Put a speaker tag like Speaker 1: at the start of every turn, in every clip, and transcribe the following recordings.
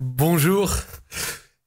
Speaker 1: Bonjour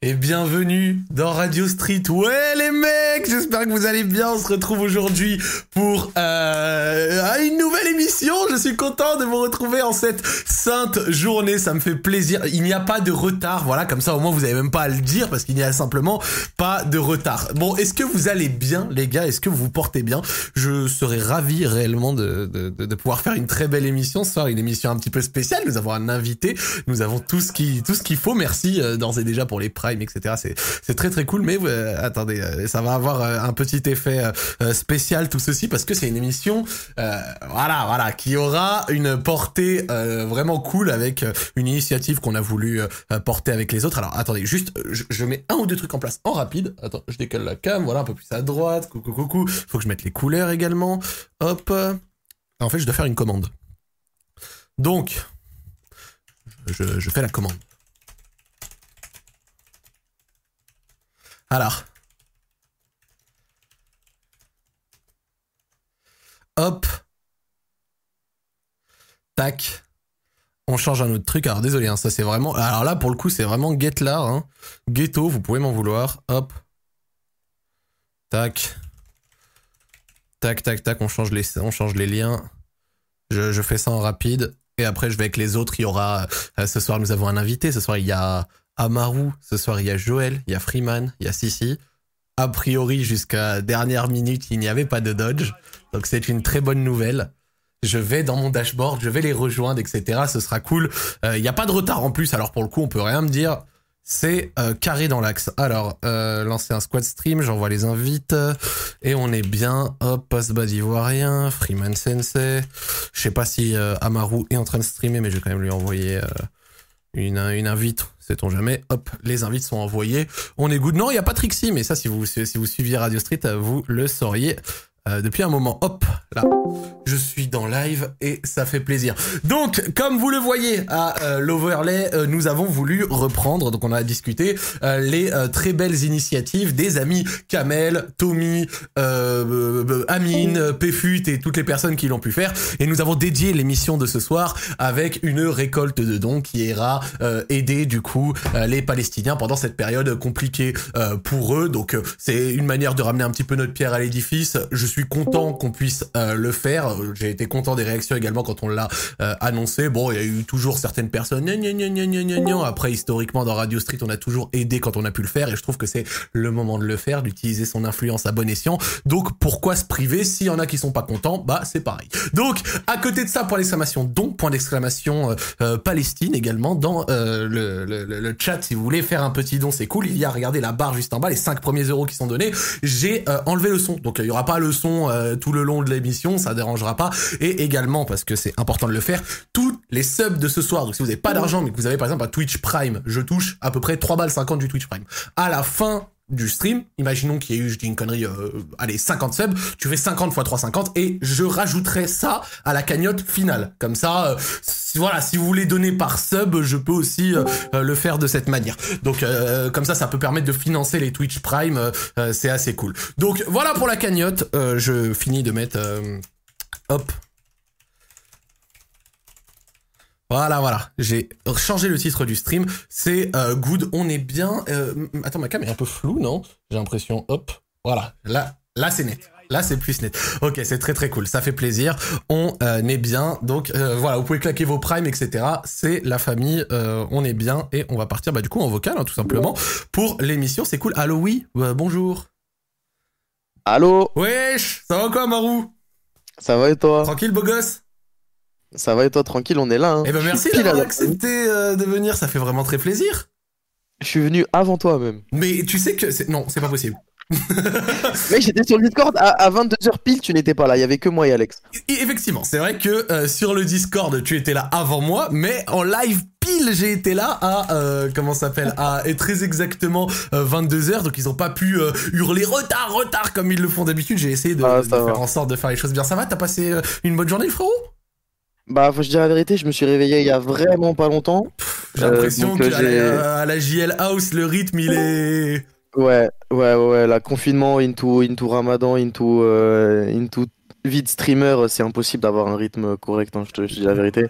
Speaker 1: et bienvenue dans Radio Street. Ouais les mecs, j'espère que vous allez bien. On se retrouve aujourd'hui pour euh, une nouvelle émission. Je suis content de vous retrouver en cette sainte journée. Ça me fait plaisir. Il n'y a pas de retard. Voilà, comme ça au moins vous n'avez même pas à le dire parce qu'il n'y a simplement pas de retard. Bon, est-ce que vous allez bien les gars Est-ce que vous vous portez bien Je serais ravi réellement de, de, de- de pouvoir faire une très belle émission ce soir. Une émission un petit peu spéciale. Nous avons un invité. Nous avons tout ce qui tout ce qu'il faut. Merci euh, d'ores et déjà pour les primes, etc. C'est c'est très très cool. Mais euh, attendez, euh, ça va avoir euh, un petit effet euh, euh, spécial tout ceci parce que c'est une émission, euh, voilà voilà, qui aura une portée euh, vraiment cool avec euh, une initiative qu'on a voulu euh, euh, porter avec les autres. Alors attendez, juste, euh, je, je mets un ou deux trucs en place en rapide. Attends, je décale la cam, voilà un peu plus à droite. Coucou coucou. Faut que je mette les couleurs également. Hop. En fait, je dois faire une commande. Donc, je, je fais la commande. Alors. Hop. Tac. On change un autre truc. Alors désolé, hein, ça c'est vraiment. Alors là pour le coup c'est vraiment Getlar. Hein. Ghetto, vous pouvez m'en vouloir. Hop. Tac. Tac, tac, tac. On change les, on change les liens. Je, je fais ça en rapide. Et après, je vais avec les autres. Il y aura. euh, ce soir, nous avons un invité. Ce soir, il y a Amaru. Ce soir, il y a Joël. Il y a Freeman. Il y a Sissi. A priori, jusqu'à dernière minute, il n'y avait pas de Dodge. Donc, c'est une très bonne nouvelle. Je vais dans mon dashboard, je vais les rejoindre, etc. Ce sera cool. Euh, Il n'y a pas de retard en plus, alors pour le coup, on peut rien me dire. C'est euh, carré dans l'axe. Alors, euh, lancer un squad stream, j'envoie les invites. Et on est bien. Hop, post-bad ivoirien, Freeman Sensei. Je sais pas si euh, Amaru est en train de streamer, mais je vais quand même lui envoyer euh, une, une invite. Sait-on jamais. Hop, les invites sont envoyées. On est good. Non, il n'y a pas Trixie, mais ça, si vous, si vous suiviez Radio Street, euh, vous le sauriez. euh, depuis un moment, hop, là, je suis dans live et ça fait plaisir. Donc, comme vous le voyez à euh, l'overlay, euh, nous avons voulu reprendre, donc on a discuté, euh, les euh, très belles initiatives des amis Kamel, Tommy, euh, euh, Amine, euh, Péfut et toutes les personnes qui l'ont pu faire. Et nous avons dédié l'émission de ce soir avec une récolte de dons qui ira euh, aider du coup euh, les Palestiniens pendant cette période compliquée euh, pour eux. Donc euh, c'est une manière de ramener un petit peu notre pierre à l'édifice. Je suis content qu'on puisse euh, le faire. Euh, J'ai été content des réactions également quand on l'a euh, annoncé. Bon, il y a eu toujours certaines personnes. gna, gna, gna, gna, gna, gna. Après, historiquement, dans Radio Street, on a toujours aidé quand on a pu le faire. Et je trouve que c'est le moment de le faire, d'utiliser son influence à bon escient. Donc pourquoi se priver S'il y en a qui sont pas contents, bah c'est pareil. Donc à côté de ça, point d'exclamation don, point d'exclamation euh, euh, Palestine également dans euh, le, le- le- le chat. Si vous voulez faire un petit don, c'est cool. Il y a regardez la barre juste en bas, les 5 premiers euros qui sont donnés. J'ai euh, enlevé le son, donc euh, il y aura pas le son euh, tout le long de l'émission, ça dérangera pas. Et également parce que c'est important de le faire, tous les subs de ce soir. Donc si vous n'avez pas d'argent mais que vous avez par exemple un Twitch Prime, je touche à peu près 3 balles 50 du Twitch Prime. À la fin du stream, imaginons qu'il y ait eu, je dis une connerie, euh, allez, 50 subs, tu fais 50 x 350 et je rajouterai ça à la cagnotte finale. Comme ça, euh, si- voilà, si vous voulez donner par sub, je peux aussi euh, euh, le faire de cette manière. Donc euh, comme ça, ça peut permettre de financer les Twitch Prime, euh, euh, c'est assez cool. Donc voilà pour la cagnotte, Euh, je finis de mettre... euh, hop, Voilà, voilà. J'ai changé le titre du stream. C'est euh, Good, on est bien. Euh, m- attends, ma cam est un peu floue, non J'ai l'impression, hop. Voilà, là, là c'est net. Là, c'est plus net. Ok, c'est très très cool. Ça fait plaisir. On euh, est bien. Donc euh, voilà, vous pouvez claquer vos primes, etc. C'est la famille. euh, on est bien et on va partir bah, du coup en vocal, hein, tout simplement, pour l'émission. C'est cool. Allô, oui. euh, bonjour.
Speaker 2: Allô,
Speaker 1: Wesh, ça va quoi, Marou
Speaker 2: ça va et toi?
Speaker 1: Tranquille, beau gosse
Speaker 2: Ça va et toi, tranquille, on est là, hein.
Speaker 1: Eh ben
Speaker 2: Je suis
Speaker 1: merci
Speaker 2: pile à
Speaker 1: d'avoir
Speaker 2: la-
Speaker 1: accepté euh, de venir. Ça fait vraiment très plaisir.
Speaker 2: Je suis venu avant toi même.
Speaker 1: Mais tu sais que c'est... non, c'est pas possible.
Speaker 2: Mec, j'étais sur le Discord à, 22h pile, tu n'étais pas là, il y avait que moi et Alex.
Speaker 1: Et effectivement, c'est vrai que euh, sur le Discord, tu étais là avant moi, mais en live pile, j'ai été là à euh, comment ça s'appelle à et très exactement 22 h donc ils ont pas pu euh, hurler retard, retard comme ils le font d'habitude. J'ai essayé de,
Speaker 2: Ah,
Speaker 1: de
Speaker 2: ça
Speaker 1: faire
Speaker 2: va.
Speaker 1: en sorte de faire les choses bien. Ça va T'as passé euh, une bonne journée, le frérot
Speaker 2: Bah, faut que je dire la vérité, je me suis réveillé il y a vraiment pas longtemps.
Speaker 1: J'ai
Speaker 2: Euh,
Speaker 1: l'impression
Speaker 2: donc,
Speaker 1: que
Speaker 2: euh,
Speaker 1: à la-
Speaker 2: j'ai-
Speaker 1: euh, à la JL House, le rythme il est
Speaker 2: Ouais, ouais, ouais, ouais, là, confinement, into, into Ramadan, into, euh, into vide streamer, c'est impossible d'avoir un rythme correct, hein, je te je te dis la vérité.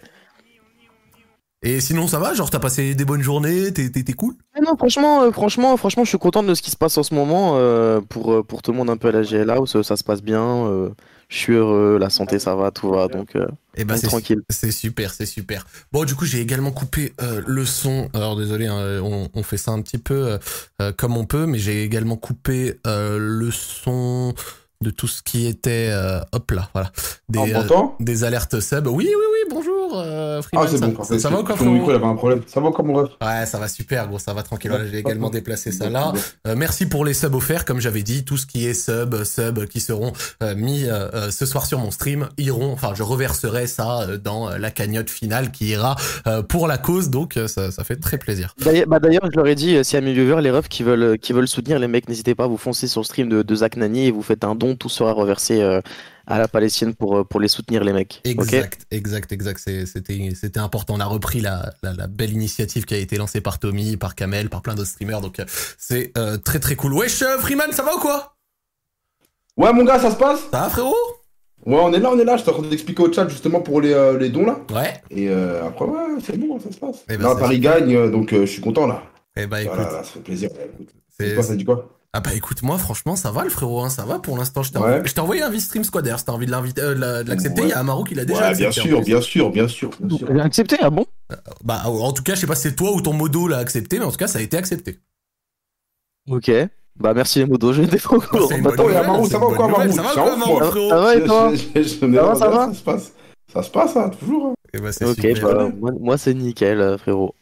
Speaker 1: Et sinon, ça va Genre, t'as passé des bonnes journées T'es t'es- t'es cool
Speaker 2: Ah non, franchement, euh, franchement, franchement, je suis content de ce qui se passe en ce moment euh, pour, euh, pour tout le monde un peu à la GL House. euh, Ça se passe bien. euh, je suis heureux, la santé, ça va, tout va. Donc, euh,
Speaker 1: Et ben,
Speaker 2: donc
Speaker 1: c'est
Speaker 2: tranquille.
Speaker 1: C'est super, c'est super. Bon, du coup, j'ai également coupé euh, le son. Alors, désolé, hein, on, on fait ça un petit peu euh, euh, comme on peut, mais j'ai également coupé euh, le son de tout ce qui était. euh, hop là, voilà. Des,
Speaker 3: On
Speaker 1: euh,
Speaker 3: m'entend
Speaker 1: des alertes sub. Oui, oui, oui, bonjour, euh, Freeman,
Speaker 3: Ah, c'est
Speaker 1: ça,
Speaker 3: bon.
Speaker 1: ça- ça va encore,
Speaker 3: Ton micro, il
Speaker 1: frérot
Speaker 3: avait un problème. Ça va encore, mon ref
Speaker 1: Ouais, ça va super, gros, ça va tranquille. Voilà, j'ai
Speaker 3: Ouais,
Speaker 1: également
Speaker 3: ouais.
Speaker 1: déplacé ça là. Euh, merci pour les subs offerts, comme j'avais dit, tout ce qui est sub, euh, sub euh, qui seront euh, mis euh, euh, ce soir sur mon stream iront, enfin je reverserai ça euh, dans euh, la cagnotte finale qui ira euh, pour la cause, donc euh, ça, ça fait très plaisir.
Speaker 2: D'ailleurs, bah d'ailleurs, je leur ai dit, euh, si à mes viewers, les refs qui veulent, euh, qui veulent soutenir les mecs, n'hésitez pas, vous foncez sur le stream de, de Zach Nani et vous faites un don, tout sera reversé euh, à la Palestine pour, euh, pour les soutenir, les mecs. Ok
Speaker 1: Exact, exact, exact. C'est- C'était, c'était important. On a repris la, la, la belle initiative qui a été lancée par Tommy, par Kamel, par plein d'autres streamers. Donc euh, c'est euh, très très cool. Wesh, euh, Freeman, ça va ou quoi
Speaker 3: Ouais, mon gars, ça se passe
Speaker 1: Ça va frérot
Speaker 3: Ouais, on est là, on est là. Je suis en train d'expliquer au chat justement pour les, euh, les dons là.
Speaker 1: Ouais.
Speaker 3: Et euh, après, ouais, c'est bon, ça se passe.
Speaker 1: Eh ben,
Speaker 3: là,
Speaker 1: c'est-
Speaker 3: Paris gagne, euh, donc euh, je suis content là.
Speaker 1: Eh bah écoute,
Speaker 3: Voilà, là, ça fait plaisir. Ouais, écoute.
Speaker 1: c'est-
Speaker 3: Et toi, ça dit quoi
Speaker 1: Ah bah écoute, moi franchement ça va le frérot, hein, ça va pour l'instant. Je t'ai
Speaker 3: Ouais.
Speaker 1: envoyé- je t'ai envoyé un V-Stream Squad d'ailleurs, si t'as envie de l'inviter- euh, de la- de l'accepter,
Speaker 3: Ouais.
Speaker 1: il y a Amaru qui l'a déjà
Speaker 3: Ouais, bien
Speaker 1: accepté. en
Speaker 3: sûr,
Speaker 1: plus.
Speaker 3: bien sûr, bien sûr, bien sûr.
Speaker 2: J'ai accepté, ah bon
Speaker 1: Bah en tout cas, je sais pas si c'est toi ou ton modo l'a accepté, mais en tout cas ça a été accepté.
Speaker 2: Ok. Bah merci les modos, je vais être au courant.
Speaker 1: Ah, C'est une
Speaker 2: Bah,
Speaker 1: bonne
Speaker 3: attends, il y a
Speaker 1: nouvelle,
Speaker 3: Amaru,
Speaker 1: c'est
Speaker 3: ça
Speaker 1: une
Speaker 3: va
Speaker 1: bonne
Speaker 3: encore,
Speaker 1: nouvelle.
Speaker 3: Amaru
Speaker 1: Ça va
Speaker 3: C'est
Speaker 1: encore,
Speaker 3: un
Speaker 1: Amaru,
Speaker 3: fou, hein.
Speaker 1: frérot
Speaker 2: Ah ouais, toi
Speaker 3: Je- je- je- je-
Speaker 2: va, ça va
Speaker 3: Ça se passe. Ça se passe, hein, toujours. hein.
Speaker 1: Eh bah, c'est
Speaker 2: Ok,
Speaker 1: super.
Speaker 2: bah, moi, moi, c'est nickel, euh, frérot.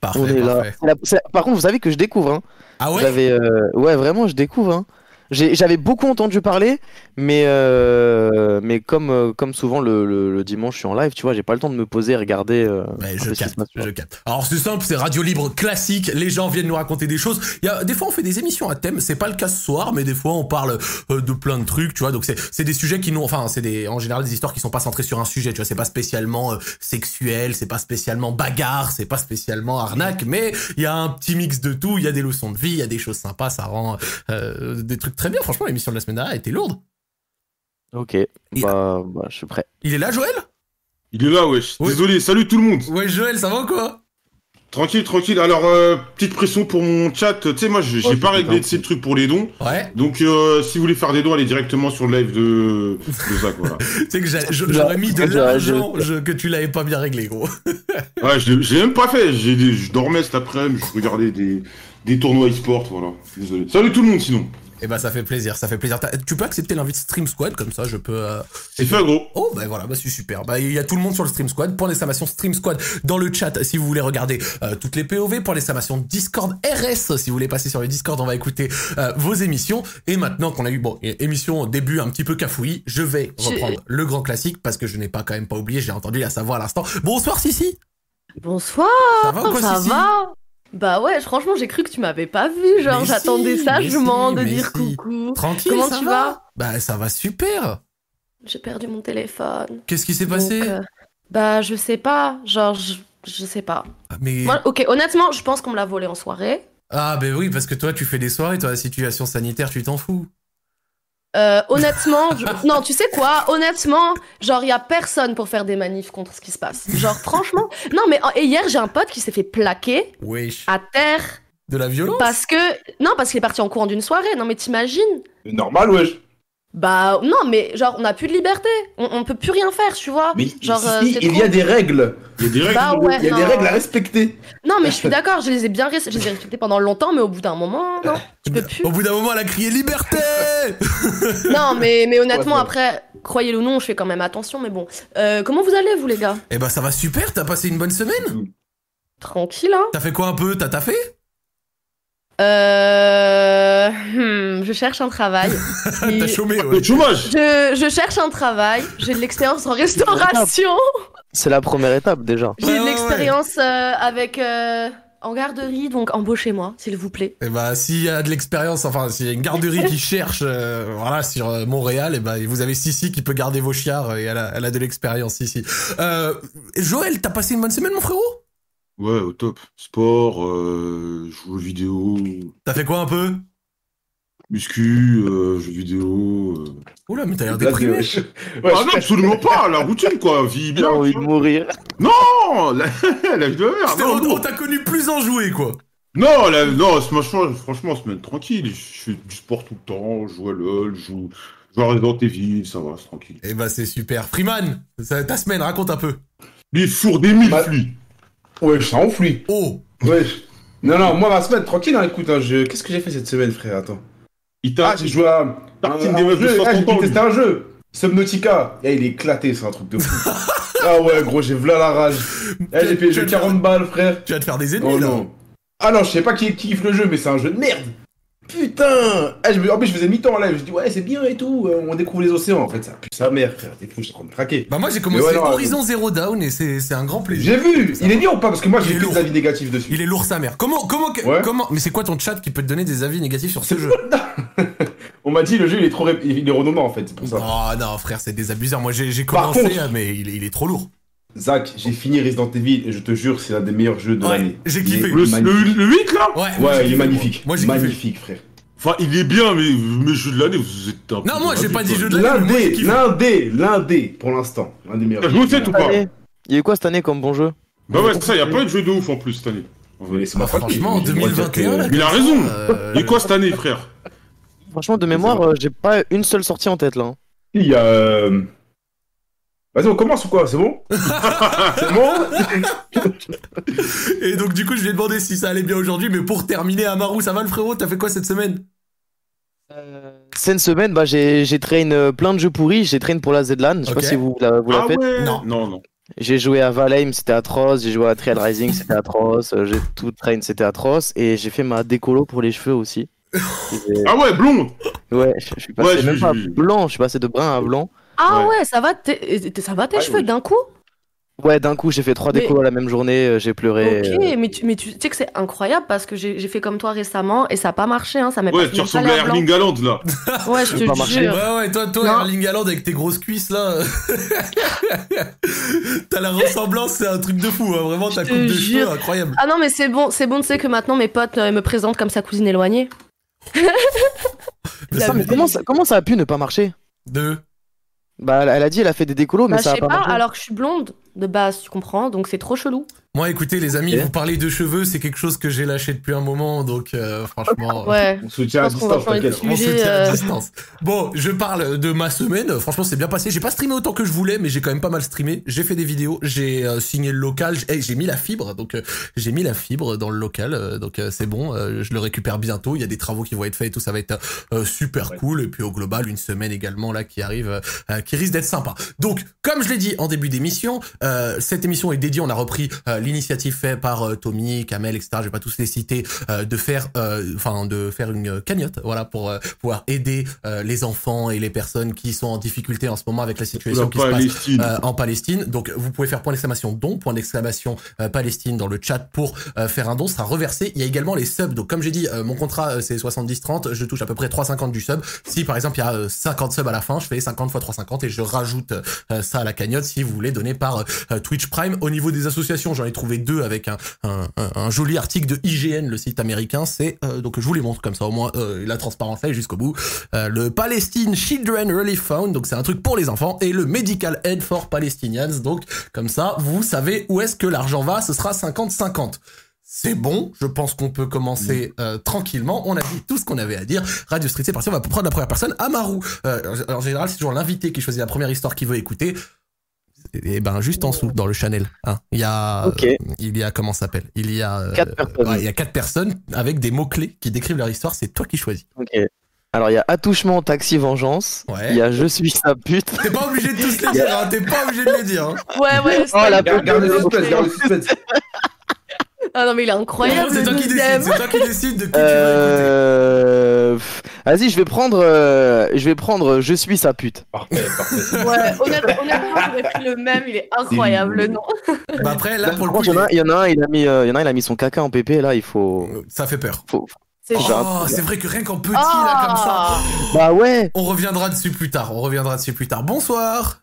Speaker 1: Parfait,
Speaker 2: On est là.
Speaker 1: parfait.
Speaker 2: C'est la- c'est- Par contre, vous savez que je découvre. Hein.
Speaker 1: Ah ouais
Speaker 2: J'avais, euh, ouais, vraiment, je découvre. Hein. J'ai- J'avais beaucoup entendu parler, mais euh, mais comme euh, comme souvent le, le- le dimanche, je suis en live, tu vois, j'ai pas le temps de me poser et regarder. euh,
Speaker 1: Ouais,
Speaker 2: un
Speaker 1: Bah,
Speaker 2: peu
Speaker 1: je
Speaker 2: ce qui se
Speaker 1: capte,
Speaker 2: passe, tu vois.
Speaker 1: je capte. Alors c'est simple, c'est radio libre classique, les gens viennent nous raconter des choses. Il y a, des fois on fait des émissions à thème, c'est pas le cas ce soir, mais des fois on parle euh, de plein de trucs, tu vois. Donc c'est c'est des sujets qui nous enfin, c'est des en général des histoires qui sont pas centrées sur un sujet, tu vois, c'est pas spécialement euh, sexuel, c'est pas spécialement bagarre, c'est pas spécialement arnaque, mais il y a un petit mix de tout, il y a des leçons de vie, il y a des choses sympas, ça rend euh, des trucs très bien. Franchement, l'émission de la semaine dernière était lourde.
Speaker 2: Ok, bah, bah, je suis prêt.
Speaker 1: Il est là Joël
Speaker 4: Il est là, wesh.
Speaker 1: Oui.
Speaker 4: Désolé, salut tout le monde.
Speaker 1: Ouais, Joël, ça va ou quoi
Speaker 4: Tranquille, tranquille. Alors, euh, petite pression pour mon chat. Tu sais, moi, j'ai j'ai
Speaker 3: Oh,
Speaker 4: pas
Speaker 3: putain.
Speaker 4: réglé de ces trucs pour les dons.
Speaker 1: Ouais,
Speaker 4: Donc, euh, si vous voulez faire des dons, allez directement sur le live de, de Zach. Voilà.
Speaker 1: tu sais que j'a- j'aurais mis de
Speaker 2: Ouais, j'aurais-
Speaker 1: l'argent je- que tu l'avais pas bien réglé, gros.
Speaker 4: Ouais, je l'ai- je l'ai même pas fait. J'ai des- Je dormais cet après-midi. Je regardais des, des tournois e-sport. Voilà. Désolé. Salut tout le monde, sinon.
Speaker 1: Eh ben ça fait plaisir, ça fait plaisir. T'as- Tu peux accepter l'invite Stream Squad comme ça, je peux. euh,
Speaker 4: C'est fait, gros.
Speaker 1: Oh ben voilà, bah c'est super. Bah il y a tout le monde sur le Stream Squad. Point d'exclamation Stream Squad dans le chat si vous voulez regarder euh, toutes les POV. Point d'exclamation Discord RS si vous voulez passer sur le Discord, on va écouter euh, vos émissions. Et maintenant qu'on a eu bon é- émission au début un petit peu cafouillis, je vais
Speaker 5: Je-
Speaker 1: reprendre le grand classique parce que je n'ai pas quand même pas oublié. J'ai entendu la savoir à l'instant. Bonsoir Sissi.
Speaker 5: Bonsoir,
Speaker 1: Ça va ou quoi
Speaker 5: ça
Speaker 1: Sissi
Speaker 5: va Bah ouais, franchement, j'ai cru que tu m'avais pas vu, genre
Speaker 1: Mais
Speaker 5: j'attendais
Speaker 1: si, mais
Speaker 5: sagement
Speaker 1: si,
Speaker 5: de
Speaker 1: mais
Speaker 5: dire
Speaker 1: si.
Speaker 5: coucou.
Speaker 1: Tranquille.
Speaker 5: Comment
Speaker 1: ça
Speaker 5: tu
Speaker 1: va
Speaker 5: vas
Speaker 1: Bah ça va super.
Speaker 5: J'ai perdu mon téléphone.
Speaker 1: Qu'est-ce qui s'est
Speaker 5: Donc,
Speaker 1: passé
Speaker 5: euh, Bah je sais pas, genre je, je sais pas.
Speaker 1: Ah, Mais
Speaker 5: Moi, ok, honnêtement, je pense qu'on me l'a volé en soirée.
Speaker 1: Ah ben oui, parce que toi tu fais des soirées, toi la situation sanitaire tu t'en fous.
Speaker 5: Euh, honnêtement, je- non, tu sais quoi Honnêtement, genre, il y a personne pour faire des manifs contre ce qui se passe. Genre, franchement. Non, mais et hier, j'ai un pote qui s'est fait plaquer
Speaker 1: Wesh.
Speaker 5: à terre
Speaker 1: De la violence
Speaker 5: parce que. Non, parce qu'il est parti en courant d'une soirée. Non, mais t'imagines
Speaker 3: C'est normal, wesh.
Speaker 5: Bah non, mais genre on n'a plus de liberté, on, on peut plus rien faire, tu vois.
Speaker 3: Mais
Speaker 5: genre euh,
Speaker 3: ici,
Speaker 5: c'est
Speaker 3: il
Speaker 5: trop-
Speaker 3: y a des règles.
Speaker 4: Il y a des règles.
Speaker 5: Bah
Speaker 3: Il
Speaker 5: ouais,
Speaker 3: y a
Speaker 5: non.
Speaker 3: des règles à respecter.
Speaker 5: Non, mais je suis d'accord, je les ai bien res- je les ai respectées pendant longtemps, mais au bout d'un moment, non, tu peux plus.
Speaker 1: Au bout d'un moment elle a crié liberté
Speaker 5: non, mais mais honnêtement
Speaker 3: Ouais,
Speaker 5: après, croyez-le ou non, je fais quand même attention, mais bon. Euh, comment vous allez vous les gars
Speaker 1: Eh ben ça va super, t'as passé une bonne semaine
Speaker 5: Tranquille, hein
Speaker 1: T'as fait quoi un peu T'as taffé
Speaker 5: Euh, hmm, je cherche un travail.
Speaker 1: T'as
Speaker 5: Et
Speaker 1: chômé ouais.
Speaker 4: Le chômage.
Speaker 5: je, je cherche un travail. J'ai de l'expérience en restauration.
Speaker 2: C'est la première étape déjà.
Speaker 5: J'ai
Speaker 1: Ouais, ouais,
Speaker 5: de
Speaker 1: ouais.
Speaker 5: l'expérience euh, avec euh, en garderie, donc embauchez-moi, s'il vous plaît.
Speaker 1: Eh ben s'il y a de l'expérience, enfin s'il y a une garderie qui cherche euh, voilà sur euh, Montréal, et ben vous avez Sissi qui peut garder vos chiards euh, et elle a, elle a de l'expérience ici. Euh, Joël, t'as passé une bonne semaine mon frérot
Speaker 4: Ouais, au top. Sport, euh, jeux vidéo.
Speaker 1: T'as fait quoi un peu
Speaker 4: Muscu, euh, jeux vidéo. euh.
Speaker 1: Oula, mais t'as l'air déprimé.
Speaker 3: Ouais,
Speaker 4: ah non, absolument pas, la routine quoi, vie
Speaker 2: J'ai
Speaker 4: bien.
Speaker 2: envie de mourir.
Speaker 4: Non, la, la vie de merde.
Speaker 1: Putain,
Speaker 4: Non,
Speaker 1: on
Speaker 4: non.
Speaker 1: on t'a connu plus enjoué, quoi.
Speaker 4: Non, la- non, franchement, franchement, semaine tranquille. Je fais du sport tout le temps, je joue à LoL, je joue, je joue à Resident Evil, ça va, c'est tranquille.
Speaker 1: Eh bah, c'est super. Freeman, ça- ta semaine, raconte un peu.
Speaker 4: Lui, il fourre des mille
Speaker 3: Bah-
Speaker 4: fluis.
Speaker 3: Ouais, ça enfle, lui.
Speaker 1: Oh,
Speaker 3: Ouais. Non, non, moi, ma semaine, tranquille, hein, écoute, hein, je... qu'est-ce que j'ai fait cette semaine, frère Attends.
Speaker 4: Il
Speaker 3: Ah,
Speaker 4: t'a.
Speaker 3: j'ai joué à.
Speaker 4: Tartine
Speaker 3: un-
Speaker 4: des
Speaker 3: un
Speaker 4: meufs de
Speaker 3: jeu, ah,
Speaker 4: 60
Speaker 3: j'ai
Speaker 4: ans, lui.
Speaker 3: testé un jeu. Subnautica. Eh, il est éclaté, c'est un truc de fou. ah ouais, gros, j'ai v'là la rage. Eh, j'ai payé
Speaker 1: Tu vas
Speaker 3: j'ai
Speaker 1: te faire-
Speaker 3: 40 balles, frère.
Speaker 1: tu vas te faire des ennemis,
Speaker 3: Oh
Speaker 1: là.
Speaker 3: non. Ah non, je sais pas qui qui kiffe le jeu, mais c'est un jeu de merde. Putain Ah, je me- En plus, je faisais mi-temps en live, je dis ouais, c'est bien et tout, euh, on découvre les océans. En fait, ça pue sa mère, frère, t'es fou, je suis en train de craquer.
Speaker 1: Bah, moi, j'ai commencé
Speaker 3: Mais ouais, non,
Speaker 1: Horizon Zero Down et c'est c'est un grand plaisir.
Speaker 3: J'ai vu Il est bien ou pas Parce que moi,
Speaker 1: Il est
Speaker 3: j'ai que
Speaker 1: lourd.
Speaker 3: des avis négatifs dessus.
Speaker 1: Il est lourd, sa mère. Comment, comment, que-
Speaker 3: Ouais.
Speaker 1: comment, mais c'est quoi ton chat qui peut te donner des avis négatifs sur ce jeu?
Speaker 3: On m'a dit, le jeu, il est trop. ré- Il est renommé en fait, c'est pour ça.
Speaker 1: Oh non, frère, c'est des abuseurs. Moi, j'ai j'ai
Speaker 3: Par
Speaker 1: commencé,
Speaker 3: contre-
Speaker 1: mais il est, il est trop lourd.
Speaker 3: Zach, j'ai fini Resident Evil et je te jure, c'est l'un des meilleurs jeux de
Speaker 1: Ouais,
Speaker 3: l'année.
Speaker 1: j'ai
Speaker 3: Il
Speaker 1: kiffé.
Speaker 3: est
Speaker 4: Le, le,
Speaker 3: magnifique.
Speaker 4: le 8 là
Speaker 1: Ouais, moi,
Speaker 3: Ouais,
Speaker 1: j'ai
Speaker 3: il
Speaker 1: kiffé,
Speaker 3: est
Speaker 1: moi.
Speaker 3: magnifique.
Speaker 1: Moi, j'ai kiffé.
Speaker 3: magnifique, frère.
Speaker 4: Enfin, il est bien, mais mes jeux de l'année, vous êtes un peu
Speaker 1: Non, moi, j'ai
Speaker 4: ravis,
Speaker 1: pas dit
Speaker 4: quoi.
Speaker 1: jeu de l'année,
Speaker 3: L'un
Speaker 1: mais moi, j'ai
Speaker 3: des,
Speaker 1: kiffé.
Speaker 3: l'un des, l'un des, pour l'instant. L'un des meilleurs.
Speaker 4: T'as joué au
Speaker 3: jeux.
Speaker 4: 7 ou
Speaker 2: Cette
Speaker 4: pas
Speaker 2: année, Il y a eu quoi cette année comme bon jeu
Speaker 4: Bah ouais, c'est ça, y a pas eu de jeu de ouf en plus cette année. En vrai.
Speaker 3: Laissez-moi
Speaker 1: Bah,
Speaker 3: tranquille.
Speaker 1: franchement, en
Speaker 3: J'ai le droit de dire
Speaker 1: 2021,
Speaker 3: que-
Speaker 1: là.
Speaker 4: Mais il a raison.
Speaker 1: euh,
Speaker 4: Et quoi cette année, frère
Speaker 2: Franchement, de mémoire, euh, j'ai pas une seule sortie en tête là. hein.
Speaker 3: Il y a. euh, Vas-y, on commence ou quoi C'est bon C'est bon
Speaker 1: Et donc, du coup, je lui ai demandé si ça allait bien aujourd'hui, mais pour terminer, Amaru, ça va le frérot T'as fait quoi cette semaine
Speaker 2: Cette semaine, bah, j'ai j'ai train euh, plein de jeux pourris. J'ai train pour la Zedlan. Je sais
Speaker 1: Ok.
Speaker 2: pas si vous la, vous la
Speaker 4: Ah
Speaker 2: faites.
Speaker 4: ouais
Speaker 1: Non.
Speaker 4: non, non.
Speaker 2: J'ai joué à Valheim, c'était atroce. J'ai joué à Trial Rising, c'était atroce. euh, J'ai tout train, c'était atroce. Et j'ai fait ma décolo pour les cheveux aussi. J'ai-
Speaker 4: Ah ouais, blond
Speaker 2: Ouais, je je suis passé
Speaker 4: Ouais, j'ai
Speaker 2: même
Speaker 4: vu,
Speaker 2: pas
Speaker 4: j'ai vu.
Speaker 2: blanc, je suis passé de brun à blanc.
Speaker 5: Ah
Speaker 4: Ouais.
Speaker 5: ouais, ça va, t'es- et t'es- ça va tes
Speaker 3: Ah,
Speaker 5: cheveux
Speaker 3: oui.
Speaker 5: d'un coup
Speaker 2: Ouais, d'un coup, j'ai fait trois
Speaker 5: Mais-
Speaker 2: décolos la même journée, euh, j'ai pleuré.
Speaker 5: Ok,
Speaker 2: euh,
Speaker 5: mais tu, mais tu sais que c'est incroyable parce que j'ai j'ai fait comme toi récemment et ça n'a pas marché, hein, ça m'a
Speaker 4: Ouais, tu ressembles à Erling Haaland là.
Speaker 5: Ouais, je
Speaker 2: Ça n'a pas
Speaker 5: te
Speaker 2: marché.
Speaker 5: jure.
Speaker 1: Bah Ouais, ouais, toi, toi,
Speaker 5: Non.
Speaker 1: Erling Haaland, avec tes grosses cuisses, là. t'as la ressemblance, c'est un truc de fou, hein. vraiment, ta
Speaker 5: Je
Speaker 1: coupe
Speaker 5: te
Speaker 1: de
Speaker 5: jure.
Speaker 1: cheveux, incroyable.
Speaker 5: Ah non, mais c'est bon, c'est bon, tu sais que maintenant mes potes euh, me présentent comme sa cousine éloignée.
Speaker 1: Mais
Speaker 5: La
Speaker 1: ça
Speaker 2: Putain, mais
Speaker 1: me-
Speaker 2: comment ça, comment ça a pu ne pas marcher
Speaker 1: De...
Speaker 2: Bah, elle- elle a dit, elle a fait des décolos, mais
Speaker 5: bah, je
Speaker 2: ça a
Speaker 5: sais
Speaker 2: pas,
Speaker 5: pas,
Speaker 2: marché.
Speaker 5: alors que je suis blonde de base, tu comprends, donc c'est trop chelou.
Speaker 1: Moi, écoutez, les amis,
Speaker 2: Ok.
Speaker 1: vous parlez de cheveux, c'est quelque chose que j'ai lâché depuis un moment, donc euh, franchement.
Speaker 5: Ouais.
Speaker 3: On soutient à
Speaker 5: Je pense qu'on va
Speaker 3: distance,
Speaker 5: changer de
Speaker 3: t'inquiète.
Speaker 1: On se
Speaker 5: Sujet,
Speaker 1: tient à
Speaker 5: euh.
Speaker 1: distance. Bon, je parle de ma semaine. Franchement, c'est bien passé. J'ai pas streamé autant que je voulais, mais j'ai quand même pas mal streamé. J'ai fait des vidéos, j'ai euh, signé le local, j'ai eh, j'ai mis la fibre, donc euh, j'ai mis la fibre dans le local, euh, donc euh, c'est bon. euh, je le récupère bientôt. Il y a des travaux qui vont être faits et tout, ça va être euh, super
Speaker 3: Ouais.
Speaker 1: cool. Et puis au global, une semaine également là qui arrive, euh, euh, qui risque d'être sympa. Donc, comme je l'ai dit en début d'émission, euh, cette émission est dédiée. On a repris euh, l'initiative faite par euh, Tommy, Kamel, etc. Je vais pas tous les citer euh, de faire, euh, enfin, de faire une euh, cagnotte, voilà, pour euh, pouvoir aider euh, les enfants et les personnes qui sont en difficulté en ce moment avec la situation
Speaker 4: La
Speaker 1: qui se passe
Speaker 4: Palestine.
Speaker 1: euh, en Palestine. Donc vous pouvez faire point d'exclamation don, point d'exclamation euh, Palestine dans le chat pour euh, faire un don, ça sera reversé. Il y a également les subs. Donc comme j'ai dit, euh, mon contrat euh, c'est 70-30, je touche à peu près 3,50 du sub. Si par exemple il y a euh, 50 subs à la fin, je fais 50 fois 3,50 et je rajoute euh, ça à la cagnotte si vous voulez donner par euh, euh, Twitch Prime. Au niveau des associations, j'en ai trouvé deux avec un, un, un- un joli article de IGN, le site américain. C'est euh, donc je vous les montre comme ça au moins euh, la transparence là est jusqu'au bout. Euh, le Palestine Children Relief Fund, donc c'est un truc pour les enfants, et le Medical Aid for Palestinians. Donc comme ça, vous savez où est-ce que l'argent va. Ce sera 50-50. C'est bon, je pense qu'on peut commencer euh, tranquillement. On a dit tout ce qu'on avait à dire. Radio Street, c'est parti. On va prendre la première personne, Amaru. Euh, en général, c'est toujours l'invité qui choisit la première histoire qu'il veut écouter. Et ben juste en dessous, dans le channel. hein. Il y a,
Speaker 2: Ok.
Speaker 1: euh, il y a comment ça s'appelle Il y a euh,
Speaker 2: Quatre personnes.
Speaker 1: ouais, il y a quatre personnes avec des mots clés qui décrivent leur histoire. C'est toi qui choisis.
Speaker 2: Ok. Alors, il y a attouchement, taxi, vengeance.
Speaker 1: Ouais.
Speaker 2: Il y a je suis sa pute.
Speaker 1: T'es pas obligé de tous les dire, hein, t'es pas obligé de les dire. hein.
Speaker 5: Ouais, Ah ouais,
Speaker 2: Oh, la
Speaker 5: c'est-
Speaker 3: Garde garde le suspense, garde le
Speaker 5: Ah
Speaker 3: suspense.
Speaker 5: non, mais il est incroyable.
Speaker 1: C'est
Speaker 5: le
Speaker 1: toi qui décides,
Speaker 5: deuxième.
Speaker 1: c'est toi qui décides de qui
Speaker 2: Euh... pff, Vas-y, je vais prendre, euh, je vais prendre, euh, je suis sa pute.
Speaker 3: Parfait, parfait.
Speaker 5: Ouais, honnêtement, honnêtement, j'aurais pris le même, il est incroyable le nom.
Speaker 1: tu veux. Bah après, là, pour le
Speaker 2: Par
Speaker 1: coup,
Speaker 2: contre, il y en a- il y en a un, il a mis, euh, il y en a, un, il a mis son caca en PP. Là, il faut.
Speaker 1: il est- ça fait peur.
Speaker 2: faut...
Speaker 5: C'est Oh.
Speaker 2: Oh.
Speaker 5: genre.
Speaker 1: Oh, c'est vrai que rien qu'en petit, là, comme ça.
Speaker 2: Bah ouais.
Speaker 1: On reviendra dessus plus tard, on reviendra dessus plus tard. Bonsoir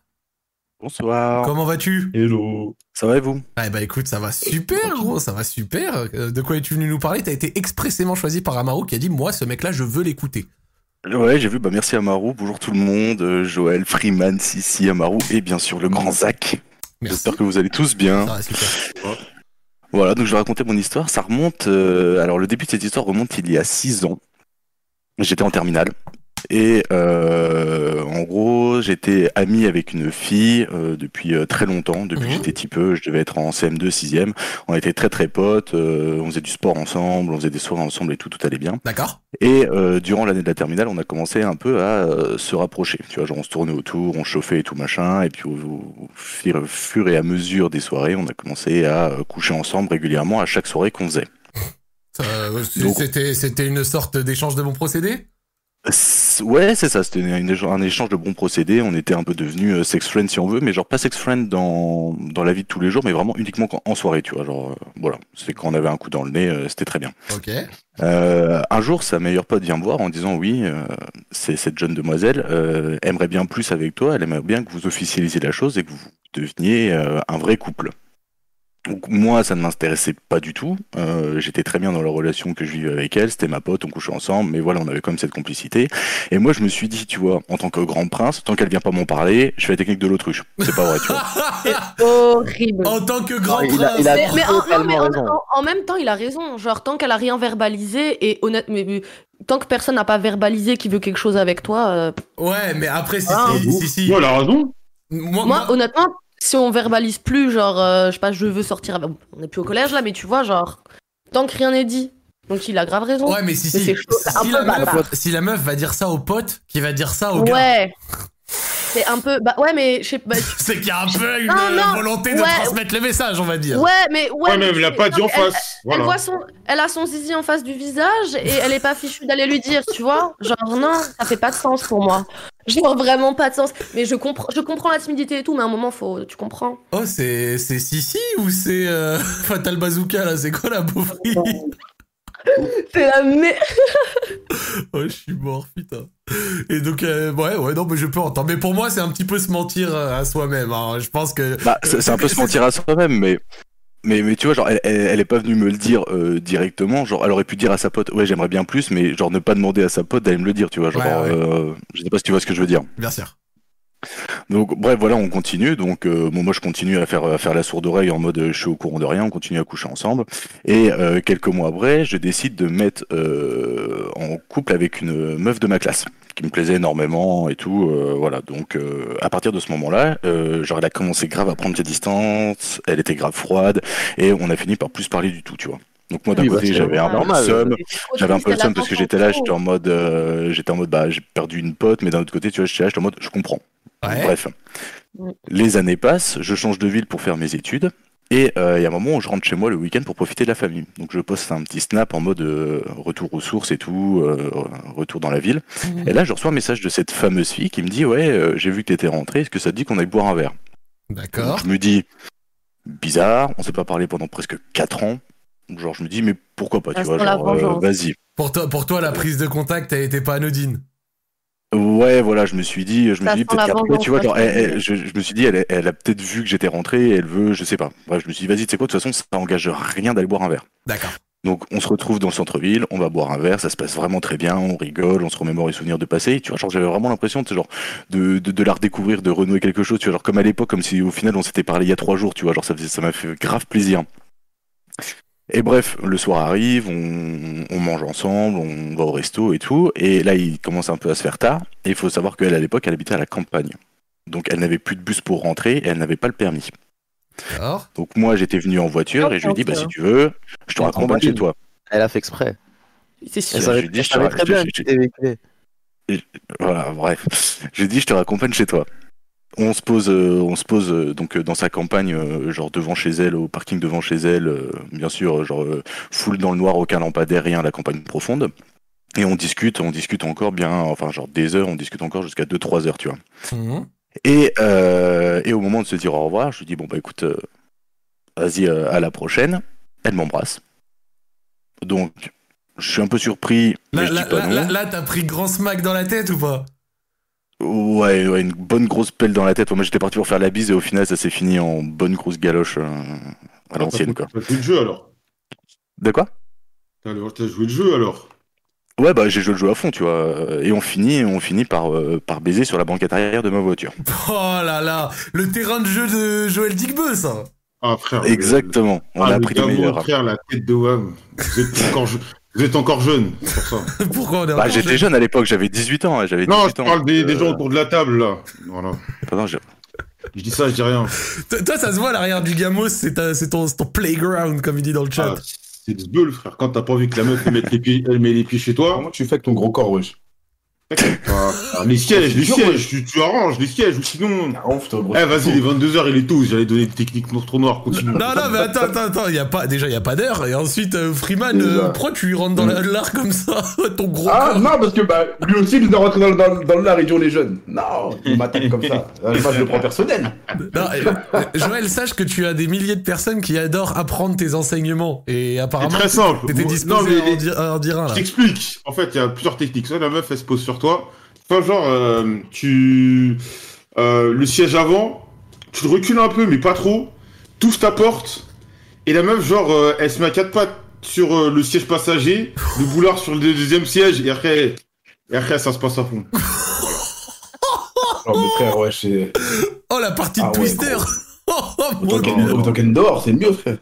Speaker 6: Bonsoir.
Speaker 1: Comment vas-tu
Speaker 3: Hello.
Speaker 6: Ça va et vous
Speaker 1: Eh bah écoute, ça va super, gros, ça va super. Euh, De quoi es-tu venu nous parler T'as été expressément choisi par Amaro qui a dit, moi, ce mec-là, je veux l'écouter.
Speaker 6: Ouais, j'ai vu, bah merci Amaru, bonjour tout le monde, euh, Joël, Freeman, Sissi, Amaru et bien sûr le grand Zach.
Speaker 1: Merci.
Speaker 6: J'espère que vous allez tous bien.
Speaker 1: Ah, super.
Speaker 6: Voilà, donc je vais raconter mon histoire. Ça remonte. euh, alors, le début de cette histoire remonte il y a six ans. J'étais en terminale. Et euh, en gros, j'étais ami avec une fille euh, depuis euh, très longtemps, depuis
Speaker 1: Mhm.
Speaker 6: que j'étais petit peu. Je devais être en CM2, 6ème. On était très très potes. euh, on faisait du sport ensemble, on faisait des soirées ensemble et tout, tout allait bien.
Speaker 1: D'accord.
Speaker 6: Et euh, durant l'année de la terminale, on a commencé un peu à euh, se rapprocher. Tu vois, genre on se tournait autour, on chauffait et tout machin. Et puis au, au fur, fur et à mesure des soirées, on a commencé à euh, coucher ensemble régulièrement à chaque soirée qu'on faisait.
Speaker 1: Ça, euh, c'est-
Speaker 6: Donc-
Speaker 1: C'était c'était une sorte d'échange de bons procédés
Speaker 6: C'est- Ouais, c'est ça. C'était une- une- un échange de bons procédés. On était un peu devenus euh, sex friends si on veut, mais genre pas sex friends dans dans la vie de tous les jours, mais vraiment uniquement quand- en soirée. Tu vois, genre euh, voilà, c'est quand on avait un coup dans le nez, euh, c'était très bien.
Speaker 1: Ok.
Speaker 6: Euh, un jour, sa meilleure pote vient me voir en disant oui, euh, c'est cette jeune demoiselle euh, aimerait bien plus avec toi, elle aimerait bien que vous officialisiez la chose et que vous deveniez euh, un vrai couple. Donc moi, ça ne m'intéressait pas du tout. Euh, J'étais très bien dans la relation que je vivais avec elle, c'était ma pote, on couchait ensemble, mais voilà, on avait comme cette complicité. Et moi, je me suis dit, tu vois, en tant que grand prince, tant qu'elle vient pas m'en parler, je fais la technique de l'autruche. C'est pas vrai, tu vois.
Speaker 5: Horrible.
Speaker 1: en tant que grand
Speaker 2: Il a-
Speaker 1: prince.
Speaker 2: il a-
Speaker 5: Euh, Mais, mais en, non, mais en-
Speaker 2: Totalement raison.
Speaker 5: en- en même temps, il a raison. Genre, tant qu'elle a rien verbalisé, et honnêtement, mais, mais tant que personne n'a pas verbalisé qu'il veut quelque chose avec toi, euh,
Speaker 1: Ouais, mais après, si,
Speaker 5: Ah.
Speaker 1: si, si, si.
Speaker 4: Ouais, elle a raison.
Speaker 1: Moi,
Speaker 5: moi,
Speaker 1: moi-
Speaker 5: honnêtement, si on verbalise plus, genre, euh, je sais pas, je veux sortir avec. On n'est plus au collège là, mais tu vois, genre, tant que rien n'est dit. Donc, il a grave raison.
Speaker 1: ouais, mais si,
Speaker 5: Mais
Speaker 1: si.
Speaker 5: c'est chaud, c'est un
Speaker 1: Si
Speaker 5: peu
Speaker 1: la,
Speaker 5: bâtard.
Speaker 1: meuf, si la meuf va dire ça au pote, qui va dire ça au gars,
Speaker 5: Ouais. C'est un peu. Bah, ouais, mais je sais pas.
Speaker 1: c'est qu'il y a un peu une euh,
Speaker 5: Non, non.
Speaker 1: volonté de
Speaker 5: Ouais.
Speaker 1: transmettre le message, on va dire.
Speaker 5: Ouais, mais. Ouais,
Speaker 4: Ouais, mais elle l'a
Speaker 5: tu-
Speaker 4: pas
Speaker 5: non,
Speaker 4: dit en
Speaker 5: mais elle-
Speaker 4: face.
Speaker 5: Elle,
Speaker 4: Voilà.
Speaker 5: voit son, elle a son zizi en face du visage et elle est pas fichue d'aller lui dire, tu vois. Genre, non, ça fait pas de sens pour moi. Genre, vraiment pas de sens. Mais je, comprends je comprends la timidité et tout, mais à un moment, faut, tu comprends.
Speaker 1: Oh, c'est c'est Sissi ou c'est euh, Fatal Bazooka là C'est quoi la beaufrie
Speaker 5: C'est la merde.
Speaker 1: Oh, je suis mort, putain. Et donc, euh, ouais, ouais, non, mais je peux entendre. Mais pour moi, c'est un petit peu se mentir euh, à soi-même. hein. Je pense que.
Speaker 6: Bah, c'est c'est un peu se mentir à soi-même, mais. Mais, mais tu vois, genre, elle, elle, elle est pas venue me le dire euh, directement. Genre, elle aurait pu dire à sa pote, ouais, j'aimerais bien plus, mais genre, ne pas demander à sa pote d'aller me le dire, tu vois. Genre,
Speaker 1: Ouais, ouais.
Speaker 6: euh, je sais pas si tu vois ce que je veux dire.
Speaker 1: Bien sûr.
Speaker 6: Donc, bref, voilà, on continue. Donc, euh, bon, moi, je continue à faire, à faire la sourde oreille en mode, euh, je suis au courant de rien, on continue à coucher ensemble. Et euh, quelques mois après, je décide de me mettre euh, en couple avec une meuf de ma classe qui me plaisait énormément et tout. euh, voilà, donc euh, à partir de ce moment-là, euh, genre, elle a commencé grave à prendre ses distances, elle était grave froide, et on a fini par plus parler du tout, tu vois. Donc moi d'un
Speaker 2: Oui, bah,
Speaker 6: côté
Speaker 2: c'est
Speaker 6: j'avais un peu le
Speaker 2: normal.
Speaker 6: seum, j'avais un peu le seum parce que j'étais là, j'étais en mode, euh, j'étais en mode bah j'ai perdu une pote, mais d'un autre côté tu vois j'étais là, j'étais en mode je comprends.
Speaker 1: Ouais.
Speaker 6: Bref.
Speaker 5: Mm.
Speaker 6: Les années passent, je change de ville pour faire mes études. Et euh, il y a un moment où je rentre chez moi le week-end pour profiter de la famille. Donc je poste un petit snap en mode euh, retour aux sources et tout, euh, retour dans la ville.
Speaker 1: Mmh.
Speaker 6: Et là je reçois un message de cette fameuse fille qui me dit ouais euh, j'ai vu que t'étais rentré, est-ce que ça te dit qu'on aille boire un verre
Speaker 1: D'accord.
Speaker 6: donc, Je me dis, bizarre, on s'est pas parlé pendant presque 4 ans. Donc, Genre, je me dis, mais pourquoi pas, tu
Speaker 5: Ah,
Speaker 6: vois,
Speaker 5: c'est pour la
Speaker 6: genre, euh,
Speaker 5: vengeance.
Speaker 6: vas-y.
Speaker 1: Pour toi, pour toi, la prise de contact, elle était pas anodine.
Speaker 6: Ouais, voilà, je me suis dit, je me
Speaker 5: Ça
Speaker 6: suis dit,
Speaker 5: sent hein, la
Speaker 6: peut-être qu'après,
Speaker 5: vengeance,
Speaker 6: tu vois,
Speaker 5: moi,
Speaker 6: genre,
Speaker 5: je
Speaker 6: elle-
Speaker 5: trouve.
Speaker 6: elle- je, je me suis dit, elle, elle a peut-être vu que j'étais rentré, elle veut, je sais pas. Bref, je me suis dit, vas-y, tu sais quoi, de toute façon, ça engage rien d'aller boire un verre.
Speaker 1: D'accord.
Speaker 6: Donc, on se retrouve dans le centre-ville, on va boire un verre, ça se passe vraiment très bien, on rigole, on se remémore les souvenirs de passé. Et Tu vois, genre, j'avais vraiment l'impression de, genre, de, de, de la redécouvrir, de renouer quelque chose, tu vois, genre, comme à l'époque, comme si au final, on s'était parlé il y a trois jours, tu vois, genre, ça faisait- ça m'a fait grave plaisir. Et bref, le soir arrive, on, on mange ensemble, on va au resto et tout. Et là, il commence un peu à se faire tard. Et il faut savoir qu'elle, à l'époque, elle habitait à la campagne. Donc, elle n'avait plus de bus pour rentrer et elle n'avait pas le permis.
Speaker 1: D'accord.
Speaker 6: Donc, moi, j'étais venu en voiture et je lui ai dit, bah, si tu veux, je te
Speaker 2: En
Speaker 6: raccompagne
Speaker 2: voiture.
Speaker 6: chez toi.
Speaker 2: Elle a fait exprès.
Speaker 5: C'est sûr.
Speaker 6: Et
Speaker 2: Elle
Speaker 6: ça,
Speaker 2: savait,
Speaker 6: je lui dis,
Speaker 2: elle
Speaker 6: je te
Speaker 2: savait
Speaker 6: ra-
Speaker 2: très
Speaker 6: je-
Speaker 2: bien
Speaker 6: je-
Speaker 2: que t'étais véhiculé.
Speaker 6: Voilà, bref. J'ai dit, je te raccompagne chez toi. On se pose, euh, on se pose euh, donc euh, dans sa campagne, euh, genre devant chez elle, au parking devant chez elle, euh, bien sûr, euh, genre euh, full dans le noir, aucun lampadaire, rien, la campagne profonde. Et on discute, on discute encore bien, enfin genre des heures, on discute encore jusqu'à 2-3 heures, tu vois.
Speaker 2: Mmh.
Speaker 1: Mhm.
Speaker 6: Et, euh, et au moment de se dire au revoir, je lui dis, bon bah écoute, euh, vas-y, euh, à la prochaine. Elle m'embrasse. Donc, je suis un peu surpris, mais
Speaker 1: Là,
Speaker 6: je
Speaker 1: Bah, là,
Speaker 6: dis pas
Speaker 1: là,
Speaker 6: non.
Speaker 1: là, là, t'as pris grand smack dans la tête ou pas
Speaker 6: Ouais, ouais, une bonne grosse pelle dans la tête. Moi, j'étais parti pour faire la bise et au final, ça s'est fini en bonne grosse galoche euh,
Speaker 4: Ah,
Speaker 6: à l'ancienne, quoi.
Speaker 4: T'as joué le jeu alors.
Speaker 6: De quoi
Speaker 4: T'as t'as joué le jeu alors.
Speaker 6: Ouais, bah j'ai joué le jeu à fond, tu vois. Et on finit, on finit par, euh, par baiser sur la banquette arrière de ma voiture.
Speaker 1: Oh là là, le terrain de jeu de Joël Digbeu, ça.
Speaker 4: Ah, frère. mais-
Speaker 6: Exactement, on
Speaker 4: ah,
Speaker 6: a
Speaker 4: le
Speaker 6: appris des
Speaker 4: gamin,
Speaker 6: meilleurs.
Speaker 4: frère, la tête de Wam. Vous êtes encore, je- vous êtes encore jeune, c'est pour ça.
Speaker 1: Pourquoi on est
Speaker 6: Bah,
Speaker 1: encore
Speaker 6: j'étais
Speaker 1: jeunes
Speaker 6: jeune à l'époque, j'avais 18 ans. hein, J'avais 18
Speaker 4: Non, je
Speaker 6: ans.
Speaker 4: parle des, des
Speaker 6: Euh,
Speaker 4: gens autour de la table, là. Voilà.
Speaker 6: pardon, je-
Speaker 4: Je dis ça, je dis rien.
Speaker 1: Toi- Toi, ça se voit, l'arrière du gamos, c'est ta- c'est ton, c'est ton playground, comme il dit dans le chat.
Speaker 4: Ah, c'est du bull, frère. Quand t'as pas envie que la meuf elle mette les pieds, elle met les pieds chez toi,
Speaker 3: Comment tu fais avec ton gros corps, wesh
Speaker 4: ah, ah, les sièges, les sièges, tu, tu arranges les sièges, ou sinon.
Speaker 3: Ah, ouf, toi, gros.
Speaker 4: Eh, vas-y, les 22h, il est tous. J'allais donner des techniques non trop noires, continue.
Speaker 1: Non, non, mais attends, attends, attends, y a pas, déjà, il a pas d'heure. Et ensuite, euh, Freeman, euh,
Speaker 3: Déjà.
Speaker 1: pourquoi tu lui rentres dans la- l'art comme ça, ton gros
Speaker 3: Ah
Speaker 1: corps
Speaker 3: non, parce que bah, lui aussi, il doit rentrer dans, dans, dans la région des jeunes. Non, il m'attaque comme ça. Là, Moi, je le prends personnel.
Speaker 1: Non, euh, euh, Joël, sache que tu as des milliers de personnes qui adorent apprendre tes enseignements. Et
Speaker 4: C'est
Speaker 1: apparemment,
Speaker 4: très simple.
Speaker 1: t'étais
Speaker 4: Moi-
Speaker 1: disposé
Speaker 4: non, mais les-
Speaker 1: à, en dire, à en dire un,
Speaker 4: Je
Speaker 1: là.
Speaker 4: t'explique. En fait, il y a plusieurs techniques. Soit la meuf, elle se pose sur toi. Soit genre, euh, tu... euh, le siège avant, tu le recules un peu, mais pas trop. Touche ta porte. Et la meuf, genre, euh, elle se met à quatre pattes sur euh, le siège passager, le boulard sur le deuxième siège, et après... Et après, ça se passe à fond.
Speaker 3: Non, mais frère, wesh, c'est.
Speaker 1: Oh, la partie
Speaker 3: Ah
Speaker 1: de
Speaker 3: ouais,
Speaker 1: Twister
Speaker 3: gros.
Speaker 1: Oh, mon
Speaker 3: Autant
Speaker 1: Dieu.
Speaker 3: qu'elle- autant qu'elle dehors, c'est mieux, frère.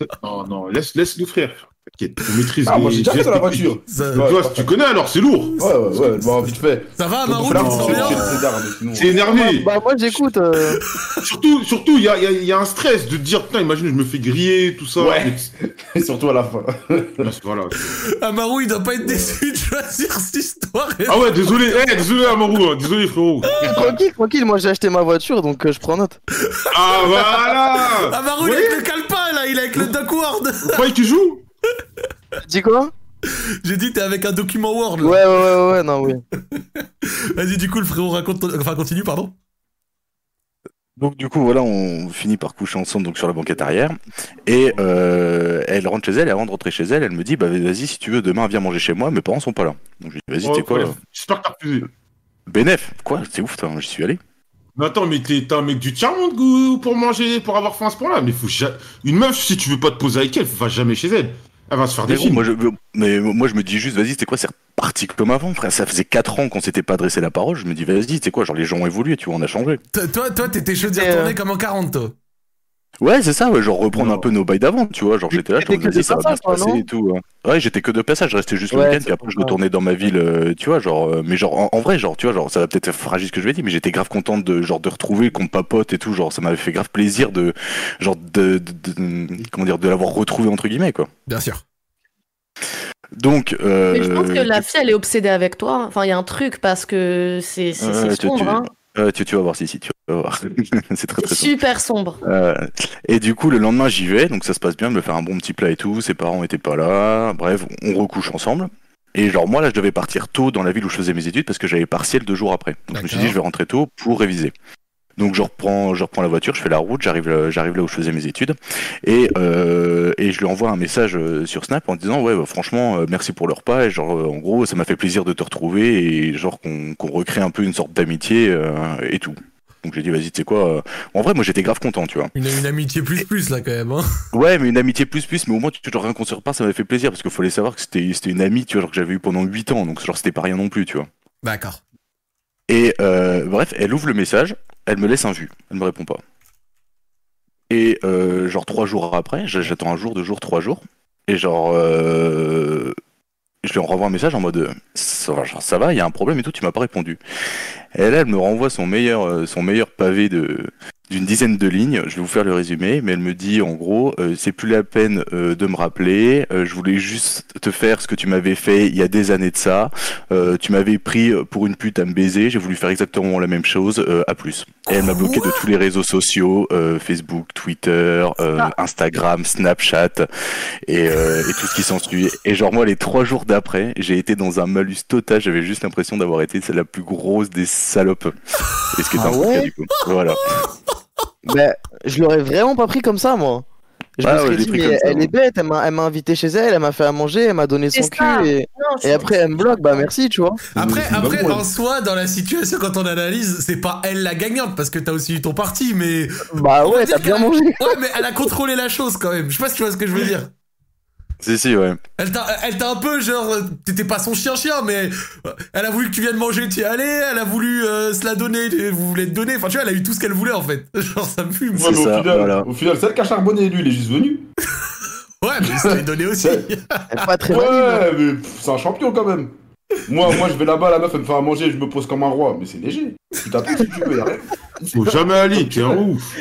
Speaker 4: Non, Oh, non, laisse, laisse nous frère. T'inquiète, on maîtrise
Speaker 3: Ah, moi,
Speaker 4: les
Speaker 3: j'ai déjà fait
Speaker 4: gestes
Speaker 3: dans la
Speaker 4: techniques.
Speaker 3: voiture.
Speaker 1: ça,
Speaker 4: Tu vois, tu connais alors, c'est lourd.
Speaker 3: Ouais, ouais, ouais, bon, vite fait.
Speaker 1: ça va,
Speaker 3: Faut
Speaker 1: Amaru, tu
Speaker 3: faire
Speaker 1: te sens
Speaker 3: un
Speaker 1: bien
Speaker 3: petit peu de César, mais sinon-
Speaker 4: C'est énervé.
Speaker 2: Bah, moi j'écoute. euh,
Speaker 4: Surtout, surtout, il y a, il y a- il y a un stress de te dire, putain, imagine, je me fais griller, tout ça.
Speaker 3: Ouais. Et surtout à la fin.
Speaker 4: Voilà.
Speaker 1: Amaru, il doit pas être déçu de choisir cette histoire.
Speaker 4: Ah ouais, désolé, eh, désolé Amaru, hein, désolé frérot.
Speaker 2: tranquille, tranquille, moi j'ai acheté ma voiture donc euh, je prends note.
Speaker 4: Ah voilà
Speaker 1: Amaru, il est avec le calpin, là, il est avec le Duckward.
Speaker 4: Vous croyez qu'il joue
Speaker 2: Dis quoi
Speaker 1: J'ai dit, t'es avec un document Word, là.
Speaker 2: Ouais, ouais, ouais, ouais, non, oui.
Speaker 1: Vas-y, du coup, le frérot raconte. ton- Enfin, continue, pardon.
Speaker 6: Donc du coup voilà, on finit par coucher ensemble donc sur la banquette arrière et euh, elle rentre chez elle, elle rentre rentrer chez elle, elle me dit bah vas-y si tu veux demain viens manger chez moi, mes parents sont pas là. Donc je lui dis vas-y t'es
Speaker 4: Ouais,
Speaker 6: quoi
Speaker 4: Oh, ouais.
Speaker 6: euh,
Speaker 4: J'espère que t'as refusé.
Speaker 6: Bénef quoi c'est ouf toi, j'y suis allé.
Speaker 4: Mais attends, mais t'es t'es un mec du tiers-monde gou- pour manger, pour avoir faim à ce point-là. Mais faut ja- Une meuf, si tu veux pas te poser avec elle, va jamais chez elle. Elle va se faire des
Speaker 6: Mais gros,
Speaker 4: films.
Speaker 6: moi je mais moi je me dis juste vas-y c'est quoi c'est reparti comme avant frère, ça faisait 4 ans qu'on s'était pas adressé la parole, je me dis vas-y c'est quoi genre les gens ont évolué, tu vois on a changé.
Speaker 1: Toi- Toi, toi, t'étais chaud d'y
Speaker 2: Et,
Speaker 1: retourner comme en 40, toi.
Speaker 6: Ouais, c'est ça, ouais, genre reprendre
Speaker 4: Non.
Speaker 6: un peu nos bails d'avant, tu vois, genre
Speaker 2: Mais
Speaker 6: j'étais là, je
Speaker 2: t'étais
Speaker 6: te
Speaker 2: que de
Speaker 6: disais, ça va bien
Speaker 2: passage,
Speaker 6: se
Speaker 2: toi, non
Speaker 6: passer et tout. hein. Ouais, j'étais que de passage, je restais juste le
Speaker 2: Ouais,
Speaker 6: week-end,
Speaker 2: c'est
Speaker 6: puis après je
Speaker 2: ça.
Speaker 6: retournais dans ma ville, euh, tu vois, genre, euh, mais genre, en, en vrai, genre, tu vois, genre, ça va peut-être être fragile ce que je vais dire, mais j'étais grave contente de, genre, de retrouver qu'on papote et tout, genre, ça m'avait fait grave plaisir de, genre, de, de- de- comment dire, de l'avoir retrouvé, entre guillemets, quoi.
Speaker 1: Bien sûr.
Speaker 6: Donc, euh,
Speaker 5: Mais je pense que la
Speaker 6: tu-
Speaker 5: fille, elle est obsédée avec toi. hein. Enfin, il y a un truc parce que c'est c'est- c'est
Speaker 6: euh, tu-
Speaker 5: sombre.
Speaker 6: tu-
Speaker 5: hein.
Speaker 6: euh, tu, tu vas voir, si, si, tu vas voir. c'est très,
Speaker 5: C'est
Speaker 6: très
Speaker 5: super sombre.
Speaker 6: Euh, et du coup, le lendemain, j'y vais, donc ça se passe bien, de me faire un bon petit plat et tout. Ses parents étaient pas là. Bref, on recouche ensemble. Et genre, moi, là, je devais partir tôt dans la ville où je faisais mes études parce que j'avais partiel deux jours après. Donc, je me suis dit,
Speaker 1: D'accord.
Speaker 6: je vais rentrer tôt pour réviser. Donc, je reprends, je reprends la voiture, je fais la route, j'arrive là, j'arrive là où je faisais mes études. Et, euh, et je lui envoie un message euh, sur Snap en disant, ouais, bah, franchement, euh, merci pour le repas. Et genre, euh, en gros, ça m'a fait plaisir de te retrouver et genre qu'on qu'on recrée un peu une sorte d'amitié euh, et tout. Donc, j'ai dit, vas-y, tu sais quoi. euh, En vrai, moi, j'étais grave content, tu vois.
Speaker 1: Une, une amitié plus plus, là, quand même. Hein.
Speaker 6: Ouais, mais une amitié plus plus, mais au moins tu genre rien qu'on se repart, ça m'a fait plaisir parce qu'il fallait savoir que c'était c'était une amie, tu vois, genre que j'avais eu pendant 8 ans, donc genre c'était pas rien non plus, tu vois.
Speaker 1: D'accord.
Speaker 6: Et euh, bref, elle ouvre le message, elle me laisse un vu, elle me répond pas. Et euh, genre trois jours après, j- j'attends un jour, deux jours, trois jours, et genre euh, je lui renvoie un message en mode euh, ça va, genre, ça va, il y a un problème et tout, tu m'as pas répondu. Et là, elle me renvoie son meilleur, euh, son meilleur pavé de d'une dizaine de lignes. Je vais vous faire le résumé, mais elle me dit en gros, euh, c'est plus la peine euh, de me rappeler. euh, je voulais juste te faire ce que tu m'avais fait il y a des années de ça. Euh, tu m'avais pris pour une pute à me baiser, j'ai voulu faire exactement la même chose, euh, à plus. Et elle m'a bloqué de tous les réseaux sociaux, euh, Facebook, Twitter, euh,
Speaker 5: Ah.
Speaker 6: Instagram, Snapchat, et, euh, et tout ce qui s'ensuit. Et genre moi, les trois jours d'après, j'ai été dans un malus total, j'avais juste l'impression d'avoir été celle la plus grosse des salopes. Et ce qui est
Speaker 2: Ah
Speaker 6: un peu
Speaker 2: ouais
Speaker 6: cas, du coup. Voilà.
Speaker 2: Bah, je l'aurais vraiment pas pris comme ça, moi. Je
Speaker 6: Ah Ouais,
Speaker 2: me
Speaker 6: ouais,
Speaker 2: serais
Speaker 6: je l'ai
Speaker 2: dit,
Speaker 6: pris
Speaker 2: mais
Speaker 6: comme ça,
Speaker 2: elle
Speaker 6: moi.
Speaker 2: est bête, elle m'a elle m'a invité chez elle, elle m'a fait à manger, elle m'a donné
Speaker 5: C'est
Speaker 2: son
Speaker 5: ça.
Speaker 2: cul, et,
Speaker 5: Non, je-
Speaker 2: et après elle me bloque, bah merci, tu vois.
Speaker 1: Après,
Speaker 3: C'est hein. une
Speaker 1: après
Speaker 3: bonne
Speaker 1: en
Speaker 3: boîte.
Speaker 1: soi, dans la situation, quand on analyse, c'est pas elle la gagnante, parce que t'as aussi eu ton parti, mais.
Speaker 2: Bah
Speaker 1: On va
Speaker 2: ouais,
Speaker 1: dire
Speaker 2: t'as bien
Speaker 1: qu'elle-
Speaker 2: mangé.
Speaker 1: Ouais, mais elle a contrôlé la chose, quand même. Je sais pas si tu vois ce que je veux dire.
Speaker 6: Si, si, ouais.
Speaker 5: Oh,
Speaker 1: Elle t'a, elle t'a un peu, genre, euh, t'étais pas son chien-chien, mais euh, elle a voulu que tu viennes manger, t'y allais, elle a voulu euh, se la donner, tu- vous voulez te donner, enfin tu vois, elle a eu tout ce qu'elle voulait en fait. Genre, ça me fume.
Speaker 6: C'est
Speaker 1: Ouais,
Speaker 3: mais au,
Speaker 6: ça,
Speaker 3: final,
Speaker 6: voilà.
Speaker 3: au final, celle qui a charbonné, lui, il est juste venu.
Speaker 1: mais elle se l'est donné aussi.
Speaker 2: Pas très valide. hein.
Speaker 3: Ouais, mais pff, c'est un champion quand même. Moi, moi, je vais là-bas, la meuf, elle me fait à manger, je me pose comme un roi, mais c'est léger. Tu t'appelles si tu veux, y'a rien.
Speaker 4: Faut jamais aller, t'es un ouf.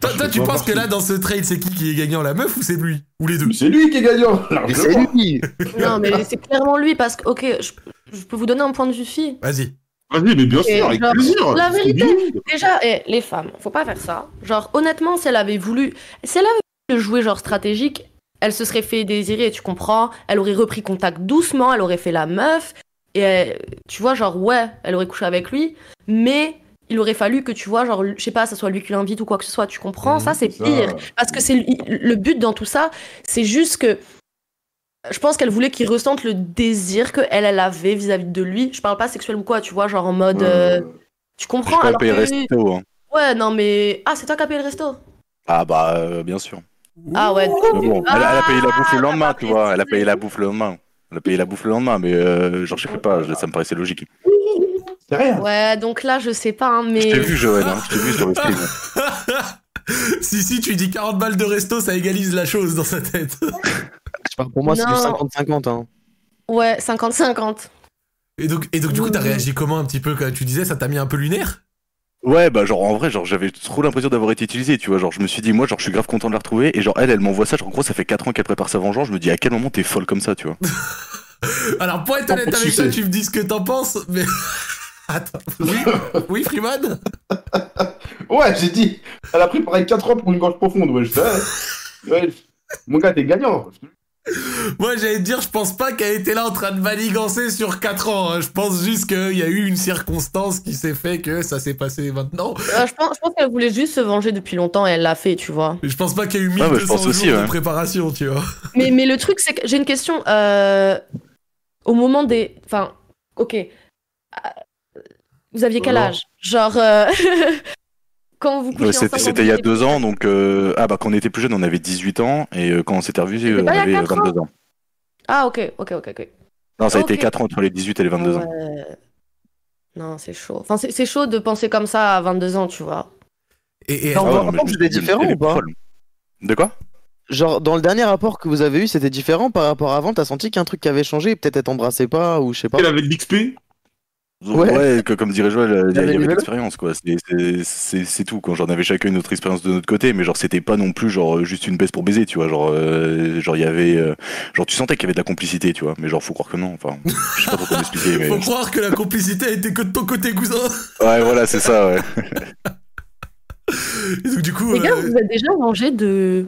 Speaker 1: toi, toi,
Speaker 3: je
Speaker 1: tu
Speaker 3: vois
Speaker 1: penses
Speaker 3: pas
Speaker 1: que
Speaker 3: qui.
Speaker 1: là, dans ce trade, c'est qui qui est gagnant, la meuf ou c'est lui Ou les deux
Speaker 3: Mais C'est lui qui est gagnant,
Speaker 2: Mais c'est
Speaker 3: largement.
Speaker 2: lui
Speaker 5: Non, mais c'est clairement lui parce que, ok, je, je peux vous donner un point de vue fille.
Speaker 1: Vas-y.
Speaker 4: Vas-y, mais bien
Speaker 5: Ok,
Speaker 4: sûr, avec
Speaker 5: genre,
Speaker 4: plaisir.
Speaker 5: la
Speaker 4: C'est
Speaker 5: vérité.
Speaker 4: bien.
Speaker 5: Déjà, eh, les femmes, faut pas faire ça. Genre, honnêtement, si elle avait voulu, si elle avait voulu jouer genre stratégique, elle se serait fait désirer, tu comprends Elle aurait repris contact doucement, elle aurait fait la meuf, et elle- tu vois, genre, ouais, elle aurait couché avec lui, mais il aurait fallu que, tu vois, genre, je sais pas, ça soit lui qui l'invite ou quoi que ce soit, tu comprends
Speaker 4: Mmh,
Speaker 1: Mhm,
Speaker 5: Ça, c'est
Speaker 3: Ça,
Speaker 5: pire. Parce que c'est lui- le but dans tout ça, c'est juste que je pense qu'elle voulait qu'il ressente le désir que elle, elle avait vis-à-vis de lui. Je parle pas sexuel ou quoi, tu vois, genre en mode, euh,
Speaker 3: euh,
Speaker 5: tu
Speaker 6: Je
Speaker 5: comprends
Speaker 6: peux
Speaker 5: alors
Speaker 6: payer
Speaker 5: que-
Speaker 6: resto, hein.
Speaker 5: Ouais, non mais ah, c'est toi qui as payé le resto.
Speaker 6: Ah bah, euh, bien sûr.
Speaker 5: Ah ouais.
Speaker 6: Mais bon, elle, elle a payé la bouffe
Speaker 5: Ah,
Speaker 6: le lendemain,
Speaker 5: t'as pas
Speaker 6: tu vois. Elle a payé
Speaker 5: précisé.
Speaker 6: la bouffe le lendemain. Elle a payé la bouffe le lendemain, mais euh, genre, je sais pas, je- ça me paraissait logique.
Speaker 3: C'est rien.
Speaker 5: Ouais, donc là je sais pas hein,
Speaker 6: Je
Speaker 5: mais
Speaker 6: t'ai vu, Joël, hein. je t'ai vu sur le stream.
Speaker 1: si, si, tu dis 40 balles de resto, ça égalise la chose dans sa tête.
Speaker 2: Je parle pour moi, c'est du
Speaker 5: Non.
Speaker 2: 50-50. Hein.
Speaker 5: ouais, 50-50.
Speaker 1: Et donc, et donc du coup, t'as réagi comment un petit peu quand tu disais ça t'a mis un peu lunaire
Speaker 6: Ouais, bah genre en vrai, genre j'avais trop l'impression d'avoir été utilisé, tu vois, genre je me suis dit moi genre je suis grave content de la retrouver et genre elle elle m'envoie ça, genre en gros ça fait 4 ans qu'elle prépare sa vengeance, je me dis à quel moment t'es folle comme ça, tu vois.
Speaker 1: Alors, pour être honnête
Speaker 3: pour
Speaker 1: avec toi,
Speaker 3: sucer.
Speaker 1: tu me dis ce que t'en penses, mais. Attends. Oui, oui Freeman
Speaker 3: Ouais, j'ai dit, elle a préparé 4 ans pour une gorge profonde, ouais, je sais. Ouais, mon gars, t'es gagnant.
Speaker 1: Moi, j'allais te dire, je pense pas qu'elle était là en train de manigancer sur 4 ans. hein. Je pense juste qu'il y a eu une circonstance qui s'est fait que ça s'est passé maintenant.
Speaker 5: Euh, je pense, je pense qu'elle voulait juste se venger depuis longtemps et elle l'a fait, tu vois.
Speaker 1: Mais je pense pas qu'il y a eu
Speaker 6: Ah,
Speaker 1: 1200
Speaker 6: bah, je pense
Speaker 1: jours
Speaker 6: aussi,
Speaker 1: de
Speaker 6: ouais.
Speaker 1: préparation, tu vois.
Speaker 5: Mais mais le truc c'est que j'ai une question euh, au moment des enfin OK. Euh, Vous aviez quel
Speaker 4: Alors.
Speaker 5: âge Genre euh, quand vous couchiez
Speaker 6: Oh. Ouais, c'était
Speaker 5: ensemble,
Speaker 6: c'était il y a 2 ans donc euh... ah bah quand on était plus jeune, on avait 18 ans et euh, quand on s'était revus, euh, on
Speaker 5: pas il y a
Speaker 6: avait euh,
Speaker 5: quatre ans.
Speaker 6: 22 ans.
Speaker 5: Ah OK, OK, OK, OK.
Speaker 6: Non, ça a
Speaker 5: Ok. Ah
Speaker 6: été 4 ans entre les 18 et les 22 ans.
Speaker 5: Ouais. Non, c'est chaud. Enfin, c'est c'est chaud de penser comme ça à 22 ans, tu vois.
Speaker 1: Et, et-
Speaker 2: Non.
Speaker 6: Ah ouais,
Speaker 2: bah,
Speaker 6: mais
Speaker 2: attends,
Speaker 6: je me
Speaker 2: c'était
Speaker 6: suis dit,
Speaker 2: différent
Speaker 6: elle est
Speaker 2: ou pas
Speaker 6: folle. De quoi
Speaker 2: Genre, dans le dernier rapport que vous avez eu, c'était différent par rapport à avant. T'as senti qu'il y a un truc qui avait changé, et peut-être elle t'embrassait pas, ou je sais pas.
Speaker 4: Elle avait de l'XP.
Speaker 2: Ouais.
Speaker 6: Ouais, que, comme dirait Joël, euh, il y,
Speaker 2: avait
Speaker 6: avait
Speaker 2: du
Speaker 6: de
Speaker 2: vélo.
Speaker 6: l'expérience, quoi. C'est- c'est- C'est c'est tout. Quand j'en avais chacun une autre expérience de notre côté, mais genre, c'était pas non plus genre euh, juste une baisse pour baiser, tu vois. Genre, euh, genre, il y avait. euh, genre, tu sentais qu'il y avait de la complicité, tu vois. Mais genre, faut croire que non. Enfin, je sais pas trop comment expliquer, mais.
Speaker 1: Faut croire que la complicité était que de ton côté, cousin.
Speaker 6: Ouais, voilà, c'est ça, ouais.
Speaker 1: Et donc, du coup.
Speaker 5: Les gars,
Speaker 1: euh,
Speaker 5: vous êtes déjà mangé de,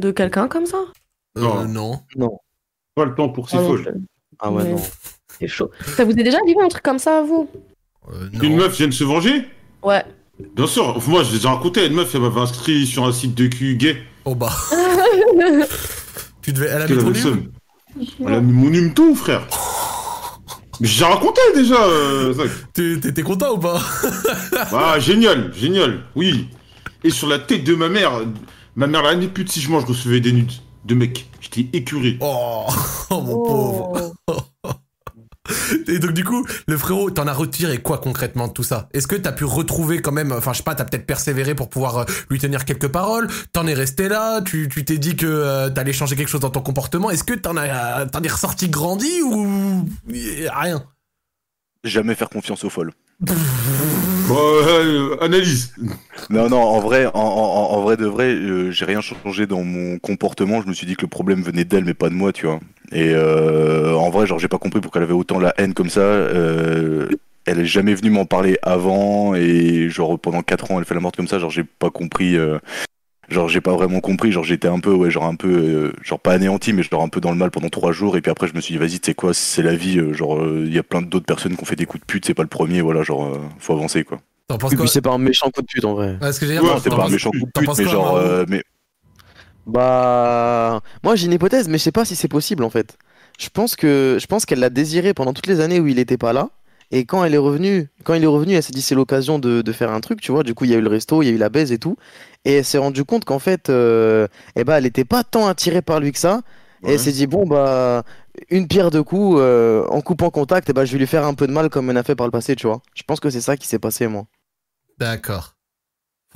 Speaker 5: de quelqu'un comme ça
Speaker 1: euh, non.
Speaker 4: Pas le temps pour ces
Speaker 5: Ah non,
Speaker 4: folles.
Speaker 5: je-
Speaker 2: Ah ouais,
Speaker 5: Mais-
Speaker 2: non.
Speaker 5: C'est chaud. Ça vous est déjà arrivé un truc comme ça à vous
Speaker 1: Euh,
Speaker 4: Une
Speaker 1: non.
Speaker 4: meuf vient de se venger
Speaker 5: Ouais.
Speaker 4: Bien sûr, Enfin, moi je les ai raconté, une meuf elle m'avait inscrit sur un site de cul gay.
Speaker 1: Oh bah. tu devais. Elle
Speaker 4: Parce
Speaker 1: avait
Speaker 4: qu'elle
Speaker 1: trop
Speaker 4: avait le
Speaker 1: lu
Speaker 4: seum. Elle a mis mon humto, frère. Mais j'ai raconté déjà, euh, Zach.
Speaker 1: T'es- T'étais content ou pas
Speaker 4: Ah, génial, génial, oui. Et sur la tête de ma mère, ma mère la nuit pute si je mange, je recevais des nudes de mecs. J'étais écuré.
Speaker 1: Oh, oh, mon pauvre. Et donc du coup, le frérot, t'en as retiré quoi concrètement de tout ça Est-ce que t'as pu retrouver quand même, enfin je sais pas, t'as peut-être persévéré pour pouvoir euh, lui tenir quelques paroles, t'en es resté là, tu tu t'es dit que euh, t'allais changer quelque chose dans ton comportement, est-ce que t'en as, euh, t'en es ressorti grandi ou euh, rien
Speaker 6: Jamais faire confiance aux folles.
Speaker 4: Bon, euh, analyse.
Speaker 6: Non, non, en vrai, en, en- en- en vrai de vrai, euh, j'ai rien changé dans mon comportement. Je me suis dit que le problème venait d'elle, mais pas de moi, tu vois. Et euh, en vrai, genre, j'ai pas compris pourquoi elle avait autant la haine comme ça. Euh, elle est jamais venue m'en parler avant, et genre pendant quatre ans, elle fait la morte comme ça. Genre, j'ai pas compris. euh, genre, j'ai pas vraiment compris. Genre, j'étais un peu, ouais, genre un peu, euh, genre pas anéanti, mais genre un peu dans le mal pendant trois jours. Et puis après, je me suis dit, vas-y, tu sais quoi, c'est la vie. euh, genre, il y a plein d'autres personnes qui ont fait des coups de pute. C'est pas le premier, voilà. Genre, euh, faut avancer, quoi.
Speaker 1: T'en penses
Speaker 2: Et
Speaker 1: quoi
Speaker 2: puis c'est pas un méchant coup de pute en vrai.
Speaker 1: Ouais, ce que j'ai
Speaker 4: Ouais,
Speaker 6: Non, c'est
Speaker 4: t'en
Speaker 6: pas un
Speaker 4: penses-
Speaker 6: méchant coup de
Speaker 1: t'en
Speaker 6: pute,
Speaker 1: penses
Speaker 6: mais
Speaker 1: quoi,
Speaker 6: genre,
Speaker 1: Marou
Speaker 6: euh, mais
Speaker 2: Bah, moi j'ai une hypothèse, mais je sais pas si c'est possible en fait. Je pense que je pense qu'elle l'a désiré pendant toutes les années où il était pas là, Et quand elle est revenue, quand il est revenu, elle s'est dit c'est l'occasion de, de faire un truc, tu vois. Du coup, il y a eu le resto, il y a eu la baise et tout. Et elle s'est rendue compte qu'en fait, euh, eh ben, elle n'était pas tant attirée par lui que ça. Et
Speaker 6: Ouais.
Speaker 2: elle s'est dit bon bah une pierre deux coups euh, en coupant contact, eh ben, je vais lui faire un peu de mal comme on a fait par le passé, tu vois. Je pense que c'est ça qui s'est passé moi.
Speaker 1: D'accord.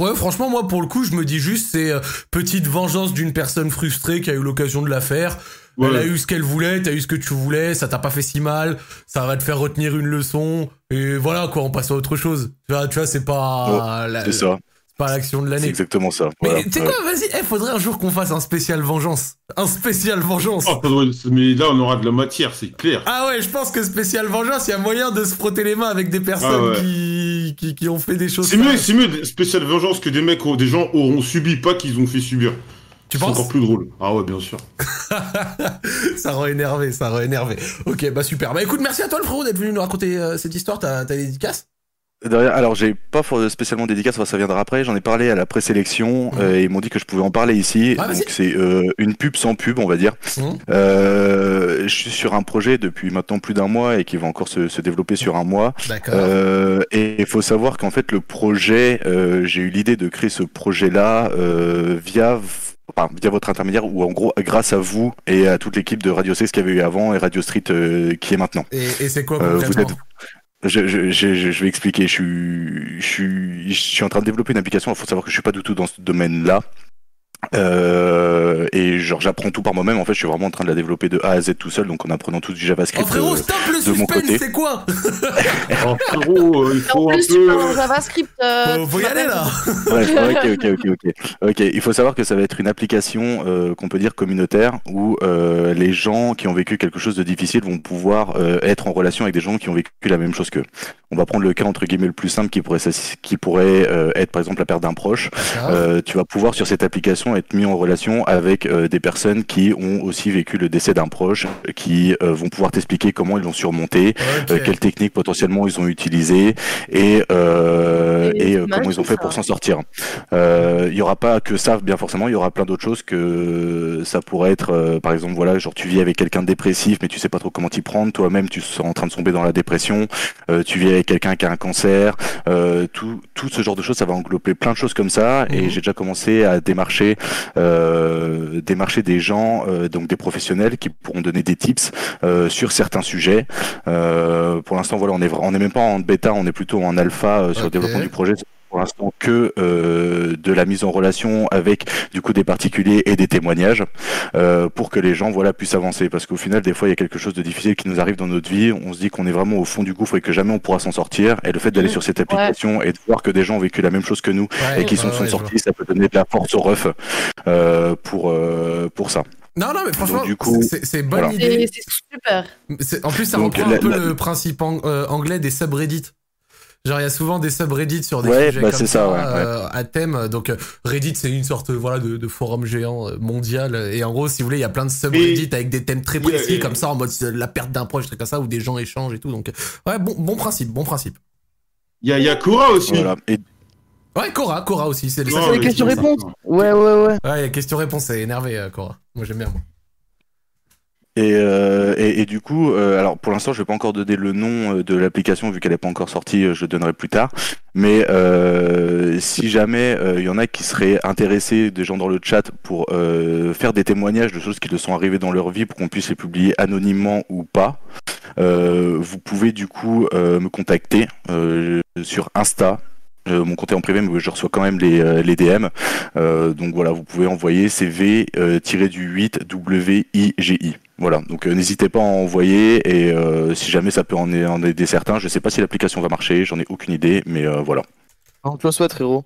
Speaker 1: Ouais, franchement, moi, pour le coup, je me dis juste, c'est euh, petite vengeance d'une personne frustrée qui a eu l'occasion de la faire. Elle
Speaker 4: Ouais.
Speaker 1: a eu ce qu'elle voulait, t'as eu ce que tu voulais, ça t'a pas fait si mal, ça va te faire retenir une leçon, et voilà, quoi, on passe à autre chose. Tu vois, tu vois c'est pas, Ah, la-
Speaker 6: C'est ça,
Speaker 1: c'est pas l'action de
Speaker 6: c'est
Speaker 1: l'année.
Speaker 6: exactement ça.
Speaker 1: Mais
Speaker 6: Voilà.
Speaker 1: tu sais
Speaker 6: Ouais.
Speaker 1: quoi, vas-y, eh, faudrait un jour qu'on fasse un spécial vengeance. Un spécial vengeance.
Speaker 4: Ah, ça doit- mais là, on aura de la matière, c'est clair.
Speaker 1: Ah ouais, je pense que spécial vengeance, il y a moyen de se frotter les mains avec des personnes
Speaker 4: Ah ouais.
Speaker 1: qui, qui, qui ont fait des choses.
Speaker 4: C'est
Speaker 1: sales.
Speaker 4: mieux, c'est mieux des- spécial vengeance que des mecs, ont- des gens auront subi, pas qu'ils ont fait subir.
Speaker 1: Tu
Speaker 4: c'est
Speaker 1: penses
Speaker 4: encore plus drôle. Ah ouais, bien sûr.
Speaker 1: Ça rend énervé, ça rend énervé. Ok, bah super. Bah écoute, merci à toi le frérot d'être venu nous raconter euh, cette histoire, ta, ta dédicace.
Speaker 6: Derrière, alors j'ai pas for- spécialement de dédicace, enfin, ça viendra après. J'en ai parlé à la présélection euh, et ils m'ont dit que je pouvais en parler ici.
Speaker 1: Ah, Mhm. vas-y.
Speaker 6: Donc c'est euh, une pub sans pub, on va dire.
Speaker 1: Mhm.
Speaker 6: Euh, je suis sur un projet depuis maintenant plus d'un mois et qui va encore se, se développer sur un mois.
Speaker 1: D'accord.
Speaker 6: Euh, et il faut savoir qu'en fait le projet, euh, j'ai eu l'idée de créer ce projet-là euh, via v- enfin, via votre intermédiaire ou en gros grâce à vous et à toute l'équipe de Radio 6 qui avait eu avant et Radio Street euh, qui est maintenant.
Speaker 1: Et, et c'est quoi
Speaker 6: Euh,
Speaker 1: concrètement
Speaker 6: vous Je, je, je, je- je vais expliquer. Je suis, je, suis, je suis en train de développer une application. Il faut savoir que je suis pas du tout dans ce domaine-là. Euh, et genre j'apprends tout par moi-même. En fait, je suis vraiment en train de la développer de A à Z tout seul. Donc en apprenant tout du
Speaker 1: Oh
Speaker 6: JavaScript.
Speaker 1: frérot,
Speaker 6: euh,
Speaker 1: stop le
Speaker 6: de mon
Speaker 1: suspense,
Speaker 6: côté.
Speaker 1: c'est quoi
Speaker 4: Alors, frérot, euh, il
Speaker 5: En
Speaker 4: faut un
Speaker 5: plus, tu parles en
Speaker 4: peu.
Speaker 5: JavaScript. euh,
Speaker 1: Faut- Faut y aller là
Speaker 6: Bref, ah, ok, ok, ok, ok. Ok, il faut savoir que ça va être une application euh, qu'on peut dire communautaire où euh, les gens qui ont vécu quelque chose de difficile vont pouvoir euh, être en relation avec des gens qui ont vécu la même chose qu'eux. On va prendre le cas entre guillemets le plus simple qui pourrait, s'assi- qui pourrait euh, être par exemple la perte d'un proche. Euh, tu vas pouvoir sur cette application être mis en relation avec euh, des personnes qui ont aussi vécu le décès d'un proche, qui euh, vont pouvoir t'expliquer comment ils l'ont surmonté,
Speaker 1: Ok.
Speaker 6: euh, quelles techniques potentiellement ils ont utilisées et, euh,
Speaker 5: Et
Speaker 6: et, euh,
Speaker 5: c'est mal,
Speaker 6: comment ils ont
Speaker 5: tout
Speaker 6: fait
Speaker 5: ça.
Speaker 6: pour s'en sortir. Euh, Il y aura pas que ça, bien forcément, il y aura plein d'autres choses que ça pourrait être, euh, par exemple, voilà, genre tu vis avec quelqu'un de dépressif, mais tu sais pas trop comment t'y prendre, toi-même tu es en train de tomber dans la dépression, euh, tu vis avec quelqu'un qui a un cancer, euh, tout, tout ce genre de choses, ça va englober plein de choses comme ça.
Speaker 1: Mhm.
Speaker 6: Et j'ai déjà commencé à démarcher, euh, démarcher des gens, euh, donc des professionnels qui pourront donner des tips euh, sur certains sujets. Euh, pour l'instant, voilà, on est vra- on est même pas en bêta, on est plutôt en alpha euh, sur
Speaker 1: Ok.
Speaker 6: le développement du projet. C'est Pour l'instant, que euh, de la mise en relation avec du coup des particuliers et des témoignages euh, pour que les gens voilà puissent avancer. Parce qu'au final, des fois, il y a quelque chose de difficile qui nous arrive dans notre vie. On se dit qu'on est vraiment au fond du gouffre et que jamais on pourra s'en sortir. Et le fait d'aller
Speaker 5: Mm.
Speaker 6: sur cette application et de voir que des gens ont vécu la même chose que nous
Speaker 1: Ouais,
Speaker 6: et qui sont,
Speaker 1: ouais,
Speaker 6: sont
Speaker 1: ouais, je vois.
Speaker 6: sortis, ça peut donner de la force aux refs euh, pour euh, pour ça.
Speaker 1: Non, non, mais franchement,
Speaker 6: Donc, du coup,
Speaker 1: c'est c'est bonne
Speaker 6: voilà.
Speaker 1: idée.
Speaker 5: C'est c'est super.
Speaker 1: C'est- En plus, ça
Speaker 6: Donc,
Speaker 1: reprend un
Speaker 6: la-
Speaker 1: peu
Speaker 6: la-
Speaker 1: le principe ang- euh, anglais des subreddits. Genre, il y a souvent des subreddits sur des
Speaker 6: Ouais,
Speaker 1: sujets
Speaker 6: bah,
Speaker 1: comme
Speaker 6: c'est ça, ouais,
Speaker 1: euh, à thème. Donc, euh, Reddit, c'est une sorte voilà, de, de forum géant euh, mondial. Et en gros, si vous voulez, il y a plein de subreddits avec des thèmes très
Speaker 4: Yeah,
Speaker 1: précis,
Speaker 4: yeah.
Speaker 1: comme ça, en mode euh, la perte d'un proche, truc comme ça, où des gens échangent et tout. Donc, euh, ouais, bon, bon principe, bon principe.
Speaker 4: Il y a Yakura aussi.
Speaker 6: Voilà. Et
Speaker 1: Ouais, Cora, Cora aussi. C'est
Speaker 4: Non,
Speaker 1: ça,
Speaker 4: mais
Speaker 1: c'est
Speaker 2: les questions
Speaker 4: c'est ça.
Speaker 2: réponses. Ouais ouais ouais.
Speaker 1: Ouais, question-réponse, c'est énervé, euh, Cora. Moi, j'aime bien, moi.
Speaker 6: Et, euh, et, et du coup, euh, alors pour l'instant, je vais pas encore donner le nom euh, de l'application vu qu'elle n'est pas encore sortie. euh, Je le donnerai plus tard. Mais euh, si jamais euh, il y en a qui seraient intéressés, des gens dans le chat, pour euh, faire des témoignages de choses qui leur sont arrivées dans leur vie, pour qu'on puisse les publier anonymement ou pas, euh, vous pouvez du coup euh, me contacter euh, sur Insta. Euh, mon compte est en privé, mais je reçois quand même les, euh, les DM. Euh, donc voilà, vous pouvez envoyer euh, CV-du8WIGI. Voilà, donc euh, n'hésitez pas à en envoyer et euh, si jamais ça peut en, en aider certains, je sais pas si l'application va marcher, j'en ai aucune idée, mais euh, voilà.
Speaker 2: On te le souhaite frérot.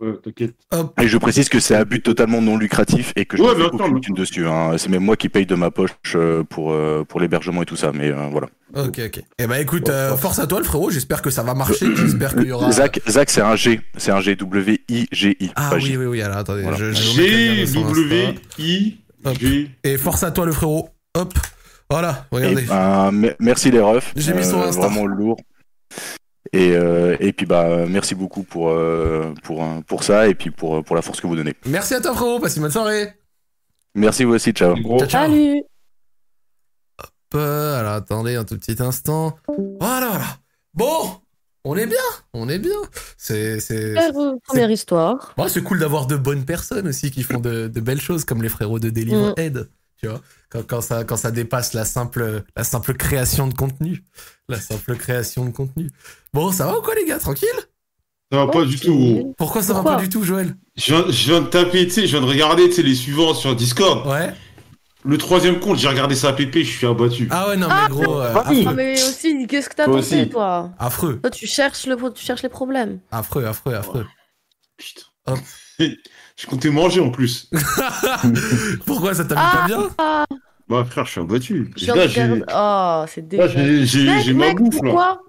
Speaker 4: Ouais, T'inquiète.
Speaker 1: Hop.
Speaker 6: Et je précise que c'est à but totalement non lucratif et que je
Speaker 4: Ouais,
Speaker 6: ne fais
Speaker 4: bien sûr,
Speaker 6: aucune
Speaker 4: bien
Speaker 6: thune dessus. hein. C'est même moi qui paye de ma poche euh, pour, euh, pour l'hébergement et tout ça, mais euh, voilà.
Speaker 1: Ok, ok. Eh ben, écoute, euh, force à toi, le frérot. J'espère que ça va marcher. J'espère Ah, qu'il y aura.
Speaker 6: Zach, Zach c'est un G, c'est un G, W-I-G-I.
Speaker 1: Ah
Speaker 6: pas
Speaker 1: oui,
Speaker 6: J.
Speaker 1: oui, oui, alors attendez.
Speaker 6: Voilà.
Speaker 1: je- je vais remettre la mienne sur Insta. Hop.
Speaker 4: G-W-I-G.
Speaker 1: Et force à toi, le frérot. Hop. Voilà, regardez.
Speaker 6: Eh
Speaker 4: bah.
Speaker 6: ben, me- merci les refs. Euh,
Speaker 1: J'ai mis son Insta.
Speaker 6: Vraiment lourd. Et, euh, et puis bah merci beaucoup pour, euh, pour, euh, pour ça et puis pour, euh, pour la force que vous donnez.
Speaker 1: Merci à toi, frérot. Passe une bonne soirée.
Speaker 6: Merci vous aussi, ciao.
Speaker 4: Gros.
Speaker 1: Ciao, ciao.
Speaker 5: Salut.
Speaker 1: euh, alors attendez un tout petit instant. Voilà, voilà. Bon, on est bien, on est bien. C'est, c'est,
Speaker 5: Première euh, première histoire.
Speaker 1: Ouais, c'est cool d'avoir de bonnes personnes aussi qui font de, de belles choses, comme les frérots de Deliver
Speaker 5: Mm.
Speaker 1: Aid, tu vois. Quand, quand ça, quand ça dépasse la simple, la simple création de contenu. La simple création de contenu. Bon, ça va ou quoi, les gars Tranquille
Speaker 4: Ça va pas du tout, gros.
Speaker 1: Pourquoi ça
Speaker 5: Pourquoi
Speaker 1: va pas du tout, Joël
Speaker 4: Je viens, je viens de taper, tu sais, je viens de regarder tu sais, les suivants sur Discord.
Speaker 1: Ouais.
Speaker 4: Le troisième compte, j'ai regardé sa PP, je suis abattu.
Speaker 1: Ah ouais, non, mais gros, euh,
Speaker 5: Ah,
Speaker 1: affreux,
Speaker 5: mais aussi, qu'est-ce que t'as
Speaker 3: Toi
Speaker 5: pensé,
Speaker 3: aussi.
Speaker 5: toi
Speaker 1: affreux,
Speaker 5: Toi, tu cherches, le, tu cherches les problèmes.
Speaker 1: affreux, affreux, affreux.
Speaker 4: Putain.
Speaker 1: Hop.
Speaker 4: je comptais manger en plus.
Speaker 1: Pourquoi ça t'a mis pas
Speaker 5: Ah,
Speaker 1: bien
Speaker 5: ah,
Speaker 4: Bah frère, je suis abattu.
Speaker 5: je
Speaker 4: Là, j'ai
Speaker 5: regarde. Oh, c'est
Speaker 4: là,
Speaker 5: dégueulasse.
Speaker 4: j'ai- j'ai-
Speaker 5: Mec,
Speaker 4: j'ai ma
Speaker 5: mec,
Speaker 4: bouffe là.
Speaker 5: pourquoi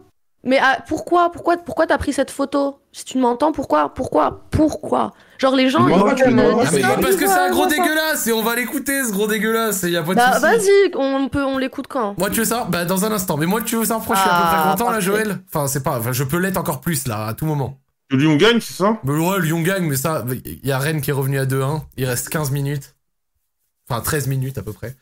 Speaker 5: Mais ah, pourquoi Pourquoi Pourquoi t'as pris cette photo Si tu m'entends, pourquoi Pourquoi Pourquoi Genre, les gens.
Speaker 3: Moi,
Speaker 5: ils
Speaker 3: moi,
Speaker 5: vont
Speaker 3: je
Speaker 5: te-
Speaker 3: me demande,
Speaker 5: dire,
Speaker 3: mais-
Speaker 5: Ah,
Speaker 1: Parce
Speaker 5: tu
Speaker 1: que
Speaker 5: vois,
Speaker 1: c'est un gros
Speaker 5: moi, ça-
Speaker 1: dégueulasse et on va l'écouter, ce gros dégueulasse, et y a pas de
Speaker 5: Bah,
Speaker 1: souci.
Speaker 5: vas-y, on, peut, on l'écoute quand
Speaker 1: Moi, tu veux ça Bah, dans un instant. Mais moi, tu veux ça Je suis à peu
Speaker 5: Ah,
Speaker 1: près content, là,
Speaker 5: parfait.
Speaker 1: Joël. Enfin, c'est pas. Enfin, je peux l'être encore plus, là, à tout moment.
Speaker 4: Le Lyon gagne, c'est ça
Speaker 1: Mais ouais, Lyon gagne, mais ça, il y a Rennes qui est revenu à 2-1. Il reste 15 minutes. Enfin, 13 minutes à peu près.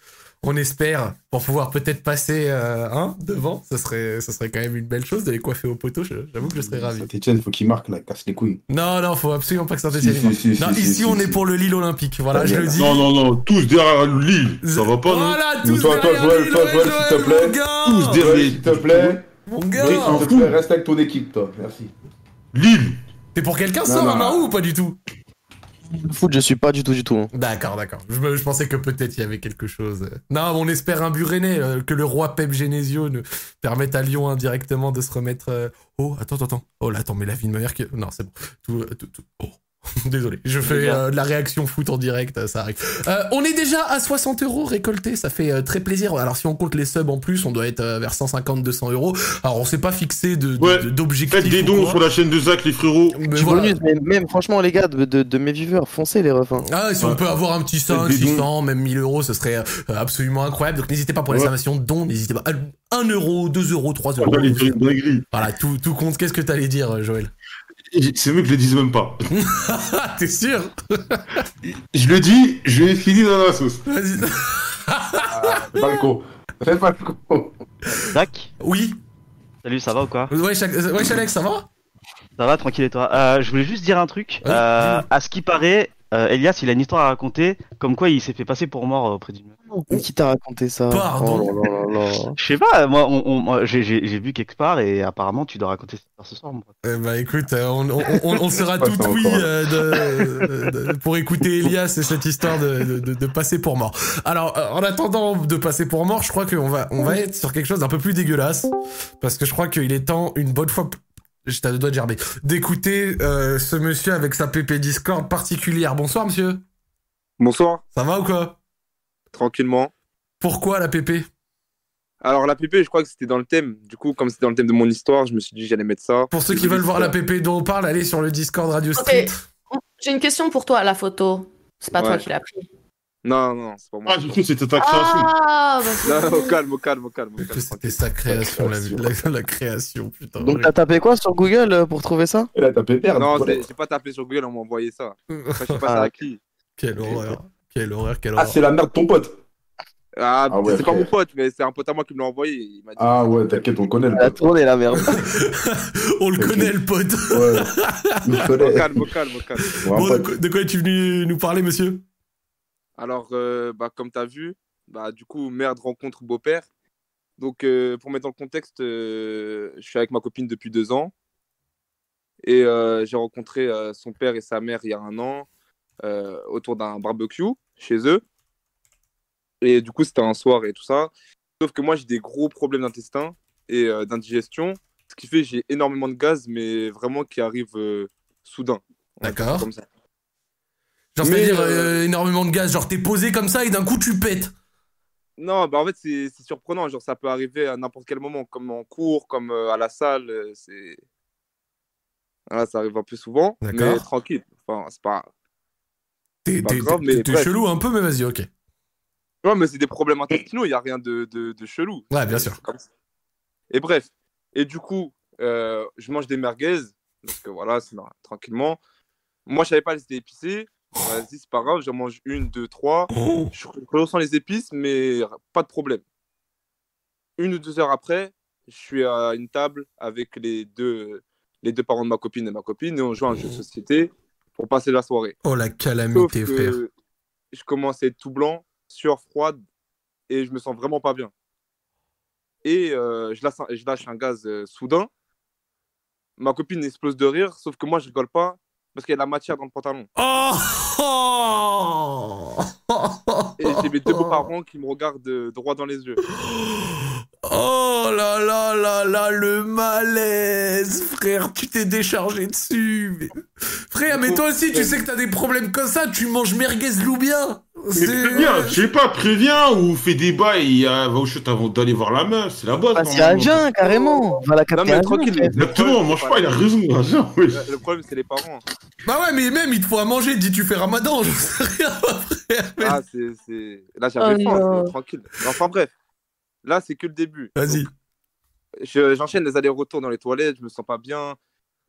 Speaker 1: On espère pour pouvoir peut-être passer euh, un devant. Ça serait, ça serait quand même une belle chose de les coiffer au poteau. Je- J'avoue que je serais ravi.
Speaker 3: Saint-Etienne, faut qu'il marque là, casse les couilles.
Speaker 1: Non, non, faut absolument pas que ça
Speaker 3: Si, si,
Speaker 1: Non,
Speaker 3: si, si,
Speaker 1: ici,
Speaker 3: si,
Speaker 1: on
Speaker 3: si,
Speaker 1: est
Speaker 3: si.
Speaker 1: pour le Lille olympique. Voilà,
Speaker 3: Ah,
Speaker 1: je le
Speaker 3: merde.
Speaker 1: dis.
Speaker 4: Non, non, non, tous derrière Lille. Ça va pas, non
Speaker 1: Voilà, tous
Speaker 3: Toi, toi,
Speaker 1: derrière
Speaker 3: Joël,
Speaker 1: Lille,
Speaker 3: toi,
Speaker 1: ouais,
Speaker 3: Joël, s'il te
Speaker 1: Joël,
Speaker 3: plaît.
Speaker 1: mon gars.
Speaker 4: Tous derrière.
Speaker 3: Ouais, S'il te plaît,
Speaker 1: Mon
Speaker 3: s'il
Speaker 1: gars.
Speaker 3: te plaît, reste avec ton équipe, toi. Merci.
Speaker 4: Lille.
Speaker 1: T'es pour quelqu'un,
Speaker 3: Non,
Speaker 1: ça,
Speaker 3: non.
Speaker 1: Amaru, ou pas du tout
Speaker 2: Foot, je suis pas du tout, du tout. hein.
Speaker 1: D'accord, d'accord. Je, me- je pensais que peut-être il y avait quelque chose. euh. Non, on espère un but rennais, euh, que le roi Pep Genesio ne permette à Lyon indirectement de se remettre. euh, Oh, attends, attends, attends. Oh là, attends, mais la vie de ma mère qui. Non, c'est bon. Tout, euh, tout, tout- oh. Désolé, je fais euh, de la réaction foot en direct, euh, ça arrive. Euh, on est déjà à 60 euros récoltés, ça fait euh, très plaisir. Alors si on compte les subs en plus, on doit être euh, vers 150-200 euros. Alors on s'est pas fixé de, de-
Speaker 4: Ouais.
Speaker 1: de- d'objectif.
Speaker 4: Faites des
Speaker 1: ou
Speaker 4: dons
Speaker 1: quoi.
Speaker 4: sur la chaîne de Zach, les frérots.
Speaker 1: Mais
Speaker 2: Je
Speaker 1: voilà.
Speaker 2: bonus, mais même franchement, les gars, de, de- de mes viewers, foncez les refs. hein.
Speaker 1: Ah, si on
Speaker 4: Ouais.
Speaker 1: peut avoir un petit 5,
Speaker 4: des dons.
Speaker 1: 600, même 1000 euros, ce serait euh, absolument incroyable. Donc n'hésitez pas pour les
Speaker 4: Ouais.
Speaker 1: salvations de dons, n'hésitez pas. 1 euro, 2 euros, 3 euros.
Speaker 4: Dans les dingueries.
Speaker 1: Voilà, tout, tout compte. Qu'est-ce que t'allais dire, euh, Joël
Speaker 4: C'est mieux que je le dise même pas.
Speaker 1: Ah, t'es sûr
Speaker 4: Je le dis, je vais finir dans la sauce.
Speaker 1: Vas-y.
Speaker 3: Ah, Fais pas le con. Fais pas le con.
Speaker 7: Zach,
Speaker 1: Oui.
Speaker 7: salut, ça va ou quoi
Speaker 1: Ouais, Cha- euh, ouais, Chalex, ça va
Speaker 7: Ça va, tranquille et toi Euh, Je voulais juste dire un truc.
Speaker 1: Vas-y,
Speaker 7: Euh,
Speaker 1: dis-moi.
Speaker 7: à ce qui paraît, euh, Elias, il a une histoire à raconter, comme quoi il s'est fait passer pour mort euh, auprès d'une.
Speaker 2: Qui t'a raconté ça
Speaker 1: Pardon.
Speaker 2: Oh là là là là.
Speaker 7: Je sais pas, moi, on, on- moi, j'ai- j'ai j'ai vu quelque part et apparemment tu dois raconter cette histoire ce soir. mon pote.
Speaker 1: Eh Bah écoute, euh, on, on- on- on sera
Speaker 3: Pas
Speaker 1: tout
Speaker 3: ça
Speaker 1: oui
Speaker 3: encore.
Speaker 1: euh, de- de- pour écouter Elias et cette histoire de, de- de- de passer pour mort. Alors, euh, en attendant de passer pour mort, je crois qu'on va, on va être sur quelque chose d'un peu plus dégueulasse. Parce que je crois qu'il est temps, une bonne fois. p- J'étais à deux doigts de gerber. D'écouter euh, ce monsieur avec sa PP Discord particulière. Bonsoir, monsieur.
Speaker 8: Bonsoir,
Speaker 1: Ça va ou quoi
Speaker 8: tranquillement.
Speaker 1: Pourquoi la PP
Speaker 8: Alors la PP, je crois que c'était dans le thème. Du coup, comme c'était dans le thème de mon histoire, je me suis dit que j'allais mettre ça.
Speaker 1: Pour ceux qui veulent voir la PP dont on parle, allez sur le Discord Radio Street.
Speaker 5: J'ai une question pour toi, la photo. C'est pas toi
Speaker 8: Ouais.
Speaker 5: qui l'as pris.
Speaker 8: Non, non, c'est pas moi.
Speaker 4: Ah, du coup, c'était ta création.
Speaker 5: Ah, bah, c'est-
Speaker 8: Non, au calme, au calme, au calme. au
Speaker 1: Que
Speaker 8: calme,
Speaker 1: C'était
Speaker 8: tranquille.
Speaker 1: sa création, la, la- la création, putain.
Speaker 2: Donc t'as tapé quoi sur Google euh, pour trouver ça
Speaker 3: Il a tapé perdre.
Speaker 8: Non,
Speaker 3: Voilà.
Speaker 8: c'est- j'ai pas tapé sur Google, on m'a envoyé ça.
Speaker 1: Euh,
Speaker 8: Après, je sais pas ça à qui.
Speaker 1: Quelle horreur. Quelle horreur, quelle
Speaker 3: Ah,
Speaker 1: horreur.
Speaker 3: c'est la merde de ton pote.
Speaker 8: Ah,
Speaker 3: Ah ouais,
Speaker 8: c'est pas
Speaker 3: ok.
Speaker 8: mon pote, mais c'est un pote à moi qui me l'a envoyé. Il m'a dit.
Speaker 3: Ah ouais, t'inquiète, on le connaît le
Speaker 2: Elle a
Speaker 3: pote.
Speaker 2: tourné la merde.
Speaker 1: On le connaît, le pote.
Speaker 3: Ouais. Il le
Speaker 8: Au
Speaker 3: connaît.
Speaker 8: calme, au calme, au calme.
Speaker 3: Ouais,
Speaker 1: Bon,
Speaker 3: un
Speaker 1: de,
Speaker 3: pote.
Speaker 1: quoi- de quoi es-tu venu nous parler, monsieur
Speaker 8: Alors, euh, bah, comme t'as vu, bah, du coup, merde rencontre beau-père. Donc, euh, pour mettre dans le contexte, euh, je suis avec ma copine depuis deux ans. Et euh, j'ai rencontré euh, son père et sa mère il y a un an euh, autour d'un barbecue chez eux. Et du coup, c'était un soir et tout ça. Sauf que moi, j'ai des gros problèmes d'intestin et euh, d'indigestion. Ce qui fait que j'ai énormément de gaz, mais vraiment qui arrive euh, soudain. On va dire ça
Speaker 1: D'accord.
Speaker 8: comme ça.
Speaker 1: Genre,
Speaker 8: Mais,
Speaker 1: c'est-à-dire
Speaker 8: euh,
Speaker 1: euh, énormément de gaz. Genre, t'es posé comme ça et d'un coup, tu pètes.
Speaker 8: Non, bah en fait, c'est c'est surprenant. Genre, ça peut arriver à n'importe quel moment, comme en cours, comme euh, à la salle. euh, C'est. Voilà, Ah, ça arrive un peu souvent, mais
Speaker 1: D'accord.
Speaker 8: tranquille. Enfin, c'est pas.
Speaker 1: T'es
Speaker 8: Pas
Speaker 1: t'es-
Speaker 8: grave,
Speaker 1: t'es-
Speaker 8: mais
Speaker 1: t'es
Speaker 8: bref.
Speaker 1: chelou hein. un peu, mais vas-y, ok.
Speaker 8: Non, mais c'est des problèmes intestinaux, il n'y a rien de, de, de chelou.
Speaker 1: Ouais, bien sûr.
Speaker 8: C'est comme ça. Et bref. Et du coup, euh, je mange des merguez, parce que voilà, c'est normal, tranquillement. Moi, je savais pas, elles étaient épicées. Vas-y, c'est pas grave, j'en mange une, deux, trois.
Speaker 1: Oh.
Speaker 8: Je ressens les épices, mais pas de problème. une ou deux heures après, je suis à une table avec les deux, les deux parents de ma copine et ma copine et on joue à un jeu de société pour passer la soirée.
Speaker 1: Oh la calamité,
Speaker 8: Sauf que
Speaker 1: frère.
Speaker 8: Je commence à être tout blanc, sueur froide, et je me sens vraiment pas bien. Et euh, je, lâche, un- je lâche un gaz euh, soudain. Ma copine explose de rire, sauf que moi je rigole pas parce qu'il y a de la matière dans le pantalon.
Speaker 1: Oh, oh, oh,
Speaker 8: Et j'ai mes deux beaux-parents qui me regardent euh, droit dans les yeux.
Speaker 1: Oh là là là là, le malaise, frère, tu t'es déchargé dessus. mais- Frère, mais toi aussi, tu sais que t'as des problèmes comme ça, tu manges merguez loubien.
Speaker 4: Mais préviens,
Speaker 1: euh,
Speaker 4: je sais pas, préviens ou fais des bails, euh, va au shoot avant d'aller voir la meuf, c'est la bonne.
Speaker 2: Ah, c'est à jeun, carrément. On va la capter
Speaker 8: mais
Speaker 2: à jeun,
Speaker 8: tranquille,
Speaker 2: frère.
Speaker 4: Exactement, on mange pas, il a raison, il a raison, oui.
Speaker 8: Le le problème, c'est les parents. hein.
Speaker 1: Bah ouais, mais même, il te faut à manger, dis tu fais ramadan, je sais rien, frère. mais-
Speaker 8: Ah, c'est, c'est... Là, j'avais
Speaker 5: Oh
Speaker 8: faim,
Speaker 5: non.
Speaker 8: c'est tranquille. Enfin bref, là, c'est que le début.
Speaker 1: Vas-y.
Speaker 8: Je- j'enchaîne les allers-retours dans les toilettes, je me sens pas bien.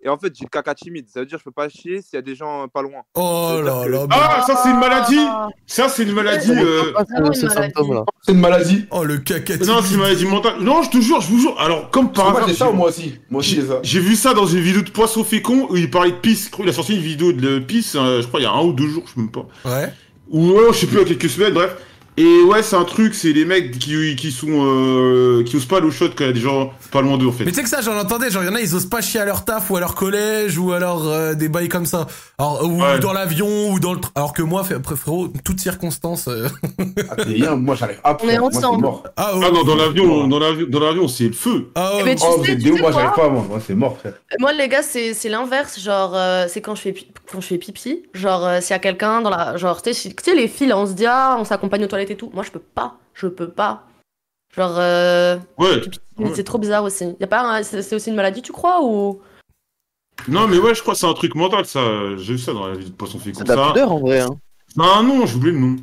Speaker 8: Et en fait, j'ai le caca timide. Ça veut dire que je peux pas chier s'il y a des gens euh, pas loin.
Speaker 1: Oh là là. mais-
Speaker 4: Ah, ça c'est une maladie Ça c'est une maladie. euh,
Speaker 2: Ah, c'est
Speaker 5: oui,
Speaker 2: ce
Speaker 5: maladie.
Speaker 2: symptôme-là.
Speaker 3: C'est une maladie.
Speaker 1: Oh le caca.
Speaker 4: Non, c'est une maladie mentale. Non, je te jure, je vous jure. Alors, comme par
Speaker 3: Moi,
Speaker 4: hasard,
Speaker 3: j'ai ça,
Speaker 4: j'ai-
Speaker 3: moi aussi. Moi aussi, j'ai ça.
Speaker 4: j'ai vu ça dans une vidéo de Poisson Fécond où il parlait de pisse. Je crois qu'il a sorti une vidéo de pisse, euh, je crois, il y a un ou deux jours, je sais même pas.
Speaker 1: Ouais.
Speaker 4: Ou euh, je sais plus, il y a quelques semaines, bref. Et ouais, c'est un truc, c'est les mecs qui, qui sont. euh, qui osent pas aller au shot quand il y a des gens pas loin d'eux, en fait.
Speaker 1: Mais tu sais que ça, j'en entendais, genre, il y en a, ils osent pas chier à leur taf ou à leur collège ou alors euh, des bails comme ça. Alors, ou
Speaker 4: Ouais.
Speaker 1: dans l'avion ou dans le. tr- Alors que moi, fr- frérot, toutes circonstances. euh,
Speaker 3: Ah, t'es rien, moi, j'arrive. Ah,
Speaker 5: On est
Speaker 3: frère, moi, c'est
Speaker 5: ensemble.
Speaker 3: mort.
Speaker 1: Ah,
Speaker 4: Ah non, dans l'avion, dans l'avion, dans l'avion, c'est le feu.
Speaker 1: Ah,
Speaker 5: Eh ben, tu
Speaker 3: Oh,
Speaker 5: sais,
Speaker 3: vous êtes
Speaker 5: tu
Speaker 3: des ouf,
Speaker 5: sais
Speaker 3: moi,
Speaker 5: quoi
Speaker 3: j'arrive pas, moi. Moi, c'est mort, frère.
Speaker 5: Moi, les gars, c'est c'est l'inverse. Genre, euh, c'est quand je fais pi- quand je fais pipi. Genre, euh, s'il y a quelqu'un dans la, genre, tu sais, si- tu sais, les filles, là, on se dit, ah, on s'accompagne aux toilettes et tout. Moi, je peux pas. Je peux pas. Genre, euh,
Speaker 4: Ouais.
Speaker 5: mais
Speaker 4: Ouais.
Speaker 5: c'est trop bizarre aussi. Y a pas, un- c'est c'est aussi une maladie, tu crois ou
Speaker 4: Non, mais ouais, je crois que c'est un truc mental, ça. J'ai vu ça dans la vidéo de Poisson Fécond.
Speaker 2: C'est de la
Speaker 4: Ça.
Speaker 2: pudeur, en vrai. hein.
Speaker 4: Ah non, j'ai oublié le nom.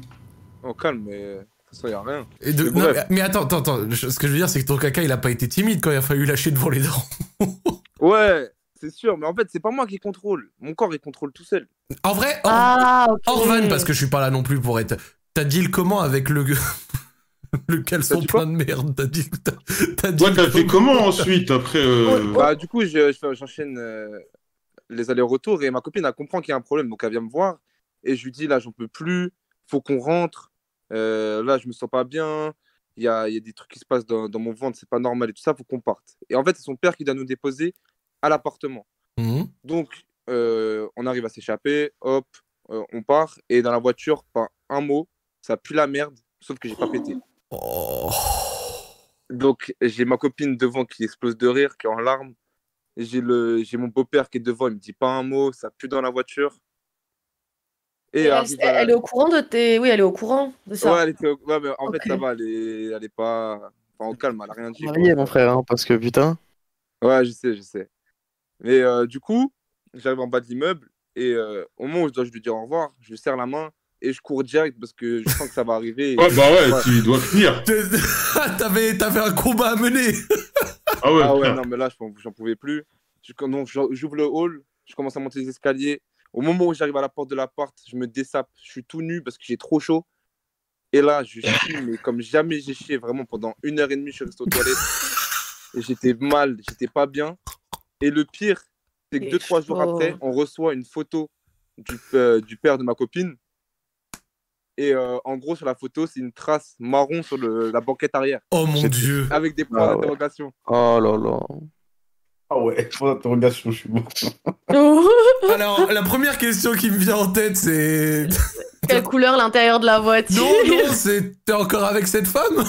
Speaker 8: On calme, mais euh, de toute façon, y a rien.
Speaker 1: Et de-
Speaker 8: Mais
Speaker 1: non,
Speaker 8: bref.
Speaker 1: mais- mais attends, attends, attends. je- Ce que je veux dire, c'est que ton caca, il a pas été timide quand il a fallu lâcher devant les dents.
Speaker 8: Ouais, c'est sûr, mais en fait, c'est pas moi qui contrôle. Mon corps, il contrôle tout seul.
Speaker 1: En vrai, hors,
Speaker 5: Ah, ok.
Speaker 1: hors van, parce que je suis pas là non plus pour être. T'as dit le comment avec le. le caleçon
Speaker 8: dit quoi
Speaker 1: plein de merde. T'as dit. t'as- T'as dit.
Speaker 4: Ouais,
Speaker 1: le
Speaker 4: t'as fait
Speaker 1: comment.
Speaker 4: comment ensuite après euh...
Speaker 8: Bah, du coup, je- je fais- j'enchaîne euh, les allers-retours et ma copine, elle comprend qu'il y a un problème. Donc, elle vient me voir et je lui dis là, j'en peux plus, faut qu'on rentre. Euh, là, je me sens pas bien. Il y a, il y a des trucs qui se passent dans, dans mon ventre, c'est pas normal et tout ça, faut qu'on parte. Et en fait, c'est son père qui doit nous déposer à l'appartement.
Speaker 1: Mhm.
Speaker 8: Donc, euh, on arrive à s'échapper, hop, euh, on part. Et dans la voiture, pas un mot, ça pue la merde, sauf que j'ai pas pété.
Speaker 1: Oh.
Speaker 8: Donc, j'ai ma copine devant qui explose de rire, qui est en larmes. J'ai le, j'ai mon beau-père qui est devant, il me dit pas un mot, ça pue dans la voiture. Et
Speaker 5: Elle,
Speaker 8: arrive à
Speaker 5: elle-
Speaker 8: la-
Speaker 5: elle est au courant de tes, oui, elle est au courant de ça.
Speaker 8: Ouais, elle était au- ouais, mais en
Speaker 5: Ok.
Speaker 8: fait, ça va, elle est, elle est pas. Enfin, en calme, elle a rien dit. quoi.
Speaker 2: Marié, mon frère, hein, parce que putain.
Speaker 8: Ouais, je sais, je sais. Mais euh, du coup, j'arrive en bas de l'immeuble et euh, au moment où je dois je lui dire au revoir, je lui serre la main et je cours direct parce que je sens que ça va arriver. et-
Speaker 4: Ouais, bah ouais,
Speaker 8: Ouais.
Speaker 4: tu dois finir.
Speaker 1: T'avais t'avais un combat à mener.
Speaker 4: Ah ouais,
Speaker 8: Ah ouais,
Speaker 4: putain.
Speaker 8: non, mais là, je pouvais- j'en pouvais plus. Je- quand- donc, j'en- J'ouvre le hall, je commence à monter les escaliers. Au moment où j'arrive à la porte de l'appart, je me dessape. Je suis tout nu parce que j'ai trop chaud. Et là, je chie, mais comme jamais j'ai chié, vraiment pendant une heure et demie, je suis resté aux toilettes. Et j'étais mal, j'étais pas bien. Et le pire, c'est que
Speaker 5: Et
Speaker 8: deux, trois jours
Speaker 5: chaud.
Speaker 8: après, on reçoit une photo du, euh, du père de ma copine. Et euh, en gros, sur la photo, c'est une trace marron sur le- la banquette arrière,
Speaker 1: Oh mon
Speaker 2: J'ai-
Speaker 1: dieu.
Speaker 8: avec des points
Speaker 2: Ah ouais.
Speaker 8: d'interrogation.
Speaker 2: Oh là là.
Speaker 3: Ah ouais, point d'interrogation, je suis mort.
Speaker 1: Alors, la première question qui me vient en tête, c'est.
Speaker 5: Quelle couleur l'intérieur de la voiture
Speaker 1: Non, non, c'est. T'es encore avec cette femme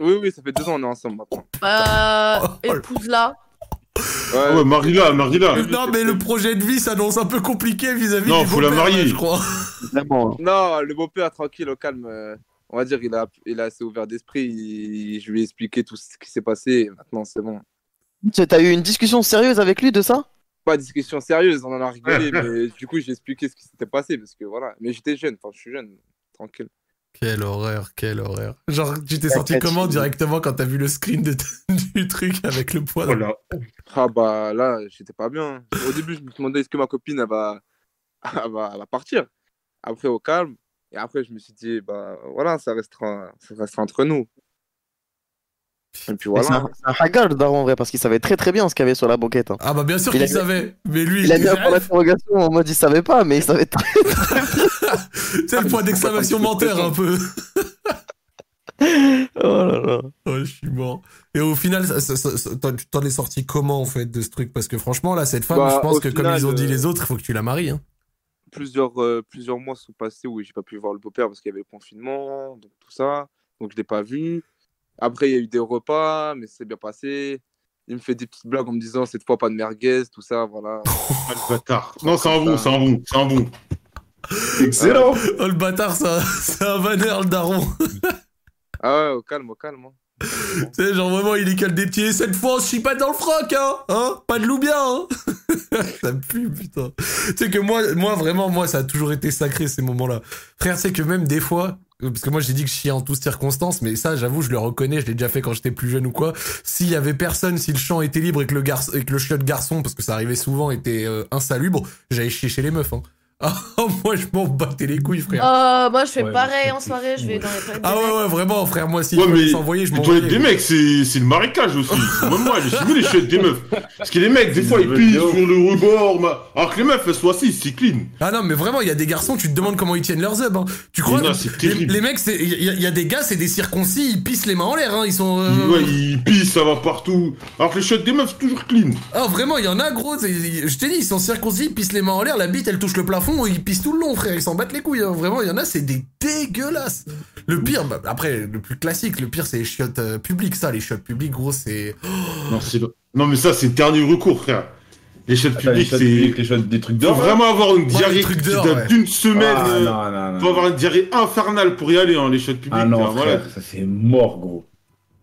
Speaker 8: Oui, oui, ça fait deux ans on est ensemble maintenant.
Speaker 5: Euh, Épouse-la.
Speaker 4: Ah ouais, Marilla, Marilla.
Speaker 8: Oui,
Speaker 1: Non,
Speaker 8: c'est-
Speaker 1: mais le projet de vie s'annonce un peu compliqué vis-à-vis
Speaker 4: Non,
Speaker 1: du
Speaker 4: Oh, faut la
Speaker 1: beau-père,
Speaker 4: marier.
Speaker 1: je crois.
Speaker 2: Vraiment.
Speaker 3: hein.
Speaker 8: Non, le beau-père, tranquille, au calme. euh, on va dire, il a, il a assez ouvert d'esprit. il- Je lui ai expliqué tout ce qui s'est passé. et Maintenant, c'est bon.
Speaker 2: Tu- T'as eu une discussion sérieuse avec lui de ça
Speaker 8: Pas de discussion sérieuse, on en a rigolé. mais du coup, j'ai expliqué ce qui s'était passé parce que voilà. Mais j'étais jeune, enfin, je suis jeune, tranquille.
Speaker 1: Quelle horreur, quelle horreur. Genre, tu t'es senti
Speaker 2: Cathy.
Speaker 1: comment directement quand t'as vu le screen de du truc avec le
Speaker 2: Oh
Speaker 1: poids
Speaker 4: Voilà.
Speaker 8: Ah bah là, j'étais pas bien. Au début, je me demandais est-ce que ma copine, elle va, elle va, elle va partir. Après, au calme. Et après, je me suis dit, bah voilà, ça restera, ça restera entre nous.
Speaker 6: Et puis
Speaker 2: Mais C'est un, c'est un hagard, le daron, en vrai, parce qu'il savait très très bien ce qu'il y avait sur la banquette. hein.
Speaker 1: Ah bah bien sûr
Speaker 2: Il
Speaker 1: qu'il
Speaker 2: a-
Speaker 1: savait, mais lui,
Speaker 2: Il a mis
Speaker 1: disait,
Speaker 2: un point d'interrogation en mode il savait pas, mais il savait très
Speaker 1: c'est
Speaker 2: Ah,
Speaker 1: le point d'exclamation menteur un peu.
Speaker 2: Oh là là.
Speaker 1: Oh, je suis mort. Et au final, ça- ça- ça- ça- t'en- t'en es sorti comment en fait de ce truc Parce que franchement, là, cette femme,
Speaker 8: Bah,
Speaker 1: je pense
Speaker 8: au
Speaker 1: que comme
Speaker 8: final,
Speaker 1: ils ont dit
Speaker 8: euh,
Speaker 1: les autres, il faut que tu la maries. hein.
Speaker 8: plusieurs, euh, plusieurs mois sont passés où j'ai pas pu voir le beau-père parce qu'il y avait le confinement, donc tout ça. Donc je l'ai pas vu. Après, il y a eu des repas, mais c'est bien passé. Il me fait des petites blagues en me disant cette fois pas de merguez, tout ça, voilà.
Speaker 4: Ah, le bâtard. Non, c'est un bon, c'est un bon, c'est un bon.
Speaker 3: Excellent
Speaker 1: Oh le bâtard, c'est un- c'est un banner, le daron.
Speaker 8: Ah ouais, au calme, au calme. hein.
Speaker 1: Tu sais, genre vraiment, il écale des petits. Et cette fois, on se chie pas dans le froc, hein, hein Pas de loubia, hein Ça pue, putain. Tu sais que moi, moi, vraiment, moi, ça a toujours été sacré, ces moments-là. Frère, c'est que même des fois, euh, parce que moi, j'ai dit que je chiais en toutes circonstances, mais ça, j'avoue, je le reconnais, je l'ai déjà fait quand j'étais plus jeune ou quoi. S'il y avait personne, si le champ était libre et que le, garçon, et que le chiot de garçon, parce que ça arrivait souvent, était euh, insalubre, j'allais chier chez les meufs, hein. Ah, moi, je m'en battais les couilles, frère.
Speaker 5: Euh, moi, je fais
Speaker 3: Ouais,
Speaker 5: pareil
Speaker 3: mais
Speaker 5: en
Speaker 3: c'est
Speaker 5: soirée, je vais
Speaker 3: fou,
Speaker 5: dans les toilettes.
Speaker 1: Ah
Speaker 5: des
Speaker 1: ouais,
Speaker 5: mecs.
Speaker 1: ouais, vraiment, frère, moi, si
Speaker 4: Euh, Ouais,
Speaker 1: je
Speaker 4: mais
Speaker 1: s'envoyer, je
Speaker 4: Les
Speaker 1: m'en
Speaker 4: toilettes des mecs, c'est c'est le marécage aussi. Même moi, je suis mieux les chiottes des meufs. Parce que les mecs, des fois, ils pissent sur le rebord. ma- Alors que les meufs, elles sont assises, c'est clean.
Speaker 1: Ah non, mais vraiment, il y a des garçons, tu te demandes comment ils tiennent leurs œufs. Hein. Tu crois
Speaker 4: Non,
Speaker 1: que
Speaker 4: c'est
Speaker 1: les,
Speaker 4: terrible.
Speaker 1: les mecs, c'est- il y, a- il y a des gars, c'est des circoncis, ils pissent les mains en l'air. Hein. Ils sont. euh,
Speaker 4: Ouais, ils pissent, ça va partout. Alors que les chiottes des meufs, c'est toujours clean.
Speaker 1: Ah, vraiment, il y en a, gros. c'est- ils- Je t'ai dit, ils sont circoncis, ils pissent les mains en l'air, la bite, elle touche le plafond, ils pissent tout le long, frère. Ils s'en battent les couilles. hein. Vraiment, il y en a, c'est des dégueulasses. Le pire, bah, après, le plus classique, le pire, c'est les chiottes euh, publiques. Ça, les chiottes publiques, gros, c'est.
Speaker 4: Non, c'est le- non, mais ça, c'est le dernier recours, frère. Les chiottes
Speaker 3: Attends, Ah, les
Speaker 4: publiques,
Speaker 3: choses-
Speaker 4: c'est.
Speaker 3: les choses- des trucs
Speaker 4: Faut
Speaker 3: d'or. là
Speaker 4: vraiment avoir une diarrhée
Speaker 1: les trucs
Speaker 4: qui
Speaker 1: d'or,
Speaker 4: date
Speaker 1: ouais.
Speaker 4: d'une semaine.
Speaker 3: Ah,
Speaker 4: euh,
Speaker 3: non, non, non.
Speaker 4: Faut avoir une diarrhée infernale pour y aller, hein, les chiottes publiques.
Speaker 3: Ah non,
Speaker 4: hein, voilà.
Speaker 3: frère, ça c'est mort, gros.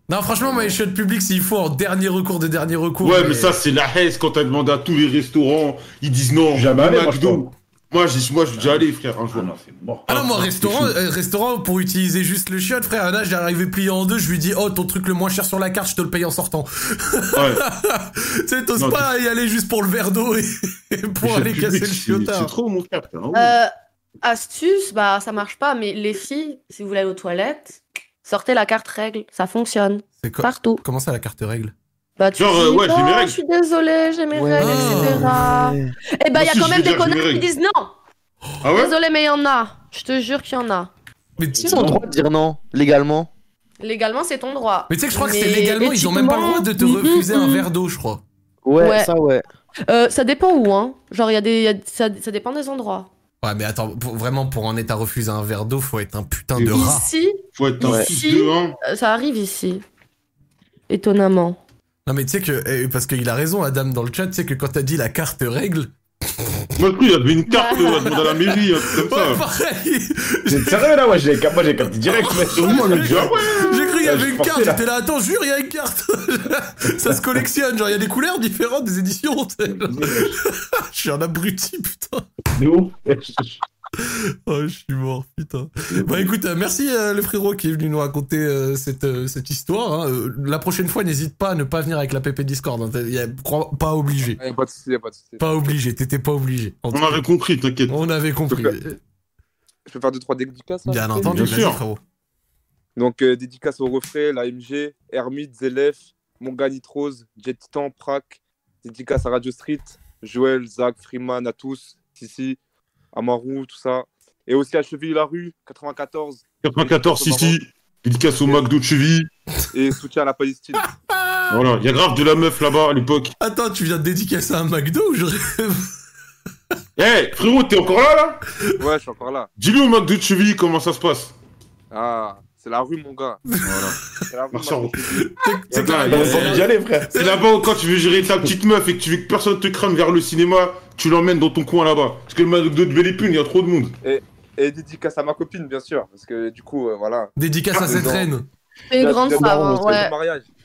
Speaker 1: Non, franchement, mais les chiottes publiques, s'il faut, en dernier recours de dernier recours.
Speaker 4: Ouais, mais ça, c'est la haisse quand t'as demandé à tous les restaurants. Ils disent non.
Speaker 3: Jamais allé, moi, je
Speaker 4: McDo.
Speaker 3: crois.
Speaker 4: Moi, j'ai moi, j'ai déjà allé, frère, un
Speaker 3: Ah
Speaker 4: jour.
Speaker 3: non, c'est mort.
Speaker 1: Ah non, moi,
Speaker 4: Oh, c'est
Speaker 1: restaurant,
Speaker 4: chaud.
Speaker 1: euh, restaurant pour utiliser juste le chiotte, frère. Là, j'ai arrivé plié en deux, je lui dis, oh, ton truc le moins cher sur la carte, je te le paye en sortant.
Speaker 4: Ouais.
Speaker 1: tu sais, t'oses
Speaker 4: Non,
Speaker 1: pas y aller juste pour le verre d'eau et, et
Speaker 4: Les
Speaker 1: pour
Speaker 4: chiottes
Speaker 1: aller casser
Speaker 4: publiques, c'est-
Speaker 1: le
Speaker 4: C'est
Speaker 1: chiotard.
Speaker 4: trop mon hein. frère, putain, ouais.
Speaker 5: Euh, astuce, bah ça marche pas, mais les filles, si vous voulez aller aux toilettes, sortez la carte règle, ça fonctionne
Speaker 1: C'est quoi
Speaker 5: partout.
Speaker 1: Comment ça, la carte règle
Speaker 5: Bah tu
Speaker 4: Genre,
Speaker 5: dis,
Speaker 4: euh, ouais, j'ai mes
Speaker 5: Non,
Speaker 4: règles.
Speaker 5: je suis désolée, j'ai mes règles,
Speaker 1: Ah.
Speaker 5: etc. Et bah il y a
Speaker 4: Moi aussi,
Speaker 5: quand même
Speaker 4: je vais
Speaker 5: des
Speaker 4: dire, j'ai mes
Speaker 5: connards qui
Speaker 4: règles.
Speaker 5: disent non.
Speaker 4: Ah ouais
Speaker 5: Désolé, mais il y en a. Je te jure qu'il y en a.
Speaker 1: Mais tu
Speaker 2: Ils ont le droit de dire non, légalement.
Speaker 5: Légalement, c'est ton droit.
Speaker 1: mais tu sais que je crois que c'est légalement, ils ont même pas le droit de te
Speaker 5: éthiquement,
Speaker 1: refuser un
Speaker 5: mm, mm,
Speaker 1: verre d'eau, je crois.
Speaker 2: Ouais,
Speaker 5: Ouais.
Speaker 2: ça ouais.
Speaker 5: Euh, ça dépend où, hein. Genre, il y a des. il y a- ça, ça dépend des endroits.
Speaker 1: Ouais, mais attends, pour- vraiment, pour en être à refuser un verre d'eau, faut être un putain
Speaker 4: Et
Speaker 1: de
Speaker 4: oui.
Speaker 1: rat.
Speaker 5: Ici,
Speaker 4: Faut être un
Speaker 5: Ouais.
Speaker 4: fils de un.
Speaker 5: euh, ça arrive ici. Étonnamment.
Speaker 1: Non, mais tu sais que, eh, parce qu'il a raison, Adam, dans le chat, tu sais que quand t'as dit la carte règle,
Speaker 4: Moi, je crois, il avait une carte, euh, à demander à la mairie, un truc comme
Speaker 1: ouais,
Speaker 4: ça.
Speaker 1: pareil,
Speaker 3: Vous êtes sérieux là Ouais, j'ai cap- moi j'ai capté direct, mec.
Speaker 4: Sur moi, on a dit, ah ouais.
Speaker 1: J'ai cru qu'il y
Speaker 3: Ah,
Speaker 1: avait
Speaker 3: je
Speaker 1: une
Speaker 3: pensais,
Speaker 1: carte,
Speaker 3: là.
Speaker 1: j'étais là, attends, jure, il y a une carte Ça se collectionne, genre il y a des couleurs différentes, des éditions, tu sais, genre. je suis un abruti, putain
Speaker 3: De ouf.
Speaker 1: Oh, je suis mort, putain Bah écoute, euh, merci euh, le frérot qui est venu nous raconter euh, cette, euh, cette histoire. hein. Euh, la prochaine fois, n'hésite pas à ne pas venir avec la PP Discord, hein. T'as- y a- crois- pas obligé.
Speaker 8: Y a pas de souci, y a pas de souci.
Speaker 1: Pas obligé, t'étais pas obligé. En tout
Speaker 4: On
Speaker 1: cas,
Speaker 4: avait compris, t'inquiète.
Speaker 1: on avait compris.
Speaker 8: Je peux faire deux, trois dédicaces. là,
Speaker 1: Bien
Speaker 8: vite fait
Speaker 1: entendu,
Speaker 4: bien
Speaker 1: vas-y,
Speaker 4: sûr.
Speaker 1: frérot.
Speaker 8: Donc, euh, dédicace au refrain, la MG, Hermite, Zelef, Monga Nitrose, Jet Titan, Prac. Dédicace à Radio Street, Joël, Zach, Freeman, à tous, Sissi, Amaru, tout ça. Et aussi à Cheville-la-Rue, 94,
Speaker 4: 94, si, si. Dédicace au McDo de Cheville.
Speaker 8: et soutien à la Palestine.
Speaker 4: Voilà, il y a grave de la meuf là-bas à l'époque.
Speaker 1: Attends, tu viens de dédicacer un McDo ou je rêve
Speaker 4: Eh, frérot, t'es encore là, là
Speaker 8: Ouais, je suis encore là.
Speaker 4: Dis-lui au McDo de Cheville comment ça se passe.
Speaker 8: Ah, c'est la rue, mon gars.
Speaker 4: Voilà.
Speaker 8: C'est la rue.
Speaker 4: Marchand.
Speaker 8: ma-
Speaker 1: C'est
Speaker 4: Attends,
Speaker 1: carrément-
Speaker 4: il y a-
Speaker 3: J'ai envie d'y aller, frère.
Speaker 4: C'est là-bas où quand tu veux gérer ta petite meuf et que tu veux que personne te crame vers le cinéma, tu l'emmènes dans ton coin là-bas. Parce que le McDo de Bellépune, il y a trop de monde.
Speaker 8: Et dédicace à ma copine, bien sûr, parce que du coup, euh, voilà.
Speaker 1: Dédicace à cette
Speaker 8: Non.
Speaker 1: reine.
Speaker 5: Ah, C'est une grande
Speaker 8: J'ai
Speaker 5: femme, hein,
Speaker 8: hâte
Speaker 5: ouais.
Speaker 8: au mariage. J'ai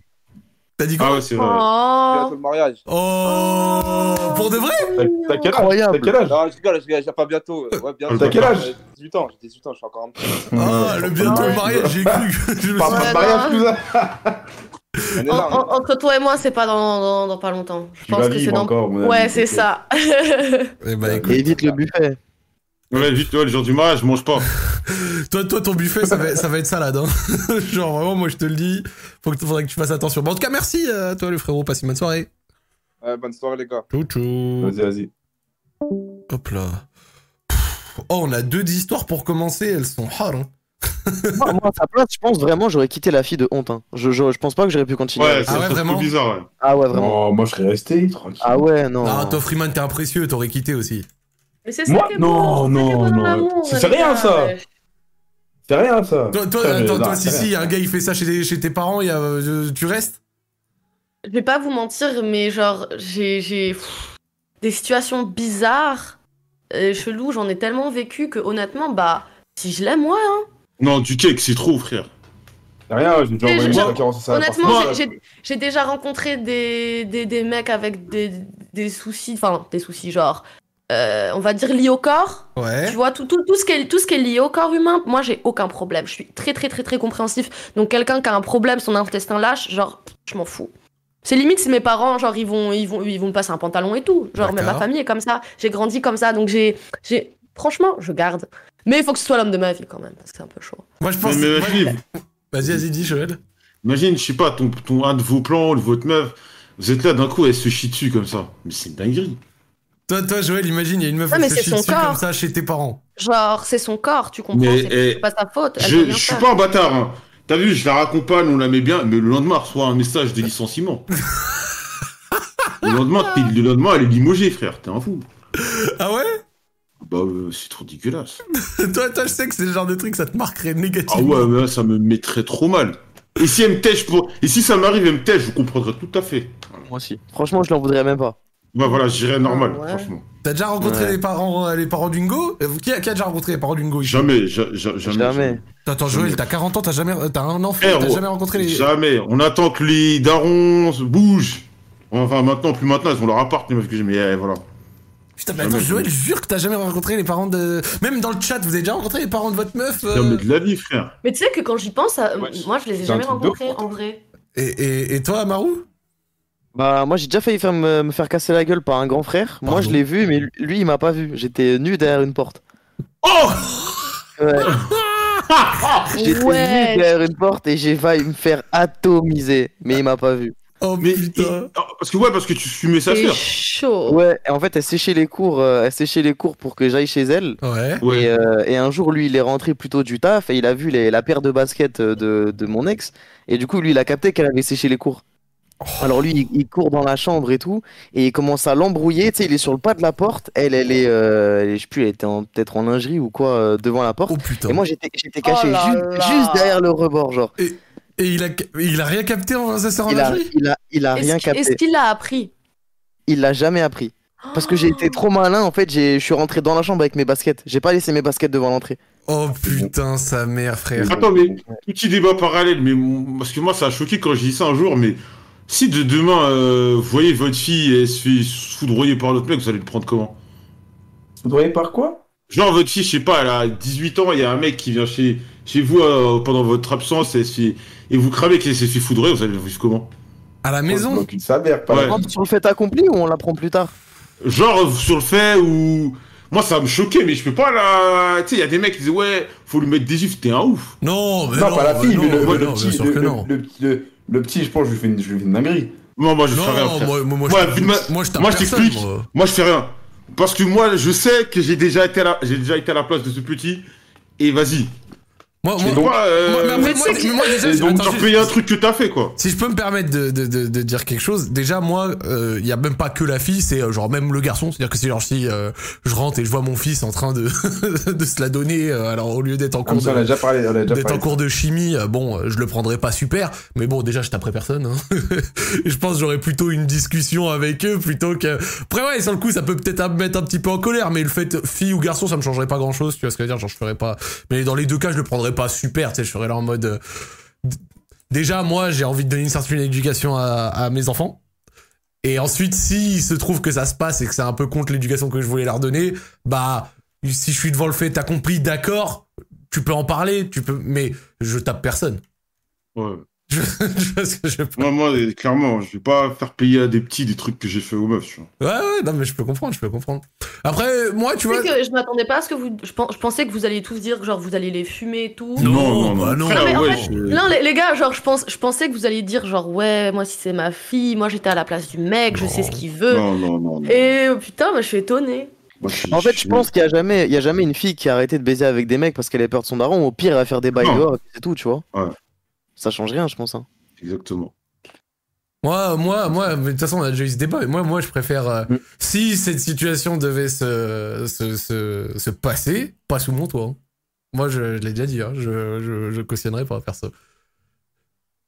Speaker 1: T'as dit quoi
Speaker 4: Ah ouais, c'est vrai.
Speaker 5: Oh.
Speaker 8: hâte au mariage.
Speaker 1: Oh, pour de vrai
Speaker 3: T'as quel âge T'as
Speaker 2: Incroyable.
Speaker 3: quel âge
Speaker 8: Non, je rigole, je rigole, j'ai pas bientôt. Ouais, bientôt.
Speaker 4: T'as
Speaker 3: quel âge
Speaker 8: J'ai 18 ans, j'ai 18 ans, je suis encore un petit.
Speaker 1: Ah, le bientôt le mariage, j'ai cru que je me
Speaker 3: Pas
Speaker 1: suis...
Speaker 5: Ouais,
Speaker 3: de mariage,
Speaker 5: non.
Speaker 3: tout ça
Speaker 8: On est
Speaker 5: En-
Speaker 8: là, on est là.
Speaker 5: en- entre toi et moi, c'est pas dans, dans, dans pas longtemps. Je
Speaker 3: Tu vas
Speaker 5: pense que c'est
Speaker 3: vivre
Speaker 5: dans.
Speaker 3: encore, mon ami.
Speaker 5: Ouais, c'est ça.
Speaker 1: Eh bah, ben, écoute,
Speaker 2: Et évite le buffet.
Speaker 4: Ouais, vite, ouais, le jour du mariage, mange pas.
Speaker 1: Toi, toi, ton buffet, ça va, ça va être salade. hein. Genre, vraiment, moi, je te le dis. Faut que, faudrait que tu fasses attention. Bon, en tout cas, merci euh, à toi, le frérot. Passe une bonne soirée.
Speaker 8: Ouais, bonne soirée, les gars.
Speaker 1: Ciao, ciao.
Speaker 3: Vas-y, vas-y.
Speaker 1: Hop là. Pff, Oh, on a deux histoires pour commencer. Elles sont hard. hein.
Speaker 2: Moi, moi, à sa place, je pense vraiment j'aurais quitté la fille de honte. hein. Je, je, je pense pas que j'aurais pu continuer.
Speaker 4: Ouais,
Speaker 2: avec
Speaker 4: c'est
Speaker 2: ça.
Speaker 1: ouais,
Speaker 4: un truc
Speaker 1: vraiment
Speaker 4: bizarre, ouais.
Speaker 2: Ah ouais, vraiment.
Speaker 3: Oh, moi, je serais resté tranquille.
Speaker 2: Ah ouais, non.
Speaker 1: Ah, toi, Freeman, t'es un précieux. T'aurais quitté aussi.
Speaker 5: Mais c'est
Speaker 3: Moi
Speaker 5: qui est beau, c'est ça
Speaker 3: Non,
Speaker 5: qui est
Speaker 3: non,
Speaker 5: beau dans
Speaker 3: non.
Speaker 5: l'amour,
Speaker 3: C'est
Speaker 5: les
Speaker 3: rien,
Speaker 5: gars,
Speaker 3: ça.
Speaker 5: ouais.
Speaker 3: C'est rien, ça.
Speaker 1: Toi, toi,
Speaker 3: Putain, mais
Speaker 1: attends,
Speaker 3: non,
Speaker 1: toi,
Speaker 3: c'est
Speaker 1: si,
Speaker 3: rien.
Speaker 1: si, un gars, il fait ça chez, tes- chez tes parents. il y a, euh, tu restes
Speaker 5: Je vais pas vous mentir, mais genre, j'ai j'ai, pff, des situations bizarres, euh, cheloues, j'en ai tellement vécu que honnêtement, bah, si je l'aime, ouais. hein.
Speaker 4: Non, du cake, c'est trop, frère.
Speaker 3: C'est rien, j'ai déjà
Speaker 5: Mais
Speaker 3: envoyé
Speaker 5: je-
Speaker 3: une référence à ça.
Speaker 5: Honnêtement,
Speaker 3: Parce
Speaker 5: j'ai-
Speaker 3: que-
Speaker 5: j'ai- j'ai déjà rencontré des, des, des mecs avec des, des soucis, enfin, des soucis, genre, euh, on va dire liés au corps. Tu
Speaker 1: Ouais.
Speaker 5: vois, tout, tout, tout, ce qui est, tout ce qui est lié au corps humain, moi, j'ai aucun problème. Je suis très, très, très, très compréhensif. Donc, quelqu'un qui a un problème, son intestin lâche, genre, pff, je m'en fous. C'est limite, c'est mes parents, genre, ils vont, ils vont, ils vont me passer un pantalon et tout. Genre, mais ma
Speaker 1: D'accord.
Speaker 5: famille est comme ça. J'ai grandi comme ça. Donc, j'ai, j'ai, franchement, je garde. Mais il faut que ce soit l'homme de ma vie quand même, parce que c'est un peu chaud.
Speaker 1: Moi, je
Speaker 4: Mais
Speaker 1: pense.
Speaker 4: mais
Speaker 1: moi-
Speaker 4: imagine,
Speaker 1: Vas-y, vas-y, dis, Joël.
Speaker 4: imagine, je sais pas, ton, ton, un de vos plans, le- votre meuf, vous êtes là, d'un coup, elle se chie dessus comme ça. Mais c'est une dinguerie.
Speaker 1: Toi, toi, Joël, imagine, il y a une meuf
Speaker 5: Non,
Speaker 1: qui
Speaker 5: mais
Speaker 1: se
Speaker 5: c'est
Speaker 1: chie
Speaker 5: son
Speaker 1: dessus
Speaker 5: corps.
Speaker 1: comme ça chez tes parents.
Speaker 5: Genre, c'est son corps, tu comprends
Speaker 4: Mais,
Speaker 5: C'est
Speaker 4: eh,
Speaker 5: c'est pas sa faute. elle peut
Speaker 4: Je,
Speaker 5: rien
Speaker 4: je suis
Speaker 5: faire.
Speaker 4: pas un bâtard, hein. T'as vu, je la raccompagne, on la met bien, mais le lendemain, elle reçoit un message de licenciement. le lendemain, t'es- le lendemain, elle est limogée, frère, t'es un fou.
Speaker 1: Ah ouais
Speaker 4: Bah, euh, c'est trop dégueulasse.
Speaker 1: toi, toi, je sais que c'est le genre de truc, ça te marquerait négativement.
Speaker 4: Ah ouais, mais là, ça me mettrait trop mal. Et si elle me tèche pour... Et si ça m'arrive, elle me tèche, je comprendrais tout à fait.
Speaker 2: Moi aussi. Franchement, je l'en voudrais même pas.
Speaker 4: Bah voilà, j'irais normal,
Speaker 5: Ah ouais.
Speaker 4: franchement.
Speaker 1: T'as déjà rencontré
Speaker 2: Ouais.
Speaker 1: les parents, euh, les parents d'une go Euh, qui, a, qui a déjà rencontré les parents d'une go ici
Speaker 4: Jamais, ja- ja- jamais.
Speaker 2: Jamais.
Speaker 1: Attends, Joël, t'as 40 ans, t'as jamais, euh, t'as un enfant,
Speaker 4: Eh,
Speaker 1: t'as
Speaker 4: oh,
Speaker 1: jamais rencontré
Speaker 4: Jamais.
Speaker 1: les.
Speaker 4: Jamais. On attend que les darons se bougent. Enfin, maintenant, plus maintenant, ils ont leur appart, les meufs que j'aime. Mais eh, voilà.
Speaker 1: Putain, mais attends,
Speaker 4: Jamais.
Speaker 1: Joël, jure que t'as jamais rencontré les parents de. Même dans le chat, vous avez déjà rencontré les parents de votre meuf euh,
Speaker 4: Jamais de la vie, frère.
Speaker 5: Mais tu sais que quand j'y pense, ça-
Speaker 3: Ouais,
Speaker 5: moi, je les ai
Speaker 3: c'est un
Speaker 5: jamais
Speaker 3: truc de
Speaker 5: rencontrés
Speaker 3: ouf, hein.
Speaker 5: en vrai.
Speaker 1: et, et, et toi, Amaru
Speaker 2: Bah, moi j'ai déjà failli faire me, me faire casser la gueule par un grand frère. Moi je
Speaker 1: Pardon.
Speaker 2: l'ai vu, mais lui- lui il m'a pas vu. J'étais nu derrière une porte.
Speaker 1: Oh
Speaker 2: Ouais. J'étais
Speaker 5: Ouais.
Speaker 2: nu derrière une porte et j'ai failli me faire atomiser, mais il m'a pas vu.
Speaker 1: Oh
Speaker 4: Mais
Speaker 1: putain
Speaker 4: il- ah, parce que ouais, parce que tu fumais sa
Speaker 5: C'est
Speaker 4: sœur.
Speaker 5: chaud.
Speaker 2: Ouais, et en fait elle séchait les cours, euh, elle séchait les cours pour que j'aille chez elle.
Speaker 1: Ouais.
Speaker 4: Ouais.
Speaker 2: Et, euh, et un jour, lui, il est rentré plutôt du taf et il a vu les- la paire de baskets euh, de, de mon ex. Et du coup, lui, il a capté qu'elle avait séché les cours.
Speaker 1: Oh.
Speaker 2: Alors lui, il, il court dans la chambre et tout, et il commence à l'embrouiller. Tu sais, il est sur le pas de la porte. Elle, elle est, euh, elle est- je sais plus, elle était en- peut-être en lingerie ou quoi, euh, devant la porte.
Speaker 1: Oh putain.
Speaker 2: Et
Speaker 1: Et,
Speaker 2: moi, j'étais j'étais caché
Speaker 5: Oh là
Speaker 2: ju-
Speaker 5: là.
Speaker 2: juste derrière le rebord, genre.
Speaker 1: il, a, il a rien capté en sa sœur en
Speaker 2: Il a,
Speaker 1: lingerie
Speaker 2: il a, il a rien
Speaker 5: Est-ce qu'il- est-ce
Speaker 2: capté.
Speaker 5: qu'il l'a appris
Speaker 2: Il l'a jamais appris. Parce que j'ai été trop malin, en fait, j'ai- je suis rentré dans la chambre avec mes baskets. J'ai pas laissé mes baskets devant l'entrée.
Speaker 1: Oh putain, sa mère, frère.
Speaker 4: Attends, mais petit débat parallèle, mais mon- parce que moi ça a choqué quand je dis ça un jour, mais si de demain euh, vous voyez votre fille et elle se fait foudroyer par l'autre mec, vous allez le prendre comment
Speaker 3: Vous voyez par quoi
Speaker 4: Genre votre fille, je sais pas, elle a 18 ans, il y a un mec qui vient chez, chez vous euh, pendant votre absence et, elle se fait- et vous cramez qu'elle s'est fait foudroyer, vous allez le vivre comment
Speaker 1: À la
Speaker 3: Je
Speaker 1: maison
Speaker 3: m'occupe de sa mère, pas
Speaker 4: Ouais.
Speaker 2: On rentre sur le fait accompli ou on l'apprend plus tard
Speaker 4: Genre euh, sur le fait où... Moi ça me choquait, mais je peux pas là... Tu sais, il y a des mecs qui disent ouais, faut lui mettre des gifs, t'es un ouf.
Speaker 1: Non, Oh, mais
Speaker 3: Non, pas la
Speaker 1: mais
Speaker 3: fille,
Speaker 1: non,
Speaker 3: mais le,
Speaker 1: mais
Speaker 3: le
Speaker 1: non, bien
Speaker 3: petit,
Speaker 1: sûr
Speaker 3: le,
Speaker 1: que
Speaker 3: le-
Speaker 1: non.
Speaker 3: le petit- le- le petit, je pense, je lui fais une, je lui fais une dinguerie.
Speaker 4: Non, moi je ferais rien.
Speaker 1: Non,
Speaker 4: frère.
Speaker 1: moi, moi, moi,
Speaker 4: Moi,
Speaker 1: je,
Speaker 4: vu de ma-
Speaker 1: moi, je tape
Speaker 4: moi, je
Speaker 1: personne,
Speaker 4: t'explique.
Speaker 1: moi.
Speaker 4: Moi, je fais rien. Parce que moi, je sais que j'ai déjà été à la, j'ai déjà été à la place de ce petit. Et vas-y.
Speaker 1: Moi,
Speaker 4: Je
Speaker 1: moi,
Speaker 4: sais pas, euh,
Speaker 1: moi, mais après, moi, mais moi, déjà,
Speaker 4: et
Speaker 1: je-
Speaker 4: donc,
Speaker 1: attends,
Speaker 4: tu
Speaker 1: juste-
Speaker 4: repayes un truc que t'as fait, quoi.
Speaker 1: Si je peux me permettre de, de, de, de dire quelque chose, déjà moi, il y a même pas que la fille, c'est euh, genre même le garçon. C'est-à-dire que si, genre, si euh, je rentre et je vois mon fils en train de, de se la donner, euh, alors au lieu d'être en
Speaker 3: Comme
Speaker 1: cours
Speaker 3: Ah, ça, on a
Speaker 1: de,
Speaker 3: déjà parlé. On a déjà
Speaker 1: d'être en
Speaker 3: parlé.
Speaker 1: cours de chimie, euh, bon, euh, je le prendrais pas super, mais bon, déjà je taperais personne. hein. je pense que j'aurais plutôt une discussion avec eux plutôt que. Après ouais, sur le coup, ça peut peut-être me mettre un petit peu en colère, mais le fait fille ou garçon, ça me changerait pas grand-chose. Tu vois ce que je veux dire Genre je ferais pas. Mais dans les deux cas, je le prendrais pas super. Tu sais, je serais là en mode. euh, d- Déjà, moi, j'ai envie de donner une certaine éducation à, à mes enfants. Et ensuite, si il se trouve que ça se passe et que c'est un peu contre l'éducation que je voulais leur donner, bah, si je suis devant le fait accompli, d'accord, tu peux en parler, tu peux, mais je tape personne.
Speaker 4: Ouais.
Speaker 1: Je, je vois ce que je
Speaker 4: Moi, moi, euh, clairement, je vais pas faire payer à des petits des trucs que j'ai fait aux meufs. tu vois.
Speaker 1: Ouais, ouais, non, mais je peux comprendre, je peux comprendre. Après, moi, tu
Speaker 5: Tu
Speaker 1: vois.
Speaker 5: sais que je m'attendais pas à ce que vous. Je, pen- je pensais que vous alliez tous dire, genre, vous allez les fumer et tout.
Speaker 4: Non, non, non.
Speaker 1: bah
Speaker 4: Frère,
Speaker 5: Non, mais en
Speaker 4: ouais,
Speaker 5: fait,
Speaker 4: je-
Speaker 5: Non, les, les gars, genre, je, pense, je pensais que vous alliez dire, genre, ouais, moi, si c'est ma fille, moi, j'étais à la place du mec, je
Speaker 1: Non.
Speaker 5: sais ce qu'il veut.
Speaker 4: Non, non, non. non.
Speaker 5: Et oh, putain, moi, je suis étonnée.
Speaker 4: Moi, je-
Speaker 2: En fait, je pense qu'il y a jamais, il y a jamais une fille qui a arrêté de baiser avec des mecs parce qu'elle a peur de son daron. Au pire, elle va faire des bails
Speaker 4: Non.
Speaker 2: dehors, et c'est tout, tu vois.
Speaker 4: Ouais.
Speaker 2: Ça change rien, je pense. Hein.
Speaker 4: Exactement.
Speaker 1: Moi, moi, moi, mais de toute façon, on a déjà eu ce débat, mais moi, moi, je préfère. euh,
Speaker 2: Mm.
Speaker 1: Si cette situation devait se, se, se, se passer, pas sous mon toit. hein. Moi, je, je l'ai déjà dit, hein, je, je, je cautionnerais pas, perso.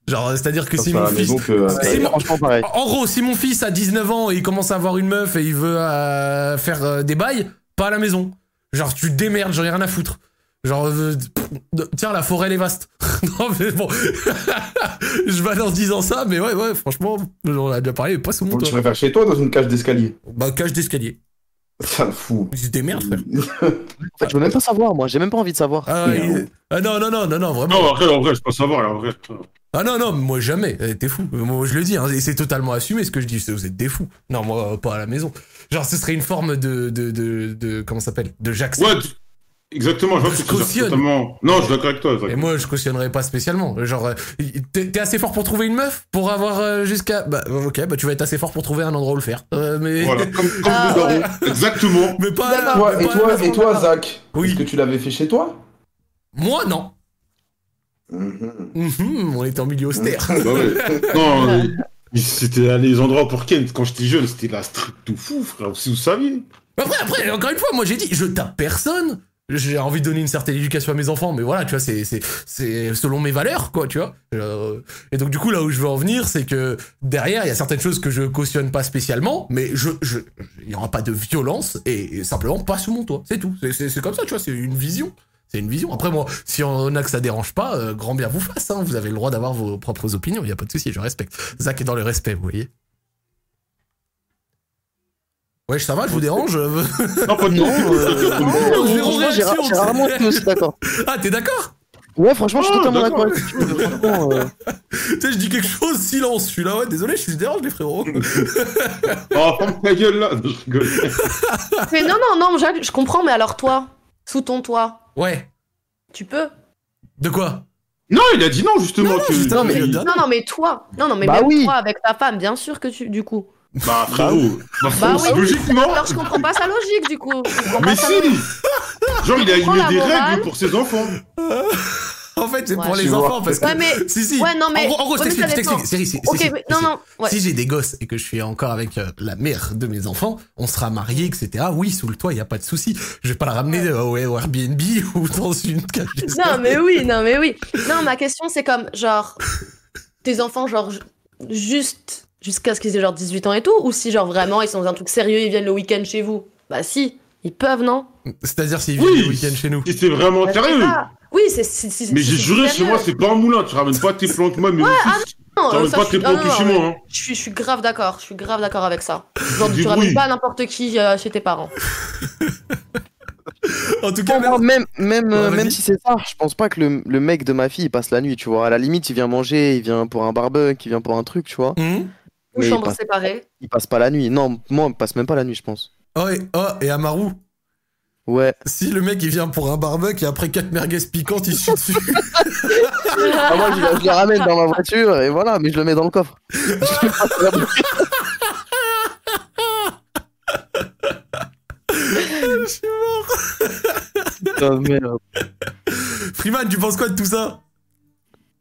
Speaker 1: Genre, c'est-à-dire que
Speaker 4: Comme
Speaker 1: si
Speaker 4: ça,
Speaker 1: mon
Speaker 4: mais
Speaker 1: fils.
Speaker 4: donc, euh,
Speaker 1: si mon-
Speaker 2: Franchement, pareil.
Speaker 1: En gros, si mon fils a 19 ans et il commence à avoir une meuf et il veut euh, faire euh, des bails, pas à la maison. Genre, tu te démerdes, j'en ai rien à foutre. Genre, euh, pff, de- tiens, la forêt, elle est vaste. non, mais bon. je vais en disant ça, mais ouais, ouais, franchement, on a déjà parlé, mais pas sous mon
Speaker 3: Donc, tu
Speaker 1: toit.
Speaker 3: préfères chez toi ou dans une cage d'escalier
Speaker 1: Bah, cage d'escalier.
Speaker 3: Ça le fou.
Speaker 1: Il se démerde, frère.
Speaker 2: En fait, je veux même pas savoir, moi. J'ai même pas envie de savoir.
Speaker 1: Ah,
Speaker 4: Ouais,
Speaker 1: il-
Speaker 4: ouais.
Speaker 1: ah, non, non, non, non, non, vraiment.
Speaker 4: Non, après, en vrai, je peux savoir. là, en vrai.
Speaker 1: Ah non, non, moi jamais, Eh, t'es fou. Moi je le dis, hein, et c'est totalement assumé ce que je dis, vous êtes des fous. Non, moi euh, pas à la maison. Genre ce serait une forme de. de, de, de comment ça s'appelle De Jackson.
Speaker 4: Ouais, tu- exactement. Je vois
Speaker 1: Je
Speaker 4: que tu te sers
Speaker 1: cautionne.
Speaker 4: totalement. Non, je suis d'accord avec toi. Zach.
Speaker 1: Et moi je cautionnerais pas spécialement. Genre, euh, t'es t'es assez fort pour trouver une meuf Pour avoir euh, jusqu'à. Bah ok, bah tu vas être assez fort pour trouver un endroit où le faire. Euh, mais.
Speaker 4: Voilà, comme, comme
Speaker 5: Ah,
Speaker 4: le daron.
Speaker 5: ouais.
Speaker 4: Exactement.
Speaker 1: Mais pas. à la-
Speaker 3: Toi,
Speaker 1: mais
Speaker 3: et
Speaker 1: pas à la
Speaker 3: toi,
Speaker 1: maison.
Speaker 3: et toi, Zach
Speaker 1: Oui.
Speaker 3: Est-ce que tu l'avais fait chez toi
Speaker 1: Moi non.
Speaker 5: Mm-hmm.
Speaker 1: Mhm, on était en milieu austère.
Speaker 4: Bah ouais. Non, euh, c'était les endroits pour Ken. Quand j'étais jeune, c'était la street de fou, frère. Si vous saviez.
Speaker 1: Après, après, encore une fois, moi j'ai dit, je tape personne. J'ai envie de donner une certaine éducation à mes enfants, mais voilà, tu vois, c'est, c'est, c'est selon mes valeurs, quoi, tu vois. Euh, et donc, du coup, là où je veux en venir, c'est que derrière, il y a certaines choses que je cautionne pas spécialement, mais je, je, il y aura pas de violence et, et simplement pas sous mon toit. C'est tout. C'est, c'est, c'est comme ça, tu vois, c'est une vision. C'est une vision. Après, moi, si on a que ça dérange pas, euh, grand bien vous fasse, hein. Vous avez le droit d'avoir vos propres opinions, il y a pas de souci, je respecte. Zach est dans le respect, vous voyez. Ouais, ça va, je vous dérange. euh,
Speaker 4: Non, pas de
Speaker 2: Non,
Speaker 4: non.
Speaker 2: euh,
Speaker 1: Non,
Speaker 2: non,
Speaker 1: zéro
Speaker 2: franchement, j'ai ra-
Speaker 1: réaction,
Speaker 2: j'ai rarement
Speaker 1: c'est-
Speaker 2: été aussi d'accord.
Speaker 1: Ah, t'es d'accord
Speaker 2: Ouais, franchement, je suis
Speaker 4: Oh,
Speaker 2: totalement d'accord
Speaker 4: d'accord.
Speaker 2: avec toi. Franchement, euh,
Speaker 1: Tu sais, je dis quelque chose, silence. Je suis là, ouais, désolé, je suis je dérange, les frérots.
Speaker 4: Oh, ferme ta gueule là. Non, je rigole.
Speaker 5: Mais non, non, non, Jacques, je comprends, mais alors toi, sous ton toit,
Speaker 1: Ouais.
Speaker 5: tu peux
Speaker 1: De quoi
Speaker 4: Non, il a dit non, justement. que...
Speaker 1: justement, mais-
Speaker 5: Non, non, mais toi Non, non, mais
Speaker 2: Bah
Speaker 5: même
Speaker 2: oui.
Speaker 5: toi, avec ta femme, bien sûr que tu, du coup.
Speaker 4: Bah, frérot. Bah, frérot, c'est
Speaker 5: oui.
Speaker 4: logique, non
Speaker 5: Alors, je comprends pas sa logique, du coup. Je comprends
Speaker 4: Mais
Speaker 5: pas sa logique.
Speaker 4: si Genre, il a
Speaker 5: comprends la
Speaker 4: mis des
Speaker 5: morale.
Speaker 4: règles pour ses enfants.
Speaker 1: En fait, c'est
Speaker 5: Ouais,
Speaker 1: pour
Speaker 5: je
Speaker 1: les
Speaker 3: vois.
Speaker 1: enfants, parce que.
Speaker 5: Ouais, mais...
Speaker 1: Si, si.
Speaker 5: Ouais, non, mais...
Speaker 1: En gros, en gros, je
Speaker 5: ouais, mais
Speaker 1: t'explique,
Speaker 5: ça dépend.
Speaker 1: je t'explique. Cyril, si, si,
Speaker 5: Ok,
Speaker 1: si,
Speaker 5: mais-
Speaker 1: si.
Speaker 5: non, non, ouais.
Speaker 1: Si j'ai des gosses et que je suis encore avec euh, la mère de mes enfants, on sera mariés, etc. Oui, sous le toit, il n'y a pas de souci. Je vais pas la ramener euh, ouais, au Airbnb ou dans une cage.
Speaker 5: Non, mais oui, non, mais oui. Non, ma question, c'est comme, genre, tes enfants, genre, ju- juste jusqu'à ce qu'ils aient genre 18 ans et tout, ou si, genre, vraiment, ils sont dans un truc sérieux, ils viennent le week-end chez vous Bah, si, ils peuvent, non
Speaker 1: C'est-à-dire s'ils viennent le
Speaker 4: Oui
Speaker 1: week-end chez nous.
Speaker 4: Si c'est vraiment
Speaker 5: Bah, je sais
Speaker 4: sérieux.
Speaker 5: pas. Oui, c'est. c'est- c'est-
Speaker 4: Mais
Speaker 5: c'est-
Speaker 4: j'ai
Speaker 5: c'est
Speaker 4: juré, chez
Speaker 5: sérieux.
Speaker 4: moi, c'est pas un moulin. Tu ramènes pas tes plantes, moi, mais
Speaker 5: ah Non,
Speaker 4: Tu ramènes
Speaker 5: ça,
Speaker 4: pas
Speaker 5: je suis-
Speaker 4: tes
Speaker 5: ah, non,
Speaker 4: plantes
Speaker 5: non,
Speaker 4: chez moi. hein.
Speaker 5: Je suis, je suis grave d'accord, je suis grave d'accord avec ça. Genre, tu
Speaker 4: Débrouille.
Speaker 5: ramènes pas n'importe qui euh, chez tes parents.
Speaker 1: En tout cas,
Speaker 2: pour moi, même, même,
Speaker 1: Ouais,
Speaker 2: euh,
Speaker 1: vas-y.
Speaker 2: même si c'est ça, je pense pas que le, le mec de ma fille il passe la nuit, tu vois. À la limite, il vient manger, il vient pour un barbecue, il vient pour un truc, tu vois.
Speaker 1: Hum.
Speaker 5: Ou
Speaker 2: Mais il
Speaker 5: chambre
Speaker 2: passe-
Speaker 5: séparée.
Speaker 2: Il passe pas la nuit. Non, moi, il passe même pas la nuit, je pense.
Speaker 1: Oh, et, oh, et Amaru,
Speaker 2: Ouais.
Speaker 1: si le mec il vient pour un barbecue et après 4 merguez piquantes, il chie dessus.
Speaker 2: Ah, moi, je, la- je la ramène dans ma voiture et voilà, mais je le mets dans le coffre. Je le passe à la boutique.
Speaker 4: hein. Ah,
Speaker 1: Je suis mort.
Speaker 2: Putain, merde.
Speaker 1: Freeman, tu penses quoi de tout ça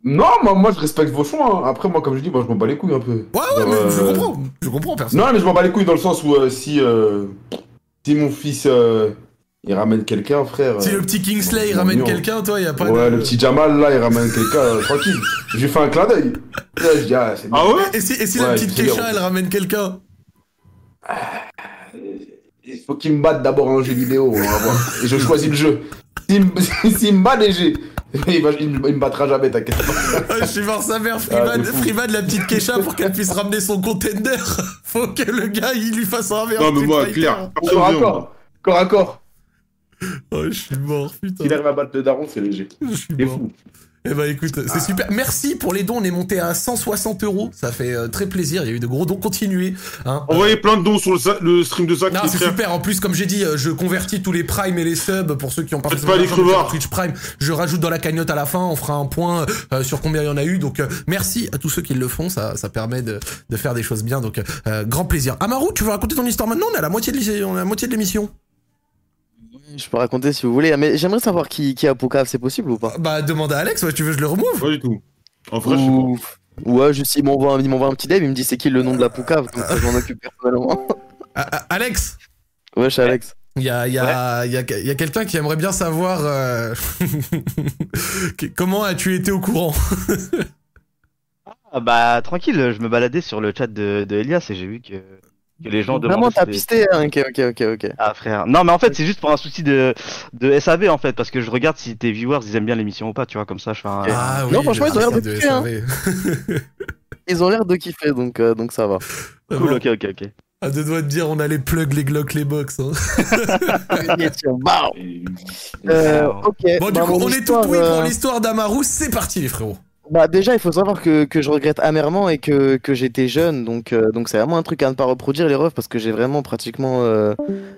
Speaker 3: Non, moi, moi je respecte vos choix. hein. Après, moi, comme je dis, moi, je m'en bats les couilles un peu.
Speaker 1: Ouais, ouais,
Speaker 3: Genre,
Speaker 1: mais je
Speaker 3: euh,
Speaker 1: comprends. Je comprends, personne.
Speaker 3: Non, mais je m'en bats les couilles dans le sens où euh, si, euh, si mon fils euh, il ramène quelqu'un, frère.
Speaker 1: Si
Speaker 3: euh,
Speaker 1: le petit Kingsley il
Speaker 3: non,
Speaker 1: ramène
Speaker 3: non.
Speaker 1: quelqu'un, toi, y a pas
Speaker 3: ouais,
Speaker 1: de.
Speaker 3: le petit Jamal là, il ramène quelqu'un euh, tranquille. Je lui fais un clin d'œil. Là, je dis, ah, c'est bien.
Speaker 4: Ah ouais
Speaker 1: Et si, et si la
Speaker 3: Ouais,
Speaker 1: petite
Speaker 3: c'est bien.
Speaker 1: Keisha, elle ramène quelqu'un
Speaker 3: Il faut qu'il me batte d'abord en jeu vidéo. On va voir. Et je choisis le jeu. S'il me, s'il me bat léger, il, va- il me il me battra jamais, t'inquiète pas.
Speaker 1: Ah, Je suis mort sa mère, Freeman,
Speaker 3: Ah, c'est fou.
Speaker 1: Freeman, la petite Keisha, pour qu'elle puisse ramener son contender. Faut que le gars, il lui fasse un verre.
Speaker 4: Non, mais
Speaker 1: Street
Speaker 4: moi,
Speaker 1: Fighter.
Speaker 4: clair.
Speaker 3: Corps à corps. Corps à corps.
Speaker 1: Oh, je suis mort, putain.
Speaker 3: S'il arrive à battre le daron, c'est léger.
Speaker 1: Je suis
Speaker 3: C'est
Speaker 1: mort.
Speaker 3: fou.
Speaker 1: Eh ben écoute,
Speaker 4: Ah.
Speaker 1: c'est super. Merci pour les dons. On est monté à 160 euros. Ça fait euh, très plaisir. Il y a eu de gros dons. Continuez. hein.
Speaker 4: Envoyez plein de dons sur le, sa- le stream de Zach.
Speaker 1: Non,
Speaker 4: les
Speaker 1: c'est
Speaker 4: frères.
Speaker 1: super. En plus, comme j'ai dit, euh, je convertis tous les primes et les subs pour ceux qui ont pas
Speaker 4: Faites
Speaker 1: forcément
Speaker 4: pas les
Speaker 1: l'argent de faire
Speaker 4: crevards.
Speaker 1: Twitch Prime. Je rajoute dans la cagnotte à la fin. On fera un point euh, sur combien il y en a eu. Donc, euh, merci à tous ceux qui le font. Ça, ça permet de, de faire des choses bien. Donc, euh, grand plaisir. Amaru, tu veux raconter ton histoire maintenant On est à la moitié de l'is- on est à la moitié de l'émission.
Speaker 2: Je peux raconter si vous voulez, mais j'aimerais savoir qui, qui a Poucave, c'est possible ou pas
Speaker 1: Bah, demande à Alex. Ouais, tu veux que je le remove
Speaker 4: Pas du tout. En vrai, je sais pas.
Speaker 2: Ou- Ouais, juste il m'envoie un, il m'envoie un petit dev, il me dit c'est qui le nom de la Poucave, donc ça, je m'en occupe personnellement.
Speaker 1: Ah, ah, Alex.
Speaker 2: Wesh Alex.
Speaker 1: Il y a, il y a, il y a, il y a quelqu'un qui aimerait bien savoir euh, que- comment as-tu été au courant.
Speaker 7: Ah bah tranquille, je me baladais sur le chat de, de Elias et j'ai vu que, que les gens demandaient.
Speaker 2: Vraiment t'as
Speaker 7: si-
Speaker 2: pisté, hein, ok ok ok ok.
Speaker 7: Ah frère. Non mais en fait c'est juste pour un souci de, de SAV en fait parce que je regarde si tes viewers ils aiment bien l'émission ou pas tu vois comme ça je fais un...
Speaker 1: Ah,
Speaker 2: Non, franchement,
Speaker 1: le
Speaker 2: ils ont l'air
Speaker 1: principe
Speaker 2: de kiffer, hein.
Speaker 1: SAV.
Speaker 2: Ils ont l'air de kiffer donc, euh, donc ça va.
Speaker 7: Cool ok ok ok.
Speaker 1: À deux doigts de dire, on a les plugs, les glocks, les box. hein.
Speaker 2: Bam Bah, Euh, ok.
Speaker 1: Bon, du
Speaker 2: bah,
Speaker 1: coup,
Speaker 2: mon
Speaker 1: on est tout
Speaker 2: histoire,
Speaker 1: oui
Speaker 2: euh,
Speaker 1: pour l'histoire d'Amaru. C'est parti, les frérots.
Speaker 2: Bah déjà, il faut savoir que, que je regrette amèrement et que, que j'étais jeune, donc euh, donc c'est vraiment un truc à ne pas reproduire les refs parce que j'ai vraiment pratiquement euh,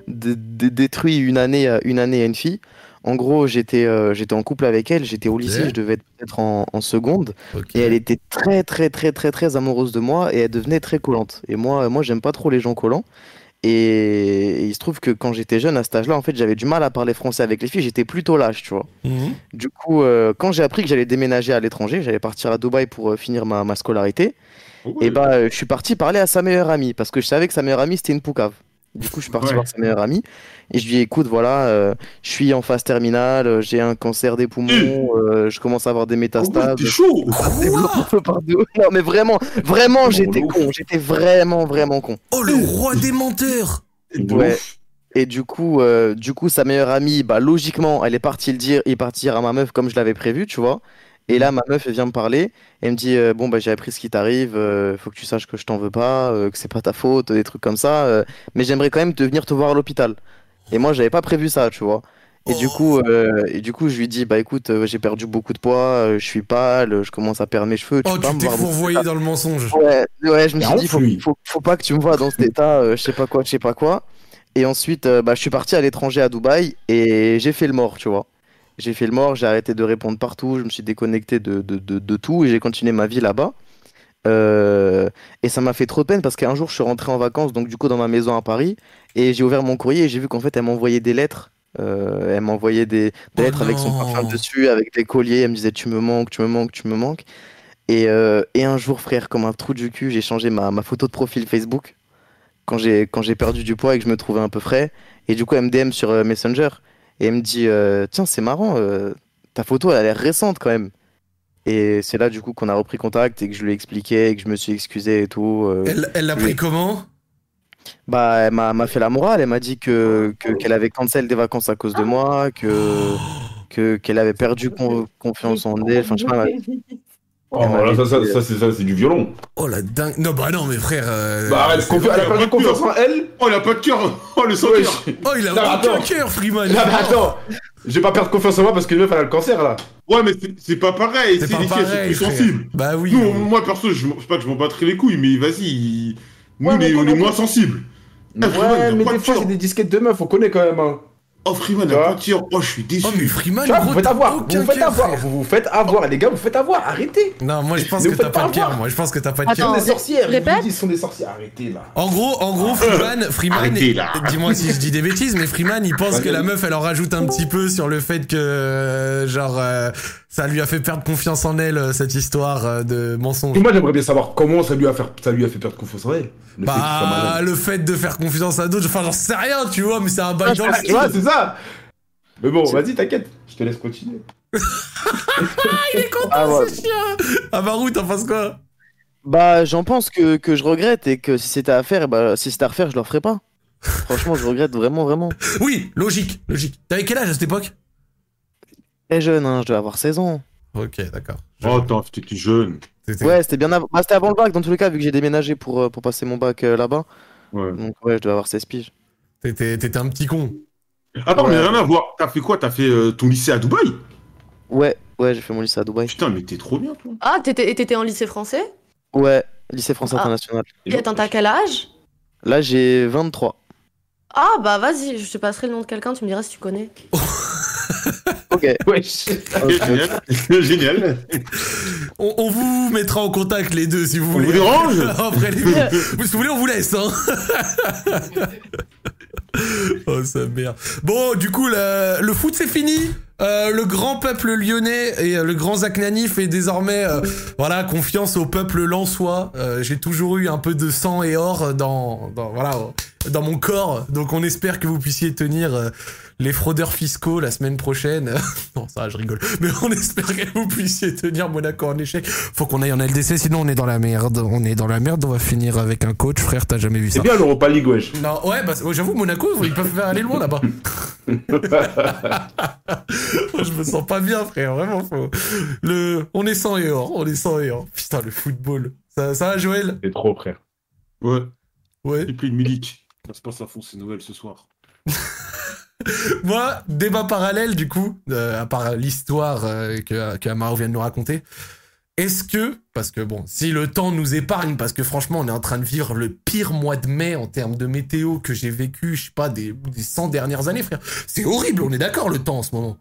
Speaker 2: dé- dé- détruit une année à une année à une fille. En gros, j'étais euh, j'étais en couple avec elle, j'étais au lycée,
Speaker 1: Ok.
Speaker 2: je devais être peut-être en, en seconde
Speaker 1: Ok.
Speaker 2: et elle était très très très très très amoureuse de moi et elle devenait très collante. Et moi euh, moi j'aime pas trop les gens collants. Et, et il se trouve que quand j'étais jeune à cet âge-là, en fait, j'avais du mal à parler français avec les filles, j'étais plutôt lâche, tu vois.
Speaker 1: Mhm.
Speaker 2: Du coup, euh, quand j'ai appris que j'allais déménager à l'étranger, j'allais partir à Dubaï pour euh, finir ma, ma scolarité,
Speaker 4: Oh Ouais.
Speaker 2: et bah euh, je suis parti parler à sa meilleure amie parce que je savais que sa meilleure amie c'était une poucave. Du coup, je suis parti
Speaker 4: Ouais.
Speaker 2: voir sa meilleure amie et je lui ai dit écoute, voilà, euh, je suis en phase terminale, euh, j'ai un cancer des poumons, euh, je commence à avoir des
Speaker 4: En vrai,
Speaker 2: métastases.
Speaker 4: Hum. Oh T'es chaud.
Speaker 2: Ça se développe un peu partout. Non, mais vraiment, vraiment,
Speaker 4: Oh,
Speaker 2: j'étais
Speaker 4: l'ouf.
Speaker 2: con, j'étais vraiment, vraiment con.
Speaker 1: Oh, le roi des menteurs
Speaker 4: De
Speaker 2: Ouais.
Speaker 4: ouf.
Speaker 2: Et du coup, euh, du coup, sa meilleure amie, bah, logiquement, elle est partie le dire, et partir à ma meuf comme je l'avais prévu, tu vois. Et
Speaker 1: Mm.
Speaker 2: là, ma meuf, elle vient me parler, elle me dit, euh, bon, bah, j'ai appris ce qui t'arrive, euh, faut que tu saches que je t'en veux pas, euh, que c'est pas ta faute, des trucs comme ça, euh, mais j'aimerais quand même te venir te voir à l'hôpital. Et moi, j'avais pas prévu ça, tu vois. Et
Speaker 1: Oh.
Speaker 2: du coup, euh, et du coup, je lui dis, bah, écoute, euh, j'ai perdu beaucoup de poids, euh, je suis pâle, je commence à perdre mes cheveux, tu
Speaker 1: Oh,
Speaker 2: peux pas
Speaker 1: tu
Speaker 2: me
Speaker 1: t'es
Speaker 2: voir dans-
Speaker 1: fourvoyé dans le mensonge.
Speaker 2: Ouais, ouais, je me
Speaker 3: Mais
Speaker 2: suis dit, faut,
Speaker 3: enfui.
Speaker 2: faut, faut pas que tu me vois dans cet état, euh, je sais pas quoi, je sais pas quoi. Et ensuite, euh, bah, je suis parti à l'étranger à Dubaï et j'ai fait le mort, tu vois. J'ai fait le mort, j'ai arrêté de répondre partout, je me suis déconnecté de, de, de, de tout et j'ai continué ma vie là-bas. Euh, et ça m'a fait trop de peine parce qu'un jour, je suis rentré en vacances, donc du coup, dans ma maison à Paris, et j'ai ouvert mon courrier et j'ai vu qu'en fait, elle m'envoyait des lettres. Euh, elle m'envoyait des, des
Speaker 1: Oh
Speaker 2: lettres avec son
Speaker 1: non.
Speaker 2: parfum dessus, avec des colliers. Elle me disait Tu me manques, tu me manques, tu me manques. Et, euh, et un jour, frère, comme un trou du cul, j'ai changé ma, ma photo de profil Facebook quand j'ai quand j'ai perdu du poids et que je me trouvais un peu frais. Et du coup, elle me DM sur euh, Messenger et elle me dit euh, Tiens, c'est marrant, euh, ta photo, elle a l'air récente quand même. Et c'est là, du coup, qu'on a repris contact et que je lui ai expliqué et que je me suis excusé et tout. euh.
Speaker 1: Elle elle l'a pris
Speaker 2: Oui.
Speaker 1: comment
Speaker 2: Bah, elle m'a m'a fait la morale. Elle m'a dit que que- qu'elle avait cancel des vacances à cause de moi, que que- qu'elle avait perdu con- confiance en elle. Enfin, je sais pas, elle m'a-
Speaker 3: Oh, là, ça, ça, ça, c'est- ça, c'est du violon.
Speaker 1: Oh la dingue. Non, bah non, mais frère. euh,
Speaker 3: Bah arrête, confi- elle a perdu
Speaker 4: Ouais.
Speaker 3: confiance en elle
Speaker 4: Oh, il a pas de cœur. Oh, le sang
Speaker 3: Ouais,
Speaker 4: cœur.
Speaker 3: je-
Speaker 1: Oh, il a
Speaker 3: Non, mais
Speaker 1: aucun
Speaker 3: attends.
Speaker 1: cœur, Freeman.
Speaker 3: Non, mais attends Je vais pas perdre confiance en moi parce que meuf, elle a le cancer là
Speaker 4: Ouais, mais c'est- c'est pas pareil.
Speaker 1: C'est
Speaker 4: C'est
Speaker 1: pas
Speaker 4: les filles, c'est
Speaker 1: pareil.
Speaker 4: plus
Speaker 1: frère.
Speaker 4: sensible.
Speaker 1: Bah oui.
Speaker 4: Nous, moi perso, je m'en- c'est pas que je m'en battrais les couilles, mais vas-y. Nous,
Speaker 3: Ouais,
Speaker 4: on est-
Speaker 3: mais
Speaker 4: on est
Speaker 3: comment-
Speaker 4: moins sensibles. Ah, Freeman, il a
Speaker 3: Ouais, mais
Speaker 4: pas
Speaker 3: des
Speaker 4: de
Speaker 3: fois,
Speaker 4: cœur.
Speaker 3: c'est des disquettes de meuf, on connaît quand même. Hein.
Speaker 4: Oh, Freeman, la
Speaker 3: Ah.
Speaker 4: voiture. Oh, je suis déçu.
Speaker 1: Oh, mais Freeman,
Speaker 3: Tu vois, vous
Speaker 1: gros,
Speaker 3: faites
Speaker 1: t'as
Speaker 3: avoir, vous
Speaker 1: aucun
Speaker 3: vous faites
Speaker 1: cœur,
Speaker 3: avoir,
Speaker 1: frère.
Speaker 3: vous vous faites avoir, les gars, vous faites avoir, arrêtez
Speaker 1: Non, moi, je pense
Speaker 3: Mais
Speaker 1: que
Speaker 3: vous
Speaker 1: t'as
Speaker 3: faites
Speaker 1: pas
Speaker 3: pas
Speaker 1: de cœur,
Speaker 3: avoir.
Speaker 1: moi. Je pense que t'as pas
Speaker 3: Ils
Speaker 1: de
Speaker 3: sont
Speaker 1: cœur.
Speaker 5: Attends.
Speaker 3: des sorcières, ils vous
Speaker 5: Répète.
Speaker 3: disent, ils sont des sorcières, arrêtez là
Speaker 1: En gros, en gros, Freeman, Freeman,
Speaker 4: Arrêtez, là.
Speaker 1: dis-moi si je dis des bêtises, mais Freeman, il pense que la meuf, elle en rajoute un petit peu sur le fait que, euh, genre, euh, ça lui a fait perdre confiance en elle euh, cette histoire euh, de mensonge.
Speaker 3: Et moi, j'aimerais bien savoir comment ça lui a fait, ça lui a fait perdre confiance en elle. Le fait qu'il soit
Speaker 1: Bah,
Speaker 3: malade.
Speaker 1: le fait de faire confiance à d'autres, enfin, j'en sais rien, tu vois, mais c'est un bail dans
Speaker 3: Ah,
Speaker 1: le
Speaker 3: tu vois, c'est ça Mais bon, vas-y, t'inquiète, je te laisse continuer.
Speaker 2: Ah, ouais.
Speaker 1: ce chien. Ah, Barou, t'en penses quoi
Speaker 2: Bah, j'en pense que, que je regrette et que si c'était à faire, bah, si c'était à refaire, je le referais pas. Franchement, je regrette vraiment, vraiment.
Speaker 1: Oui, logique, logique. T'avais quel âge à cette époque
Speaker 2: Très jeune, hein, je devais avoir 16 ans.
Speaker 1: Ok, d'accord.
Speaker 4: Oh, attends, t'es t'es jeune.
Speaker 1: C'était-
Speaker 2: Ouais, c'était bien avant, bah, c'était avant le bac, dans tous les cas, vu que j'ai déménagé pour, euh, pour passer mon bac euh, là-bas.
Speaker 4: Ouais.
Speaker 2: Donc, ouais, je devais avoir 16 piges.
Speaker 1: T'étais t'étais un petit con.
Speaker 4: Attends,
Speaker 2: Ouais.
Speaker 4: mais rien à voir. T'as fait quoi T'as fait euh, ton lycée à Dubaï
Speaker 2: Ouais, ouais, j'ai fait mon lycée à Dubaï.
Speaker 4: Putain, mais t'es trop bien, toi.
Speaker 5: Ah, t'étais et t'étais en lycée français
Speaker 2: Ouais, lycée France
Speaker 5: Ah.
Speaker 2: International.
Speaker 5: Et attends, t'as quel âge
Speaker 2: Là, j'ai 23.
Speaker 5: Ah, bah vas-y, je te passerai le nom de quelqu'un, tu me diras si tu connais.
Speaker 2: Ok.
Speaker 3: Ouais,
Speaker 4: Génial. Génial.
Speaker 1: On, on vous mettra en contact les deux si vous
Speaker 4: On
Speaker 1: voulez.
Speaker 4: vous dérange
Speaker 1: Après les- vous, si vous voulez, on vous laisse. Hein. oh sa mère. Bon, du coup, la- le foot c'est fini. Euh, le grand peuple lyonnais et euh, le grand Zacnani fait désormais euh, voilà confiance au peuple lançois. J'ai toujours eu un peu de sang et or dans, dans voilà dans mon corps, donc on espère que vous puissiez tenir euh, les fraudeurs fiscaux la semaine prochaine. non, ça, je rigole. Mais on espère que vous puissiez tenir Monaco en échec. Faut qu'on aille en LDC, sinon on est dans la merde. On est dans la merde, on va finir avec un coach. Frère, t'as jamais vu ça.
Speaker 4: C'est Eh bien l'Europa League, wesh.
Speaker 1: Non, ouais, bah, j'avoue, Monaco, ils peuvent faire aller loin là-bas. je me sens pas bien, frère, vraiment. Faut... Le... On est sans et hors, on est sans et hors. Putain, le football. Ça, ça va, Joël
Speaker 3: C'est trop, frère.
Speaker 4: Ouais.
Speaker 1: Ouais.
Speaker 4: Et puis le Milik. Ça se passe à fond, ces nouvelles ce soir.
Speaker 1: Moi, débat parallèle du coup, euh, à part l'histoire euh, que, que Amaro vient de nous raconter. Est-ce que, parce que bon, si le temps nous épargne, parce que franchement, on est en train de vivre le pire mois de mai en termes de météo que j'ai vécu, je sais pas, des, des 100 dernières années, frère. C'est horrible, on est d'accord, le temps en ce moment.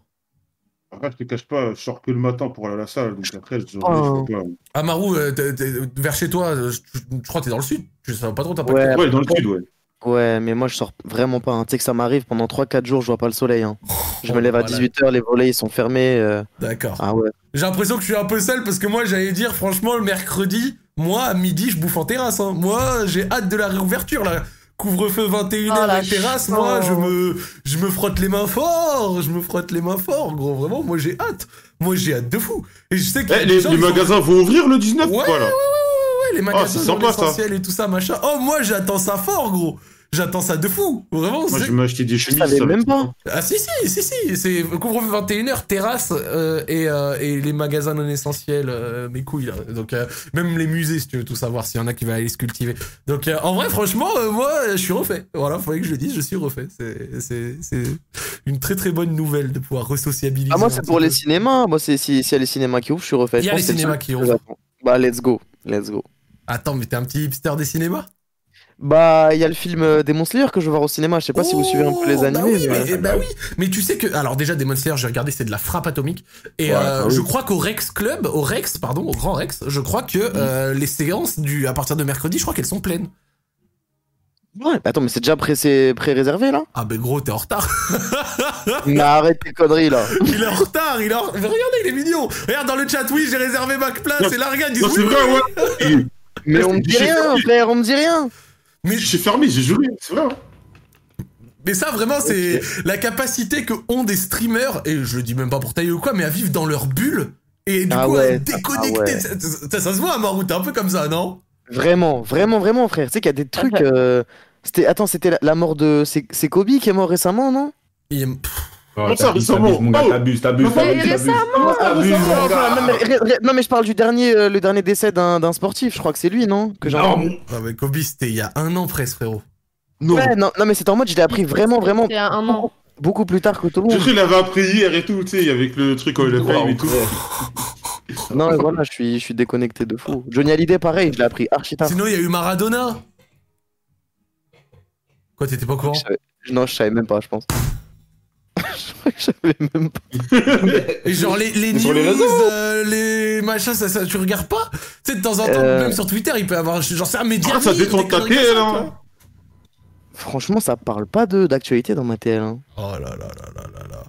Speaker 4: Après, je te cache pas, je sors que le matin pour aller à la salle, donc après, je je
Speaker 2: Oh.
Speaker 4: sais pas.
Speaker 1: Amaru, euh, t'es- t'es- vers chez toi, euh, je, je crois que t'es dans le sud. Je sais pas trop, t'as pas
Speaker 2: Ouais,
Speaker 4: Ouais, dans le sud, ouais.
Speaker 2: ouais, mais moi, je sors vraiment pas. hein. Tu sais que ça m'arrive pendant 3-4 jours, je vois pas le soleil. hein. Je me lève à
Speaker 1: Oh, voilà.
Speaker 2: 18h, les volets ils sont fermés. euh.
Speaker 1: D'accord.
Speaker 2: Ah ouais.
Speaker 1: J'ai l'impression que je suis un peu seul parce que moi j'allais dire franchement le mercredi, moi à midi je bouffe en terrasse. hein. Moi j'ai hâte de la réouverture là. Couvre-feu 21h
Speaker 5: Oh, la
Speaker 1: la terrasse, moi
Speaker 5: chance.
Speaker 1: je me, je me frotte les mains fort, je me frotte les mains fort, gros vraiment, moi j'ai hâte. Moi j'ai hâte de fou. Et je sais que
Speaker 4: Eh, les, les magasins vont ouvrir le 19
Speaker 1: Ouais,
Speaker 4: voilà.
Speaker 1: les
Speaker 4: Ah,
Speaker 1: magasins
Speaker 4: c'est
Speaker 1: sont
Speaker 4: sympa, ça.
Speaker 1: essentiels et tout ça machin. Oh moi j'attends ça fort gros. J'attends ça de fou, vraiment.
Speaker 4: Moi,
Speaker 1: c'est-
Speaker 4: je vais m'acheter des
Speaker 2: Je
Speaker 4: chemises.
Speaker 2: savais
Speaker 4: ça va
Speaker 2: même
Speaker 4: être-
Speaker 2: pas.
Speaker 1: Ah si si si si, c'est couvre-feu 21h, terrasse euh, et, euh, et les magasins non essentiels, euh, mes couilles là. Donc euh, même les musées si tu veux tout savoir s'il y en a qui va aller se cultiver. Donc euh, en vrai franchement euh, moi euh, je suis refait. Voilà, fallait que je le dise, je suis refait. C'est c'est c'est une très très bonne nouvelle de pouvoir resociabiliser.
Speaker 2: Ah, moi,
Speaker 1: un
Speaker 2: c'est
Speaker 1: petit
Speaker 2: pour
Speaker 1: peu.
Speaker 2: les cinémas. Moi, c'est si, s'il y a les cinémas qui ouvrent, je suis refait.
Speaker 1: Il y a
Speaker 2: Je pense
Speaker 1: les
Speaker 2: que c'est le
Speaker 1: cinémas
Speaker 2: seul
Speaker 1: qui
Speaker 2: truc
Speaker 1: ouvrent.
Speaker 2: que j'attends. Bah, let's go. Let's go.
Speaker 1: Attends, mais t'es un petit hipster des cinémas
Speaker 2: Bah, il y a le film euh, Demon Slayer que je vais voir au cinéma. Je sais pas si vous suivez un peu les
Speaker 1: Oh, bah
Speaker 2: animés.
Speaker 1: oui,
Speaker 2: mais-
Speaker 1: mais, bah oui. Mais tu sais que, alors déjà, Demon Slayer, j'ai regardé, c'est de la frappe atomique. Et
Speaker 4: Ouais,
Speaker 1: euh,
Speaker 4: bah oui.
Speaker 1: je crois qu'au Rex Club, au Rex, pardon, au Grand Rex, je crois que
Speaker 4: Mm.
Speaker 1: euh, les séances du, à partir de mercredi, je crois qu'elles sont pleines.
Speaker 2: Ouais, bah attends, mais c'est déjà pré- c'est pré-réservé là
Speaker 1: Ah, ben gros, t'es en retard.
Speaker 2: Mais arrête tes conneries là.
Speaker 1: il est en retard, il est en... Mais regardez, il est mignon. Regarde dans le chat, oui, j'ai réservé ma place. Et là, regarde, ils disent
Speaker 4: Non, c'est
Speaker 1: oui, oui.
Speaker 4: vrai, ouais. Et-
Speaker 2: Mais on me
Speaker 4: c'est
Speaker 2: dit
Speaker 4: du
Speaker 2: rien,
Speaker 4: chef-
Speaker 2: frère, on me dit rien.
Speaker 1: Mais,
Speaker 4: J'ai fermé, j'ai joué, c'est vrai. hein.
Speaker 1: mais ça, vraiment, c'est la capacité que ont des streamers, et je le dis même pas pour tailler ou quoi, mais à vivre dans leur bulle. Et du
Speaker 2: Ah
Speaker 1: coup, à
Speaker 2: ouais,
Speaker 1: déconnecter.
Speaker 2: ah ouais.
Speaker 1: Ça, ça- ça se voit, Amaru, t'es un peu comme ça, non
Speaker 2: Vraiment, vraiment, vraiment, frère. Tu sais qu'il y a des trucs. euh, C'était, attends, c'était la, la mort de. C'est c'est Kobe qui est mort récemment, non
Speaker 1: Il- Oh,
Speaker 3: Non,
Speaker 4: ça,
Speaker 3: t'abuses,
Speaker 4: récemment.
Speaker 3: t'abuses, mon gars,
Speaker 4: Oh.
Speaker 3: t'abuses, t'abuses,
Speaker 4: Mais
Speaker 3: t'abuses, t'abuses.
Speaker 5: récemment,
Speaker 4: t'abuses,
Speaker 3: Non,
Speaker 4: mon gars.
Speaker 2: non mais, ré- ré- non, mais je parle du dernier, euh, le dernier décès d'un d'un sportif. Je crois que c'est lui, non Que j'ai entendu.
Speaker 3: Non,
Speaker 1: Ah mais Kobe c'était il y a un an presque frérot.
Speaker 4: Non.
Speaker 2: Ouais, non, non, mais c'était en mode, je l'ai appris vraiment, vraiment
Speaker 5: C'est à un an.
Speaker 2: beaucoup plus tard que tout le
Speaker 4: J'ai
Speaker 2: monde.
Speaker 4: cru qu'il avait appris hier et tout, tu sais, avec le truc au LFM et tout.
Speaker 2: Non, mais voilà, je suis, je suis déconnecté de fou. Johnny Hallyday, pareil, je l'ai appris archi tard.
Speaker 1: Sinon il y a eu Maradona. Quoi t'étais pas au courant
Speaker 2: Je savais- Non, je savais même pas, je pense. je crois que je savais même pas.
Speaker 1: Et genre les, les news,
Speaker 4: Sur les réseaux.
Speaker 1: euh, les machins, ça, ça tu regardes pas Tu sais de temps en temps,
Speaker 2: Euh.
Speaker 1: même sur Twitter il peut y avoir genre c'est un média.
Speaker 4: Ah, ça
Speaker 1: libre,
Speaker 4: détend
Speaker 1: des
Speaker 4: ta
Speaker 1: conneries
Speaker 4: PL,
Speaker 1: comme ça,
Speaker 4: hein.
Speaker 2: Franchement, ça parle pas de d'actualité dans ma TL. hein.
Speaker 1: quoi. Oh là là là là là là.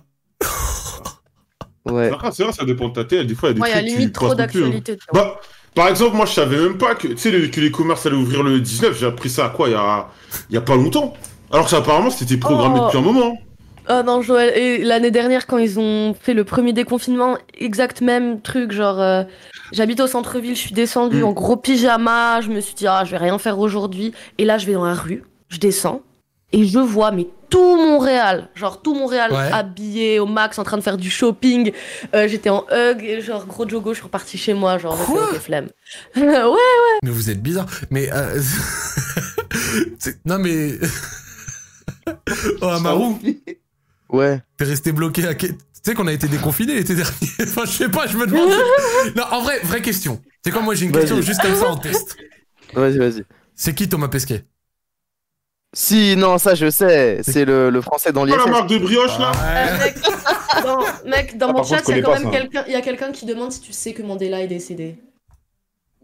Speaker 2: Ouais.
Speaker 4: Ah, c'est vrai, ça dépend de ta tête. Des fois, il y a des
Speaker 5: Moi, il y a
Speaker 4: trucs, tu
Speaker 5: limite trop
Speaker 4: croises plus, hein.
Speaker 5: d'actualité. tu vois.
Speaker 4: Bah, par exemple, moi, je savais même pas que, tu sais, le- que les commerces allaient ouvrir le 19. J'ai appris ça à quoi, il y a, il y a pas longtemps. Alors que ça, apparemment, c'était programmé
Speaker 5: Oh.
Speaker 4: depuis un moment. hein.
Speaker 5: Ah non, Joël, et l'année dernière, quand ils ont fait le premier déconfinement, exact même truc, genre, euh, j'habite au centre-ville, je suis descendue
Speaker 4: Mm.
Speaker 5: en gros pyjama, je me suis dit, ah, je vais rien faire aujourd'hui. Et là, je vais dans la rue, je descends, et je vois, mais tout Montréal, genre tout Montréal
Speaker 1: Ouais.
Speaker 5: habillé au max, en train de faire du shopping. Euh, J'étais en hug, et genre, gros jogo, je suis repartie chez moi, genre,
Speaker 1: Quoi
Speaker 5: des flemmes. ouais,
Speaker 1: Mais vous êtes bizarre. Mais euh, c'est- non mais oh Amaru,
Speaker 2: Ouais.
Speaker 1: t'es resté bloqué à que- Tu sais qu'on a été déconfinés l'été dernier. enfin, je sais pas, je me demande. non, en vrai, vraie question. C'est comme moi, j'ai une question
Speaker 2: Vas-y.
Speaker 1: juste comme ça en test.
Speaker 2: Vas-y, vas-y.
Speaker 1: C'est qui Thomas Pesquet
Speaker 2: Si, non, ça je sais, c'est le, le français dans
Speaker 4: Pas
Speaker 2: l'ISS.
Speaker 4: la marque de brioche là
Speaker 5: Euh, mec, dans, mec, dans
Speaker 3: Ah,
Speaker 5: mon
Speaker 3: par contre,
Speaker 5: chat,
Speaker 3: je
Speaker 5: il y a
Speaker 3: connais
Speaker 5: quand
Speaker 3: pas
Speaker 5: même
Speaker 3: ça.
Speaker 5: quelqu'un il y a quelqu'un qui demande si tu sais que Mandela est décédé.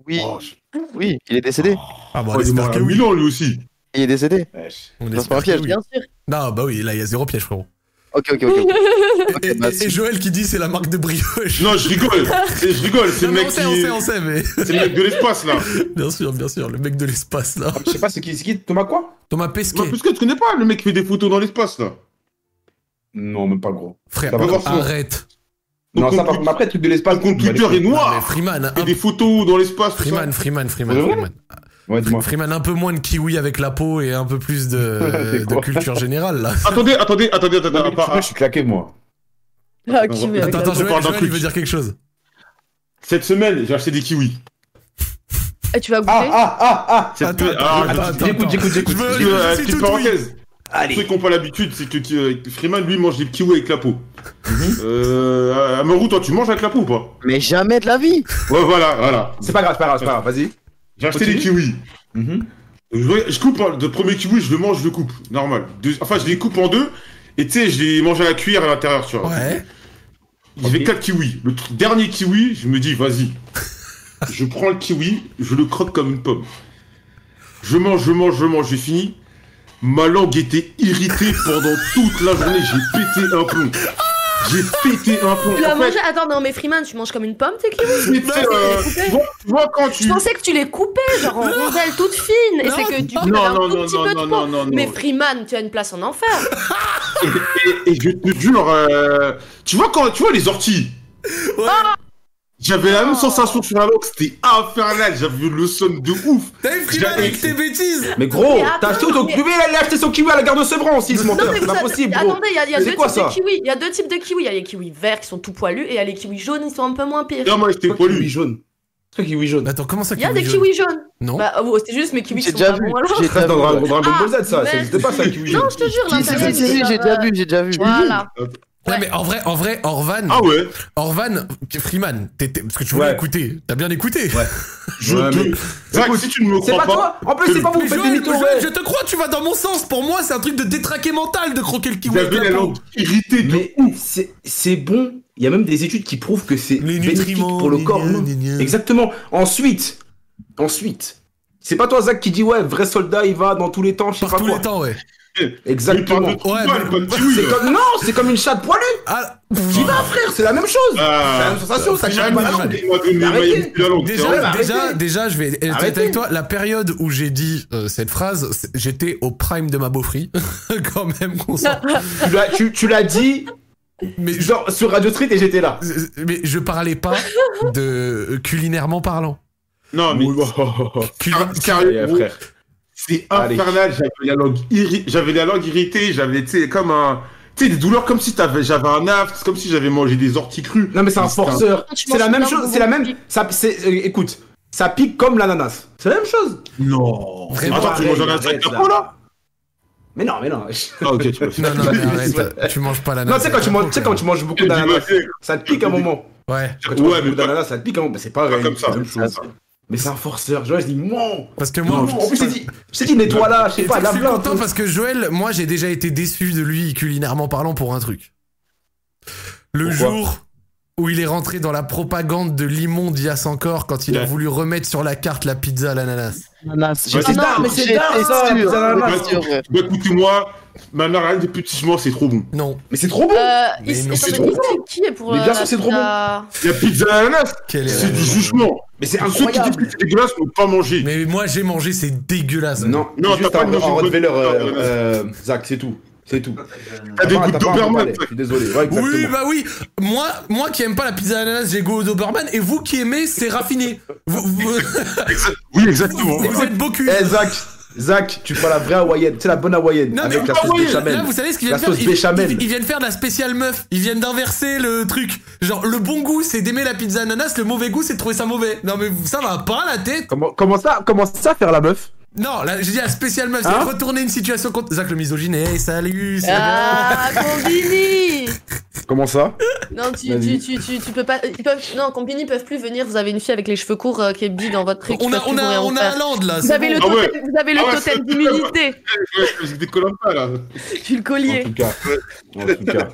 Speaker 2: Oui,
Speaker 3: Oh, je- bah,
Speaker 2: oui, il est décédé.
Speaker 1: Ah bon,
Speaker 4: Oh, il est mort à Milan lui aussi.
Speaker 2: Il est décédé.
Speaker 3: wesh.
Speaker 1: On
Speaker 2: Non, c'est pas un
Speaker 1: espère
Speaker 2: piège,
Speaker 1: que oui.
Speaker 2: bien sûr.
Speaker 1: Non, bah oui, là, il y a zéro piège, frérot.
Speaker 2: Ok, ok, ok. ok. Ok,
Speaker 1: Et,
Speaker 2: bah,
Speaker 1: et-
Speaker 2: si.
Speaker 1: et Joël qui dit c'est la marque de brioche.
Speaker 4: Non, je rigole. C'est- Je rigole, c'est
Speaker 1: Non,
Speaker 4: le
Speaker 1: mais
Speaker 4: mec
Speaker 1: on sait, on sait, on
Speaker 4: qui.
Speaker 1: sait, mais
Speaker 4: C'est le mec de l'espace là.
Speaker 1: bien sûr, bien sûr, le mec de l'espace là.
Speaker 3: Je sais pas, c'est qui, c'est qui Thomas quoi
Speaker 1: Thomas
Speaker 4: Non,
Speaker 1: Pesquet,
Speaker 4: parce que tu connais pas le mec qui fait des photos dans l'espace là.
Speaker 3: Non, même pas gros.
Speaker 1: frère,
Speaker 3: ça va voir souvent.
Speaker 1: arrête.
Speaker 4: Ton
Speaker 3: Non, ça, par
Speaker 4: compte-
Speaker 3: contre, après, le truc de
Speaker 4: Ton
Speaker 3: l'espace.
Speaker 4: compte
Speaker 3: bah, les
Speaker 4: Twitter est
Speaker 3: couilles.
Speaker 1: Non, mais
Speaker 4: noir.
Speaker 1: Freeman,
Speaker 4: Il fait
Speaker 1: un-
Speaker 4: des photos dans l'espace. tout ça.
Speaker 1: Freeman, Freeman, Freeman,
Speaker 3: C'est vrai
Speaker 1: Freeman.
Speaker 3: Ouais, dis-moi.
Speaker 1: Freeman, un peu moins de kiwi avec la peau et un peu plus de,
Speaker 3: C'est
Speaker 1: de
Speaker 3: quoi
Speaker 1: culture générale là.
Speaker 4: Attendez, attendez, attendez, attendez.
Speaker 3: Non, mais
Speaker 4: par-
Speaker 3: Je suis claqué, moi.
Speaker 5: Ah,
Speaker 4: qui
Speaker 5: qui
Speaker 4: met
Speaker 1: Attends, attends,
Speaker 4: On parle
Speaker 1: Joël,
Speaker 4: d'un
Speaker 1: Joël, il
Speaker 4: truc.
Speaker 1: veut dire quelque chose.
Speaker 4: Cette semaine, j'ai acheté des kiwis.
Speaker 5: Et tu vas goûter
Speaker 3: Ah, ah, ah, ah
Speaker 4: Cette
Speaker 1: Attends,
Speaker 4: semaine-
Speaker 1: attends,
Speaker 4: Ah,
Speaker 1: attends,
Speaker 4: attends,
Speaker 1: attends,
Speaker 3: J'écoute,
Speaker 1: attends.
Speaker 3: j'écoute,
Speaker 1: Je
Speaker 3: j'écoute.
Speaker 1: veux-
Speaker 4: Petite, euh,
Speaker 1: je suis
Speaker 4: petite
Speaker 1: tout ouïe.
Speaker 4: parenthèse. Ceux qui n'ont pas l'habitude, c'est que qui- euh, Freeman, lui, mange des kiwis avec la peau.
Speaker 3: Mhm.
Speaker 4: euh, Amaru, toi, tu manges avec la peau ou pas
Speaker 2: Mais jamais de la vie
Speaker 4: Ouais, voilà, voilà.
Speaker 3: C'est pas grave, c'est pas grave, c'est pas grave, vas-y. Mhm.
Speaker 4: J'ai acheté des kiwis. Je, je coupe hein, le premier kiwi, je le mange, je le coupe. Normal. Deux- enfin, je les coupe en deux. Et tu sais, je les mange à la cuillère à l'intérieur, tu vois.
Speaker 1: Ouais.
Speaker 4: Il y avait
Speaker 3: Ok.
Speaker 4: quatre kiwis. Le tr- dernier kiwi, je me dis, vas-y. je prends le kiwi, je le croque comme une pomme. Je mange, je mange, je mange, j'ai fini. Ma langue était irritée pendant toute la journée. J'ai pété un plomb. J'ai pété un plomb.
Speaker 5: Tu l'as
Speaker 4: En fait,
Speaker 5: mangé Attends, non, mais Freeman, tu manges comme une pomme, t'es qui
Speaker 4: tu sais, euh, tu vois- tu vois quand tu...
Speaker 5: Je pensais que tu les coupais, genre en rondelles toutes fines, et
Speaker 1: Non,
Speaker 5: c'est que du coup,
Speaker 4: non,
Speaker 5: t'avais un
Speaker 4: non,
Speaker 5: tout
Speaker 4: non,
Speaker 5: petit
Speaker 4: non,
Speaker 5: peu de
Speaker 4: non,
Speaker 5: peau.
Speaker 4: non, non, non.
Speaker 5: Mais Freeman, tu as une place en enfer.
Speaker 4: Et, et je te jure, euh, tu vois quand tu vois les orties
Speaker 1: Ouais.
Speaker 4: J'avais la même sensation sur la langue, c'était infernal, j'avais le somme de ouf.
Speaker 1: T'as eu Freeman
Speaker 4: J'avais-
Speaker 1: avec tes bêtises
Speaker 3: Mais gros,
Speaker 5: Mais attends,
Speaker 3: t'as acheté ton
Speaker 5: mais-
Speaker 3: kiwi, il a acheté son kiwi à la gare de Sevran aussi, ce menteur.
Speaker 5: mais
Speaker 3: C'est
Speaker 5: vous
Speaker 3: pas
Speaker 5: savez-
Speaker 3: possible, gros.
Speaker 5: Attendez, il y a, il y a
Speaker 3: Mais
Speaker 5: deux
Speaker 3: c'est quoi,
Speaker 5: types de
Speaker 3: ça
Speaker 5: kiwis. Il y a deux types de kiwis. Il y a les kiwis verts qui sont tout poilus, et il y a les kiwis jaunes, ils sont un peu moins pires.
Speaker 4: Non, moi j'étais
Speaker 3: C'est quoi, kiwi
Speaker 4: poilu.
Speaker 3: jaune C'est quoi, kiwi jaune
Speaker 1: Attends, comment ça
Speaker 5: Il y a
Speaker 1: kiwi
Speaker 5: des
Speaker 1: jaune
Speaker 5: kiwis jaunes.
Speaker 1: Non.
Speaker 5: Bah, oh, c'est juste mes kiwis qui
Speaker 2: J'ai
Speaker 5: sont
Speaker 2: déjà
Speaker 5: pas
Speaker 2: vu.
Speaker 5: bons alors.
Speaker 2: J'ai
Speaker 3: Ça,
Speaker 2: déjà
Speaker 3: c'est dans
Speaker 2: vu.
Speaker 3: Dragon Dragon
Speaker 5: Ah,
Speaker 3: Ball Z, ça. Ça
Speaker 5: merde.
Speaker 3: n'existe pas, ça, kiwi jaune.
Speaker 5: Non, je te jure,
Speaker 2: Si, si,
Speaker 5: l'intérieur,
Speaker 2: si, si,
Speaker 5: c'est
Speaker 2: si,
Speaker 5: genre,
Speaker 2: j'ai déjà vu, j'ai déjà vu. Bah
Speaker 5: Voilà.
Speaker 1: Ouais,
Speaker 5: Ouais.
Speaker 1: mais en vrai, en vrai, Orvan,
Speaker 4: Ah ouais
Speaker 1: Orvan, Freeman, t'étais- parce que tu voulais
Speaker 3: Ouais.
Speaker 1: écouter, t'as bien écouté.
Speaker 4: Je
Speaker 3: Ouais,
Speaker 4: te-
Speaker 3: mais-
Speaker 4: Zach, si tu ne me
Speaker 3: C'est
Speaker 4: crois
Speaker 3: pas toi En plus, c'est pas vous,
Speaker 1: Mais
Speaker 3: vous faites des
Speaker 1: Joël,
Speaker 3: mythos,
Speaker 1: Joël,
Speaker 3: ouais.
Speaker 1: je te crois, tu vas dans mon sens. Pour moi, c'est un truc de détraqué mental de croquer le kiwi. avec
Speaker 4: j'avais
Speaker 1: la
Speaker 4: la
Speaker 1: peau.
Speaker 4: langue irritée de
Speaker 3: Mais c'est- c'est bon. Il y a même des études qui prouvent que c'est
Speaker 1: Les
Speaker 3: bénéfique
Speaker 1: nutriments.
Speaker 3: pour le
Speaker 1: les
Speaker 3: corps
Speaker 1: liens,
Speaker 3: humain.
Speaker 1: les liens.
Speaker 3: Exactement. Ensuite, ensuite, c'est pas toi, Zach, qui dit ouais, vrai soldat, il va dans tous les temps, je sais
Speaker 1: Par
Speaker 3: pas
Speaker 1: tous
Speaker 3: quoi. Eh,
Speaker 1: les temps, ouais.
Speaker 4: Il parle
Speaker 3: Exactement.
Speaker 4: de football,
Speaker 1: Ouais, mais-
Speaker 4: pas de kiwi.
Speaker 3: C'est comme... Non, c'est comme une chatte poilue.
Speaker 1: Ah,
Speaker 3: J'y vas, frère, c'est la même chose. C'est la
Speaker 4: Ah,
Speaker 3: même sensation, ça change pas la langue.
Speaker 4: il m'a donné
Speaker 3: Arrêtez.
Speaker 4: ma- la langue, c'est vrai.
Speaker 1: Déjà,
Speaker 3: arrêtez.
Speaker 1: déjà, déjà, je vais être honnête
Speaker 3: Arrêtez.
Speaker 1: avec toi. La période où j'ai dit euh, cette phrase, c'est- j'étais au prime de ma beaufrie. quand même, qu'on s'en-
Speaker 3: Tu l'as- Tu tu l'as dit
Speaker 1: mais, je,
Speaker 3: genre sur Radio Street et j'étais là.
Speaker 1: mais je parlais pas de culinairement parlant.
Speaker 4: Non, mais
Speaker 3: oh,
Speaker 1: Cul-
Speaker 4: Ah,
Speaker 3: Allez,
Speaker 4: sérieux, gros,
Speaker 3: frère.
Speaker 4: c'est
Speaker 3: Allez.
Speaker 4: infernal. J'avais la langue irri- j'avais la langue irritée, j'avais, tu sais, comme un, tu sais, des douleurs comme si t'avais- j'avais un aft, comme si j'avais mangé des orties crues.
Speaker 3: Non mais c'est un
Speaker 4: Mais c'est un-
Speaker 3: forceur.
Speaker 5: Tu
Speaker 3: C'est la
Speaker 5: manges
Speaker 3: même
Speaker 5: plein de
Speaker 3: chose, c'est la même.
Speaker 5: bonbons.
Speaker 3: Ça, c'est, euh, écoute, ça pique comme l'ananas. C'est la même chose.
Speaker 4: Non.
Speaker 1: Vraiment.
Speaker 4: Attends, tu
Speaker 3: Arrête,
Speaker 4: manges un
Speaker 3: arrête,
Speaker 4: insecte avec ta
Speaker 3: là.
Speaker 4: peau, là
Speaker 3: Mais non, mais non.
Speaker 4: Ah, ok, tu
Speaker 1: Non, non, mais arrête. tu manges pas la
Speaker 3: Non, tu sais quand tu manges, tu sais quand tu manges beaucoup d'ananas, ça te pique un moment.
Speaker 1: Ouais,
Speaker 3: Quand tu manges
Speaker 4: Ouais, mais
Speaker 3: beaucoup
Speaker 4: pas-
Speaker 3: d'ananas, ça te pique un moment. Bah, c'est pareil.
Speaker 4: Pas comme ça.
Speaker 3: c'est la même chose. Mais c'est un forceur. Je vois, je dis non.
Speaker 1: parce que moi,
Speaker 3: Non, en plus, je t'ai dit, je t'ai dit, nettoie là, je sais
Speaker 1: Et
Speaker 3: pas,
Speaker 1: tu sais Bah, que je
Speaker 3: lave
Speaker 1: suis
Speaker 3: là.
Speaker 1: content parce que Joël, moi j'ai déjà été déçu de lui culinairement parlant pour un truc. Le
Speaker 3: Pourquoi
Speaker 1: jour où il est rentré dans la propagande de l'immonde Yass encore quand il a
Speaker 4: Ouais.
Speaker 1: voulu remettre sur la carte la pizza à l'ananas.
Speaker 2: Ananas.
Speaker 4: Ouais,
Speaker 2: J'étais
Speaker 4: c'est
Speaker 3: dingue, Ah mais c'est
Speaker 2: j'étais
Speaker 3: dingue, ça,
Speaker 2: sûr,
Speaker 3: les ananas.
Speaker 2: j'étais sûr, frère.
Speaker 4: Bah, écoutez-moi, ma narine des petits chemins, c'est trop bon.
Speaker 1: Non,
Speaker 3: Mais c'est trop
Speaker 5: Euh,
Speaker 3: bon.
Speaker 1: Mais
Speaker 5: ils-
Speaker 1: non,
Speaker 5: ils
Speaker 1: c'est
Speaker 5: sont
Speaker 3: trop
Speaker 5: venus- qui est pour
Speaker 3: Mais
Speaker 5: euh,
Speaker 3: bien sûr,
Speaker 5: la
Speaker 3: c'est trop
Speaker 5: pizza
Speaker 4: La pizza à l'ananas,
Speaker 1: quelle
Speaker 4: c'est
Speaker 1: erreur.
Speaker 4: du jugement.
Speaker 3: Mais c'est
Speaker 4: Ceux qui disent
Speaker 3: incroyable.
Speaker 4: que c'est dégueulasse n'ont pas mangé.
Speaker 1: Mais moi j'ai mangé, c'est dégueulasse.
Speaker 3: Non,
Speaker 4: Non,
Speaker 3: non,
Speaker 4: t'as
Speaker 3: juste
Speaker 4: pas
Speaker 3: un,
Speaker 4: de
Speaker 3: un
Speaker 4: manger
Speaker 3: Rottweiler,
Speaker 4: de-
Speaker 3: euh,
Speaker 4: de-
Speaker 3: euh, Zach, c'est tout. C'est tout.
Speaker 4: hein, T'as des
Speaker 3: pas-
Speaker 4: goûts de
Speaker 3: pas un bon
Speaker 4: Doberman,
Speaker 3: palais,
Speaker 4: Zach.
Speaker 3: Je suis désolé. Ouais, exactement.
Speaker 1: Oui, bah oui. Moi, moi qui aime pas la pizza à l'ananas, j'ai go au Doberman. Et vous qui aimez, c'est raffiné. Vous, vous-
Speaker 4: Oui, exactement.
Speaker 1: vous êtes beau cul.
Speaker 3: Eh, Zach, Zach, tu prends la vraie hawaïenne. C'est la bonne hawaïenne.
Speaker 1: Non, mais
Speaker 3: avec la
Speaker 1: ah
Speaker 3: sauce
Speaker 1: oui,
Speaker 3: béchamel.
Speaker 1: là, vous savez ce qu'ils
Speaker 3: La
Speaker 1: viennent faire
Speaker 3: sauce
Speaker 1: ils,
Speaker 3: béchamel.
Speaker 1: ils- ils viennent faire de la spéciale meuf. Ils viennent d'inverser le truc. Genre, le bon goût, c'est d'aimer la pizza ananas. Le mauvais goût, c'est de trouver ça mauvais. Non, mais ça va pas la tête.
Speaker 3: Comment, comment ça, comment ça faire la meuf
Speaker 1: Non, là, j'ai dit la spéciale meuf, c'est
Speaker 2: Hein
Speaker 1: retourner une situation contre. Zach le misogyne, hey, salut, c'est
Speaker 5: Ah, Combini
Speaker 3: Comment ça
Speaker 5: Non, tu,
Speaker 3: Vas-y.
Speaker 5: tu, tu, tu, tu peux pas. euh, Ils peuvent, non, Combini peuvent plus venir. Vous avez une fille avec les cheveux courts euh, qui est bi dans votre
Speaker 1: bon.
Speaker 5: truc.
Speaker 1: On
Speaker 5: ils
Speaker 1: a,
Speaker 5: peuvent
Speaker 1: on
Speaker 5: plus vous
Speaker 1: a,
Speaker 5: rien
Speaker 1: on a
Speaker 5: faire.
Speaker 1: un land là.
Speaker 5: Vous
Speaker 1: c'est
Speaker 5: avez le
Speaker 1: bon.
Speaker 4: Ah ouais.
Speaker 5: totem, vous avez le
Speaker 4: Ah ouais,
Speaker 5: totem
Speaker 4: c'est-
Speaker 5: d'immunité.
Speaker 4: Ouais, je décolore pas là.
Speaker 5: Tu le
Speaker 3: En
Speaker 5: collier.
Speaker 3: tout cas. En tout cas.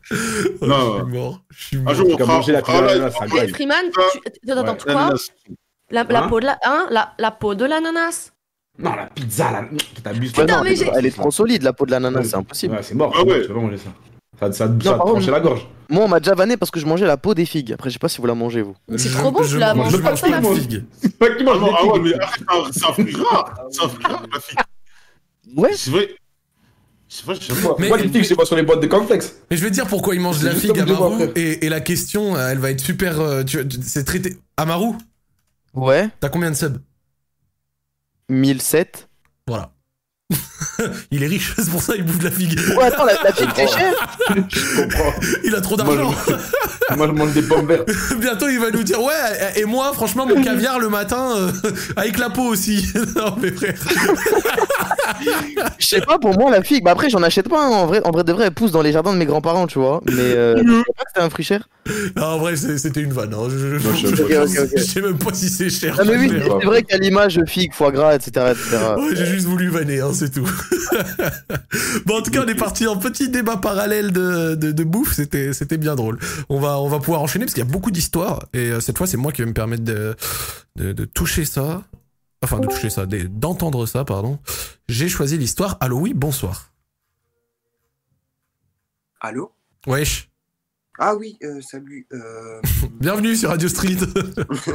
Speaker 1: Je suis mort. Je suis
Speaker 4: Un
Speaker 1: mort.
Speaker 4: jour,
Speaker 3: En
Speaker 4: on
Speaker 3: tout cas,
Speaker 4: fera.
Speaker 3: manger la
Speaker 4: on fera
Speaker 3: pizza
Speaker 4: live.
Speaker 3: ananas, ça
Speaker 4: Ouais,
Speaker 3: gagne.
Speaker 5: Freeman,
Speaker 1: Ah.
Speaker 5: tu, tu- attends, attends, quoi
Speaker 4: l'ananas.
Speaker 5: la, la
Speaker 4: Hein
Speaker 5: peau de la, hein, la, la peau de l'ananas
Speaker 3: Non, la pizza, là. T'abuses
Speaker 2: Ouais,
Speaker 5: Putain,
Speaker 2: non,
Speaker 5: mais
Speaker 2: elle est-
Speaker 5: j'ai-
Speaker 2: elle est trop solide, la peau de l'ananas,
Speaker 3: Ouais.
Speaker 2: c'est impossible.
Speaker 3: Ouais, c'est mort.
Speaker 4: Ah
Speaker 3: c'est mort,
Speaker 4: ouais.
Speaker 3: Tu vas pas manger ça. Ça, ça, ça,
Speaker 2: par
Speaker 3: te tranchait
Speaker 2: contre-
Speaker 3: la gorge.
Speaker 2: Moi, on m'a déjà vanné parce que je mangeais la peau des figues. Après, je sais pas si vous la mangez, vous.
Speaker 5: C'est
Speaker 1: Je-
Speaker 5: trop bon,
Speaker 1: je
Speaker 5: tu la
Speaker 1: mange-
Speaker 5: manges
Speaker 1: je
Speaker 5: comme
Speaker 1: mange
Speaker 5: ça, la
Speaker 1: pas de
Speaker 5: fille.
Speaker 1: figue.
Speaker 4: Pas qui mange. Ah ouais, mais arrête, c'est un- c'est un fruit rare. C'est un fruit rare, la fille.
Speaker 2: Ouais,
Speaker 4: C'est vrai. C'est vrai, je sais pas.
Speaker 3: Moi,
Speaker 1: Mais-
Speaker 3: moi, les figues, je les vois sur les boîtes de cornflakes.
Speaker 1: Mais je veux dire pourquoi il mange de la
Speaker 3: C'est
Speaker 1: figue
Speaker 3: juste comme
Speaker 1: Amaru
Speaker 3: des voix, frère.
Speaker 1: et, et la question, euh, elle va être super. euh, tu- tu- c'est traité. Amaru,
Speaker 2: ouais,
Speaker 1: t'as combien de subs
Speaker 2: 1007.
Speaker 1: Voilà. il est riche, c'est pour ça il bouffe de la figue.
Speaker 2: Ouais, attends, la, la figue, c'est cher.
Speaker 3: Je comprends.
Speaker 1: Il a trop
Speaker 3: Moi,
Speaker 1: d'argent.
Speaker 3: Moi, je mange des pommes vertes.
Speaker 1: Bientôt il va nous dire ouais. Et et moi, franchement, mon caviar le matin euh, avec la peau aussi. non mais frère.
Speaker 2: Je sais pas, pour moi, la figue. Bah, après, j'en achète pas. hein. En, vrai, en vrai de vrai, elle pousse dans les jardins de mes grands-parents, tu vois. Mais euh,
Speaker 1: Mhm.
Speaker 2: je savais pas que c'était un fruit cher.
Speaker 1: Non, en vrai, c'est- c'était une vanne. hein. Je, je-
Speaker 4: Moi, je-
Speaker 1: je-
Speaker 2: Ok, ok, ok.
Speaker 1: je sais même pas si c'est cher.
Speaker 2: Ah, mais oui,
Speaker 1: Ouais,
Speaker 2: c'est c'est vrai qu'à l'image, figue, foie gras, etc. etc.
Speaker 4: Ah.
Speaker 1: j'ai juste voulu vanner, hein, c'est tout. bon, en tout cas, on est parti en petit débat parallèle de, de, de bouffe. C'était, c'était bien drôle. On va, on va pouvoir enchaîner parce qu'il y a beaucoup d'histoires. Et euh, cette fois, c'est moi qui vais me permettre de, de, de toucher ça. Enfin, de toucher ça, de- d'entendre ça, pardon. J'ai choisi l'histoire. Allô, oui, bonsoir.
Speaker 9: Allô
Speaker 1: Wesh.
Speaker 9: Ah oui, euh, salut. euh,
Speaker 1: Bienvenue sur Radio Street.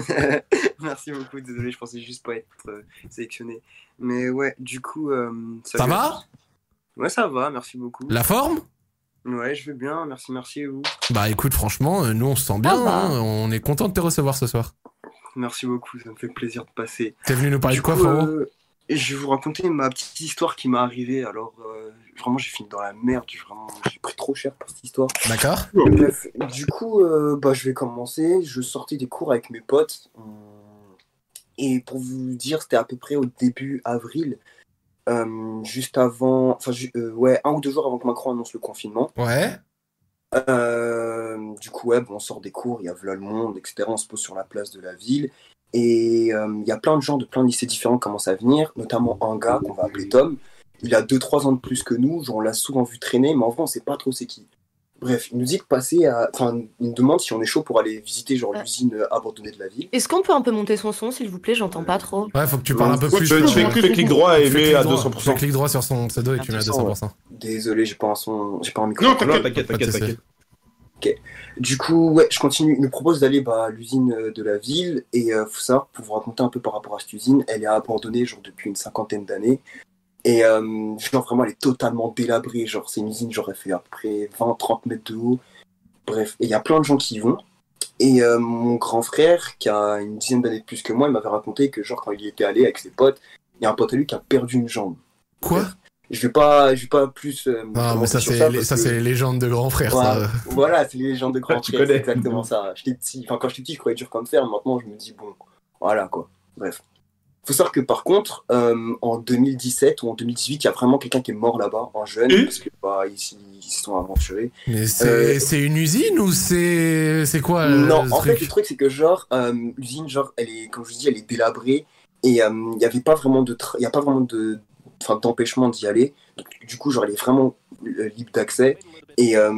Speaker 9: Merci beaucoup, désolé, je pensais juste pas être euh, sélectionné. Mais ouais, du coup... euh,
Speaker 1: ça
Speaker 9: salut.
Speaker 1: va?
Speaker 9: Ouais, ça va, merci beaucoup.
Speaker 1: La forme?
Speaker 9: Ouais, je vais bien, merci, merci et vous.
Speaker 1: Bah écoute, franchement, euh, nous on se sent bien,
Speaker 5: Ah bah.
Speaker 1: hein, on est content de te recevoir ce soir.
Speaker 9: Merci beaucoup, ça me fait plaisir de passer.
Speaker 1: T'es venu nous parler
Speaker 9: Du
Speaker 1: de quoi,
Speaker 9: coup,
Speaker 1: frérot
Speaker 9: euh, Je vais vous raconter ma petite histoire qui m'est arrivée. Alors, euh, vraiment, j'ai fini dans la merde, j'ai vraiment- j'ai pris trop cher pour cette histoire.
Speaker 1: D'accord.
Speaker 9: Bref, du coup, euh, bah, je vais commencer. Je sortais des cours avec mes potes. Euh, Et pour vous dire, c'était à peu près au début avril, euh, juste avant, enfin, ju- euh, ouais, un ou deux jours avant que Macron annonce le confinement.
Speaker 1: Ouais.
Speaker 9: Euh, du coup, ouais, bon, on sort des cours, il y a v'là le monde, etc. On se pose sur la place de la ville. Et euh, il y a plein de gens de plein de lycées différents qui commencent à venir, notamment un gars qu'on va appeler Tom. Il a 2-3 ans de plus que nous, genre, on l'a souvent vu traîner, mais en vrai, on sait pas trop c'est qui. Bref, il nous dit de passer à. Enfin, il nous demande si on est chaud pour aller visiter genre
Speaker 5: Ouais.
Speaker 9: l'usine euh, abandonnée de la ville.
Speaker 5: Est-ce qu'on peut un peu monter son son, s'il vous plaît J'entends pas trop.
Speaker 1: Ouais, faut que tu parles un peu
Speaker 4: Ouais,
Speaker 1: plus.
Speaker 4: tu fais
Speaker 1: Fais
Speaker 4: clic droit et mets
Speaker 1: clic
Speaker 4: à
Speaker 1: droit. Fais
Speaker 4: 200%.
Speaker 1: clic droit sur son pseudo et tu mets à 200%.
Speaker 9: Désolé, j'ai pas un son, j'ai pas un micro.
Speaker 4: Non,
Speaker 3: Non,
Speaker 4: t'inquiète.
Speaker 3: t'inquiète,
Speaker 1: Pas de
Speaker 3: t'inquiète,
Speaker 1: souci.
Speaker 3: t'inquiète.
Speaker 9: Du coup, ouais, je continue. Il nous propose d'aller bah, à l'usine euh, de la ville. Et euh, faut savoir, pour vous raconter un peu par rapport à cette usine, elle est abandonnée genre, depuis une cinquantaine d'années. Et euh, genre, vraiment, elle est totalement délabrée. Genre, c'est une usine, j'aurais fait à peu près 20-30 mètres de haut. Bref, et il y a plein de gens qui y vont. Et euh, mon grand frère, qui a une dizaine d'années de plus que moi, il m'avait raconté que, genre, quand il y était allé avec ses potes, il y a un pote à lui qui a perdu une jambe.
Speaker 1: Quoi
Speaker 9: Je vais pas, je vais pas plus. euh,
Speaker 1: Ah, mais
Speaker 9: commenter
Speaker 1: ça,
Speaker 9: sur
Speaker 1: c'est les-
Speaker 9: parce
Speaker 1: ça,
Speaker 9: que-
Speaker 1: c'est les légendes de grand frère,
Speaker 9: voilà,
Speaker 1: ça.
Speaker 9: voilà, c'est les gens de grand
Speaker 3: Ah, Tu
Speaker 9: frère, c'est
Speaker 3: connais.
Speaker 9: exactement ça. J'étais petit, enfin quand j'étais petit, je croyais dur comme fer, mais maintenant je me dis bon, voilà quoi. Bref. Faut savoir que par contre, euh, en 2017 ou en 2018, il y a vraiment quelqu'un qui est mort là-bas, un jeune,
Speaker 4: Et
Speaker 9: parce que bah, ils s- ils se sont aventurés.
Speaker 1: Mais c'est
Speaker 9: Euh,
Speaker 1: c'est une usine ou c'est. C'est quoi euh,
Speaker 9: non,
Speaker 1: ce
Speaker 9: en fait
Speaker 1: truc
Speaker 9: le truc c'est que genre euh, l'usine, genre elle est, comme je vous dis, elle est délabrée et euh, il n'y avait pas vraiment de, tra- il y a pas vraiment de, enfin d'empêchement d'y aller. Donc, du coup, genre elle est vraiment euh, libre d'accès. Et euh,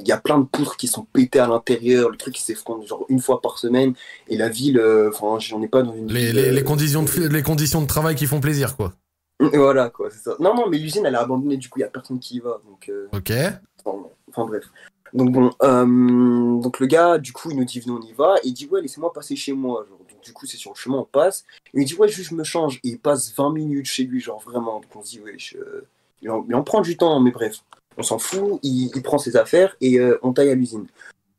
Speaker 9: il y a plein de poutres qui sont pétées à l'intérieur, le truc qui s'effondre genre une fois par semaine. Et la ville, euh, enfin, j'en ai pas dans une.
Speaker 1: les,
Speaker 9: ville,
Speaker 1: les, les
Speaker 9: euh,
Speaker 1: conditions de, les conditions de travail qui font plaisir, quoi.
Speaker 9: Voilà quoi, c'est ça. Non, non, mais l'usine elle est abandonnée, du coup il y a personne qui y va. Donc, euh,
Speaker 1: Ok.
Speaker 9: enfin, enfin, bref. Donc bon, euh, donc le gars, du coup, il nous dit venez on y va. Il dit ouais, laissez-moi passer chez moi. Genre. Donc, du coup, c'est sur le chemin, on passe. Il dit ouais, juste je me change. Et il passe 20 minutes chez lui, genre vraiment. Donc on se dit ouais, je- il, en, il en prend du temps, mais bref, on s'en fout. Il, il prend ses affaires et euh, on taille à l'usine.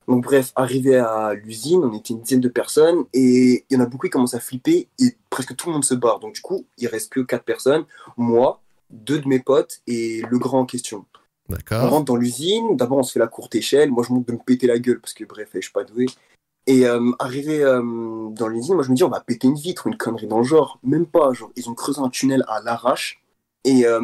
Speaker 9: Donc bref, arrivé à l'usine, on était une dizaine de personnes et il y en a beaucoup qui commencent à flipper et presque tout le monde se barre. Donc du coup, il reste que quatre personnes, moi, deux de mes potes et le grand en question. On
Speaker 1: D'accord.
Speaker 9: rentre dans l'usine, d'abord on se fait la courte échelle, moi je monte de me péter la gueule parce que bref, je suis pas doué. Et euh, arrivé euh, dans l'usine, moi je me dis on va péter une vitre ou une connerie dans le genre. Même pas, genre ils ont creusé un tunnel à l'arrache et euh,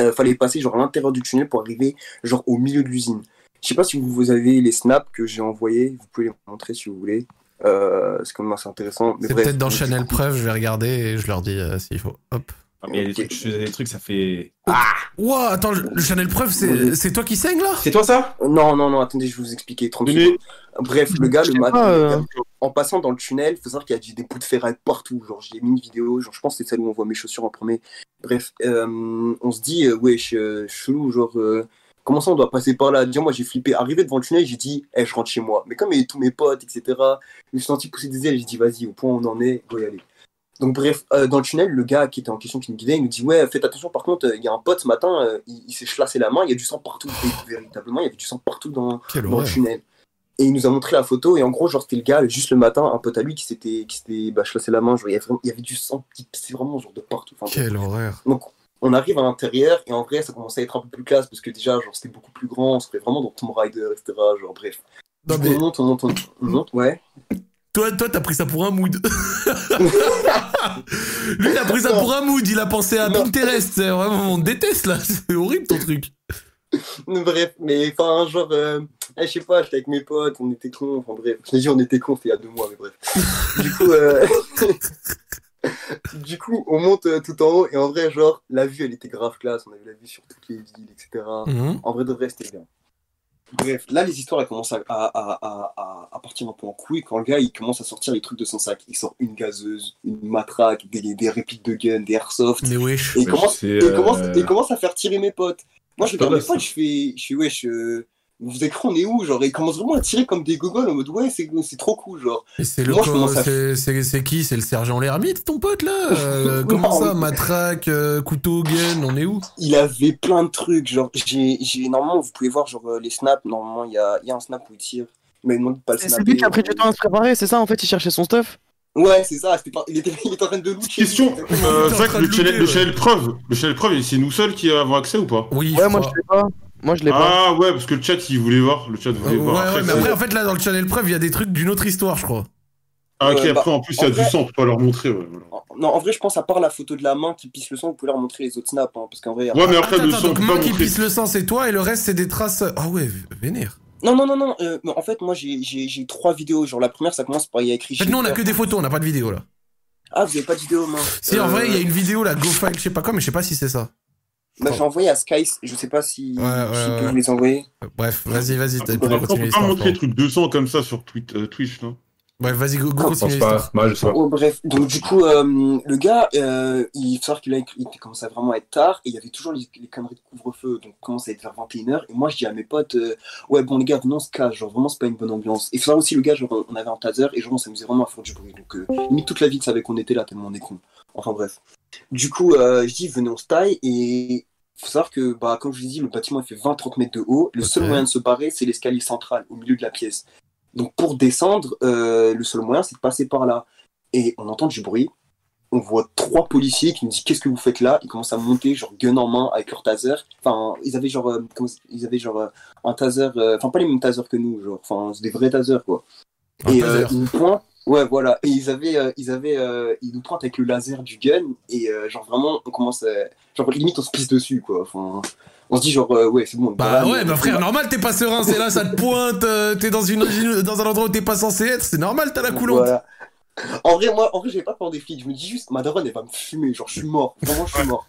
Speaker 9: euh, fallait passer genre à l'intérieur du tunnel pour arriver genre au milieu de l'usine. Je sais pas si vous, vous avez les snaps que j'ai envoyés, vous pouvez les montrer si vous voulez. Euh, c'est quand même assez intéressant. mais
Speaker 1: C'est
Speaker 9: bref.
Speaker 1: peut-être dans
Speaker 9: Donc,
Speaker 1: Channel Preuve, je vais regarder et je leur dis euh, s'il faut. Hop. Oh,
Speaker 10: Ah, mais il y a des trucs, je faisais des trucs, ça fait. Ah
Speaker 1: Ouah, attends, le le Channel Preuve, c'est c'est toi qui saigne là
Speaker 3: C'est toi ça
Speaker 9: Non, non, non, attendez, je vais vous expliquer 30
Speaker 4: Denis.
Speaker 9: secondes. Bref, le gars, le matin,
Speaker 2: pas,
Speaker 9: le
Speaker 2: euh.
Speaker 9: gars, en passant dans le tunnel, faut savoir qu'il y a du- des bouts de ferraille partout. Genre, j'ai mis une vidéo, genre, je pense que c'est celle où on voit mes chaussures en premier. Bref, euh, on se dit, euh, wesh, euh, chelou, genre, euh, comment ça on doit passer par là Déjà, moi, j'ai flippé. Arrivé devant le tunnel, j'ai dit, eh, je rentre chez moi. Mais comme il y avait tous mes potes, etc., je me suis senti pousser des ailes, j'ai dit, vas-y, au point où on en est, go y aller. Donc bref, euh, dans le tunnel, le gars qui était en question, qui nous guidait, il nous dit ouais, faites attention. Par contre, euh, il y a un pote ce matin, euh, il, il s'est chlassé la main, il y a du sang partout. Et Véritablement, il y avait du sang partout dans,
Speaker 1: Quel
Speaker 9: dans le tunnel. Et il nous a montré la photo, et en gros, genre, c'était le gars, juste le matin, un pote à lui qui s'était qui s'était, bah, chlassé la main, genre, il y, avait, vraiment- il y avait du sang qui pissait vraiment, genre, de partout. Enfin,
Speaker 1: Quelle horreur.
Speaker 9: donc, on arrive à l'intérieur, et en vrai, ça commençait à être un peu plus classe, parce que déjà, genre, c'était beaucoup plus grand, on se fait vraiment dans Tomb Raider, etc. Genre, bref.
Speaker 1: Non,
Speaker 9: Du coup,
Speaker 1: mais-
Speaker 9: on monte, on monte, on monte, on monte, ouais.
Speaker 1: Toi, toi, t'as pris ça pour un mood. Lui, il a pris ça pour un mood. Il a pensé à
Speaker 9: Non.
Speaker 1: Pinterest. C'est Vraiment, on te déteste là. C'est horrible ton truc.
Speaker 9: Bref, mais enfin, genre, euh, eh, je sais pas, j'étais avec mes potes, on était cons, enfin bref, je t'ai dit on était cons, c'était il y a deux mois, mais bref. du coup, euh, du coup, on monte euh, tout en haut, et en vrai, genre, la vue, elle était grave classe, on avait la vue sur toutes les villes, etc.
Speaker 1: Mhm.
Speaker 9: En vrai, de vrai, c'était bien. Bref, là, les histoires, elles commencent à, à, à- à- à- à partir un peu en couille quand le gars, il commence à sortir les trucs de son sac. Il sort une gazeuse, une matraque, des, des répliques de gun, des airsoft,
Speaker 1: Mais wesh.
Speaker 9: et il
Speaker 10: Mais
Speaker 9: commence,
Speaker 10: c'est,
Speaker 9: et il commence,
Speaker 10: euh,
Speaker 9: et il commence à faire tirer mes potes. Moi, je
Speaker 10: Pas
Speaker 9: regarde mes
Speaker 10: mal,
Speaker 9: potes, je fais, je fais, wesh, euh, vous êtes cru, on est où Genre, et ils commencent vraiment à tirer comme des gogoles en mode, ouais, c'est c'est trop cool, genre.
Speaker 1: Et c'est le
Speaker 9: Moi, je
Speaker 1: co-
Speaker 9: commence à-
Speaker 1: c'est- c'est c'est qui C'est le sergent l'ermite, ton pote là Euh, Comment
Speaker 9: Non.
Speaker 1: ça Matraque, euh, couteau, gun, on est où
Speaker 9: Il avait plein de trucs, genre, j'ai, j'ai- normalement, vous pouvez voir, genre, euh, les snaps, normalement, il y a, il y a un snap où il tire. Mais non, pas le snap.
Speaker 2: C'est lui qui a pris du temps à se préparer, c'est ça en fait, il cherchait son stuff
Speaker 9: Ouais, c'est ça, c'était pas- il, était, il était en train de loucher.
Speaker 4: Question euh,
Speaker 1: T'es en
Speaker 4: Zach,
Speaker 1: train
Speaker 4: le
Speaker 1: de
Speaker 4: channel,
Speaker 1: looter,
Speaker 4: le
Speaker 1: ouais.
Speaker 4: channel preuve, le channel preuve, c'est nous seuls qui avons accès ou pas
Speaker 1: Oui. je
Speaker 2: Ouais, moi
Speaker 1: crois.
Speaker 2: je l'ai pas. Moi je l'ai pas.
Speaker 4: Ah ouais, parce que le chat il voulait voir, le chat voulait
Speaker 1: Euh,
Speaker 4: voir.
Speaker 1: ouais, ouais, mais
Speaker 4: c'est-
Speaker 1: après, en fait, là, dans le channel preuve, il y a des trucs d'une autre histoire, je crois.
Speaker 4: Ah, ok,
Speaker 9: Ouais, bah,
Speaker 4: après en plus il y a
Speaker 9: en
Speaker 4: du
Speaker 9: vrai- Ah,
Speaker 4: sang, on peut pas leur montrer. Ouais, voilà.
Speaker 9: En- Non, en vrai, je pense, à part la photo de la main qui pisse le sang, vous pouvez leur montrer les autres snaps, hein, parce qu'en vrai,
Speaker 4: Ouais, mais après
Speaker 1: Attends,
Speaker 4: le
Speaker 1: attends,
Speaker 4: sang, on
Speaker 1: donc
Speaker 4: peut pas
Speaker 1: moi qui
Speaker 4: montrer.
Speaker 1: pisse le sang, c'est toi, et le reste, c'est des traces. Ah ouais, vénère.
Speaker 9: Non, non, non, non. euh, mais en fait, moi, j'ai- j'ai j'ai trois vidéos. Genre, la première, ça commence par il y a écrit.
Speaker 1: En fait, nous, on a
Speaker 9: Schiffer.
Speaker 1: que des photos, on n'a pas de vidéo là.
Speaker 9: Ah, vous avez pas de vidéo, mince.
Speaker 1: Si, en
Speaker 9: Euh,
Speaker 1: vrai, il y a une vidéo là, GoFile, je sais pas quoi, mais je sais pas si c'est ça.
Speaker 9: Bah, j'ai envoyé à Skies. Je sais pas si.
Speaker 1: Ouais, ouais,
Speaker 9: si
Speaker 1: ouais.
Speaker 9: Je les ai envoyés.
Speaker 1: Euh, Bref, vas-y, vas-y,
Speaker 4: Après,
Speaker 1: t'as-
Speaker 4: on
Speaker 1: t'as
Speaker 4: peut
Speaker 1: continué
Speaker 4: pas
Speaker 1: l'histoire.
Speaker 4: montrer des trucs
Speaker 1: pardon.
Speaker 4: de sang comme ça sur Twitch, euh, Twitch, non
Speaker 1: Bref, vas-y, go, go,
Speaker 10: Je pense
Speaker 1: continue l'histoire.
Speaker 10: pas. Moi, je sais pas.
Speaker 9: Oh, bref, donc du coup, euh, le gars, euh, il faut savoir qu'il a, il commençait vraiment à être tard et il y avait toujours les, les conneries de couvre-feu, donc il commence à être vers 21h. Et moi, je dis à mes potes, euh, ouais, bon, les gars, venez, on se cache, genre vraiment, c'est pas une bonne ambiance. Et faut savoir aussi, le gars, genre, on- on avait un taser et genre, on s'amusait vraiment à faire du bruit. Donc, euh, limite, toute la ville savait qu'on était là, tellement on est con. Enfin, bref. Du coup, euh, je dis, venez, on se taille et. Faut savoir que, bah, comme je vous dis, le bâtiment il fait 20-30 mètres de haut. Le seul
Speaker 1: Ok.
Speaker 9: moyen de se barrer, c'est l'escalier central, au milieu de la pièce. Donc, pour descendre, euh, le seul moyen, c'est de passer par là et on entend du bruit. On voit trois policiers qui nous disent qu'est-ce que vous faites là Ils commencent à monter, genre gun en main avec leur taser. Enfin, ils avaient genre, euh, comment- ils avaient genre euh, un taser, euh, enfin pas les mêmes tasers que nous, genre, enfin c'est des vrais tasers quoi.
Speaker 1: Un
Speaker 9: et
Speaker 1: taser.
Speaker 9: euh, ils nous pointent, ouais voilà. Et ils avaient, euh, ils avaient, euh, ils nous pointent avec le laser du gun et euh, genre vraiment, on commence, à... genre limite on se pisse dessus quoi. Enfin, on se dit genre euh, ouais c'est bon. on est
Speaker 1: Bah
Speaker 9: dans la
Speaker 1: ouais,
Speaker 9: merde.
Speaker 1: bah frère, normal, t'es pas serein, c'est là, ça te pointe, euh, t'es dans, une, dans un endroit où t'es pas censé être, c'est normal, t'as la coulante.
Speaker 9: Voilà. En vrai, moi, en vrai, j'avais pas peur des flics. Je me dis juste, ma daronne, elle va me fumer. Genre, je suis mort. Vraiment, je suis mort.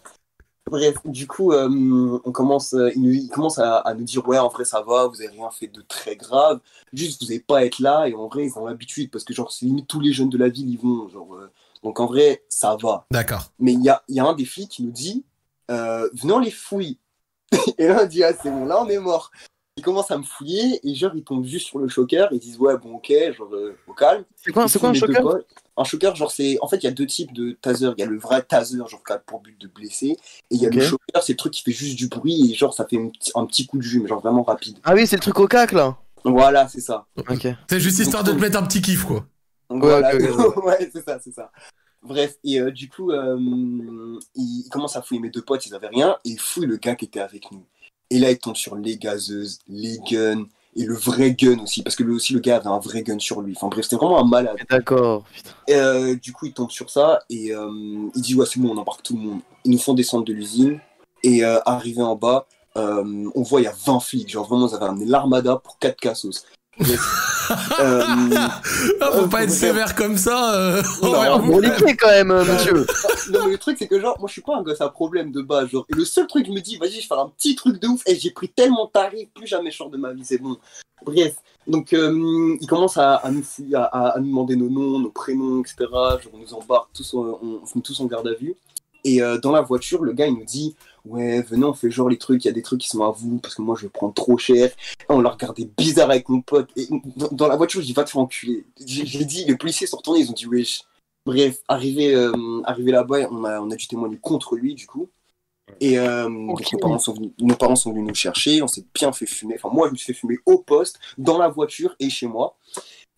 Speaker 9: Bref, du coup, euh, on commence, euh, il, nous- il commence à, à nous dire, ouais, en vrai, ça va, vous avez rien fait de très grave. Juste, vous avez pas à être là. Et en vrai, ils ont l'habitude parce que, genre, c'est limite tous les jeunes de la ville, ils vont. Genre, euh, donc, en vrai, ça va.
Speaker 1: D'accord.
Speaker 9: Mais il y a, il y a un des flics qui nous dit euh, Venez, on les fouille. et là, on dit Ah, c'est bon, là, on est mort. Ils commencent à me fouiller et genre, ils tombent juste sur le choker. Ils disent Ouais, bon, ok, genre, euh, au calme.
Speaker 2: C'est quoi, c'est quoi un
Speaker 9: Ils fouillent les deux
Speaker 2: choqueur
Speaker 9: poches. Un choker, genre, c'est. En fait, il y a deux types de taser. Il y a le vrai taser, genre, qui a pour but de blesser. Et il y a le
Speaker 2: Ok.
Speaker 9: choker, c'est le truc qui fait juste du bruit et genre, ça fait une p'ti- un petit coup de jus, mais genre vraiment rapide.
Speaker 2: Ah oui, c'est le truc au cac là
Speaker 9: Voilà, c'est ça.
Speaker 2: Ok.
Speaker 1: C'est juste histoire de te mettre un petit kiff, quoi.
Speaker 9: Donc,
Speaker 2: Ouais,
Speaker 9: voilà.
Speaker 2: ok, ok, je
Speaker 9: ouais, c'est ça, c'est ça. Bref, et euh, du coup, euh, ils commencent à fouiller mes deux potes, ils avaient rien, et ils fouillent le gars qui était avec nous. Et là, ils tombent sur les gazeuses, les guns, et le vrai gun aussi, parce que lui aussi, le gars avait un vrai gun sur lui. Enfin bref, c'était vraiment un malade.
Speaker 2: D'accord.
Speaker 9: Et, euh, du coup, il tombe sur ça et euh, il dit Ouais, c'est bon, on embarque tout le monde. Ils nous font descendre de l'usine et euh, arrivé en bas, euh, on voit il y a 20 flics. Genre vraiment, ils avaient amené l'armada pour 4 cassos. Yes. Euh,
Speaker 1: Ah, faut
Speaker 9: euh,
Speaker 1: pas être sévère comme ça. euh, envers
Speaker 2: On
Speaker 1: vous.
Speaker 2: les clés quand même, euh, monsieur.
Speaker 9: non mais le truc c'est que genre moi je suis pas un gosse à problème de base genre et le seul truc je me dis vas-y je vais faire un petit truc de ouf et j'ai pris tellement de tarif plus jamais je sors de ma vie c'est bon bref donc euh, il commence à, à nous fouiller, à, à- à nous demander nos noms nos prénoms etc genre, on nous embarque tous euh, on, on, tous en garde à vue et euh, dans la voiture le gars il nous dit ouais venez on fait genre les trucs il y a des trucs qui sont à vous parce que moi je vais prendre trop cher Ah, on l'a regardé bizarre avec mon pote et dans, dans la voiture j'ai dit va te faire enculer j'ai j'ai dit les policiers sont retournés ils ont dit wesh Bref, arrivé, euh, arrivé là-bas, on a, on a dû témoigner contre lui, du coup. Et euh, donc, nos, parents sont venus, nos parents sont venus nous chercher, on s'est bien fait fumer. Enfin, moi, je me suis fait fumer au poste, dans la voiture et chez moi.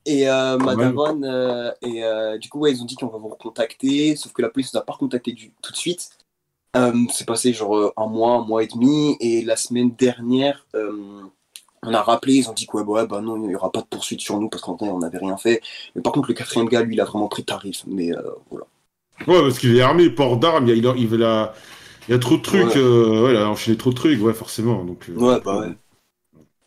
Speaker 9: Et euh, ma
Speaker 10: même.
Speaker 9: daronne, euh, et euh, du coup, ouais, ils ont dit qu'on va vous recontacter, sauf que la police nous a pas recontacté du- tout de suite. Euh, c'est passé genre euh, un mois, un mois et demi, et la semaine dernière, euh, on a rappelé, ils ont dit que ouais, bah, ouais, bah non, il n'y aura pas de poursuite sur nous parce qu'en vrai, on n'avait rien fait. Mais par contre, le quatrième gars, lui, il a vraiment pris tarif. Mais euh, voilà.
Speaker 4: Ouais, parce qu'il est armé, port d'armes, il y a, il, il a, il y a trop de trucs,
Speaker 9: Ouais.
Speaker 4: euh, ouais, il a enchaîné trop de trucs, ouais, forcément. Donc, euh,
Speaker 9: Ouais, bah ouais.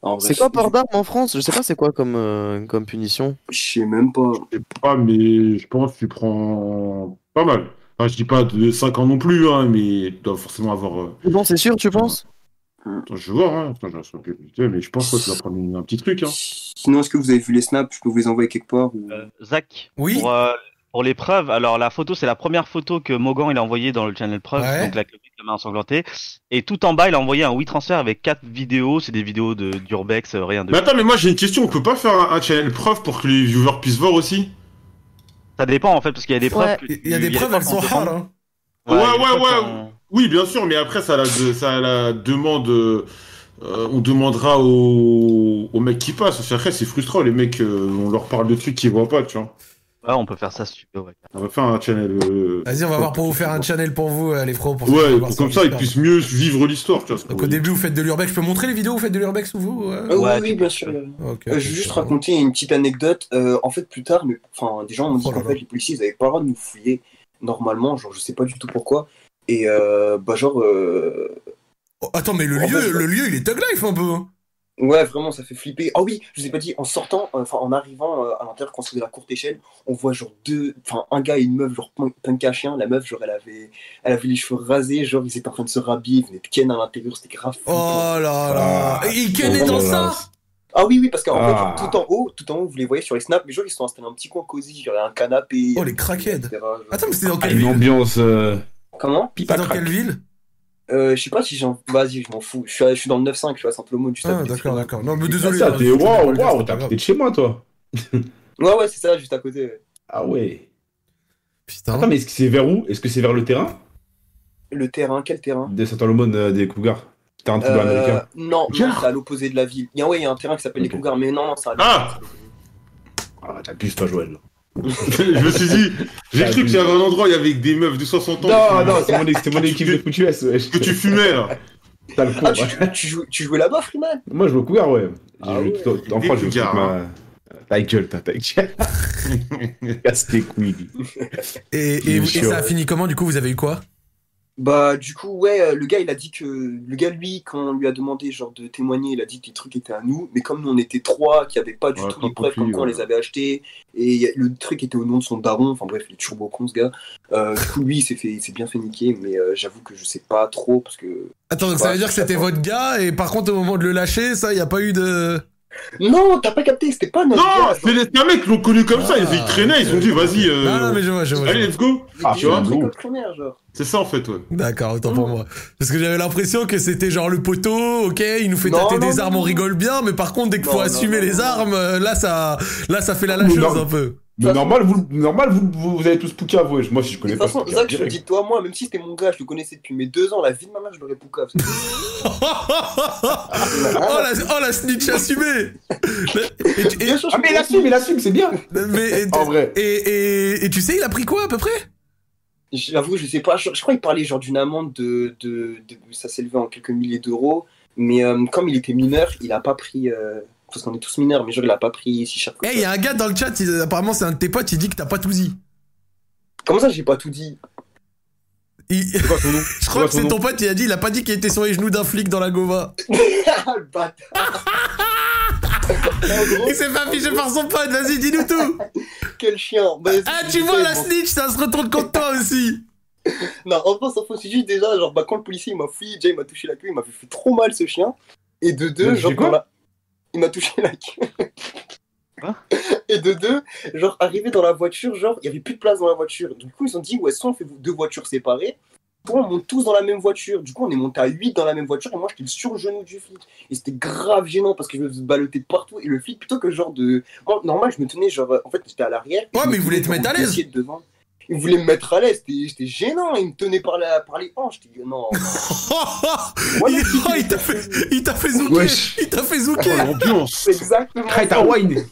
Speaker 9: En vrai,
Speaker 2: C'est quoi port d'armes en France Je sais pas c'est quoi comme, euh, comme punition.
Speaker 9: Je sais même pas.
Speaker 4: Je sais pas, mais je pense qu'il prend pas mal. Enfin, je dis pas de 5 ans non plus, hein, mais il doit forcément avoir. euh,
Speaker 2: Non, c'est sûr, tu penses
Speaker 4: Attends, je vais voir, hein. Attends, j'ai un truc, putain, mais je pense que tu vas prendre une- un petit truc. Hein.
Speaker 9: Sinon, est-ce que vous avez vu les snaps Je peux vous les envoyer quelque part ou...
Speaker 7: Euh, Zach,
Speaker 1: Oui.
Speaker 7: pour, euh, pour les preuves, alors la photo, c'est la première photo que Mogan il a envoyée dans le channel preuve,
Speaker 1: Ouais.
Speaker 7: donc la, la main ensanglantée. Et tout en bas, il a envoyé un WeTransfer avec quatre vidéos, c'est des vidéos de d'Urbex, euh, rien de.
Speaker 2: Bah,
Speaker 4: Mais attends, mais moi j'ai une question, on peut pas faire un, un channel preuve pour que les viewers puissent voir aussi
Speaker 7: Ça dépend en fait, parce qu'il y a des preuves.
Speaker 5: Ouais.
Speaker 7: que tu-
Speaker 1: Il y a des preuves, elles
Speaker 7: preuves
Speaker 1: sont
Speaker 7: qu'on
Speaker 1: rares.
Speaker 7: demande.
Speaker 1: hein.
Speaker 7: il
Speaker 4: Ouais,
Speaker 7: y a des
Speaker 4: ouais,
Speaker 7: preuves
Speaker 4: ouais.
Speaker 7: qu'on-
Speaker 4: Oui, bien sûr, mais après ça la, de- ça la demande. euh, euh, on demandera aux, aux mecs qui passent, parce qu'après c'est frustrant, les mecs, euh, on leur parle de trucs qu'ils voient pas, tu vois.
Speaker 7: Ouais, on peut faire ça si tu veux. ouais.
Speaker 4: On va faire un channel. euh,
Speaker 1: Vas-y, on va voir pour vous faire un channel pour vous, euh, les pros. Pour
Speaker 4: Ouais,
Speaker 1: voir
Speaker 4: pour comme ça
Speaker 1: sur
Speaker 4: ils
Speaker 1: Discord.
Speaker 4: puissent mieux vivre l'histoire, tu vois. ce
Speaker 1: Donc
Speaker 4: qu'on
Speaker 1: au début, vous faites de l'urbex. Je peux montrer les vidéos, vous faites de l'urbex sous vous ouais.
Speaker 9: Ah oui,
Speaker 7: Ouais,
Speaker 9: oui,
Speaker 7: tu-
Speaker 9: bien sûr.
Speaker 1: Ok,
Speaker 9: Euh,
Speaker 1: ok,
Speaker 9: je vais juste
Speaker 1: ça va.
Speaker 9: raconter une petite anecdote. Euh, en fait, plus tard, mais, enfin, des gens m'ont dit
Speaker 1: Oh là
Speaker 9: qu'en
Speaker 1: là.
Speaker 9: fait, les policiers, ils avaient pas le droit de nous fouiller normalement. Genre, je sais pas du tout pourquoi. Et euh, bah, genre, euh,
Speaker 1: Oh, attends, mais le
Speaker 9: En
Speaker 1: lieu,
Speaker 9: fait,
Speaker 1: le lieu, il est thug life un peu. hein.
Speaker 9: Ouais, vraiment, ça fait flipper. Ah oui, je vous ai pas dit, en sortant, euh, enfin en arrivant euh, à l'intérieur, quand c'est de la courte échelle, on voit genre deux, enfin un gars et une meuf, genre punk punk à chien. La meuf, genre elle avait, elle avait les cheveux rasés, genre ils étaient en train de se rhabiller, ils venaient de Ken à l'intérieur, c'était grave. flippant.
Speaker 1: Oh là là.
Speaker 10: Ah,
Speaker 1: Et Iken est
Speaker 10: oh
Speaker 1: dans
Speaker 10: là
Speaker 1: ça
Speaker 9: Ah oui, oui, parce qu'en fait,
Speaker 10: Ah.
Speaker 9: genre, tout en haut, tout en haut, vous les voyez sur les snaps, les gens ils se sont installés un petit coin cosy, genre il y a un canapé.
Speaker 1: Oh, les crackheads.
Speaker 9: craquettes
Speaker 1: Attends, mais c'était dans
Speaker 10: Ah,
Speaker 1: quelle
Speaker 10: une
Speaker 1: ville
Speaker 10: ambiance. euh,
Speaker 9: Comment
Speaker 1: C'était
Speaker 10: pipa
Speaker 1: dans
Speaker 10: crack.
Speaker 1: quelle ville
Speaker 9: euh, Je sais pas si j'en. Vas-y, je m'en fous. Je suis, je suis dans le 9-5, tu vois, simplement du
Speaker 1: Ah,
Speaker 9: tape des
Speaker 1: d'accord,
Speaker 9: trucs.
Speaker 1: d'accord. Non, mais
Speaker 10: Ah,
Speaker 1: désolé.
Speaker 10: ça,
Speaker 1: hein,
Speaker 10: t'es-
Speaker 1: je voulais pas
Speaker 10: Waouh,
Speaker 1: le dire,
Speaker 10: waouh,
Speaker 1: c'est pas
Speaker 10: t'as
Speaker 1: grave.
Speaker 10: pété de chez moi, toi.
Speaker 9: Ouais, ouais, c'est ça, juste à côté. ouais.
Speaker 10: Ah ouais.
Speaker 1: Putain.
Speaker 10: Attends, mais est-ce que c'est vers où Est-ce que c'est vers le terrain
Speaker 9: Le terrain, quel terrain
Speaker 10: des Saint-Aumône euh, des Cougars Terrain de football
Speaker 9: Euh,
Speaker 10: américain.
Speaker 9: non, non,
Speaker 10: Gare.
Speaker 9: c'est à l'opposé de la ville. Il y a, ouais, il y a un terrain qui s'appelle
Speaker 10: Ok.
Speaker 9: les Cougars, mais non, non, c'est à
Speaker 4: Ah
Speaker 10: Ah, t'abuses pas, Joël.
Speaker 4: je me suis dit, j'ai cru qu'il y avait un endroit où il y avait des meufs de 60 ans
Speaker 10: Non,
Speaker 4: qui-
Speaker 10: non, c'est mon, é- c'est mon équipe de foot US, wesh.
Speaker 4: Ah, que tu fumais là.
Speaker 10: T'as le con,
Speaker 9: Ah, tu,
Speaker 10: ouais.
Speaker 9: tu- tu joues- tu jouais là-bas, Freeman
Speaker 10: Moi, je veux cougar, ouais.
Speaker 9: Ah
Speaker 10: Je-
Speaker 9: ouais.
Speaker 10: tout- En France, je veux
Speaker 4: Cougar,
Speaker 10: foutre ma... Ta gueule, t'as ta gueule. Casse tes couilles.
Speaker 1: Et, et-
Speaker 10: Il est
Speaker 1: et
Speaker 10: chiant.
Speaker 1: ça a fini comment Du coup, vous avez eu quoi
Speaker 9: Bah, du coup, ouais, euh, le gars, il a dit que. Le gars, lui, quand on lui a demandé genre de témoigner, il a dit que les trucs étaient à nous, mais comme nous, on était trois, qui avait pas du
Speaker 4: Ouais,
Speaker 9: tout
Speaker 4: pas euh.
Speaker 9: les preuves, comme
Speaker 4: compris,
Speaker 9: quoi on
Speaker 4: ouais.
Speaker 9: les avait achetés, et y a- le truc était au nom de son daron, enfin bref, il est turbo con, ce gars. Euh, du coup, lui, il s'est fait- il s'est bien fait niquer, mais euh, j'avoue que je sais pas trop, parce que.
Speaker 1: Attends, donc ça
Speaker 9: Bah,
Speaker 1: veut dire que c'était
Speaker 9: attends.
Speaker 1: votre gars, et par contre, au moment de le lâcher, ça, il a pas eu de.
Speaker 9: Non, t'as pas capté, c'était pas notre.
Speaker 4: Non,
Speaker 9: gars,
Speaker 4: c'est les mecs qui l'ont connu comme ça, ils,
Speaker 1: Ah,
Speaker 4: ils traînaient, ils ont dit vas-y, euh,
Speaker 1: Non, non, mais je vois, je vois. je vois.
Speaker 4: allez, let's go.
Speaker 9: Il était
Speaker 4: Ah, tu vois,
Speaker 9: un truc
Speaker 10: bon.
Speaker 9: actionnaire, genre.
Speaker 4: C'est ça en fait, ouais.
Speaker 1: D'accord, autant pour moi. Parce que j'avais l'impression que c'était genre le poteau, ok, il nous fait
Speaker 9: Non,
Speaker 1: tâter
Speaker 9: non,
Speaker 1: des
Speaker 9: non,
Speaker 1: armes, on
Speaker 9: non.
Speaker 1: rigole bien, mais par contre, dès qu'il faut
Speaker 9: Non, non,
Speaker 1: assumer
Speaker 9: non,
Speaker 1: les
Speaker 9: non.
Speaker 1: armes, euh, là, ça, là, ça fait la lâcheuse
Speaker 10: Non.
Speaker 1: un peu.
Speaker 10: Mais normal, vous, normal vous, vous, vous avez tous Poucave, wesh. Moi, si je
Speaker 9: De
Speaker 10: connais
Speaker 9: toute
Speaker 10: pas.
Speaker 9: façon,
Speaker 10: Poucave,
Speaker 9: Zach, je te
Speaker 10: direct.
Speaker 9: dis, toi, moi, même si c'était mon gars, je le connaissais depuis mes deux ans, la vie de ma mère, je l'aurais poucave.
Speaker 1: oh, la, oh, la snitch assumée et, tu- et-
Speaker 10: Ah, mais il assume, il assume, c'est bien.
Speaker 1: mais- et-
Speaker 10: En vrai.
Speaker 1: et- et- et tu sais, il a pris quoi à peu près
Speaker 9: J'avoue, je sais pas, je, je crois qu'il parlait genre d'une amende de, de, de- Ça s'élevait en quelques milliers d'euros, mais euh, comme il était mineur, il a pas pris. euh, parce qu'on est tous mineurs, mais genre il a pas pris si cher que
Speaker 1: Eh, il y a un gars dans le chat, il- apparemment c'est un de tes potes, il dit que t'as pas tout dit.
Speaker 9: Comment ça, j'ai pas tout dit
Speaker 1: Il- Je crois que c'est ton pote, il a dit, il a pas dit qu'il était sur les genoux d'un flic dans la Gova.
Speaker 9: Le bâtard.
Speaker 1: Il s'est fait afficher par son pote, vas-y, dis-nous tout
Speaker 9: Quel chien Bah,
Speaker 1: Ah,
Speaker 9: c'est-
Speaker 1: tu
Speaker 9: c'est-
Speaker 1: vois, la
Speaker 9: bon.
Speaker 1: snitch, ça se retourne contre toi aussi
Speaker 9: Non, en France, en France, c'est juste déjà, genre, bah, quand le policier il m'a fouillé, déjà il m'a touché la queue, il m'a fait, fait trop mal ce chien. Et de
Speaker 10: Il
Speaker 9: deux,
Speaker 10: a
Speaker 9: genre,
Speaker 10: touché quoi
Speaker 9: quand la- il m'a touché la queue. Et de deux, genre, arrivé dans la voiture, genre, il y avait plus de place dans la voiture. Du coup, ils ont dit, ouais, soit on fait deux voitures séparées, soit on monte tous dans la même voiture. Du coup, on est monté à 8 dans la même voiture, et moi, j'étais sur le genou du flic. Et c'était grave gênant parce que je me ballottais de partout. Et le flic, plutôt que genre de. Moi, normal, je me tenais, genre, en fait, j'étais à l'arrière.
Speaker 1: Ouais,
Speaker 9: Je me
Speaker 1: mais il voulait te
Speaker 9: tenais
Speaker 1: mettre à
Speaker 9: comme le
Speaker 1: l'aise.
Speaker 9: policier de devant. Il voulait me mettre à l'aise, c'était j'étais gênant, il me tenait par, la, par les hanches. J'étais non.
Speaker 1: Oh, oh,
Speaker 9: Moi,
Speaker 1: il,
Speaker 9: le flic,
Speaker 1: oh, il t'a fait, il t'a fait zouker,
Speaker 10: Wesh.
Speaker 1: il t'a fait
Speaker 4: Oh,
Speaker 1: zouker.
Speaker 4: l'ambiance
Speaker 9: Exactement.
Speaker 3: Crête à wine.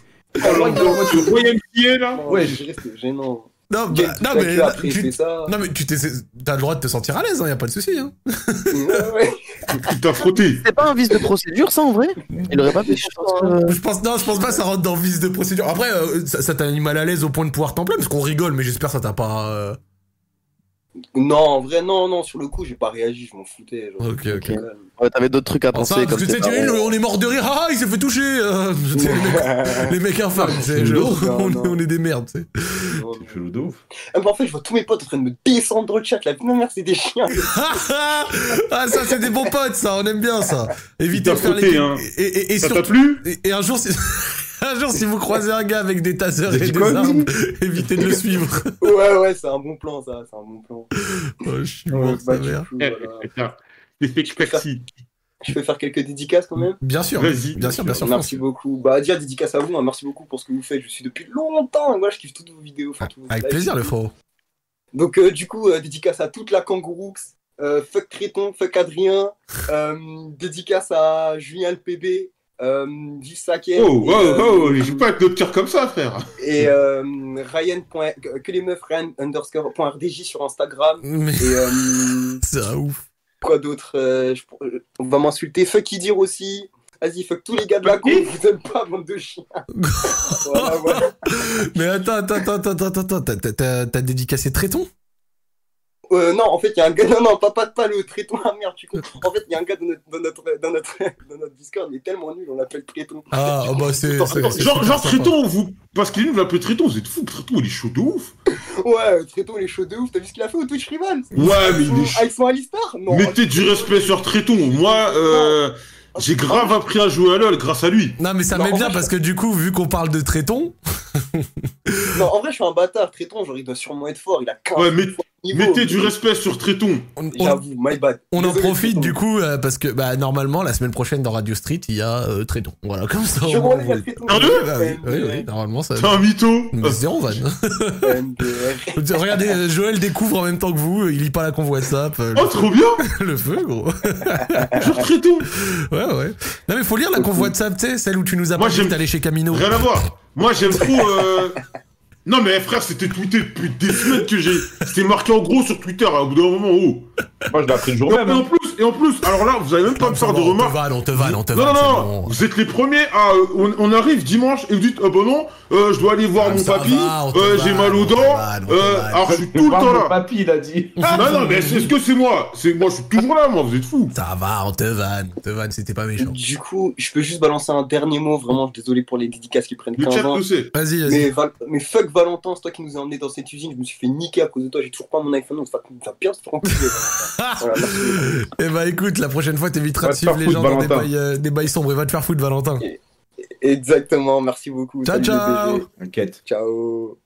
Speaker 9: Ah, ouais, non,
Speaker 4: Le royaume qui est, là
Speaker 9: non,
Speaker 3: ouais.
Speaker 9: je restais gênant.
Speaker 1: Non, bah,
Speaker 9: J'ai
Speaker 1: non,
Speaker 9: toute la
Speaker 1: mais,
Speaker 9: queue après,
Speaker 1: tu-
Speaker 9: c'est ça.
Speaker 1: non, mais tu t'es- t'as le droit de te sentir à l'aise, hein, y a pas de souci. Hein.
Speaker 9: Ouais, ouais.
Speaker 4: Il t'a frotté.
Speaker 2: C'est pas un vice de procédure, ça, en vrai Il aurait pas pu. euh.
Speaker 1: Je pense, non, je pense pas que ça rentre dans le vice de procédure. Après, euh, ça, ça t'a mis mal à l'aise au point de pouvoir t'en plaindre, parce qu'on rigole, mais j'espère que ça t'a pas. euh,
Speaker 9: Non, en vrai, non, non, sur le coup, j'ai pas réagi, je m'en foutais. Genre,
Speaker 1: Ok, ok.
Speaker 2: Ouais, t'avais d'autres trucs à penser.
Speaker 1: Ça, parce
Speaker 2: comme
Speaker 1: que tu sais,
Speaker 2: tes
Speaker 1: tu dis,
Speaker 2: parents.
Speaker 1: on est mort de rire, ah, il s'est fait toucher. euh, tu sais, les, mecs, les mecs infâmes, tu sais, genre,
Speaker 9: Non,
Speaker 1: on,
Speaker 9: non.
Speaker 1: on est des merdes, tu sais.
Speaker 9: Non, non.
Speaker 10: Je le dauf.
Speaker 9: Ah, mais en fait, je vois tous mes potes en train de me descendre dans le chat. La non, merde, c'est des chiens.
Speaker 1: Ah, ah, ah, ça, c'est des bons potes, ça, on aime bien ça. Évitez
Speaker 4: Il t'a
Speaker 1: de faire
Speaker 4: frotté,
Speaker 1: les.
Speaker 4: hein.
Speaker 1: Et, et, et
Speaker 4: Ça t'a
Speaker 1: surtout-
Speaker 4: plu
Speaker 1: et- et un jour, si. Un jour, si vous croisez un gars avec des tasers
Speaker 10: Vous
Speaker 1: et
Speaker 10: avez
Speaker 1: des
Speaker 10: dit quoi,
Speaker 1: armes, évitez de le suivre.
Speaker 9: Ouais, Ah ouais, c'est un bon plan, ça. C'est un bon plan.
Speaker 1: Oh, je suis
Speaker 9: Ouais,
Speaker 1: mort,
Speaker 9: bah,
Speaker 1: sa
Speaker 9: du
Speaker 1: mère.
Speaker 9: coup, voilà.
Speaker 4: Les fake taxi.
Speaker 9: Je peux faire quelques dédicaces quand même
Speaker 1: Bien sûr,
Speaker 4: Vas-y.
Speaker 1: bien sûr, bien sûr.
Speaker 9: Merci beaucoup. Bah, déjà, dédicace à vous. hein, Merci beaucoup pour ce que vous faites. Je suis depuis longtemps. Et voilà, je kiffe toutes vos vidéos. enfin, tous vos
Speaker 1: Ah, Avec
Speaker 9: lives.
Speaker 1: plaisir, le frérot.
Speaker 9: Donc, euh, du coup, euh, dédicace à toute la Kangourous, euh, fuck Créton, fuck Adrien, euh, dédicace à Julien le PB, euh, Vive Saké,
Speaker 4: Oh,
Speaker 9: et,
Speaker 4: oh, oh,
Speaker 9: euh,
Speaker 4: il joue pas avec notre cœur comme ça, frère.
Speaker 9: et euh, Ryan. point- que que les meufs, Ryan underscore point RDJ sur Instagram.
Speaker 1: Mais
Speaker 9: Et euh,
Speaker 1: c'est un ouf.
Speaker 9: quoi d'autre euh, je pour- euh, On va m'insulter, fuck Idir aussi. Vas-y, fuck tous les gars de la con,
Speaker 4: Fuck
Speaker 9: vous aime pas, bande de chiens. voilà, voilà.
Speaker 1: Mais attends, attends, attends, attends, attends, attends, t'as- t'as- t'as t'as dédicacé Tréton
Speaker 9: Euh, non, en fait, il y a un gars. Non, non, pas, pas, pas le Tréton, ah merde, tu comprends. En fait, il y a un gars dans notre, dans notre, dans notre, dans notre Discord, il est tellement nul, on l'appelle Tréton.
Speaker 1: Ah, ah bah c'est. c'est- c'est
Speaker 4: Genre, genre
Speaker 1: super sympa.
Speaker 4: Triton, vous. Parce qu'il nous l'appelle Triton, vous êtes fous, Triton, il est chaud de ouf.
Speaker 9: Ouais, Tréton, il est chaud de ouf, t'as vu ce qu'il a fait au Twitch Rival
Speaker 4: Ouais, mais il est
Speaker 9: Ah,
Speaker 4: chaud.
Speaker 9: ils sont à l'Istar Non.
Speaker 4: Mettez du respect sur Triton. Moi, euh, j'ai grave appris à jouer à LoL grâce à lui.
Speaker 1: Non, Ah, mais ça
Speaker 9: Non,
Speaker 1: m'est
Speaker 9: en
Speaker 1: bien
Speaker 9: fait,
Speaker 1: parce que du coup, vu qu'on parle de Tréton,
Speaker 9: Non, en vrai, je suis un bâtard, Tréton, genre, il doit sûrement être fort, il a 15
Speaker 4: Ouais, mais-
Speaker 9: niveaux.
Speaker 4: mettez du respect sur Triton.
Speaker 1: on, on-
Speaker 9: J'avoue, my bad.
Speaker 1: on en
Speaker 9: Désolé,
Speaker 1: profite
Speaker 9: Tréton.
Speaker 1: du coup euh, parce que bah, normalement, la semaine prochaine dans Radio Street, il y a euh, Tréton. Voilà, comme ça.
Speaker 9: Je
Speaker 1: au moins,
Speaker 9: m'enlève la
Speaker 1: vous-
Speaker 9: Tréton.
Speaker 4: Un, deux
Speaker 1: Bah oui, oui, oui, normalement, ça.
Speaker 4: T'es un mytho.
Speaker 1: Mais Zéro van.
Speaker 9: MDR.
Speaker 1: Regardez, euh, Joël découvre en même temps que vous, euh, il lit pas la convoi WhatsApp, euh,
Speaker 4: Oh, trop bien.
Speaker 1: le, le feu, gros.
Speaker 4: Genre Triton.
Speaker 1: Ouais, ouais. Non, mais faut lire la convoi WhatsApp, tu sais, celle où tu nous as
Speaker 4: Moi,
Speaker 1: pas dit
Speaker 4: j'aime-
Speaker 1: que t'allais chez Camino.
Speaker 4: Rien à voir. Moi, j'aime trop. euh, Non, mais frère, c'était tweeté depuis des semaines que j'ai. C'était marqué en gros sur Twitter, hein, au bout d'un moment, oh.
Speaker 10: Moi, je l'ai appris le jour
Speaker 4: Et en,
Speaker 10: même. hein.
Speaker 4: plus, et en plus, alors là, vous allez même pas me faire de
Speaker 1: On te
Speaker 4: remarques.
Speaker 1: vanne, on te vanne, on te
Speaker 4: non,
Speaker 1: vanne.
Speaker 4: non,
Speaker 1: c'est
Speaker 4: non,
Speaker 1: bon.
Speaker 4: vous êtes les premiers à. euh, on, on arrive dimanche et vous dites, ah bah non, euh, je dois aller voir
Speaker 1: Ah,
Speaker 4: mon
Speaker 1: ça
Speaker 4: papy,
Speaker 1: va, on te
Speaker 4: euh,
Speaker 1: vanne,
Speaker 4: j'ai mal
Speaker 1: on
Speaker 4: aux
Speaker 1: te
Speaker 4: dents,
Speaker 1: vanne, on te
Speaker 4: euh,
Speaker 1: vanne.
Speaker 4: alors je suis tout le temps là. Ah,
Speaker 3: Papy, il a dit.
Speaker 4: Non, non, mais est-ce que c'est moi C'est Moi, je suis toujours là, moi, vous êtes fous.
Speaker 1: Ça va, Bah, on te vanne, on te vanne, c'était pas méchant.
Speaker 9: Du coup, je peux juste balancer un dernier mot, vraiment, désolé pour les dédicaces qui prennent
Speaker 4: Le
Speaker 9: 15
Speaker 4: chat
Speaker 9: ans.
Speaker 4: le sait.
Speaker 1: Vas-y, vas-y.
Speaker 9: Mais, Val- mais fuck Valentin, c'est toi qui nous as emmené dans cette usine, je me suis fait niquer à cause de toi, j'ai toujours pas mon iPhone, donc ça va bien se faire enculer, Valentin. Voilà, merci.
Speaker 1: Eh bah écoute, la prochaine fois t'éviteras
Speaker 10: Va
Speaker 1: de
Speaker 10: te
Speaker 1: suivre
Speaker 10: faire
Speaker 1: les
Speaker 10: foutre,
Speaker 1: gens dans des
Speaker 10: Valentin.
Speaker 1: bails, euh, des bails sombres et va te faire foutre Valentin.
Speaker 9: Exactement, merci beaucoup.
Speaker 1: Ciao,
Speaker 9: Salut,
Speaker 1: ciao.
Speaker 9: les BG.
Speaker 10: T'inquiète.
Speaker 9: Ciao.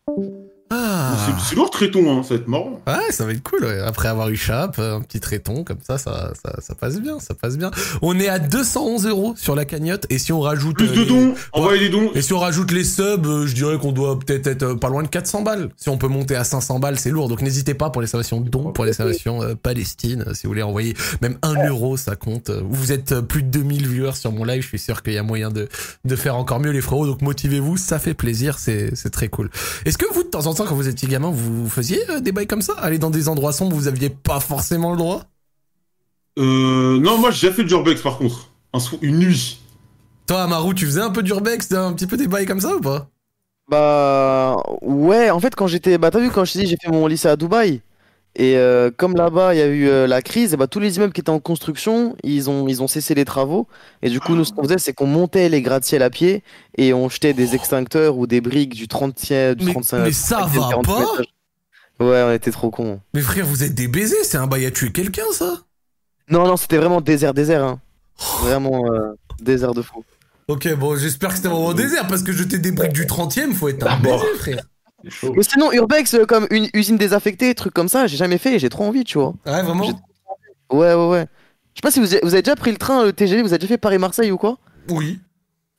Speaker 1: Ah
Speaker 4: C'est- C'est lourd, Triton, hein, ça va être marrant.
Speaker 1: Ouais, ça va être cool. ouais. Après avoir eu chape, euh, un petit traiton comme ça, ça, ça, ça passe bien, ça passe bien. On est à 211 euros sur la cagnotte et si on rajoute
Speaker 4: Plus
Speaker 1: euh,
Speaker 4: de
Speaker 1: les-
Speaker 4: dons, envoyez des dons.
Speaker 1: Et si on rajoute les subs, euh, je dirais qu'on doit peut-être être euh, pas loin de 400 balles. Si on peut monter à 500 balles, c'est lourd. Donc n'hésitez pas pour les salvations dons, pour les salvations euh, Palestine. euh, Si vous voulez envoyer même 1 euro, ça compte. Euh, Vous êtes euh, plus de 2000 viewers sur mon live. Je suis sûr qu'il y a moyen de, de faire encore mieux, les frérots. Donc motivez-vous, ça fait plaisir. C'est c'est très cool. Est-ce que vous, de temps en temps, quand vous étiez gamin, vous faisiez euh, des bails comme ça Aller dans des endroits sombres, où vous aviez pas forcément le droit
Speaker 4: Euh, non, moi j'ai déjà fait le Jorbex par contre. Un sou- une nuit.
Speaker 1: Toi, Amaru, tu faisais un peu d'urbex, un petit peu des bails comme ça ou pas
Speaker 2: Bah ouais, en fait quand j'étais, bah t'as vu quand je t'ai dit j'ai fait mon lycée à Dubaï et euh, comme là-bas il y a eu euh, la crise, et bah tous les immeubles qui étaient en construction ils ont ils ont cessé les travaux et du coup nous ce qu'on faisait c'est qu'on montait les gratte-ciel à pied et on jetait des extincteurs ou des briques du 30e, du
Speaker 1: Mais-
Speaker 2: 35.
Speaker 1: mais ça
Speaker 2: 35e,
Speaker 1: va
Speaker 2: 40e
Speaker 1: pas
Speaker 2: étage. Ouais, on était trop cons.
Speaker 1: Mais frère, vous êtes des baisers, c'est un bail à tuer quelqu'un ça
Speaker 2: Non non c'était vraiment désert désert hein.
Speaker 1: Oh.
Speaker 2: Vraiment euh, désert de fou.
Speaker 1: Ok, bon, j'espère que c'était vraiment au désert parce que jeter des briques du 30 e faut
Speaker 2: Ah,
Speaker 1: être un baiser, frère.
Speaker 2: Mais sinon, Urbex, euh, comme une usine désaffectée, truc comme ça, j'ai jamais fait et j'ai trop envie, tu vois.
Speaker 1: Ouais, vraiment
Speaker 2: Ouais, ouais, ouais. Je sais pas si vous avez, vous avez déjà pris le train, le TGV, vous avez déjà fait Paris-Marseille ou quoi
Speaker 1: Oui.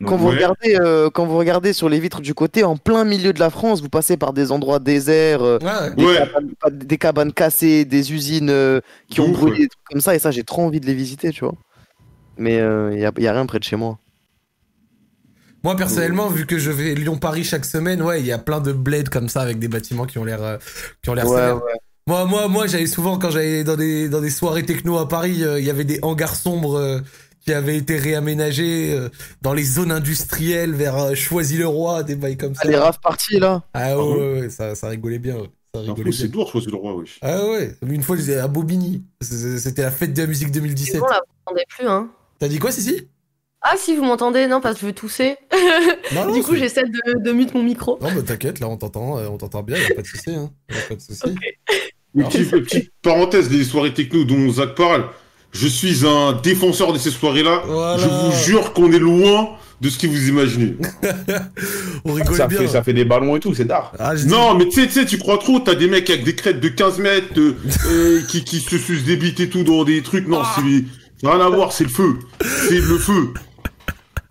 Speaker 2: quand vous, regardez, euh, quand vous regardez sur les vitres du côté, en plein milieu de la France, vous passez par des endroits déserts, euh,
Speaker 1: Ouais.
Speaker 2: Des,
Speaker 4: Ouais.
Speaker 2: cabanes, pas- des cabanes cassées, des usines euh, qui ont
Speaker 4: Ouf,
Speaker 2: brûlé,
Speaker 4: ouais.
Speaker 2: des trucs comme ça, et ça, j'ai trop envie de les visiter, tu vois. Mais il a, y a rien près de chez moi.
Speaker 1: Moi, personnellement, vu que je vais Lyon-Paris chaque semaine, ouais, il y a plein de bleds comme ça avec des bâtiments qui ont l'air euh, qui ont l'air
Speaker 2: Ouais,
Speaker 1: sévères.
Speaker 2: ouais.
Speaker 1: Moi, moi, moi, j'allais souvent quand j'allais dans des dans des soirées techno à Paris, euh, il y avait des hangars sombres euh, qui avaient été réaménagés euh, dans les zones industrielles vers euh, Choisy-le-Roi, des bails comme ça.
Speaker 2: Ah, les raves parties, là
Speaker 1: Ah ouais, ouais, ouais, ça, ça rigolait bien. ouais. Ça
Speaker 4: En
Speaker 1: rigolait
Speaker 4: plus,
Speaker 1: bien.
Speaker 4: c'est lourd, je pense, le roi, wesh.
Speaker 1: Ah ouais, une fois j'étais à Bobigny, C'est- c'était la fête de la musique
Speaker 5: C'est
Speaker 1: 2017.
Speaker 5: bon, là, vous m'entendez plus, hein.
Speaker 1: T'as dit quoi, Sissi
Speaker 5: Ah, si, vous m'entendez, non, parce que je veux tousser.
Speaker 1: Non, non,
Speaker 5: du coup,
Speaker 1: c'est-
Speaker 5: j'essaie de, de mute mon micro.
Speaker 1: Non, bah t'inquiète, là on t'entend, euh, on t'entend bien, y a pas de souci, hein. Y a pas de souci.
Speaker 4: Une petite, une petite parenthèse des soirées techno dont Zach parle. Je suis un défenseur de ces soirées-là.
Speaker 1: Voilà.
Speaker 4: Je vous jure qu'on est loin de ce que vous imaginez.
Speaker 1: On rigole
Speaker 10: Ça
Speaker 1: bien. hein.
Speaker 10: fait, ça fait des ballons et tout, c'est d'art.
Speaker 1: Ah, je dis-
Speaker 4: Non, mais tu sais, tu sais, tu crois trop, t'as des mecs avec des crêtes de 15 mètres euh, euh, qui, qui se sucent des bites et tout dans des trucs.
Speaker 1: Ah.
Speaker 4: Non, c'est rien à voir, c'est le feu. C'est le feu.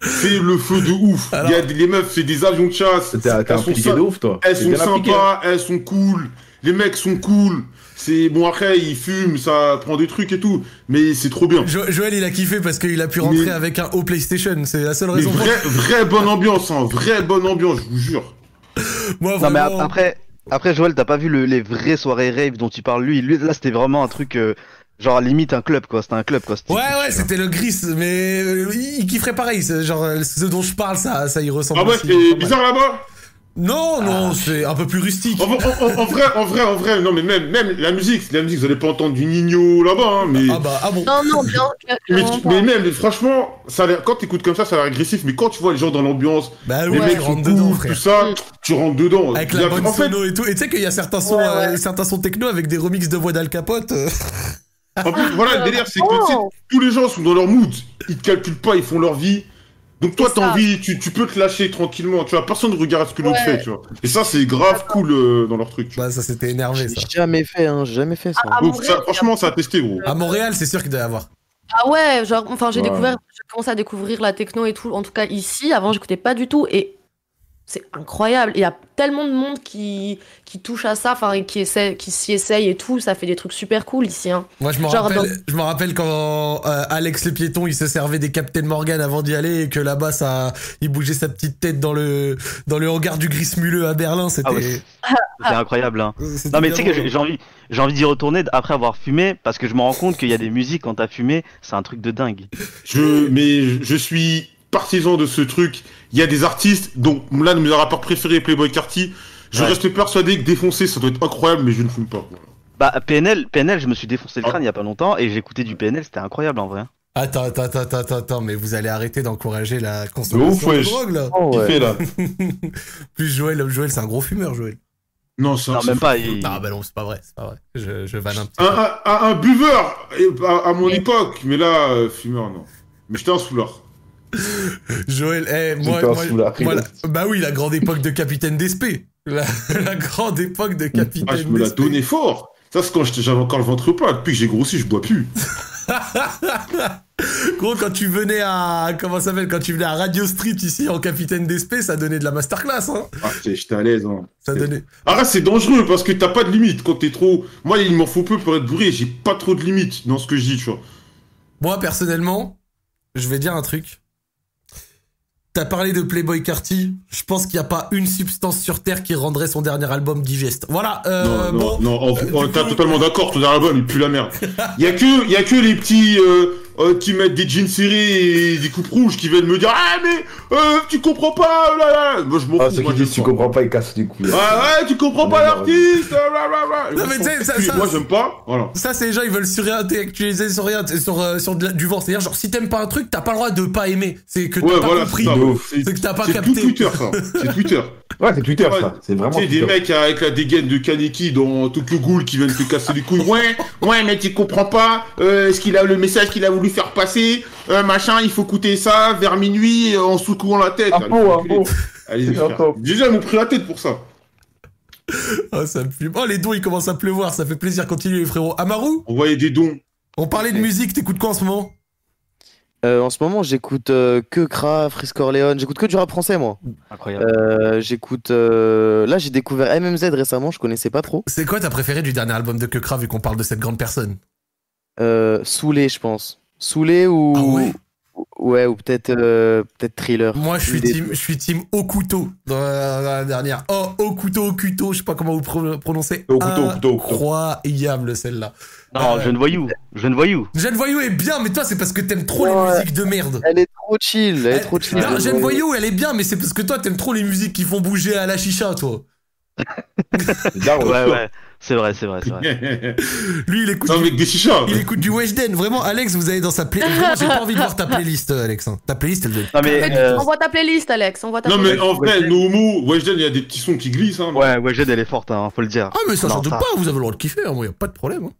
Speaker 4: C'est le feu de ouf. Il y a des, les meufs, c'est des avions de chasse.
Speaker 10: T'es Ah, t'es
Speaker 4: Elles sont,
Speaker 10: impliqué
Speaker 4: sy-
Speaker 10: de ouf, toi.
Speaker 4: elles
Speaker 10: T'es
Speaker 4: sont
Speaker 10: bien impliqué, hein.
Speaker 4: sympas, elles sont cool. Les mecs sont cool. C'est bon après ils fument, ça prend des trucs et tout, mais c'est trop bien.
Speaker 1: Jo- Joël, il a kiffé parce qu'il a pu rentrer
Speaker 4: Mais-
Speaker 1: avec un haut PlayStation. C'est la seule
Speaker 4: Mais
Speaker 1: raison.
Speaker 4: vraie, vraie bonne ambiance, hein, vraie bonne ambiance, je vous jure.
Speaker 1: pour- Moi,
Speaker 7: Non mais
Speaker 1: vraiment.
Speaker 7: ap- après, après Joël, t'as pas vu le- les vraies soirées rave dont il parle lui. Lui, là, c'était vraiment un truc euh, genre limite un club quoi. C'était un club quoi. C'était-
Speaker 1: Ouais, ouais, c'était le gris, mais euh, il kifferait pareil. c'est Genre, euh, ce dont je parle, ça, ça y ressemble.
Speaker 4: Ah ouais,
Speaker 1: aussi,
Speaker 4: c'est
Speaker 1: pas mal.
Speaker 4: bizarre là-bas.
Speaker 1: Non, non, c'est un peu plus rustique.
Speaker 4: En, en- en- en vrai, en vrai, en vrai, non mais même, même la musique, la musique, vous allez pas entendre du Nino là-bas, hein, mais,
Speaker 1: Ah bah, ah bon.
Speaker 5: Non, non, bien.
Speaker 4: mais,
Speaker 5: clairement pas.
Speaker 4: mais même, franchement, ça a l'air- quand t'écoutes comme ça, ça a l'air agressif, mais quand tu vois les gens dans l'ambiance,
Speaker 1: Bah
Speaker 4: les
Speaker 1: ouais,
Speaker 4: mecs
Speaker 1: je
Speaker 4: sont
Speaker 1: rentre
Speaker 4: cool,
Speaker 1: dedans,
Speaker 4: tout
Speaker 1: frère.
Speaker 5: Mm.
Speaker 4: ça, tu rentres dedans.
Speaker 1: Avec
Speaker 4: Il y
Speaker 1: la
Speaker 4: a-
Speaker 1: bonne
Speaker 4: Ah, en fait,
Speaker 1: sono et tout. Et tu sais qu'il y a certains sons, euh, certains sons techno avec des remixes de voix d'Al Capote. euh.
Speaker 4: en plus, voilà, le délire, c'est que tu sais,
Speaker 5: Oh,
Speaker 4: tous les gens sont dans leur mood, ils te calculent pas, ils font leur vie. Donc toi,
Speaker 5: C'est
Speaker 4: t'as
Speaker 5: ça.
Speaker 4: envie, tu, tu peux te lâcher tranquillement, tu vois, personne ne regarde ce que l'autre
Speaker 5: Ouais.
Speaker 4: fait, tu vois. Et ça, c'est grave cool euh, dans leur truc. tu vois.
Speaker 1: Bah, ça c'était énervé,
Speaker 2: J'ai
Speaker 1: ça.
Speaker 2: jamais fait, hein, j'ai jamais fait ça.
Speaker 5: à
Speaker 4: Donc,
Speaker 5: Montréal,
Speaker 4: ça, franchement, ça a testé, gros.
Speaker 1: À Montréal, c'est sûr qu'il doit y avoir.
Speaker 5: Ah ouais, genre, enfin, j'ai
Speaker 10: Ouais.
Speaker 5: découvert, j'ai commencé à découvrir la techno et tout, en tout cas ici. Avant, j'écoutais pas du tout et c'est incroyable. Il y a tellement de monde qui, qui touche à ça, enfin, et qui essaie, qui s'y essaye et tout. Ça fait des trucs super cool ici, hein.
Speaker 1: Moi, je me
Speaker 5: Genre
Speaker 1: rappelle,
Speaker 5: dans-
Speaker 1: je me rappelle quand euh, Alex le piéton, il se servait des Captain Morgan avant d'y aller et que là-bas, ça, il bougeait sa petite tête dans le, dans le hangar du gris muleux à Berlin. C'était.
Speaker 7: Ah ouais, c'est- c'était incroyable. Hein.
Speaker 4: Euh,
Speaker 1: c'était
Speaker 7: Non mais tu sais que
Speaker 1: vraiment-
Speaker 7: j'ai j'ai envie, j'ai envie d'y retourner après avoir fumé parce que je me rends compte qu'il y a des musiques quand t'as fumé, c'est un truc de dingue.
Speaker 4: Je, mais je- je suis partisan de ce truc. Il y a des artistes, donc l'un de mes rappeurs préférés est Playboy Carty. Je
Speaker 7: Ouais.
Speaker 4: reste persuadé que défoncer, ça doit être incroyable, mais je ne fume pas.
Speaker 7: Bah PNL, PNL, je me suis défoncé le
Speaker 4: Ah.
Speaker 7: crâne il y a pas longtemps et j'ai écouté du PNL, c'était incroyable en vrai.
Speaker 1: Attends, attends, attends, attends, attends, mais vous allez arrêter d'encourager la consommation de
Speaker 10: wesh.
Speaker 1: drogue là.
Speaker 2: Oh,
Speaker 10: Qui
Speaker 2: ouais.
Speaker 10: fait là
Speaker 1: Plus Joël, Joël, c'est un gros fumeur, Joël.
Speaker 4: Non, ça.
Speaker 7: Non
Speaker 4: ça-
Speaker 7: même pas. il-
Speaker 1: Ah bah non, c'est pas vrai, c'est pas vrai. Je, je vanne un petit
Speaker 4: Un,
Speaker 1: peu.
Speaker 4: un- un- un buveur et- à, à mon époque, mais là, euh, fumeur, non. Mais j'étais un soulard.
Speaker 1: Joël, eh, moi,
Speaker 10: J'étais un
Speaker 1: moi,
Speaker 10: soulard,
Speaker 1: moi, la-
Speaker 10: rigole.
Speaker 1: bah oui, la grande époque de Capitaine Despé. La, la grande époque de Capitaine
Speaker 4: Ah, je me la
Speaker 1: Despé.
Speaker 4: donnais fort. Ça, c'est quand j'étais- j'avais encore le ventre plat. Depuis que j'ai grossi, je bois plus.
Speaker 1: Gros, quand tu venais à. Comment ça s'appelle Quand tu venais à Radio Street ici en capitaine d'Espé, ça donnait de la masterclass, hein
Speaker 4: Ah, j'étais- j'étais à l'aise. Hein.
Speaker 1: Ça
Speaker 4: C'est-
Speaker 1: donnait.
Speaker 4: Ah, c'est dangereux parce que t'as pas de limite quand t'es trop. Moi, il m'en faut peu pour être bourré. J'ai pas trop de limite dans ce que je dis, tu vois.
Speaker 1: Moi, personnellement, je vais dire un truc. T'as parlé de Playboy Carty. Je pense qu'il n'y a pas une substance sur Terre qui rendrait son dernier album digeste. Voilà, euh,
Speaker 4: Non, non,
Speaker 1: bon.
Speaker 4: non, en-
Speaker 1: euh,
Speaker 4: en-
Speaker 1: du
Speaker 4: t'as
Speaker 1: coup-
Speaker 4: totalement d'accord, ton dernier album, il pue la merde. Il y a que, il y a que les petits, euh, euh, qui mettent des jeans serrés et des coupes rouges qui viennent me dire Ah, mais euh, tu comprends pas oh là là. Moi, je m'en
Speaker 3: Ah,
Speaker 4: fous.
Speaker 3: ceux
Speaker 4: moi,
Speaker 3: qui
Speaker 4: je
Speaker 3: disent tu
Speaker 4: crois.
Speaker 3: comprends pas, ils cassent les couilles.
Speaker 4: Ouais, ouais, tu comprends pas l'artiste, euh, blablabla.
Speaker 1: Non, mais tu sais, ça- ça-
Speaker 4: Moi, j'aime pas. Voilà.
Speaker 1: Ça, c'est les gens, ils veulent surintellectualiser sur rien, sur, euh, sur de la- du vent. C'est-à-dire, genre, si t'aimes pas un truc, t'as pas le droit de pas aimer. C'est que t'as
Speaker 4: Ouais,
Speaker 1: pas
Speaker 4: voilà,
Speaker 1: compris.
Speaker 4: c'est ça.
Speaker 1: C'est que t'as pas
Speaker 4: C'est tout
Speaker 1: capté.
Speaker 4: Twitter, ça. C'est Twitter.
Speaker 3: Ouais, c'est Twitter
Speaker 4: Ouais.
Speaker 3: ça, c'est vraiment
Speaker 4: Tu sais, des
Speaker 3: Twitter.
Speaker 4: mecs avec la dégaine de Kaneki dans Tokyo Ghoul qui viennent te casser les couilles. Ouais, ouais, mais tu comprends pas euh, ce qu'il a, le message qu'il a voulu faire passer. euh, machin, il faut coûter ça vers minuit euh, en secouant la tête.
Speaker 3: Un
Speaker 4: Allez,
Speaker 3: pot, un
Speaker 4: enculé.
Speaker 3: pot.
Speaker 4: Allez,
Speaker 3: C'est un
Speaker 4: frère.
Speaker 3: pot.
Speaker 4: Déjà, ils m'ont pris la tête pour ça.
Speaker 1: Oh, ça me fume. Oh, les dons, il commence à pleuvoir. Ça fait plaisir. Continue, les frérots. Amaru,
Speaker 4: On voyait des dons.
Speaker 1: on parlait de
Speaker 2: Ouais.
Speaker 1: musique. T'écoutes quoi en ce moment
Speaker 2: Euh, en ce moment, j'écoute euh, que Kra, Frisco Orléans, j'écoute que du rap français, moi.
Speaker 7: Incroyable.
Speaker 2: Euh, j'écoute. euh, Là, j'ai découvert MMZ récemment, je connaissais pas trop.
Speaker 1: C'est quoi ta préférée du dernier album de Kekra vu qu'on parle de cette grande personne
Speaker 2: Euh, Soulé, je pense. Soulé ou.
Speaker 1: Ah ouais
Speaker 2: Ouais, ou peut-être euh, peut-être Thriller.
Speaker 1: Moi, je suis
Speaker 2: Une des
Speaker 1: team,
Speaker 2: deux.
Speaker 1: je suis team au couteau dans la, dans la dernière. Oh, au couteau, au couteau, je sais pas comment vous pro- prononcez.
Speaker 4: Au couteau, au couteau, au couteau.
Speaker 1: Incroyable celle-là.
Speaker 7: Non,
Speaker 1: euh,
Speaker 7: je ne voyou. Je ne voyou.
Speaker 1: Jeanne Voyou est bien, mais toi, c'est parce que t'aimes trop les
Speaker 2: Ouais.
Speaker 1: musiques de merde.
Speaker 2: Elle est trop chill, elle est
Speaker 1: Eh,
Speaker 2: trop chill.
Speaker 1: Non, Jeanne Voyou, elle est bien, mais c'est parce que toi, t'aimes trop les musiques qui font bouger à la chicha, toi.
Speaker 7: Ouais, ouais. C'est vrai, c'est vrai, c'est vrai.
Speaker 1: Lui, il écoute,
Speaker 4: Non,
Speaker 1: du,
Speaker 4: mec, des chichas.
Speaker 1: il écoute du Weshden. Vraiment, Alex, vous avez dans sa playlist. J'ai pas envie de voir ta playlist, euh, Alex. hein. Ta playlist, elle doit être-
Speaker 7: Non, mais.
Speaker 5: Mais
Speaker 7: euh,
Speaker 5: Envoie ta playlist, Alex. Envoie ta
Speaker 4: Non, mais
Speaker 5: playlist.
Speaker 4: en vrai, Nomo, Weshden, il y a des petits sons qui glissent. Hein,
Speaker 7: Ouais, ouais, Jade, elle est forte, hein, faut le dire.
Speaker 1: Ah, mais ça,
Speaker 7: Non,
Speaker 1: j'en doute
Speaker 7: ça-
Speaker 1: pas. Vous avez le droit de kiffer. Hein, moi, y a pas de problème. hein.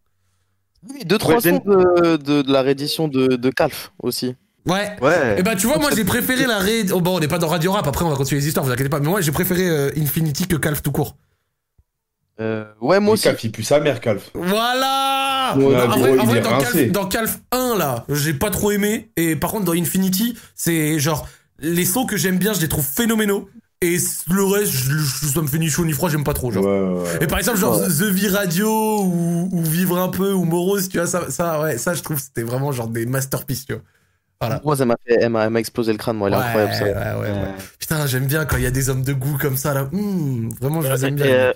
Speaker 2: Oui, deux trois
Speaker 7: Zen-
Speaker 2: sons de, de, de la réédition de, de Calf aussi.
Speaker 1: Ouais.
Speaker 7: Ouais.
Speaker 1: Eh ben tu vois moi j'ai préféré la ré... oh, bon on n'est pas dans Radio Rap après on va continuer les histoires vous inquiétez pas mais moi j'ai préféré euh, Infinity que Calf tout court.
Speaker 2: Euh, ouais, moi aussi.
Speaker 3: Calf, il pue sa mère, Calf.
Speaker 1: Voilà
Speaker 3: Ouais,
Speaker 1: En
Speaker 3: gros,
Speaker 1: vrai-
Speaker 3: il
Speaker 1: en vrai,
Speaker 3: est
Speaker 1: dans,
Speaker 3: rincé.
Speaker 1: Calf, dans Calf 1 là j'ai pas trop aimé et par contre dans Infinity c'est genre les sons que j'aime bien je les trouve phénoménaux et le reste je, je- ça me fait ni chaud ni froid j'aime pas trop
Speaker 3: Ouais,
Speaker 1: genre.
Speaker 3: ouais, ouais.
Speaker 1: Et par exemple genre The V Radio ou, ou Vivre un peu ou Morose tu vois ça ça ouais ça je trouve que c'était vraiment genre des masterpieces tu vois. Voilà.
Speaker 2: Moi, ça m'a fait, elle m'a elle m'a explosé le crâne, moi, elle est
Speaker 1: Ouais,
Speaker 2: incroyable ça.
Speaker 1: ouais, ouais, ouais. Putain, j'aime bien quand il y a des hommes de goût comme ça, là. Hmm, vraiment, je les aime bien.
Speaker 7: Et, euh,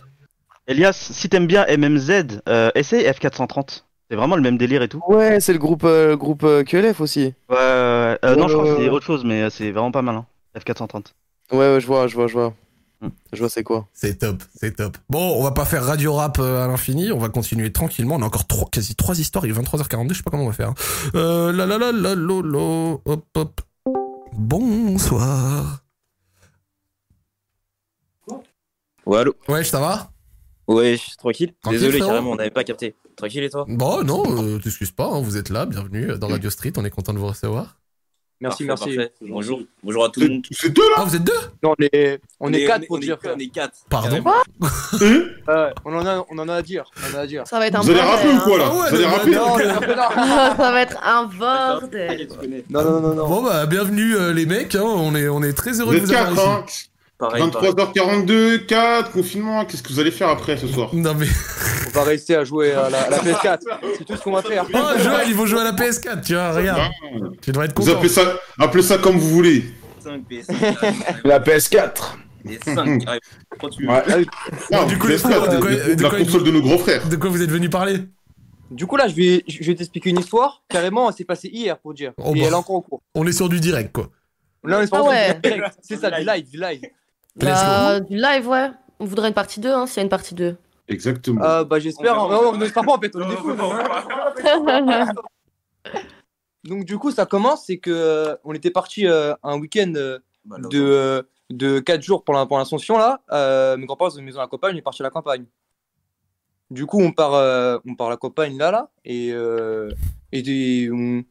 Speaker 7: Elias, si t'aimes bien MMZ, euh, essaye F430. C'est vraiment le même délire et tout.
Speaker 2: Ouais, c'est le groupe, euh, le groupe euh, QLF aussi.
Speaker 7: Ouais, ouais, ouais. Euh, non, je crois que c'est
Speaker 2: Euh,
Speaker 7: autre chose, mais euh, c'est vraiment pas mal. Hein. F430.
Speaker 2: Ouais, ouais, je vois, je vois, je vois.
Speaker 7: Hmm.
Speaker 2: Je vois, c'est quoi.
Speaker 1: C'est top, c'est top. Bon, on va pas faire radio rap euh, à l'infini, on va continuer tranquillement. On a encore trois, quasi trois histoires, il est 23h42, je sais pas comment on va faire. hein. Euh, la la la la lo, lo, hop hop. Bonsoir.
Speaker 11: Ouais, allô
Speaker 1: Ouais, ça va
Speaker 11: Ouais, je suis tranquille.
Speaker 1: Tranquille,
Speaker 11: Désolé,
Speaker 1: frérot.
Speaker 11: carrément, on n'avait pas capté. Tranquille et toi
Speaker 1: Bon, non, euh, t'excuses pas, hein, vous êtes là, bienvenue euh, dans Radio Street, on est content de vous recevoir.
Speaker 11: Parfait,
Speaker 12: merci.
Speaker 11: parfait. Bonjour. Bonjour à tout le
Speaker 4: C'est
Speaker 11: monde.
Speaker 4: c'est deux, là
Speaker 1: Ah, vous êtes deux
Speaker 12: Non, on est, on est
Speaker 11: on
Speaker 12: quatre pour
Speaker 11: on
Speaker 12: dire.
Speaker 11: est- On est quatre.
Speaker 1: Pardon
Speaker 11: Carrément.
Speaker 4: Hein
Speaker 12: frère. Ouais, on en a, on en a à dire. On en a à dire.
Speaker 5: Ça va être un
Speaker 4: Vous allez
Speaker 5: bordel.
Speaker 4: rapper ou quoi, là
Speaker 2: hein.
Speaker 1: Ah ouais,
Speaker 4: Vous allez
Speaker 1: le
Speaker 4: rapper
Speaker 1: bâtard.
Speaker 12: Non, non,
Speaker 5: ça va être un bordel.
Speaker 12: non, non, non, non.
Speaker 1: Bon, bah, bienvenue euh, les mecs, hein, on, est, on est très
Speaker 4: Vous
Speaker 1: heureux de
Speaker 4: êtes
Speaker 1: vous avoir
Speaker 4: quatre,
Speaker 1: ici.
Speaker 4: hein
Speaker 11: Pareil, pareil.
Speaker 4: 23h42, 4, confinement, qu'est-ce que vous allez faire après ce soir
Speaker 1: Non, mais.
Speaker 12: On va rester à jouer à la, à la PS4. C'est tout ce qu'on va faire.
Speaker 1: Oh, Joël, ils vont jouer à la PS4, tu vois, regarde. Tu devrais être
Speaker 4: Vous
Speaker 1: content.
Speaker 4: appelez ça, appelez ça comme vous voulez.
Speaker 11: 5 PS5.
Speaker 3: La PS4
Speaker 11: Et 5 carrément. Quand tu veux.
Speaker 12: Ah
Speaker 3: Ouais.
Speaker 4: Non,
Speaker 1: du coup,
Speaker 4: laisse
Speaker 1: de
Speaker 4: faire,
Speaker 1: quoi- de quoi-
Speaker 4: la
Speaker 1: de quoi-
Speaker 4: console de nos grands frères.
Speaker 1: De quoi vous êtes venu parler
Speaker 12: Du coup, là, je vais, je vais t'expliquer une histoire. Carrément, elle s'est passée hier pour dire.
Speaker 1: Oh,
Speaker 12: Et
Speaker 1: bah.
Speaker 12: elle est encore en cours.
Speaker 1: On est sur du direct, quoi.
Speaker 12: Là, on est
Speaker 5: Ah
Speaker 12: sur-
Speaker 5: ouais.
Speaker 12: direct. C'est ça, du live, du live.
Speaker 1: Let's go.
Speaker 5: Bah, du live, ouais. On voudrait une partie 2, hein, s'il y a une partie 2.
Speaker 4: Exactement.
Speaker 12: Euh, bah, j'espère.
Speaker 11: On
Speaker 12: hein.
Speaker 11: verra.
Speaker 12: Non, non, on espère pas, en fait. On est des fous. Donc, du coup, ça commence. C'est que euh, on était parti euh, un week-end euh,
Speaker 11: Bah, là,
Speaker 12: de, euh, de 4 jours pour la- pour l'Ascension, là. Euh, mes grands-parents ils ont une maison à la campagne, on est parti à la campagne. Du coup, on part, euh, on part à la campagne, là, là, et, euh, et, des- on,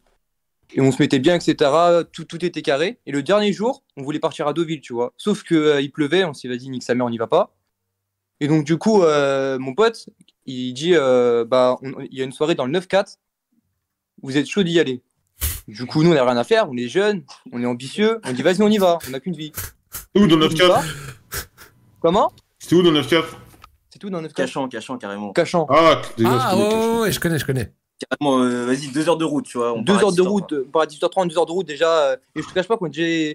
Speaker 12: et on se mettait bien, etc. Tout, tout était carré. Et le dernier jour, on voulait partir à Deauville, tu vois. Sauf que euh, il pleuvait, on s'est dit, vas-y, nique sa mère, on n'y va pas. Et donc, du coup, euh, mon pote, il dit, euh, bah, on- il y a une soirée dans le 9-4, vous êtes chaud d'y aller. Du coup, nous, on n'a rien à faire, on est jeunes, on est ambitieux, on dit, vas-y, on y va, on n'a qu'une vie.
Speaker 4: C'était où dans
Speaker 12: On y va.
Speaker 4: 9-4
Speaker 12: Comment
Speaker 4: C'était où dans 9-4
Speaker 12: C'est tout dans 9 cachant.
Speaker 11: Cachant, cachant carrément.
Speaker 12: Cachant.
Speaker 4: Ah, que- je
Speaker 1: Ah, ouais,
Speaker 4: connais, je
Speaker 1: ouais, ouais, je connais, je connais.
Speaker 11: Carrément, euh, vas-y, 2 heures de route, tu vois. on
Speaker 12: Deux
Speaker 11: part à
Speaker 12: heures de
Speaker 11: 10
Speaker 12: route, euh, par 18h30, deux heures de route déjà. euh, Et je te cache pas qu'on a déjà,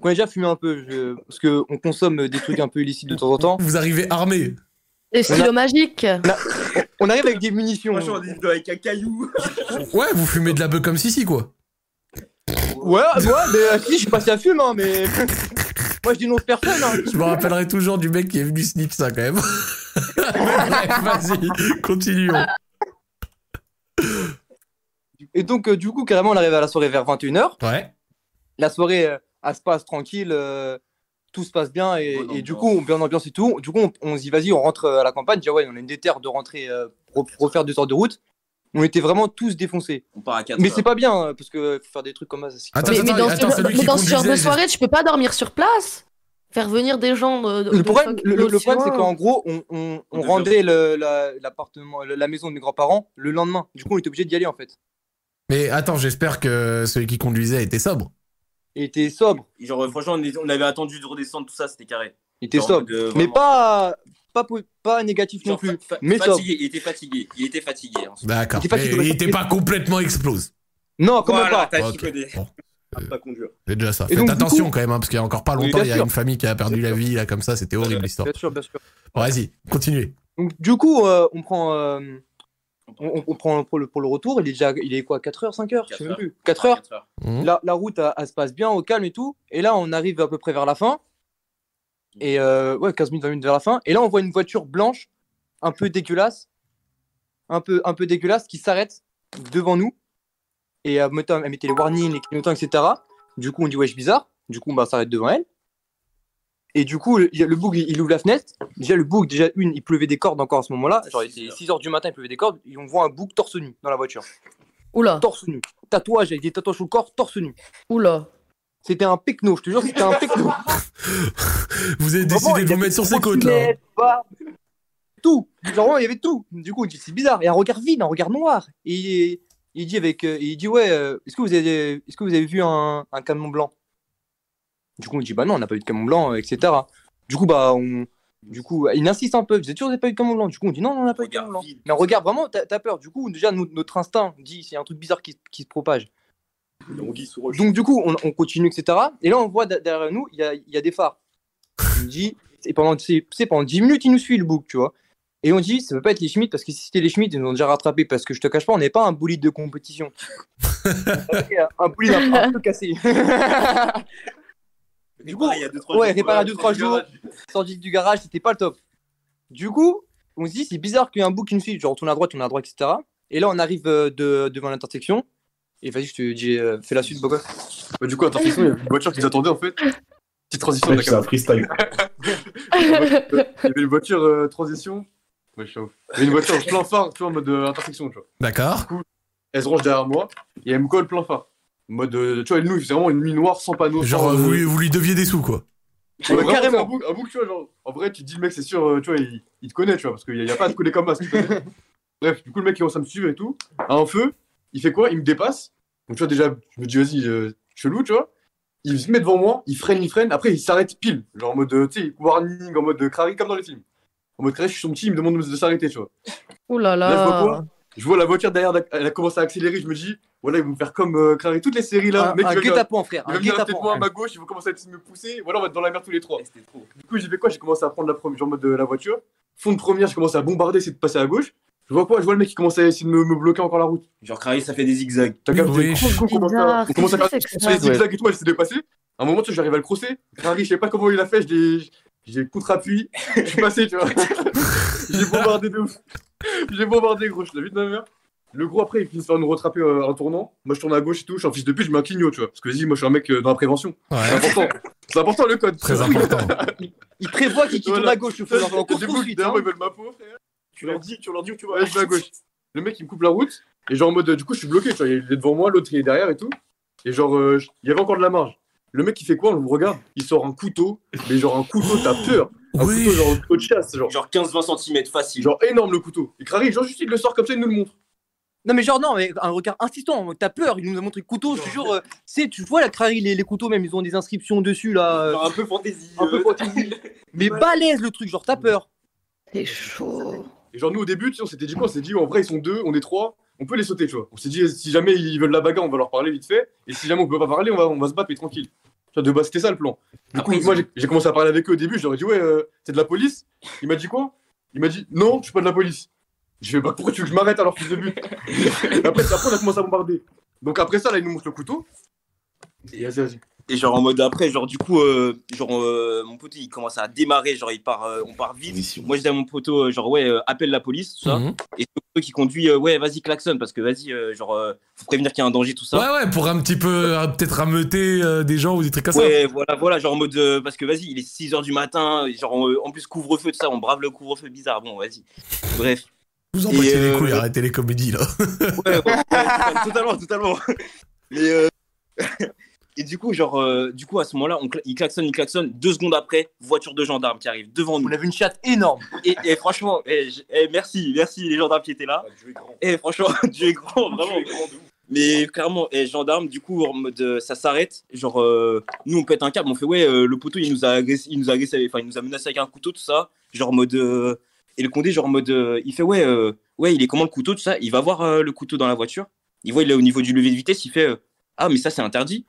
Speaker 12: qu'on a déjà fumé un peu, je- parce qu'on consomme des trucs un peu illicites de temps en temps.
Speaker 1: Vous arrivez armé.
Speaker 5: Des stylos magiques.
Speaker 12: On arrive avec des munitions.
Speaker 11: Moi, je suis en disant avec un caillou.
Speaker 9: Ouais, vous fumez de la beuh comme Sissi, quoi.
Speaker 12: Ouais, ouais, mais euh, si, je suis passé à fume, hein, mais. Moi, je dénonce personne, hein.
Speaker 9: Je me rappellerai toujours du mec qui est venu snip ça, quand même. Bref, vas-y, continuons.
Speaker 12: Et donc, euh, du coup, carrément, on arrive à la soirée vers 21h.
Speaker 9: Ouais.
Speaker 12: La soirée, euh, elle se passe tranquille, euh, tout se passe bien, et, et du coup, on bien ambiance et tout. Du coup, on, on dit, vas-y, on rentre euh, à la campagne. Déjà, ouais, on a une déterre de rentrer, euh, pour, pour faire deux heures de route. On était vraiment tous défoncés.
Speaker 11: On part à 4
Speaker 12: Mais c'est pas bien, hein, parce que faut faire des trucs comme ça. c'est-
Speaker 9: Attends,
Speaker 5: Mais, mais dans,
Speaker 9: attends,
Speaker 5: ce,
Speaker 9: celui
Speaker 5: mais
Speaker 9: qui
Speaker 5: dans ce genre de
Speaker 9: conduisait,
Speaker 5: soirée, tu peux pas dormir sur place. Faire venir des gens de. de-
Speaker 12: Le
Speaker 5: de
Speaker 12: problème,
Speaker 5: fuck-
Speaker 12: le, le- le
Speaker 5: d'aussi
Speaker 12: problème c'est
Speaker 5: loin.
Speaker 12: qu'en gros, on, on, on
Speaker 11: On devient-
Speaker 12: rendait le- la, l'appartement, la maison de mes grands-parents le lendemain. Du coup, on était obligé d'y aller, en fait.
Speaker 9: Mais attends, j'espère que celui qui conduisait était sobre.
Speaker 12: Il était sobre.
Speaker 11: Genre, euh, franchement, on, est- on avait attendu de redescendre, tout ça, c'était carré.
Speaker 12: Il était
Speaker 11: Genre,
Speaker 12: sobre.
Speaker 11: de-
Speaker 12: Mais
Speaker 11: vraiment-
Speaker 12: pas, pas, po- pas négatif non
Speaker 11: genre,
Speaker 12: plus.
Speaker 11: fa- fa-
Speaker 12: mais sobre.
Speaker 11: fatigué, il était fatigué. Il était fatigué. hein.
Speaker 9: D'accord.
Speaker 12: Il était pas
Speaker 9: Mais
Speaker 12: psychopathe.
Speaker 9: il était pas complètement explose.
Speaker 12: Non, quand même
Speaker 11: Voilà,
Speaker 12: pas.
Speaker 11: t'as
Speaker 9: Ok.
Speaker 11: chicoté.
Speaker 9: Bon.
Speaker 11: Ah, Pas conduire.
Speaker 9: C'est déjà ça.
Speaker 12: Et
Speaker 9: Faites
Speaker 12: donc, du
Speaker 9: attention
Speaker 12: coup-
Speaker 9: quand même, hein, parce qu'il y a encore pas
Speaker 12: Oui,
Speaker 9: longtemps,
Speaker 12: bien
Speaker 9: il y a
Speaker 12: sûr.
Speaker 9: une famille qui a perdu la vie, là, comme ça, c'était horrible l'histoire.
Speaker 12: Bien sûr, bien sûr.
Speaker 9: Bon, vas-y, continue.
Speaker 12: Donc, du coup, euh, on prend, euh, on, on prend pour le, pour le retour. Il est déjà, il est quoi, 4 heures, 5 heures Je sais
Speaker 11: 4
Speaker 12: même
Speaker 11: heures.
Speaker 12: plus. 4 heures.
Speaker 11: Quatre heures.
Speaker 9: Mhm.
Speaker 12: La, la route, elle, elle se passe bien, au calme et tout. Et là, on arrive à peu près vers la fin. Et euh, ouais, 15 minutes, 20 minutes vers la fin. Et là, on voit une voiture blanche, un peu dégueulasse, un peu, un peu dégueulasse, qui s'arrête devant nous. Et elle mettait, elle mettait les warnings, les clignotants, etc. Du coup, on dit wesh, bizarre. Du coup, on va s'arrête devant elle. Et du coup, le, il y a- le bug, il, il ouvre la fenêtre. Déjà, le bug, déjà, une, il pleuvait des cordes encore à ce moment-là. Genre, il
Speaker 11: Six
Speaker 12: était
Speaker 11: heures.
Speaker 12: 6 heures du matin, il pleuvait des cordes. Et on voit un bug torse nu dans la voiture.
Speaker 5: Oula,
Speaker 12: Torse nu. Tatouage avec des tatouages sur le corps, torse nu.
Speaker 5: oula.
Speaker 12: C'était un pecno, je te jure, c'était un pecno.
Speaker 9: Vous avez décidé
Speaker 12: Vraiment, il
Speaker 9: de
Speaker 12: y
Speaker 9: vous
Speaker 12: avait
Speaker 9: mettre sur ses
Speaker 12: Gros
Speaker 9: côtes, là.
Speaker 12: lunettes, barbe, Tout. Genre, vraiment, il y avait tout. Du coup, on dit, c'est bizarre. Et un regard vide, un regard noir. Et il, il dit avec, euh, il dit, ouais, euh, est-ce que vous avez, est-ce que vous avez vu un, un camion blanc Du coup, on dit, bah non, on n'a pas eu de camion blanc, euh, etc. Du coup, bah, on, du coup, il insiste un peu. Vous êtes sûr que vous n'avez pas eu de camion blanc Du coup, on dit, non, non, on n'a pas eu de
Speaker 11: Regard
Speaker 12: camion blanc.
Speaker 11: vide.
Speaker 12: Mais on regarde vraiment, t'as t'as peur. Du coup, déjà, nous- notre instinct dit, c'est un truc bizarre qui, se- qui se propage.
Speaker 11: On dit sous roche.
Speaker 12: Donc du coup, on, on continue, etc. Et là, on voit de- derrière nous, il y a, il y a des phares. On dit, et pendant, c'est c'est pendant 10 minutes, il nous suit le bouc, tu vois. Et on dit, ça peut pas être les Schmitt, parce que si c'était les Schmitt, ils nous ont déjà rattrapé, parce que je te cache pas, on n'est pas un bolide de compétition. On avait un bolide un, un peu cassé. du coup,
Speaker 11: il y a deux, trois
Speaker 12: ouais,
Speaker 11: jours,
Speaker 12: réparé à
Speaker 11: euh,
Speaker 12: 2-3 jours, sorti du garage, c'était pas le top. Du coup, on se dit, c'est bizarre qu'il y ait un bouc qui nous suive, genre on tourne à droite, on tourne à droite, etc. Et là, on arrive euh, de- devant l'intersection. Et vas-y, je te dis, euh, fais la suite, Bogos.
Speaker 1: Bah, du coup, attends, il y a une voiture qui nous attendait en fait. Petite transition
Speaker 13: Ouais, c'est un freestyle.
Speaker 1: Il y avait une voiture euh, transition. Ouais, je suis ouf. Il y avait une voiture plein phare, tu vois, en mode euh, intersection, tu vois.
Speaker 9: D'accord.
Speaker 1: Elle se range derrière moi et elle me colle plein phare. En mode, euh, tu vois, nous, c'est vraiment une nuit noire sans panneau.
Speaker 9: Genre,
Speaker 1: sans, euh,
Speaker 9: vous, lui- vous lui deviez des sous, quoi.
Speaker 1: Ouais, vraiment,
Speaker 12: carrément.
Speaker 1: Un bouc, un bouc, tu vois, genre, en vrai, tu te dis, le mec, c'est sûr, euh, tu vois, il, il te connaît, tu vois, parce qu'il n'y a, pas de connaît comme ça. Bref, du coup, le mec, il commence à me suivre et tout. À un feu, il fait quoi Il me dépasse. Donc, tu vois, déjà, je me dis, vas-y, euh, chelou, tu vois. Il se met devant moi, il freine, il freine, après, il s'arrête pile. Genre, en mode, euh, tu sais, warning, en mode euh, crari, comme dans les films. En mode crari, je suis son petit, il me demande de de s'arrêter, tu vois.
Speaker 5: Ouh là
Speaker 1: Là, je vois
Speaker 5: là.
Speaker 1: quoi Je vois la voiture derrière, elle a commencé à accélérer, je me dis, voilà, ils vont me faire comme euh, crari, toutes les séries là.
Speaker 12: un
Speaker 1: mec, il va
Speaker 12: un
Speaker 1: venir-
Speaker 12: guet-apens, frère.
Speaker 1: il
Speaker 12: Un
Speaker 1: va venir à côté de
Speaker 12: guet-apens.
Speaker 1: moi à ma gauche, ils vont commencer à tous me pousser, voilà, on va être dans la mer tous les trois.
Speaker 11: Ouais, C'était trop.
Speaker 1: Du coup, j'ai fait quoi J'ai commencé à prendre la première, genre en mode de la voiture. Fond de première, je commence à bombarder, essayer de passer à gauche. Je vois quoi Je vois le mec qui commence à essayer de me, me bloquer encore la route.
Speaker 11: Genre, Kraï, ça fait des zigzags.
Speaker 1: T'as
Speaker 9: Oui,
Speaker 1: capté
Speaker 9: oui,
Speaker 1: Gros, gros, on commence à-
Speaker 5: Bizarre,
Speaker 1: On commence à faire
Speaker 5: qu'est-ce que c'est que
Speaker 1: des
Speaker 5: ça
Speaker 1: zigzags et tout, elle s'est dépassée. À un moment, tu sais, j'arrive à le crosser. Harry, je sais pas comment il a fait, je l'ai- j'ai contre-appui. Je suis passé, tu vois. j'ai bombardé de ouf. J'ai bombardé, gros, je l'ai vu de ma mère. Le gros, après, il finit par nous rattraper euh, en tournant. Moi, je tourne à gauche et tout. Je suis un fils de pute, je mets un clignot, tu vois. Parce que vas-y, moi, je suis un mec euh, dans la prévention. C'est
Speaker 9: Ouais,
Speaker 1: important. C'est important le code.
Speaker 9: très important.
Speaker 12: Il prévoit qu'il quitte
Speaker 1: Voilà.
Speaker 12: la gauche, le
Speaker 1: Putain,
Speaker 12: fou. En
Speaker 1: j'ai
Speaker 12: course
Speaker 1: des boules,
Speaker 12: poursuite.
Speaker 1: derrière
Speaker 12: hein.
Speaker 1: moi, ils veulent ma peau, frère.
Speaker 11: Tu leur dis, tu leur dis où tu vas.
Speaker 1: Ouais, je vais à gauche. Le mec, il me coupe la route. Et genre, en mode, du coup, je suis bloqué. Tu vois, il est devant moi, l'autre, il est derrière et tout. Et genre, euh, je- il y avait encore de la marge. Le mec, il fait quoi On le regarde. Il sort un couteau. Mais genre, un couteau, t'as peur. Un
Speaker 9: Oui.
Speaker 1: couteau, genre, un couteau de chasse. Genre,
Speaker 11: Genre 15-20 cm facile.
Speaker 1: genre énorme le couteau. Et Crary, genre, juste, il le sort comme ça, il nous le montre.
Speaker 12: Non, mais genre, non, mais un regard insistant. T'as peur. Il nous a montré le couteau. Je te jure, euh, tu sais, tu vois la crari, les, les couteaux, même, ils ont des inscriptions dessus, là. euh,
Speaker 11: Genre un peu fantaisie.
Speaker 12: Un peu
Speaker 11: euh,
Speaker 12: fantaisie. Mais balèze le truc, genre, t'as peur.
Speaker 5: C'est chaud.
Speaker 1: Et genre, nous, au début, tu sais, on s'était dit quoi On s'est dit, en vrai, ils sont deux, on est trois. On peut les sauter, tu vois. On s'est dit, si jamais ils veulent la bagarre, on va leur parler vite fait. Et si jamais on peut pas parler, on va, on va se battre, mais tranquille. Tu vois, de base, c'était ça le plan. Du coup,
Speaker 11: Après, ils
Speaker 1: moi,
Speaker 11: ont-
Speaker 1: j'ai- j'ai commencé à parler avec eux au début. Je leur ai dit, ouais, euh, c'est de la police. Il m'a dit quoi
Speaker 10: Il m'a dit non, je suis pas de la police. Je vais bah pourquoi tu veux que je m'arrête alors fils de but Après ça, après, on a commencé à bombarder. Donc après ça, là, il nous montre le couteau. Et vas-y, vas-y.
Speaker 11: Et genre en mode après, genre du coup, euh, genre euh, mon pote il commence à démarrer, genre il part, euh, on part vite. Moi je dis à mon poteau, euh, genre ouais, euh, appelle la police, tout ça.
Speaker 1: Mhm.
Speaker 11: Et c'est mon pote qui conduit, euh, ouais, vas-y klaxonne parce que vas-y, euh, genre euh, faut prévenir qu'il y a un danger, tout ça.
Speaker 1: Ouais, ouais, pour un petit peu, euh, peut-être rameuter euh, des gens ou des trucs comme ça.
Speaker 11: Ouais, voilà, voilà, genre en mode euh, parce que vas-y, il est 6 h du matin, et genre euh, en plus couvre-feu, tout ça, on brave le couvre-feu bizarre. Bon, vas-y. Bref.
Speaker 1: Vous en
Speaker 11: Et,
Speaker 1: battez les
Speaker 11: euh,
Speaker 1: couilles, arrêtez les comédies là.
Speaker 11: totalement, totalement. Mais, euh, Et du coup, genre, euh, du coup, à ce moment-là, on cla- il klaxonne, il klaxonne. Deux secondes après, voiture de gendarme qui arrive devant nous. On avait une chatte énorme. Et, et franchement, eh, je- eh, merci, merci les gendarmes qui étaient là. Et franchement, Dieu est grand, vraiment. Mais clairement, et gendarme, du coup, en mode, euh, ça s'arrête. Genre, euh, nous, on pète un câble, on fait, ouais, euh, le poteau, il nous a agressé, il nous a agressé, enfin, il nous a menacé avec un couteau, tout ça. Genre, en mode. euh, et le condé, genre, en mode, euh, il fait, ouais, euh, ouais, il est comment le couteau, tout ça. Il va voir euh, le couteau dans la voiture. Il voit, il est au niveau du levier de vitesse, il fait, euh, ah, mais ça, c'est interdit.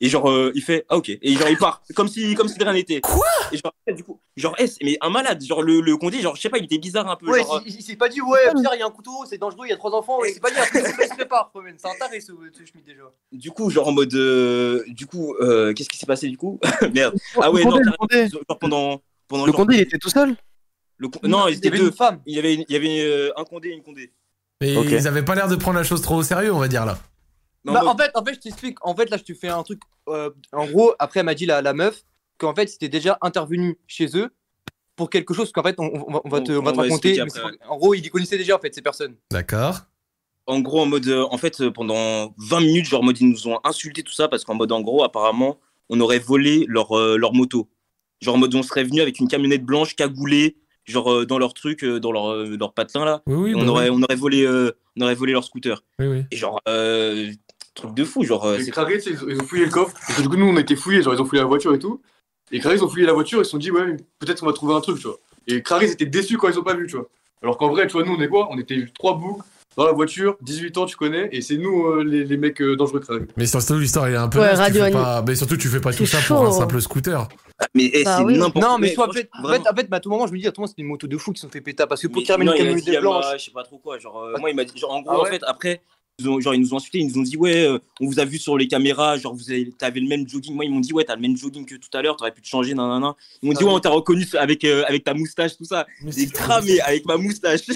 Speaker 11: Et genre, euh, il fait, ah, ok. Et genre, il part, comme si, comme si de rien n'était. Quoi Et genre, après, du coup, genre, eh, c'est- mais un malade, genre, le, le condé, genre, je sais pas, il était bizarre un peu.
Speaker 12: Ouais,
Speaker 11: genre,
Speaker 12: il- il il s'est pas dit, ouais, bizarre, il y a un couteau, c'est dangereux, il y a trois enfants, ouais, il s'est pas dit, après, il se prépare, Fremen, c'est un taré ce ce Schmitt déjà.
Speaker 11: Du coup, genre en mode. euh, du coup, euh, qu'est-ce qui s'est passé du coup Merde. Ah ouais, non,
Speaker 2: Le Condé, le
Speaker 11: carrément, genre pendant. pendant
Speaker 2: Le
Speaker 11: genre-
Speaker 2: Condé, il était tout seul
Speaker 11: le con- Non, ils étaient
Speaker 2: avait
Speaker 11: deux.
Speaker 2: une femme.
Speaker 11: Il y avait, une- il y avait euh, un Condé et une Condé.
Speaker 1: Mais
Speaker 11: Ok.
Speaker 1: ils avaient pas l'air de prendre la chose trop au sérieux, on va dire là.
Speaker 11: Non,
Speaker 12: bah,
Speaker 11: moi-
Speaker 12: en, fait, en fait, je t'explique. En fait, là, je te fais un truc. euh, en gros, après, elle m'a dit la, la meuf qu'en fait, c'était déjà intervenu chez eux pour quelque chose qu'en fait, on, on va- on va te,
Speaker 11: On-
Speaker 12: on
Speaker 11: Oh, on
Speaker 12: va te
Speaker 11: va
Speaker 12: raconter.
Speaker 11: expliquer
Speaker 12: mais c'est
Speaker 11: après,
Speaker 12: pas- En gros, ils y connaissaient déjà en fait ces personnes.
Speaker 1: D'accord.
Speaker 11: En gros, en mode. euh, en fait, euh, pendant 20 minutes, genre en mode, ils nous ont insulté tout ça parce qu'en mode, en gros, apparemment, on aurait volé leur, euh, leur moto. Genre en mode, on serait venu avec une camionnette blanche cagoulée, genre euh, dans leur truc, euh, dans leur, euh, leur patelin là.
Speaker 1: Oui, oui,
Speaker 11: Et on,
Speaker 1: bah
Speaker 11: aurait,
Speaker 1: oui.
Speaker 11: on, aurait volé, euh, on aurait volé leur scooter.
Speaker 1: Oui, oui.
Speaker 11: Et genre, euh, truc de fou, genre. euh,
Speaker 10: Et Crary, tu sais, ils, ont- ils ont fouillé le coffre. Parce que du coup, nous, on a été fouillés, genre, ils ont fouillé la voiture et tout. Et Crary, ils ont fouillé la voiture, ils se sont dit, ouais, peut-être qu'on va trouver un truc, tu vois. Et Crary, ils étaient déçus quand ils ont pas vu, tu vois. Alors qu'en vrai, tu vois, nous, on est quoi On était trois boucs dans la voiture, 18 ans, tu connais, et c'est nous, euh, les, les mecs euh, dangereux, Crary.
Speaker 1: Mais surtout, l'histoire, elle est un peu.
Speaker 10: Ouais,
Speaker 1: naze, tu
Speaker 10: Radio
Speaker 1: fais
Speaker 10: Anu-
Speaker 1: pas- Mais surtout, tu fais pas tout ça
Speaker 12: C'est
Speaker 1: pour un
Speaker 12: chaud. hein.
Speaker 1: simple scooter.
Speaker 11: Mais eh,
Speaker 12: Bah oui. Non, mais soit en fait, en fait, en fait, mais à tout moment, je me dis, à tout moment, c'est des motos de fou qui sont fait péter parce que pour
Speaker 11: Mais
Speaker 12: Carmen,
Speaker 11: non, il a
Speaker 12: Camille
Speaker 11: dit
Speaker 12: des
Speaker 11: à ma-
Speaker 12: Blanches.
Speaker 11: Je sais pas trop quoi. Genre, euh, moi, il m'a dit, genre, en gros,
Speaker 12: Ah
Speaker 11: en
Speaker 12: ouais
Speaker 11: fait, après, ils, ont, genre, ils nous ont insulté, ils nous ont dit, ouais, euh, on vous a vu sur les caméras, genre, vous avez, t'avais le même jogging. Moi, ils m'ont dit, ouais, t'as le même jogging que tout à l'heure, t'aurais pu te changer, nan, nan, nan. Ils m'ont dit,
Speaker 12: Ah
Speaker 11: ouais,
Speaker 12: oui.
Speaker 11: on t'a reconnu avec, euh, avec ta moustache, tout ça. J'ai cramé avec ma moustache.
Speaker 4: Ça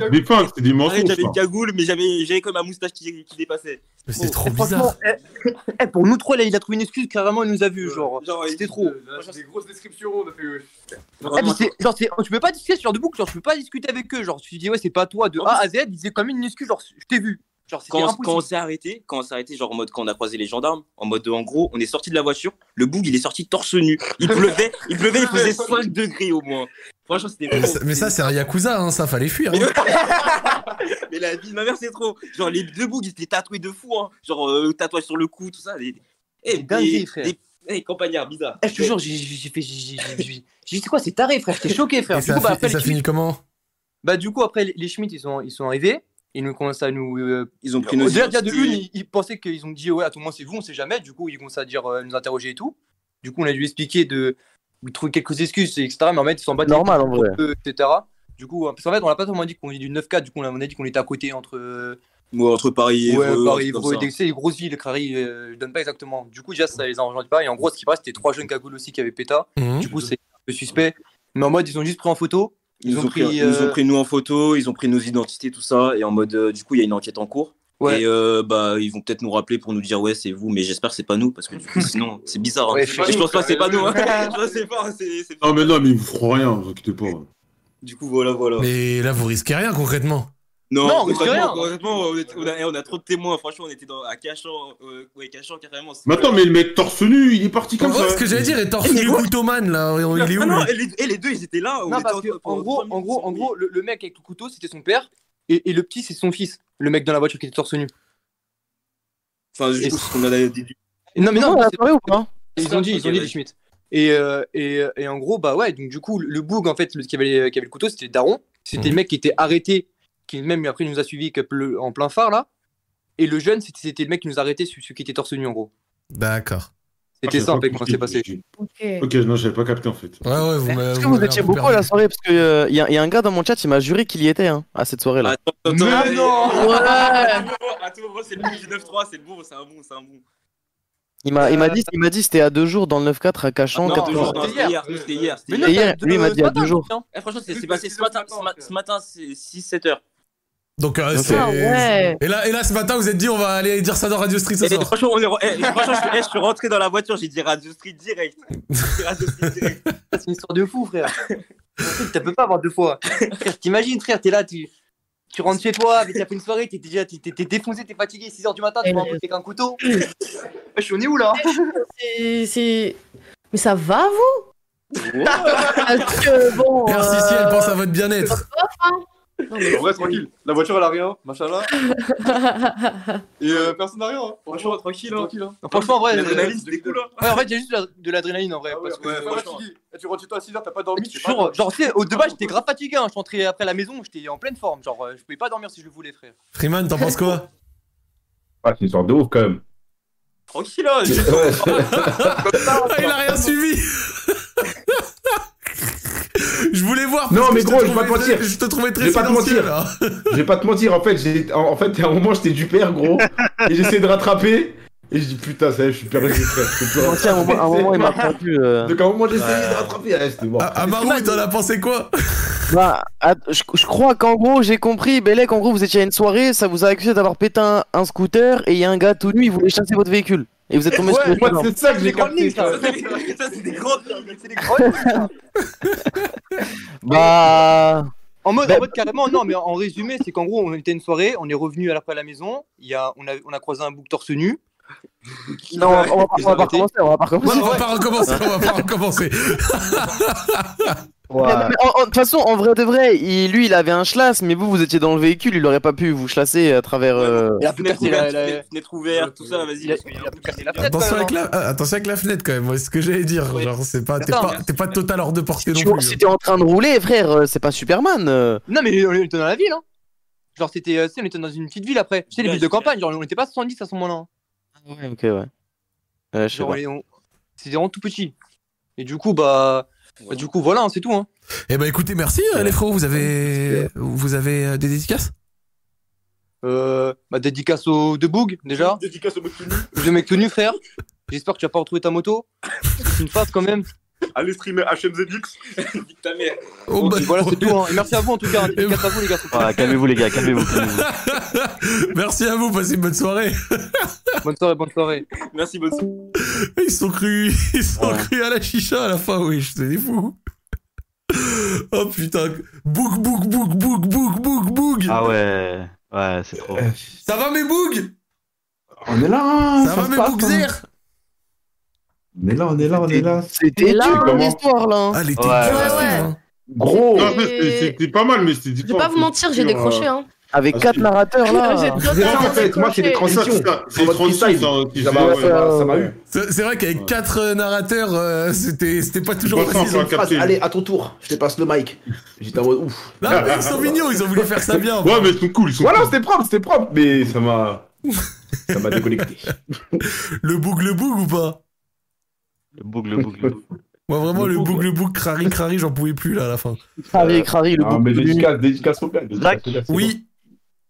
Speaker 4: te dépeint, c'est des mensonges.
Speaker 11: Arrête, j'avais
Speaker 4: ça.
Speaker 11: une cagoule, mais j'avais, j'avais comme ma moustache qui, qui dépassait.
Speaker 1: Mais c'est trop
Speaker 12: Franchement,
Speaker 1: bizarre.
Speaker 12: eh, eh, pour nous trois, là, il a trouvé une excuse, carrément, il nous a vus, genre. C'était trop.
Speaker 11: euh,
Speaker 10: Des grosses descriptions, on a fait. euh,
Speaker 12: Eh, mais c'est- genre, c'est- tu peux pas discuter ce genre de boucle, genre, tu peux pas discuter avec eux, genre, tu dis, ouais, c'est pas toi, de A à Z, ils faisaient quand même une excuse, genre, je t'ai vu. Genre, c'était
Speaker 11: quand,
Speaker 12: impossible.
Speaker 11: quand on s'est arrêté, quand on s'est arrêté, genre en mode quand on a croisé les gendarmes, en mode en gros, on est sorti de la voiture, le boug il est sorti torse nu, il pleuvait, il pleuvait, il faisait 5 degrés au moins. Franchement, c'était
Speaker 1: Mais
Speaker 11: trop.
Speaker 1: ça- Mais ça, c'est un yakuza, hein, ça fallait fuir. hein.
Speaker 11: Mais la vie de ma mère, c'est trop. Genre les deux bougs ils étaient tatoués de fou, hein. genre euh, tatouage sur le cou, tout ça. Des... Eh,
Speaker 12: dingueries,
Speaker 11: des-
Speaker 12: frère.
Speaker 11: des- Eh, campagnards, bizarre.
Speaker 12: Eh, je te jure, j'ai j'ai- j'ai fait. j'ai- j'ai- j'ai- J'ai j'ai dit, c'est quoi, c'est taré, frère, j'étais choqué, frère.
Speaker 1: Et
Speaker 12: Du
Speaker 1: ça
Speaker 12: coup, bah,
Speaker 1: fi-
Speaker 12: après,
Speaker 1: et ça
Speaker 12: les
Speaker 1: finit
Speaker 12: Schmitt-
Speaker 1: comment
Speaker 12: bah, du coup, après, les- les Schmitt, ils sont, ils sont arrivés, ils nous commencent à nous. euh,
Speaker 11: Ils ont pris nos
Speaker 12: Déjà, déjà de une,
Speaker 11: identités.
Speaker 12: ils, ils pensaient qu'ils ont dit, ouais, à tout moment, c'est vous, on sait jamais, du coup, ils commencent à dire, euh, nous interroger et tout. Du coup, on a dû expliquer de. de trouver quelques excuses, etc. Mais en fait, ils s'en battent. les
Speaker 2: Normal, en
Speaker 12: couilles,
Speaker 2: vrai.
Speaker 12: euh, Etc. Du coup, parce qu'en fait, on n'a pas tellement dit qu'on est du 9-4, du coup, on a on a dit qu'on était à côté entre. euh,
Speaker 11: Ou entre Paris et
Speaker 12: Ouais,
Speaker 11: Evreux,
Speaker 12: Paris,
Speaker 11: un truc
Speaker 12: Evreux,
Speaker 11: comme ça.
Speaker 12: des- c'est les grosses villes, Crary, euh, je donne pas exactement. Du coup, déjà, ça les a rejoints pas. Et en gros, ce qui passe, c'était trois jeunes cagoules aussi qui avaient péta.
Speaker 1: Mhm.
Speaker 12: Du coup, c'est un peu suspect. Mais en mode, ils ont juste pris en photo.
Speaker 11: Ils, nous ont pris, ils nous ont
Speaker 12: euh,
Speaker 11: pris nous en photo, ils ont pris nos identités, tout ça, et en mode, euh, du coup, il y a une enquête en cours.
Speaker 12: Ouais.
Speaker 11: Et euh, bah, ils vont peut-être nous rappeler pour nous dire, ouais, c'est vous, mais j'espère que c'est pas nous, parce que du coup, sinon, c'est bizarre. hein.
Speaker 12: Ouais,
Speaker 11: je
Speaker 12: c'est pas
Speaker 11: pense
Speaker 12: nous,
Speaker 11: pas que c'est pas nous. hein.
Speaker 12: frère.
Speaker 11: Je pense que c'est pas, c'est- c'est-
Speaker 4: Non, mais non, mais ils vous feront rien, vous inquiétez pas.
Speaker 11: Du coup, voilà, voilà.
Speaker 1: Mais là, vous risquez rien concrètement.
Speaker 11: Non,
Speaker 12: Non, on risque
Speaker 11: honnêtement,
Speaker 12: rien.
Speaker 11: honnêtement, on, est- on a, eh, on a trop de témoins. Franchement, on était dans, à Cachan, euh, ouais, Cachan carrément. c'est-
Speaker 4: Mais attends, mais le mec torse nu, il est parti
Speaker 1: En
Speaker 4: comme
Speaker 1: vrai,
Speaker 4: ça.
Speaker 1: ce que j'allais dire est torse
Speaker 11: Eh, mais
Speaker 1: nu
Speaker 11: quoi
Speaker 1: Goutoman, là. Oh, Il est où
Speaker 11: Ah non,
Speaker 1: lui
Speaker 11: et les, et les deux, ils étaient là. on
Speaker 12: Non,
Speaker 11: était
Speaker 12: parce
Speaker 11: en-
Speaker 12: que, en
Speaker 11: pendant
Speaker 12: gros,
Speaker 11: trois
Speaker 12: en
Speaker 11: minutes,
Speaker 12: gros, en gros le, le mec avec le couteau, c'était son père. Et, et le petit, c'est son fils. Le mec dans la voiture qui était torse nu.
Speaker 11: Enfin, je
Speaker 12: Et-
Speaker 11: trouve qu'on a déduit.
Speaker 12: Non, mais non,
Speaker 2: Non,
Speaker 12: mais
Speaker 2: on a
Speaker 12: c'est-
Speaker 2: parlé ou pas
Speaker 12: Ils ont dit, ils ont dit les Schmitt. Et, euh, et, et en gros, bah ouais, donc du coup, le- le boug, en fait, le, qui, avait, qui avait le couteau, c'était Daron. C'était
Speaker 1: Mhm.
Speaker 12: le mec qui était arrêté, qui même après il nous a suivi que le- en plein phare là. Et le jeune, c'était- c'était le mec qui nous a arrêté, celui celui qui était torse nu en gros.
Speaker 1: D'accord.
Speaker 12: C'était
Speaker 4: j'ai
Speaker 12: ça, en
Speaker 4: pas
Speaker 12: fait, comment
Speaker 4: compris.
Speaker 12: c'est passé.
Speaker 4: Ah, Ok, non, j'avais pas capté en fait.
Speaker 1: Ouais, ouais, vous
Speaker 2: Est-ce que vous étiez beaucoup à la soirée Parce que euh, y, a- y a un gars dans mon chat, il m'a juré qu'il y était hein, à cette soirée-là.
Speaker 11: Mais
Speaker 2: non
Speaker 11: À tout moment, c'est le mec du 9-3, c'est le bon, c'est un bon, c'est un bon.
Speaker 2: Il m'a il m'a dit, il m'a dit c'était à deux jours dans le 9-4 à Cachan.
Speaker 11: Ah Non,
Speaker 2: quatre
Speaker 11: non,
Speaker 2: jours.
Speaker 11: non, c'était hier, c'était hier. c'était
Speaker 2: Mais non, hier, lui, il m'a dit à deux jours.
Speaker 11: Eh, Franchement, c'est c'est passé ce matin, ce ma- ce matin, c'est 6-7 heures.
Speaker 1: Donc, euh, c'est-
Speaker 12: Ah
Speaker 1: et, là, et là, ce matin, vous êtes dit, on va aller dire ça dans Radio Street ce
Speaker 11: Et
Speaker 1: soir.
Speaker 11: franchement, on est re- eh, franchement, je, eh, je suis rentré dans la voiture, j'ai dit Radio Street direct. Radio Street direct.
Speaker 12: C'est une histoire de fou, frère. Un truc, T'as peux pas avoir deux fois. Frère, t'imagines, frère, t'es là, tu, tu rentres chez toi, mais t'as fait une soirée, t'es déjà t'es, t'es- t'es défoncé, t'es fatigué, 6h du matin, tu vas un avec un couteau. Je suis on est où là
Speaker 5: C'est- c'est- Mais ça va, vous Parce que, bon, euh,
Speaker 1: Merci Ah, si elle pense à votre bien-être.
Speaker 12: Euh, hein.
Speaker 10: En vrai, tranquille. La voiture, elle a rien, machin là. Et euh, personne n'a rien. hein. Franchement,
Speaker 12: tranquille.
Speaker 10: hein.
Speaker 12: Franchement, en vrai,
Speaker 10: L'adrénaline,
Speaker 12: euh,
Speaker 10: c'est cool. hein. Ah
Speaker 12: Ouais, en fait, il y a juste de la- de l'adrénaline en vrai. parce que, franchement,
Speaker 10: Eh, Tu rentres chez toi à 6h, t'as pas dormi. Ah,
Speaker 12: je suis sûr, genre, tu sais, au de base, j'étais grave fatigué. hein, Je suis rentré après à la maison, j'étais en pleine forme. Genre, euh, je pouvais pas dormir si je le voulais, frère.
Speaker 1: Freeman, t'en penses quoi
Speaker 3: Ah, c'est une sorte de ouf quand même.
Speaker 12: Tranquille, hein.
Speaker 1: Ah, il a rien suivi Je voulais voir. parce
Speaker 3: Non,
Speaker 1: que
Speaker 3: mais
Speaker 1: je te
Speaker 3: gros, je vais
Speaker 1: trouvais
Speaker 3: pas te
Speaker 1: très-
Speaker 3: mentir.
Speaker 1: Je te trouvais
Speaker 3: Je
Speaker 1: très
Speaker 3: vais pas te
Speaker 1: silencieux,
Speaker 3: mentir.
Speaker 1: là.
Speaker 3: Je vais pas te mentir, en fait, j'ai- en en fait, à un moment, j'étais du père, gros, et j'essaie de rattraper, et je dis putain, ça y est, je suis perdu, frère. je peux plus
Speaker 2: Tiens, à un moment- à un
Speaker 3: rattraper.
Speaker 2: moment, il m'a euh. perdu.
Speaker 3: Donc, à un moment, j'ai essayé de rattraper, ah, c'était mort.
Speaker 1: Amaru, t'en as pensé quoi
Speaker 2: Bah, att- je, je crois qu'en gros, j'ai compris, Belek, en gros, vous étiez à une soirée, ça vous a accusé d'avoir pété un, un scooter et il y a un gars tout nu, il voulait chasser votre véhicule. Et vous êtes tombé sur
Speaker 3: Ouais,
Speaker 2: le
Speaker 3: moi,
Speaker 2: chemin.
Speaker 3: c'est ça que j'ai capté.
Speaker 11: Ça, c'est des- ça, c'est des grandes lignes, c'est des grandes lignes.
Speaker 2: Bah.
Speaker 12: En mode, en mode carrément, non, mais en résumé, c'est qu'en gros, on était à une soirée, on est revenu à la, à la maison, il y a, on, a, on a croisé un bouc torse nu.
Speaker 2: Non, on va, on va pas- on va pas recommencer, on va pas recommencer.
Speaker 1: On va pas recommencer, on va pas recommencer.
Speaker 2: Mais non, mais en- en- De toute façon, en vrai de vrai, il- lui, il avait un schlass, mais vous, vous étiez dans le véhicule, il aurait pas pu vous chlasser à travers. euh,
Speaker 11: Fenêtre ouverte, fenêtre- fenêtre ouverte, tout ça, vas-y. parce qu'il y a un truc qui-
Speaker 1: Attention avec, la... ah, attention avec la fenêtre quand même, ouais, c'est ce que j'allais dire. Genre, c'est pas, t'es
Speaker 2: Attends,
Speaker 1: pas, t'es pas total hors de portée non
Speaker 2: Tu vois,
Speaker 1: plus. hein.
Speaker 2: si t'es en train de rouler, frère, euh, c'est pas Superman. euh.
Speaker 12: Non, mais on était dans la ville, hein. Genre, c'était, euh, tu sais, on était dans une petite ville après. Tu sais, les villes de campagne, genre, on était pas 70 à ce moment-là. hein.
Speaker 2: Ouais, ok, ouais. Ouais, je sais
Speaker 12: Genre,
Speaker 2: pas.
Speaker 12: on est- on- c'était vraiment tout petit. Et du coup, bah. bah, du coup, voilà, hein, c'est tout, hein.
Speaker 1: Eh ben écoutez, merci euh, les frérots, vous avez, vous avez euh, des dédicaces
Speaker 12: Euh, bah, dédicace au De Boog, déjà.
Speaker 10: Dédicace au mec tout nu.
Speaker 12: Le mec tout nu, frère. J'espère que tu vas pas retrouver ta moto. C'est une phase quand même.
Speaker 10: Allez streamer HMZX.
Speaker 11: Nique ta mère.
Speaker 1: Oh, bah,
Speaker 12: voilà, c'est tout. hein. Et merci à vous en tout cas. hein. Dédicace à vous, les gars.
Speaker 7: calmez-vous, les gars, calmez-vous. calmez-vous.
Speaker 1: Merci à vous, passez une bonne soirée.
Speaker 12: Bonne soirée, bonne soirée.
Speaker 11: Merci, bonne soirée.
Speaker 1: Ils sont crus, ils sont crus à la chicha à la fin, oui, je des fous. Oh putain, boug boug boug boug boug boug boug.
Speaker 7: Ah ouais, ouais, c'est trop.
Speaker 1: Ça va mes bougs
Speaker 3: On est là, hein,
Speaker 1: Ça va
Speaker 3: se
Speaker 1: mes
Speaker 3: passe, hein.
Speaker 1: bougzers
Speaker 3: On est là, on est là, on est là.
Speaker 2: C'était
Speaker 5: là,
Speaker 3: tu, comment
Speaker 2: l'histoire, là. hein.
Speaker 1: Ah, les
Speaker 7: Ouais, ouais.
Speaker 1: hein.
Speaker 3: Gros,
Speaker 4: Non, mais c'était- c'était pas mal, mais c'était
Speaker 5: Je vais pas vous mentir, j'ai décroché, hein.
Speaker 2: Avec
Speaker 4: Ah,
Speaker 2: quatre
Speaker 4: si.
Speaker 2: narrateurs,
Speaker 5: J'ai
Speaker 2: là.
Speaker 3: Zéro, en
Speaker 5: totalement
Speaker 3: fait, moi, c'est des
Speaker 5: décroché.
Speaker 4: C'est ça,
Speaker 3: transitions.
Speaker 4: c'est ça, c'est
Speaker 3: En mode
Speaker 4: 36
Speaker 3: freestyle.
Speaker 4: ans, qui
Speaker 3: Ça
Speaker 4: fait,
Speaker 3: m'a
Speaker 4: ouais.
Speaker 3: ça- ça m'a eu.
Speaker 1: C'est c'est vrai qu'avec quatre euh, narrateurs, euh, c'était c'était pas toujours
Speaker 4: Bon, ça,
Speaker 1: facile.
Speaker 4: on
Speaker 1: hein.
Speaker 4: fera Capté.
Speaker 3: Allez, à ton tour, je te passe le mic. J'étais en mode ouf.
Speaker 1: Non, mais ils sont mignons, ils ont voulu faire ça bien.
Speaker 4: Ouais, mais ils sont cool, ils sont
Speaker 3: Voilà,
Speaker 4: cool.
Speaker 3: c'était propre, c'était propre, mais ça m'a. Ça m'a déconnecté.
Speaker 1: Le boug, le boug ou pas
Speaker 7: Le boug, le boug, le boug.
Speaker 3: Ah,
Speaker 1: Moi vraiment,
Speaker 3: Le
Speaker 1: le
Speaker 3: boug,
Speaker 1: boug, le boug, crari, crari, j'en pouvais plus là à la fin.
Speaker 2: Crari, crari, le
Speaker 3: Ah, mais
Speaker 2: bouc-
Speaker 3: dédicace, dédicace au gars. dédicace au gars, c'est bon.
Speaker 1: Oui,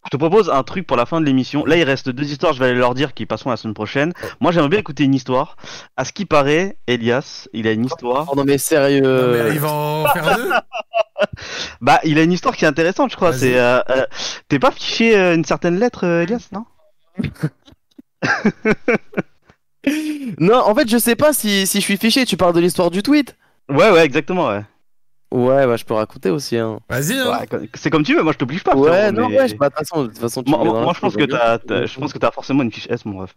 Speaker 7: Je te propose un truc pour la fin de l'émission. Là, il reste deux histoires, je vais aller leur dire qu'ils passeront la semaine prochaine. Moi, j'aimerais bien écouter une histoire. À ce qui paraît, Elias, il a une histoire.
Speaker 2: Oh non, mais sérieux.
Speaker 1: Non, mais il va en faire deux.
Speaker 7: Bah, il a une histoire qui est intéressante, je crois.
Speaker 1: Vas-y.
Speaker 7: C'est, euh, euh, t'es pas fiché euh, une certaine lettre, euh, Elias, non
Speaker 2: Non, en fait, je sais pas si, si je suis fiché. Tu parles de l'histoire du tweet
Speaker 7: Ouais, ouais, exactement, ouais.
Speaker 2: Ouais, bah, je peux raconter aussi. Hein.
Speaker 1: Vas-y, hein.
Speaker 7: Ouais, co- c'est comme tu veux. Moi, je t'oblige pas.
Speaker 2: Ouais,
Speaker 7: frérot,
Speaker 2: non,
Speaker 7: mais-
Speaker 2: ouais, je- bah, de toute façon, de toute façon, tu
Speaker 7: Moi,
Speaker 2: me mets dans
Speaker 7: moi,
Speaker 2: la
Speaker 7: je pense que
Speaker 2: chose,
Speaker 7: t'as,
Speaker 2: hein.
Speaker 7: t'as- je pense que t'as forcément une fiche S, mon ref.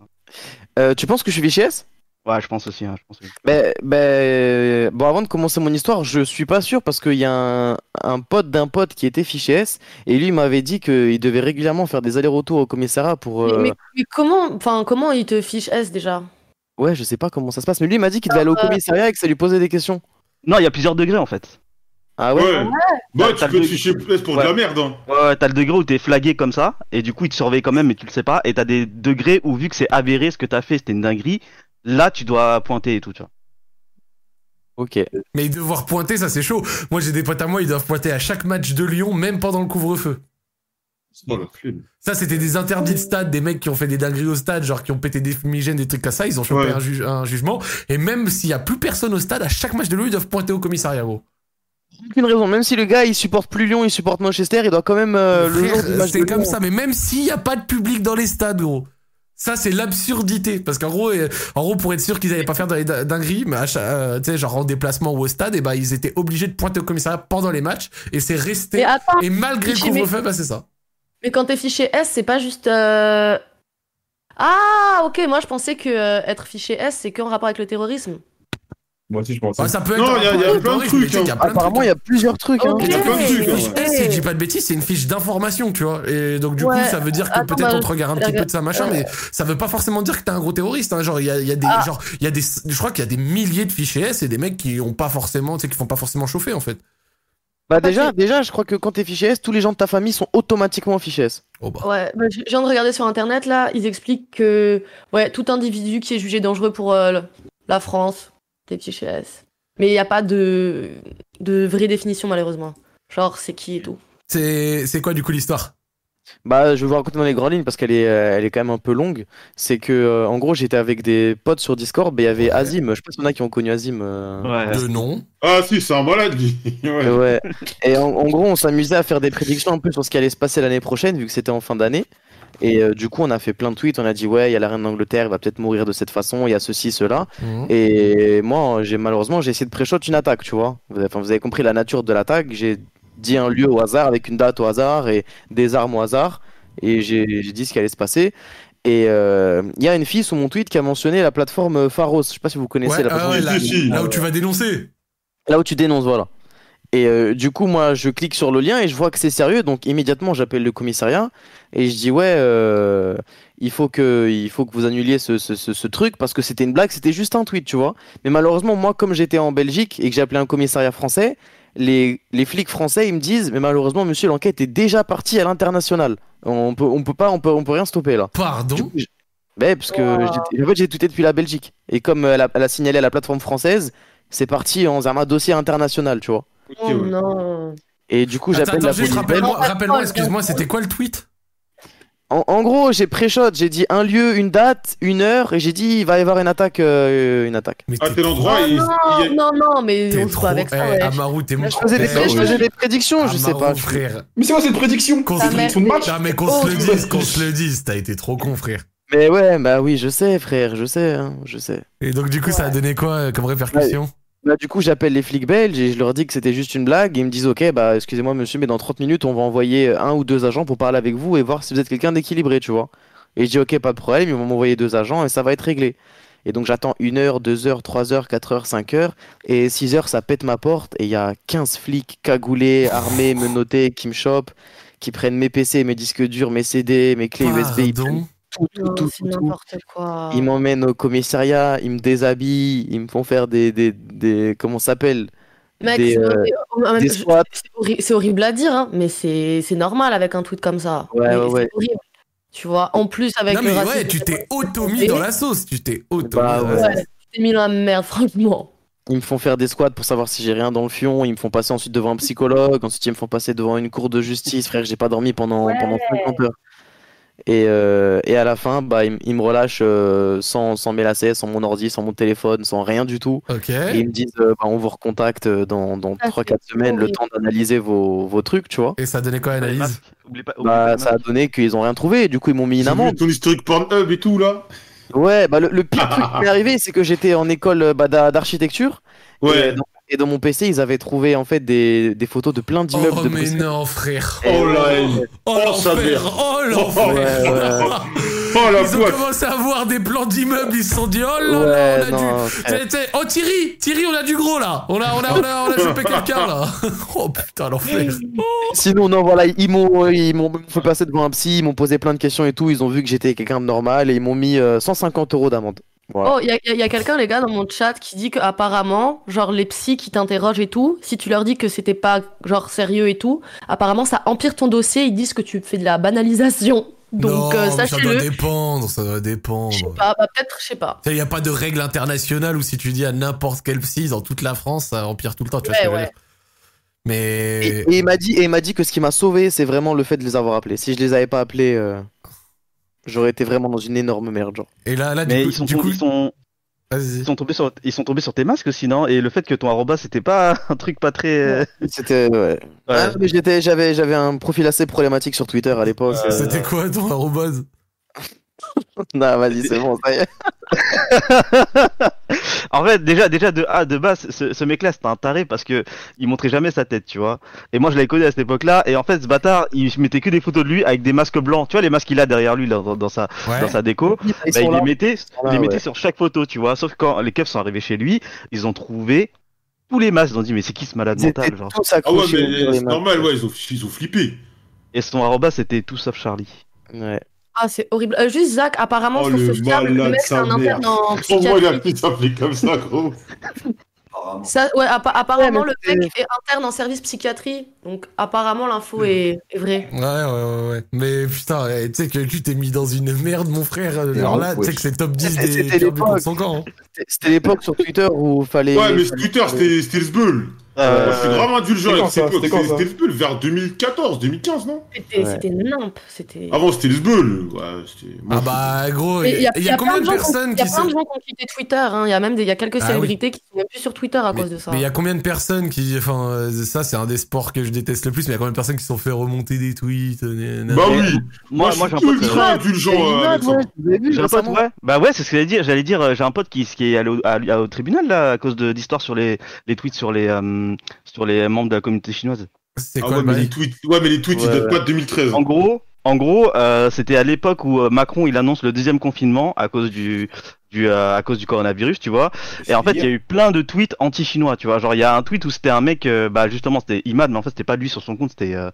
Speaker 2: Euh, tu penses que je suis fiché S
Speaker 7: Ouais, je pense aussi. hein, je pense que-
Speaker 2: Ben, ben, bon, avant de commencer mon histoire, je suis pas sûr parce qu'il y a un, un pote d'un pote qui était fiché S et lui il m'avait dit qu'il devait régulièrement faire des allers-retours au commissariat pour.
Speaker 5: Mais,
Speaker 2: euh,
Speaker 5: mais- mais comment, enfin, comment il te fiche S déjà
Speaker 2: Ouais, je sais pas comment ça se passe, mais lui il m'a dit qu'il devait aller au
Speaker 5: euh,
Speaker 2: commissariat et que ça lui posait des questions.
Speaker 7: Non, il y a plusieurs degrés en fait.
Speaker 2: Ah ouais?
Speaker 4: Ouais. Bah,
Speaker 7: T'as
Speaker 4: tu
Speaker 7: le
Speaker 4: peux te
Speaker 7: truc.
Speaker 4: ficher plus pour de la
Speaker 7: Ouais.
Speaker 4: merde, hein.
Speaker 7: Ouais, ouais, t'as le degré où t'es flagué comme ça, et du coup ils te surveillent quand même, mais tu le sais pas. Et t'as des degrés où vu que c'est avéré ce que t'as fait, c'était une dinguerie, Là, tu dois pointer et tout, tu vois.
Speaker 2: Ok.
Speaker 1: Mais devoir pointer, ça c'est chaud. Moi j'ai des potes à moi, ils doivent pointer à chaque match de Lyon, même pendant le couvre-feu. Ça c'était des interdits de stade, des mecs qui ont fait des dingueries au stade, genre qui ont pété des fumigènes, des trucs comme ça, ils ont chopé
Speaker 4: Ouais.
Speaker 1: un, juge- un jugement. Et même s'il y a plus personne au stade, à chaque match de Lyon, ils doivent pointer au commissariat, gros.
Speaker 2: Aucune raison, même si le gars il supporte plus Lyon, il supporte Manchester, il doit quand même euh, le
Speaker 1: Frère,
Speaker 2: jour du match
Speaker 1: C'est
Speaker 2: de
Speaker 1: comme
Speaker 2: Lyon. hein.
Speaker 1: ça, mais même s'il n'y a pas de public dans les stades, gros. Ça, c'est l'absurdité. Parce qu'en gros, euh, en gros, pour être sûr qu'ils n'allaient pas faire des din- dingueries, mais à cha- euh, tu sais, genre en déplacement ou au stade, et ben, ils étaient obligés de pointer au commissariat pendant les matchs. Et c'est resté.
Speaker 5: Mais attends,
Speaker 1: et malgré le
Speaker 5: j'ai mes-
Speaker 1: couvre-feu, bah, c'est ça.
Speaker 5: Mais quand t'es fiché S, c'est pas juste. euh, Ah, ok, moi je pensais que euh, être fiché S, c'est qu'en rapport avec le terrorisme.
Speaker 3: Moi aussi, je pense.
Speaker 1: Ah, ça peut être.
Speaker 4: Non, il y a- il y a plein de trucs, hein.
Speaker 1: Apparemment,
Speaker 2: il y a plusieurs trucs.
Speaker 5: hein. Ok.
Speaker 1: Et donc,
Speaker 5: Ouais.
Speaker 1: une fiche
Speaker 5: Ouais.
Speaker 1: S, Eh, si je dis pas de bêtises, c'est une fiche d'information, tu vois. Et donc, du
Speaker 5: Ouais.
Speaker 1: coup, ça veut dire que
Speaker 5: Attends,
Speaker 1: peut-être
Speaker 5: bah,
Speaker 1: on te regarde un
Speaker 5: je
Speaker 1: petit peu
Speaker 5: regarde.
Speaker 1: de ça, machin, mais ça veut pas forcément dire que t'es un gros terroriste. Hein. Genre, il y a, il y a des,
Speaker 5: Ah.
Speaker 1: genre, il y a des, je crois qu'il y a des milliers de fichiers S et des mecs qui ont pas forcément, tu sais, qui font pas forcément chauffer, en fait.
Speaker 2: Bah déjà, déjà, je crois que quand t'es fiché S, tous les gens de ta famille sont automatiquement fichés S.
Speaker 5: Ouais, bah, je je viens de regarder sur internet là, ils expliquent que ouais, tout individu qui est jugé dangereux pour euh, le- la France, t'es fiché S. Mais il n'y a pas de... de vraie définition malheureusement. Genre, c'est qui et tout.
Speaker 1: C'est, c'est quoi, du coup, l'histoire?
Speaker 2: Bah, je vais vous raconter dans les grandes lignes parce qu'elle est, euh, elle est quand même un peu longue. C'est que, euh, en gros, j'étais avec des potes sur Discord, mais il y avait Azim. Je sais pas s'il y en a qui ont connu Azim. euh,
Speaker 1: De nom.
Speaker 4: Ah si, c'est un malade, lui. ouais.
Speaker 2: Ouais. Et en, en gros, on s'amusait à faire des prédictions un peu sur ce qui allait se passer l'année prochaine, vu que c'était en fin d'année. Et euh, du coup, on a fait plein de tweets. On a dit, ouais, il y a la reine d'Angleterre, elle va peut-être mourir de cette façon, il y a ceci, cela.
Speaker 1: Mhm.
Speaker 2: Et moi, j'ai malheureusement, j'ai essayé de pré-shot une attaque, tu vois. Vous avez, enfin, vous avez compris la nature de l'attaque. J'ai dit un lieu au hasard, avec une date au hasard, et des armes au hasard. Et j'ai j'ai dit ce qui allait se passer. Et euh, il y a une fille sous mon tweet qui a mentionné la plateforme Pharos. Je sais pas si vous connaissez
Speaker 1: Ouais,
Speaker 2: la
Speaker 1: ah
Speaker 2: plateforme.
Speaker 1: ouais, là, là où tu vas dénoncer.
Speaker 2: Là où tu dénonces, voilà. Et euh, du coup, moi, je clique sur le lien et je vois que c'est sérieux, donc immédiatement, j'appelle le commissariat et je dis ouais, euh, il faut que, il faut que vous annuliez ce, ce- ce- ce truc parce que c'était une blague, c'était juste un tweet, tu vois. Mais malheureusement, moi, comme j'étais en Belgique et que j'ai appelé un commissariat français, les, les flics français, ils me disent, mais malheureusement, monsieur, l'enquête est déjà partie à l'international. On peut, on peut pas, on peut, on peut rien stopper là.
Speaker 1: Pardon
Speaker 2: Ben, parce que j'ai- en fait, j'ai tweeté depuis la Belgique. Et comme euh, elle a, elle a signalé à la plateforme française, c'est parti en un dossier international, tu vois.
Speaker 5: Oh non.
Speaker 2: Et du coup,
Speaker 1: Attends,
Speaker 2: j'appelle
Speaker 1: attends,
Speaker 2: la
Speaker 1: juste
Speaker 2: police
Speaker 1: rappelle-moi,
Speaker 2: belge.
Speaker 1: rappelle-moi, excuse-moi, c'était quoi le tweet?
Speaker 2: En, en gros, j'ai pré-shot, j'ai dit un lieu, une date, une heure, et j'ai dit il va y avoir une attaque. euh, une attaque.
Speaker 1: Mais
Speaker 4: Ah, t'es l'endroit, il...
Speaker 5: non,
Speaker 4: il y a-
Speaker 5: non, non, mais
Speaker 1: T'es
Speaker 5: on se
Speaker 1: trop,
Speaker 5: voit avec ça.
Speaker 1: eh,
Speaker 5: ouais.
Speaker 1: Amaru, t'es mon
Speaker 2: Je faisais des,
Speaker 1: frère.
Speaker 2: je faisais des prédictions, je sais
Speaker 1: Amaru,
Speaker 2: pas.
Speaker 1: Ah, frère.
Speaker 3: Mais c'est quoi cette prédiction Ah,
Speaker 1: Qu'on
Speaker 5: Ta
Speaker 1: se-
Speaker 5: mère.
Speaker 3: Son match
Speaker 1: Non, mais qu'on
Speaker 5: Oh,
Speaker 1: se le dise, qu'on se le dise. T'as été trop con, frère.
Speaker 2: Mais ouais, bah oui, je sais, frère, je sais, hein, je sais.
Speaker 1: Et donc, du coup, ça a donné quoi euh, comme répercussion
Speaker 2: Bah, du coup, j'appelle les flics belges et je leur dis que c'était juste une blague. Ils me disent Ok, bah excusez-moi, monsieur, mais dans 30 minutes, on va envoyer un ou deux agents pour parler avec vous et voir si vous êtes quelqu'un d'équilibré, tu vois. Et je dis Ok, pas de problème, ils vont m'envoyer deux agents et ça va être réglé. Et donc, j'attends une heure, deux heures, trois heures, quatre heures, cinq heures. Et 6 heures, ça pète ma porte et il y a 15 flics cagoulés, armés, menottés qui me chopent, qui prennent mes PC, mes disques durs, mes CD, mes clés USB. Ils prennent
Speaker 1: Pardon.
Speaker 2: tout, tout,
Speaker 5: Non,
Speaker 2: tout,
Speaker 5: c'est
Speaker 2: tout, tout.
Speaker 5: n'importe quoi.
Speaker 2: Ils m'emmènent au commissariat, ils me déshabillent, ils me font faire des. des, des comment ça s'appelle
Speaker 5: Mec,
Speaker 2: des,
Speaker 5: c'est
Speaker 2: euh,
Speaker 5: oh, en même
Speaker 2: des
Speaker 5: temps, je-
Speaker 2: swaps.
Speaker 5: c'est horri- c'est horrible à dire, hein, mais c'est c'est normal avec un tweet comme ça.
Speaker 2: Ouais,
Speaker 5: Mais
Speaker 2: ouais,
Speaker 5: c'est
Speaker 2: ouais.
Speaker 5: horrible. Tu vois, en plus avec
Speaker 1: Non,
Speaker 5: le
Speaker 1: mais
Speaker 5: racisme,
Speaker 1: ouais, tu t'es auto-mis
Speaker 5: Et-
Speaker 1: dans la sauce. Tu t'es auto
Speaker 2: Bah ouais.
Speaker 5: ouais, t'es mis dans la merde, franchement.
Speaker 2: Ils me font faire des squats pour savoir si j'ai rien dans le fion, ils me font passer ensuite devant un psychologue, ensuite ils me font passer devant une cour de justice, frère, j'ai pas dormi pendant, pendant 50 heures. Et, euh, et à la fin, bah, ils, m- ils me relâchent euh, sans, sans mes lacets, sans mon ordi, sans mon téléphone, sans rien du tout.
Speaker 1: Ok.
Speaker 2: Et ils me disent, euh, bah, on vous recontacte euh, dans, dans
Speaker 5: Ah,
Speaker 2: 3-4
Speaker 5: c'est
Speaker 2: semaines, le
Speaker 5: horrible.
Speaker 2: temps d'analyser vos, vos trucs, tu vois.
Speaker 1: Et ça a donné quoi,
Speaker 7: Les
Speaker 1: analyse
Speaker 7: masques, oublie pas- oublie pas
Speaker 2: Bah,
Speaker 7: les
Speaker 2: ça a
Speaker 7: masques.
Speaker 2: donné qu'ils ont rien trouvé, et du coup ils m'ont mis une
Speaker 4: J'ai
Speaker 2: amende.
Speaker 4: vu ton historique Pornhub et tout, là.
Speaker 2: Ouais, bah le, le pire truc qui m'est arrivé, c'est que j'étais en école euh, bah, d'a- d'architecture.
Speaker 4: Ouais.
Speaker 2: Et dans, et dans mon PC, ils avaient trouvé en fait des, des photos de plein d'immeubles
Speaker 1: Oh,
Speaker 2: de
Speaker 1: mais
Speaker 2: Bruxelles.
Speaker 1: non, frère.
Speaker 2: Et
Speaker 4: Oh
Speaker 2: ouais,
Speaker 4: la
Speaker 2: ouais,
Speaker 4: haine.
Speaker 1: Oh,
Speaker 4: Oh, sa
Speaker 1: l'enfer.
Speaker 4: mère.
Speaker 1: Oh, l'enfer.
Speaker 2: Ouais, ouais.
Speaker 4: Oh la
Speaker 1: Ils ont
Speaker 4: poisse.
Speaker 1: commencé à voir des plans d'immeubles, ils se sont dit oh là
Speaker 2: Ouais,
Speaker 1: là, on a
Speaker 2: non,
Speaker 1: du.
Speaker 2: frère.
Speaker 1: T'es- t'es- Oh Thierry, Thierry, on a du gros là. On a, on a, on a, on a chopé quelqu'un là. Oh putain, l'enfer.
Speaker 2: Sinon, non, voilà, ils m'ont euh, ils m'ont fait passer devant un psy, ils m'ont posé plein de questions et tout. Ils ont vu que j'étais quelqu'un de normal et ils m'ont mis euh, 150 euros d'amende. Voilà.
Speaker 5: Oh, il y a, y a- y a quelqu'un, les gars, dans mon chat qui dit qu'apparemment, genre les psys qui t'interrogent et tout, si tu leur dis que c'était pas genre sérieux et tout, apparemment ça empire ton dossier, ils disent que tu fais de la banalisation. Donc,
Speaker 1: Non,
Speaker 5: euh,
Speaker 1: mais ça doit
Speaker 5: sachez-le.
Speaker 1: dépendre, ça doit
Speaker 5: Je sais
Speaker 1: dépendre.
Speaker 5: pas, bah, peut-être, je sais pas.
Speaker 1: Il n'y a pas de règle internationale où si tu dis à n'importe quel psy dans toute la France, ça empire tout le temps. Tu vois ce que
Speaker 5: Ouais,
Speaker 1: je veux
Speaker 5: ouais.
Speaker 1: dire Mais.
Speaker 2: Et, et il m'a dit, et il m'a dit que ce qui m'a sauvé, c'est vraiment le fait de les avoir appelés. Si je les avais pas appelés, euh, j'aurais été vraiment dans une énorme merde, genre.
Speaker 1: Et là, là,
Speaker 7: Mais ils sont, ils sont,
Speaker 1: ils
Speaker 7: sont tombés sur, ils sont tombés sur tes masques sinon, et le fait que ton arroba c'était pas un truc pas très. euh,
Speaker 2: C'était ouais. Ah, mais j'étais, j'avais, j'avais un profil assez problématique sur Twitter à l'époque.
Speaker 4: Euh,
Speaker 1: C'était quoi ton arrobase
Speaker 2: Non, vas-y, c'est bon, ça y est.
Speaker 7: En fait, déjà, déjà de, ah, de base, ce, ce mec-là, c'était un taré parce que il montrait jamais sa tête, tu vois. Et moi, je l'avais connu à cette époque-là. Et en fait, ce bâtard, il mettait que des photos de lui avec des masques blancs. Tu vois, les masques qu'il a derrière lui là, dans, dans sa,
Speaker 1: Ouais.
Speaker 7: dans sa déco.
Speaker 2: Ils
Speaker 7: bah,
Speaker 2: sont
Speaker 7: il
Speaker 2: là.
Speaker 7: les mettait,
Speaker 2: sont là,
Speaker 7: il les mettait
Speaker 2: ouais.
Speaker 7: sur chaque photo, tu vois. Sauf que quand les keufs sont arrivés chez lui, ils ont trouvé tous les masques. Ils ont dit, mais c'est qui ce malade
Speaker 2: Ils
Speaker 7: mental,
Speaker 2: étaient
Speaker 7: genre.
Speaker 2: tous
Speaker 4: Ah ouais,
Speaker 2: accrochés.
Speaker 4: mais c'est normal, ouais, ils ont, ils ont flippé.
Speaker 7: Et son arroba, c'était tout sauf Charlie.
Speaker 2: Ouais.
Speaker 5: Ah, c'est horrible. Euh, juste Zach, apparemment,
Speaker 4: Oh
Speaker 5: sur
Speaker 4: le
Speaker 5: ce câble, le
Speaker 4: malade,
Speaker 5: mec, c'est
Speaker 4: sa
Speaker 5: un
Speaker 4: mère.
Speaker 5: interne en
Speaker 4: Pourquoi il a
Speaker 5: psychiatrie.
Speaker 4: pu s'appeler comme ça, gros
Speaker 5: Ça, ouais, appa- apparemment,
Speaker 2: Ouais, mais
Speaker 5: le mec est interne en service psychiatrie. Donc, apparemment,
Speaker 1: Hmm.
Speaker 5: l'info est, est vraie.
Speaker 1: Ouais, ouais, ouais, ouais. Mais putain, eh, tu sais que tu t'es mis dans une merde, mon frère. Alors là, tu sais que c'est top 10 des
Speaker 2: Euh, C'était
Speaker 1: pires buts
Speaker 2: l'époque.
Speaker 1: de son camp. hein.
Speaker 2: C'était l'époque sur Twitter où fallait.
Speaker 4: Ouais, mais
Speaker 2: fallait-
Speaker 4: Twitter, c'était c'était le Sbull.
Speaker 7: Euh,
Speaker 4: Je suis vraiment indulgent
Speaker 3: c'était
Speaker 4: avec
Speaker 3: quand
Speaker 4: ces
Speaker 3: ça,
Speaker 4: potes.
Speaker 3: c'était quand
Speaker 4: C'était c'était
Speaker 3: ça
Speaker 4: le Sbull vers 2014, 2015, non
Speaker 5: C'était
Speaker 2: Ouais.
Speaker 5: c'était nimp. C'était.
Speaker 4: Avant, c'était le Sbull. Ouais, c'était.
Speaker 1: Ah bah, gros, il y, a- il y a combien de personnes
Speaker 5: Il y a
Speaker 1: qui se.
Speaker 5: plein de gens qui ont quitté Twitter. hein. Il y a même des, il y a quelques
Speaker 1: Ah oui.
Speaker 5: célébrités qui sont même plus sur Twitter à
Speaker 1: Mais
Speaker 5: cause de ça.
Speaker 1: mais il y a combien de personnes qui. Enfin, euh, ça, c'est un des sports que je déteste le plus, mais il y a combien de personnes qui se sont fait remonter des tweets euh, nan,
Speaker 4: Bah
Speaker 1: nan.
Speaker 4: oui
Speaker 7: Moi, moi,
Speaker 4: je
Speaker 7: j'ai un pote.
Speaker 4: suis
Speaker 7: euh,
Speaker 4: ultra indulgent avec ça.
Speaker 7: J'ai un pote, ouais. Bah ouais, c'est ce que j'allais dire. J'allais dire, euh, j'ai un pote qui, qui est allé au, à- à- au tribunal là à cause de d'histoires sur les, les tweets sur les euh, sur les membres de la communauté chinoise.
Speaker 1: C'est
Speaker 4: Ah
Speaker 1: quoi
Speaker 4: ouais,
Speaker 1: le
Speaker 4: mais les
Speaker 1: bail
Speaker 4: tweets, ouais, mais les tweets, ils
Speaker 7: Ouais,
Speaker 4: datent
Speaker 7: ouais.
Speaker 4: pas de 2013.
Speaker 7: En gros, en gros, euh, c'était à l'époque où euh, Macron il annonce le deuxième confinement à cause du du euh, à cause du coronavirus, tu vois. Et en fait, il y a eu plein de tweets anti-chinois, tu vois. Genre, il y a un tweet où c'était un mec, euh, bah justement, c'était Imad, mais en fait, c'était pas lui sur son compte, c'était euh,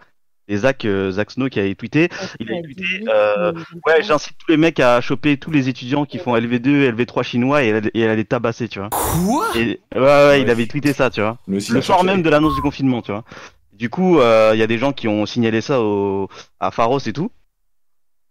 Speaker 7: c'était Zach, euh, Zach Snow qui avait tweeté. Il a tweeté. euh, ouais, j'incite tous les mecs à choper tous les étudiants qui font LV2, LV3 chinois et, à- et à les tabasser, tu vois.
Speaker 1: Quoi
Speaker 7: Et, ouais, ouais, il avait tweeté ça, tu vois.
Speaker 6: Mais aussi,
Speaker 7: le
Speaker 6: la
Speaker 7: soir
Speaker 6: cherche-
Speaker 7: même de l'annonce du confinement, tu vois. Du coup, euh, il y a des gens qui ont signalé ça au, à Pharos et tout.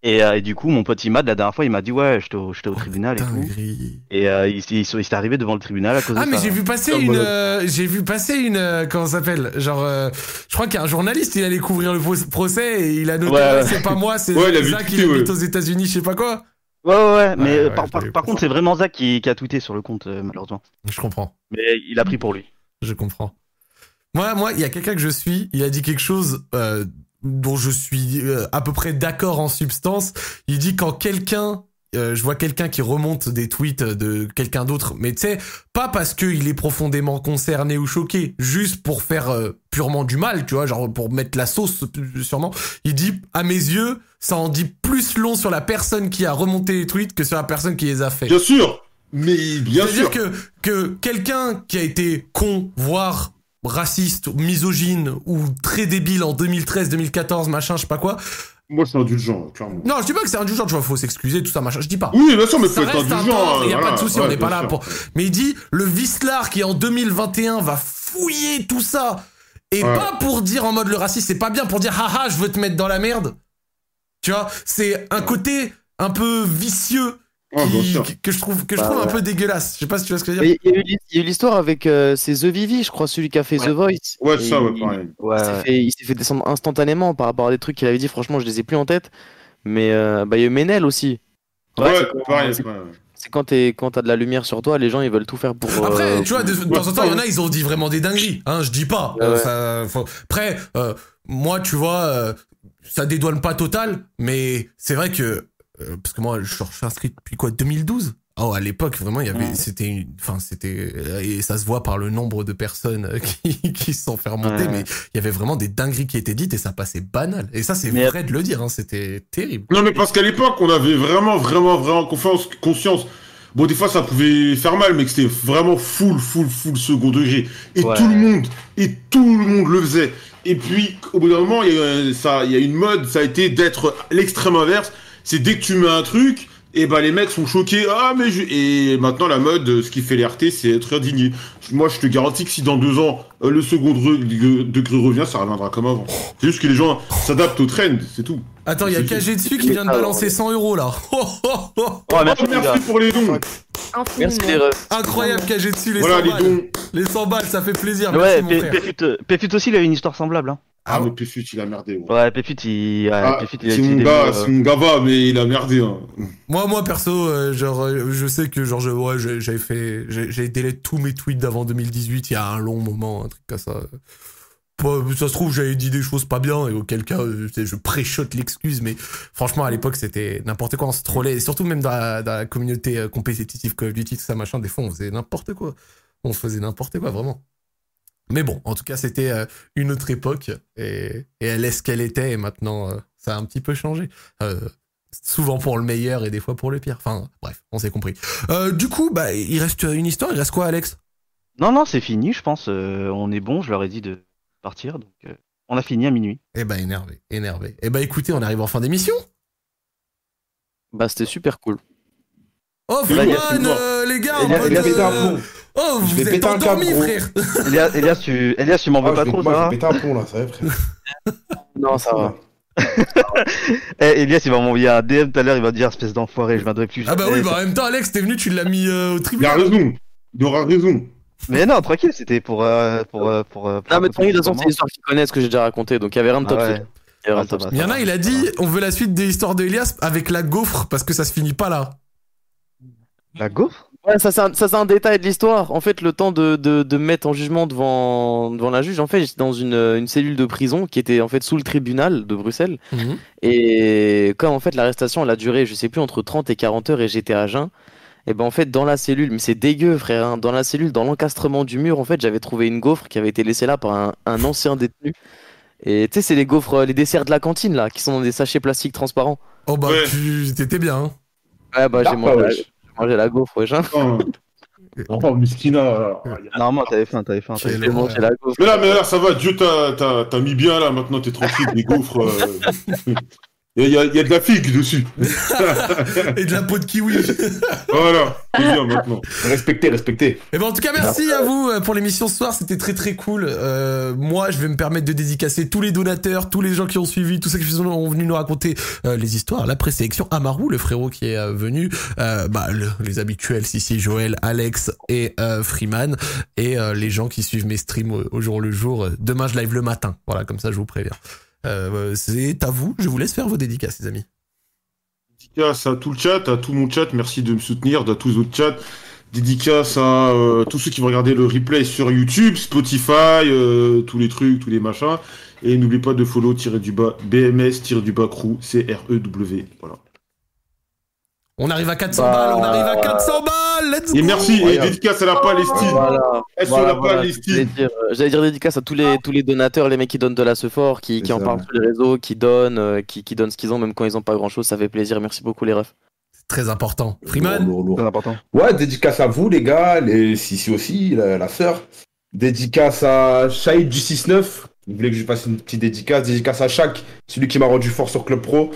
Speaker 7: Et, euh, et du coup, mon petit Imad, la dernière fois, il m'a dit Ouais, j'étais au, j'étais au tribunal et tout.
Speaker 1: Oh, Dinguerie.
Speaker 7: Et euh, il, s'est- il s'est il s'est arrivé devant le tribunal à cause
Speaker 1: Ah
Speaker 7: de
Speaker 1: mais
Speaker 7: ça. hein.
Speaker 1: j'ai vu passer une euh, j'ai vu passer une euh, comment ça s'appelle genre euh, je crois qu'il y a un journaliste il allait couvrir le pro- procès et il a noté
Speaker 7: Ouais,
Speaker 1: ah,
Speaker 7: ouais.
Speaker 1: c'est pas moi c'est
Speaker 4: Ouais, il a vu
Speaker 1: ça
Speaker 4: le
Speaker 1: qui
Speaker 4: tweet,
Speaker 1: habite
Speaker 4: ouais.
Speaker 1: aux États-Unis je sais pas quoi
Speaker 7: Ouais, ouais, ouais, mais
Speaker 1: ouais,
Speaker 7: euh, par,
Speaker 1: j'ai
Speaker 7: par-
Speaker 1: vu
Speaker 7: par
Speaker 1: passer.
Speaker 7: contre, c'est vraiment Zach qui, qui a tweeté sur le compte, euh, malheureusement.
Speaker 1: je comprends
Speaker 7: Mais il a pris pour lui.
Speaker 1: je comprends moi moi il y a quelqu'un que je suis il a dit quelque chose euh, dont je suis euh, à peu près d'accord en substance il dit quand quelqu'un euh, je vois quelqu'un qui remonte des tweets de quelqu'un d'autre, mais tu sais, pas parce qu'il est profondément concerné ou choqué, juste pour faire euh, purement du mal, tu vois, genre pour mettre la sauce euh, sûrement. Il dit, à mes yeux, ça en dit plus long sur la personne qui a remonté les tweets que sur la personne qui les a fait.
Speaker 4: Bien sûr Mais bien sûr
Speaker 1: C'est-à-dire que, que quelqu'un qui a été con, voire raciste, misogyne ou très débile en 2013, 2014, machin, je sais pas quoi.
Speaker 4: Moi, je suis indulgent, clairement.
Speaker 1: Non, je dis pas que c'est indulgent, tu vois, faut s'excuser, tout ça, machin. Je dis pas.
Speaker 4: Oui, bien sûr, mais
Speaker 1: Ça
Speaker 4: faut être
Speaker 1: reste un
Speaker 4: indulgent.
Speaker 1: tort, y a
Speaker 4: voilà.
Speaker 1: pas de souci, on
Speaker 4: Ouais,
Speaker 1: n'est pas
Speaker 4: bien
Speaker 1: là
Speaker 4: sûr.
Speaker 1: pour- Mais il dit le Vislar qui en 2021 va fouiller tout ça et
Speaker 4: Ouais.
Speaker 1: pas pour dire en mode le raciste, c'est pas bien pour dire haha, je veux te mettre dans la merde. Tu vois, c'est un côté un peu vicieux
Speaker 4: Ouais, bien
Speaker 1: qui-
Speaker 4: sûr.
Speaker 1: que je trouve que je
Speaker 2: Bah
Speaker 1: trouve un
Speaker 2: ouais.
Speaker 1: peu dégueulasse. Je sais pas si tu vois ce que je veux dire.
Speaker 2: Mais Il y a eu l'hi- il y a eu l'histoire avec euh, c'est The Vivi, je crois, celui qui a fait The Voice.
Speaker 4: Ouais, ça,
Speaker 2: Et
Speaker 4: ouais, pareil.
Speaker 7: Ouais,
Speaker 2: Il s'est fait, il s'est fait descendre instantanément par rapport à des trucs qu'il avait dit. Franchement, je les ai plus en tête. Mais euh, bah, il y a eu Ménel aussi. En fait,
Speaker 4: Ouais,
Speaker 2: c'est quand-
Speaker 4: pareil,
Speaker 2: c'est-
Speaker 4: ouais.
Speaker 2: C'est quand t'es- quand t'as de la lumière sur toi, les gens ils veulent tout faire pour.
Speaker 1: Après,
Speaker 2: euh,
Speaker 1: tu vois, de, de temps en temps, il y en a, ils ont dit vraiment des dingueries. Hein, je dis pas.
Speaker 2: Ouais,
Speaker 1: Euh,
Speaker 2: ouais.
Speaker 1: ça- faut- Après, euh, moi, tu vois, euh, ça dédouane pas total, mais c'est vrai que euh, parce que moi, je suis- je suis inscrit depuis quoi 2012. Oh, à l'époque, vraiment, il y avait, c'était, une- enfin, c'était, et ça se voit par le nombre de personnes euh, qui, qui se sont fait remonter,
Speaker 7: Ouais.
Speaker 1: mais il y avait vraiment des dingueries qui étaient dites et ça passait banal. Et ça, c'est
Speaker 7: Mais-
Speaker 1: vrai de le dire, hein, c'était terrible.
Speaker 4: Non, mais parce qu'à l'époque, on avait vraiment, vraiment, vraiment confiance, conscience. Bon, des fois, ça pouvait faire mal, mais que c'était vraiment full, full, full second degré. Et
Speaker 7: Ouais.
Speaker 4: tout le monde, et tout le monde le faisait. Et puis, au bout d'un moment, il y, a, eu un- ça, il y a une mode, ça a été d'être l'extrême inverse. C'est dès que tu mets un truc, Et bah les mecs sont choqués. Ah mais je... et maintenant la mode, euh, ce qui fait les RT, c'est être indigné. Moi je te garantis que si dans deux ans euh, le second re- le degré revient, ça reviendra comme avant. C'est juste que les gens s'adaptent aux trends, c'est tout.
Speaker 1: Attends, il y a
Speaker 4: C'est tout.
Speaker 1: KG dessus qui vient de balancer 100 euros là. Oh, oh, oh.
Speaker 4: merci, pour les dons.
Speaker 5: Merci
Speaker 4: les refs.
Speaker 1: Incroyable KG dessus les
Speaker 7: Voilà,
Speaker 1: 100
Speaker 7: les
Speaker 1: balles.
Speaker 7: dons.
Speaker 1: Les 100 balles, ça fait plaisir.
Speaker 7: Ouais,
Speaker 1: Merci mon
Speaker 7: P-
Speaker 1: frère.
Speaker 7: Péfut, euh, Péfut aussi, il a eu une histoire semblable. Hein.
Speaker 4: Ah, mais Péfut, il a merdé. Ouais,
Speaker 7: ouais Péfut, il, ouais,
Speaker 4: Ah,
Speaker 7: Péfut, il a
Speaker 4: c'est
Speaker 7: été
Speaker 4: mon
Speaker 7: des-
Speaker 4: gars,
Speaker 7: euh,
Speaker 4: c'est mon gars va, mais il a merdé. hein.
Speaker 1: Moi, moi perso, euh, genre, euh, je sais que genre, je, ouais, j'ai- j'avais fait, j'ai j'ai délai tous mes tweets d'avant 2018. Il y a un long moment, un truc comme ça. Pas- ça se trouve, j'avais dit des choses pas bien et auquel cas, euh, je je préchote l'excuse. Mais franchement, à l'époque, c'était n'importe quoi. On se trollait, et surtout même dans la, dans la communauté euh, compétitive Call of Duty, tout ça, machin. Des fois, on faisait n'importe quoi. On faisait n'importe quoi, vraiment. Mais bon, en tout cas, c'était euh, une autre époque et, et elle est ce qu'elle était et maintenant, euh, ça a un petit peu changé. Euh, souvent pour le meilleur et des fois pour le pire. Enfin, bref, on s'est compris. Euh, du coup, bah, il reste une histoire, il reste quoi, Alex
Speaker 7: Non, non, c'est fini, je pense. euh, on est bon, je leur ai dit de partir. Donc, euh, on a fini à minuit.
Speaker 1: Eh ben, énervé, énervé. Eh ben, écoutez, on arrive en fin d'émission.
Speaker 2: Bah, c'était super cool.
Speaker 1: Oh,
Speaker 2: Là, il y a
Speaker 1: Freeman,
Speaker 2: plus de
Speaker 1: euh, les gars,
Speaker 2: Et
Speaker 1: en
Speaker 2: là,
Speaker 1: mode,
Speaker 2: il y a pété un
Speaker 1: euh,
Speaker 2: plomb.
Speaker 1: Oh,
Speaker 2: Je
Speaker 1: vous
Speaker 2: vais
Speaker 1: êtes
Speaker 2: péter un câble,
Speaker 1: endormis,
Speaker 2: gros.
Speaker 1: frère
Speaker 7: Elias, Elias, tu, Elias, tu m'en veux
Speaker 3: Ah,
Speaker 7: pas
Speaker 3: je vais-
Speaker 7: trop, ça
Speaker 3: moi, je vais
Speaker 7: va
Speaker 3: péter un plomb, là, ça va, frère.
Speaker 2: Non, ça va.
Speaker 7: Eh, Elias, il va m'envoyer un DM tout à l'heure, il va dire espèce d'enfoiré, je viendrai plus.
Speaker 1: Ah bah oui,
Speaker 7: Eh,
Speaker 1: bah en même temps, Alex, t'es venu, tu l'as mis euh, au
Speaker 4: Il a
Speaker 1: tribunal.
Speaker 4: raison. Il aura raison.
Speaker 7: Mais non, tranquille, c'était pour. euh, pour, euh, pour, euh, pour
Speaker 2: Ah, mais de toute façon,
Speaker 7: Comment
Speaker 2: c'est l'histoire qu'ils connaissent que j'ai déjà raconté, donc il y avait rien de
Speaker 7: Ah
Speaker 2: top
Speaker 7: ouais.
Speaker 2: secret. Il y avait rien de top
Speaker 1: Il y
Speaker 2: secret.
Speaker 1: en a, il a dit, on veut la suite des histoires de Elias avec la gaufre, parce que ça se finit pas là.
Speaker 7: La gaufre
Speaker 2: Ouais, ça c'est un, ça, c'est un détail de l'histoire. En fait, le temps de, de, de me mettre en jugement devant, devant la juge, en fait, j'étais dans une, une cellule de prison qui était en fait sous le tribunal de Bruxelles.
Speaker 1: Mhm.
Speaker 2: Et comme en fait l'arrestation elle a duré, je sais plus, entre 30 et 40 heures et j'étais à jeun, et ben en fait dans la cellule, mais c'est dégueu frère, hein, dans la cellule, dans l'encastrement du mur, en fait j'avais trouvé une gaufre qui avait été laissée là par un, un ancien détenu. Et tu sais, c'est les gaufres, euh, les desserts de la cantine là, qui sont dans des sachets plastiques transparents.
Speaker 1: Oh bah, tu- t'étais bien. hein.
Speaker 2: Ouais, bah
Speaker 1: Ah,
Speaker 2: j'ai mangé, la-
Speaker 1: wesh.
Speaker 2: j'ai mangé la gaufre, wesh. hein.
Speaker 4: Oh, Miskina.
Speaker 7: Normalement, t'avais faim, t'avais faim.
Speaker 2: J'ai mangé la gaufre.
Speaker 4: Mais là, mais là, ça va, Dieu t'a- t'a t'a mis bien là, maintenant t'es tranquille, les gaufres. euh, Il y, a, il y a de la figue dessus.
Speaker 1: Et de la peau de kiwi.
Speaker 4: voilà, c'est bien maintenant.
Speaker 3: Respectez, respectez.
Speaker 1: Et ben en tout cas merci à vous euh, pour l'émission ce soir, c'était très très cool. Euh, moi je vais me permettre de dédicacer tous les donateurs, tous les gens qui ont suivi, tous ceux qui sont ont venu nous raconter euh, les histoires, la présélection, Amaru le frérot qui est euh, venu, euh, bah le- les habituels Sissi, Joël, Alex et euh, Freeman et euh, les gens qui suivent mes streams au, au jour le jour. Euh, Demain je live le matin, voilà comme ça je vous préviens. Euh, c'est à vous, je vous laisse faire vos dédicaces les amis.
Speaker 4: Dédicace à tout le chat, à tout mon chat, merci de me soutenir, à tous les autres chats. Dédicace à euh, tous ceux qui vont regarder le replay sur YouTube, Spotify, euh, tous les trucs, tous les machins. Et n'oublie pas de follow tirer du bas BMS tirer du bas crew C R E W. Voilà.
Speaker 3: Euh,
Speaker 1: On arrive à 400 balles, on arrive à 400 balles, let's go
Speaker 4: Et merci et dédicace à la Palestine. Est-ce qu'on
Speaker 2: Voilà,
Speaker 4: la
Speaker 2: voilà,
Speaker 4: Palestine
Speaker 2: j'allais dire, euh, J'allais dire dédicace à tous les, tous les donateurs, les mecs qui donnent de la Sephore, qui, qui en
Speaker 4: ça.
Speaker 2: parlent sur les réseaux, qui donnent, euh, qui, qui donnent ce qu'ils ont, même quand ils ont pas grand chose, ça fait plaisir. Merci beaucoup, les refs.
Speaker 1: Très important. Freeman
Speaker 7: Très important.
Speaker 3: Ouais, dédicace à vous, les gars, les Sissi aussi, la, la sœur. Dédicace à Shahid du 6-9. Vous voulez que je fasse une petite dédicace Dédicace à Shaq, celui qui m'a rendu fort sur Club Pro.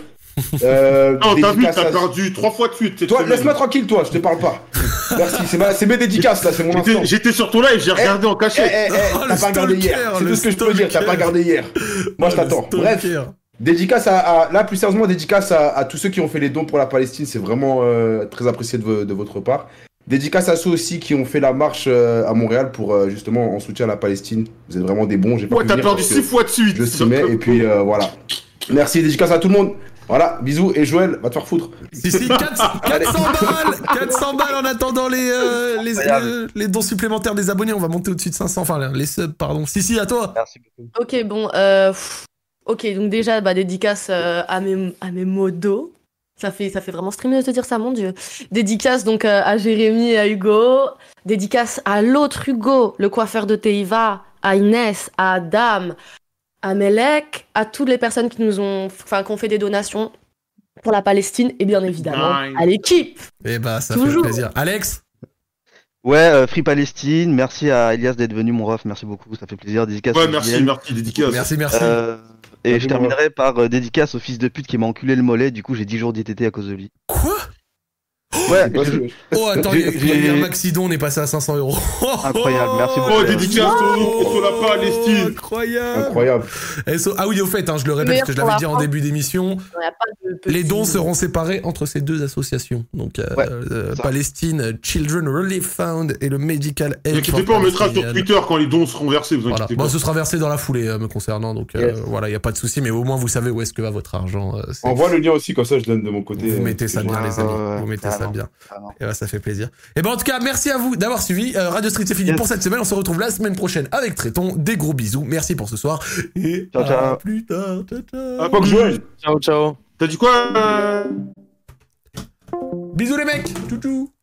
Speaker 3: Euh,
Speaker 4: Non, Oh, t'as vu,
Speaker 3: dédicace
Speaker 4: t'as
Speaker 3: à-
Speaker 4: perdu trois fois de suite. cette
Speaker 3: Toi,
Speaker 4: semaine.
Speaker 3: laisse-moi tranquille, toi, je te parle pas. Merci, c'est ma- c'est mes dédicaces, là, c'est mon
Speaker 4: J'étais-
Speaker 3: instant.
Speaker 4: J'étais sur ton live, j'ai regardé en cachette.
Speaker 3: Eh, eh, eh,
Speaker 1: Oh,
Speaker 3: t'as
Speaker 1: le
Speaker 3: pas regardé
Speaker 1: stalker,
Speaker 3: hier. C'est
Speaker 1: le
Speaker 3: tout ce que je peux dire. T'as
Speaker 1: stalker.
Speaker 3: pas regardé hier. Moi, je
Speaker 1: Oh, le
Speaker 3: t'attends.
Speaker 1: stalker.
Speaker 3: Bref, dédicace à, à- là plus sérieusement, dédicace à, à tous ceux qui ont fait les dons pour la Palestine. C'est vraiment euh, très apprécié de, vo- de votre part. Dédicace à ceux aussi qui ont fait la marche euh, à Montréal pour euh, justement en soutien à la Palestine. Vous êtes vraiment des bons. J'ai pas
Speaker 4: Ouais,
Speaker 3: pu
Speaker 4: t'as
Speaker 3: venir
Speaker 4: perdu
Speaker 3: parce que
Speaker 4: six fois de suite.
Speaker 3: Je streamais et puis euh, voilà. Merci, dédicace à tout le monde. Voilà, bisous et Joël, va te faire foutre.
Speaker 1: Si, si, 400, 400 balles 400 balles en attendant les, euh, les,
Speaker 3: Incroyable.
Speaker 1: les- les dons supplémentaires des abonnés. On va monter au-dessus de 500, enfin les subs, pardon. Si, si, à toi
Speaker 5: Ok, bon. euh, pff, ok, donc déjà, bah, dédicace euh, à, mes, à mes modos. Ça fait, ça fait vraiment streamer de te dire ça, mon dieu. Dédicace donc euh, à Jérémy et à Hugo. Dédicace à l'autre Hugo, le coiffeur de Teiva, à Inès, à Adam, à Melek, à toutes les personnes qui nous ont, enfin, qui ont fait des donations pour la Palestine et bien évidemment
Speaker 1: Nice.
Speaker 5: à l'équipe.
Speaker 1: Eh bah, ça
Speaker 5: Toujours.
Speaker 1: fait plaisir. Alex
Speaker 7: Ouais, euh, Free Palestine, merci à Elias d'être venu, mon ref, merci beaucoup, ça fait plaisir. Dédicace
Speaker 4: Ouais,
Speaker 7: à
Speaker 4: merci,
Speaker 7: Julien.
Speaker 4: merci, dédicace.
Speaker 1: Merci, merci.
Speaker 7: Euh, et je
Speaker 4: Merci, mon ref.
Speaker 7: terminerai par euh, dédicace au fils de pute qui m'a enculé le mollet, du coup j'ai 10 jours d'ITT à cause de lui.
Speaker 1: Quoi
Speaker 3: Ouais,
Speaker 1: Oh, attends, il y a-
Speaker 3: J'ai-
Speaker 1: il y a eu
Speaker 3: j'ai-
Speaker 1: un Maxidon, on est passé à 500 euros.
Speaker 7: Incroyable, merci beaucoup.
Speaker 4: Oh, dédicace
Speaker 1: Wow.
Speaker 4: au contre la Palestine.
Speaker 1: Incroyable.
Speaker 3: Incroyable.
Speaker 1: SO Ah oui, au fait, hein, je le répète,
Speaker 5: Meilleur
Speaker 1: parce que je
Speaker 5: pour
Speaker 1: l'avais
Speaker 5: la
Speaker 1: dit en
Speaker 5: France.
Speaker 1: début
Speaker 5: Il
Speaker 1: d'émission,
Speaker 5: y a pas de petit-
Speaker 1: les dons seront séparés entre ces deux associations. Donc, euh, euh, Palestine Children Relief Fund et le Medical
Speaker 4: Ne vous
Speaker 1: Aid.
Speaker 4: inquiétez pas,
Speaker 1: for
Speaker 4: on mettra sur
Speaker 1: Palestinian.
Speaker 4: Twitter quand les dons seront versés. Vous
Speaker 1: Voilà.
Speaker 4: inquiétez
Speaker 1: Bon,
Speaker 4: pas.
Speaker 1: ce sera versé dans la foulée euh, me concernant, donc euh,
Speaker 3: Yes.
Speaker 1: voilà, il n'y a pas de souci, mais au moins vous savez où est-ce que va votre argent. euh, c'est-
Speaker 3: Envoie le lien aussi, comme ça je donne de mon côté. Ah
Speaker 1: Vous
Speaker 3: euh,
Speaker 1: mettez ça
Speaker 3: ce que
Speaker 1: bien,
Speaker 3: j'ai.
Speaker 1: les amis. Vous mettez ça bien.
Speaker 7: Vraiment.
Speaker 1: Et bah, ça fait plaisir. Et ben en tout cas, merci à vous d'avoir suivi. Euh, Radio Street, c'est fini
Speaker 7: Yes.
Speaker 1: pour cette semaine. On se retrouve la semaine prochaine avec Tréton. Des gros bisous. Merci pour ce soir. Et
Speaker 7: Ciao,
Speaker 1: à
Speaker 7: ciao.
Speaker 1: plus tard. Ciao, ciao.
Speaker 4: Ah, pas que
Speaker 3: Mmh.
Speaker 4: Joël.
Speaker 2: Ciao, ciao.
Speaker 4: T'as dit quoi euh
Speaker 1: Bisous les mecs. Tchou, tchou.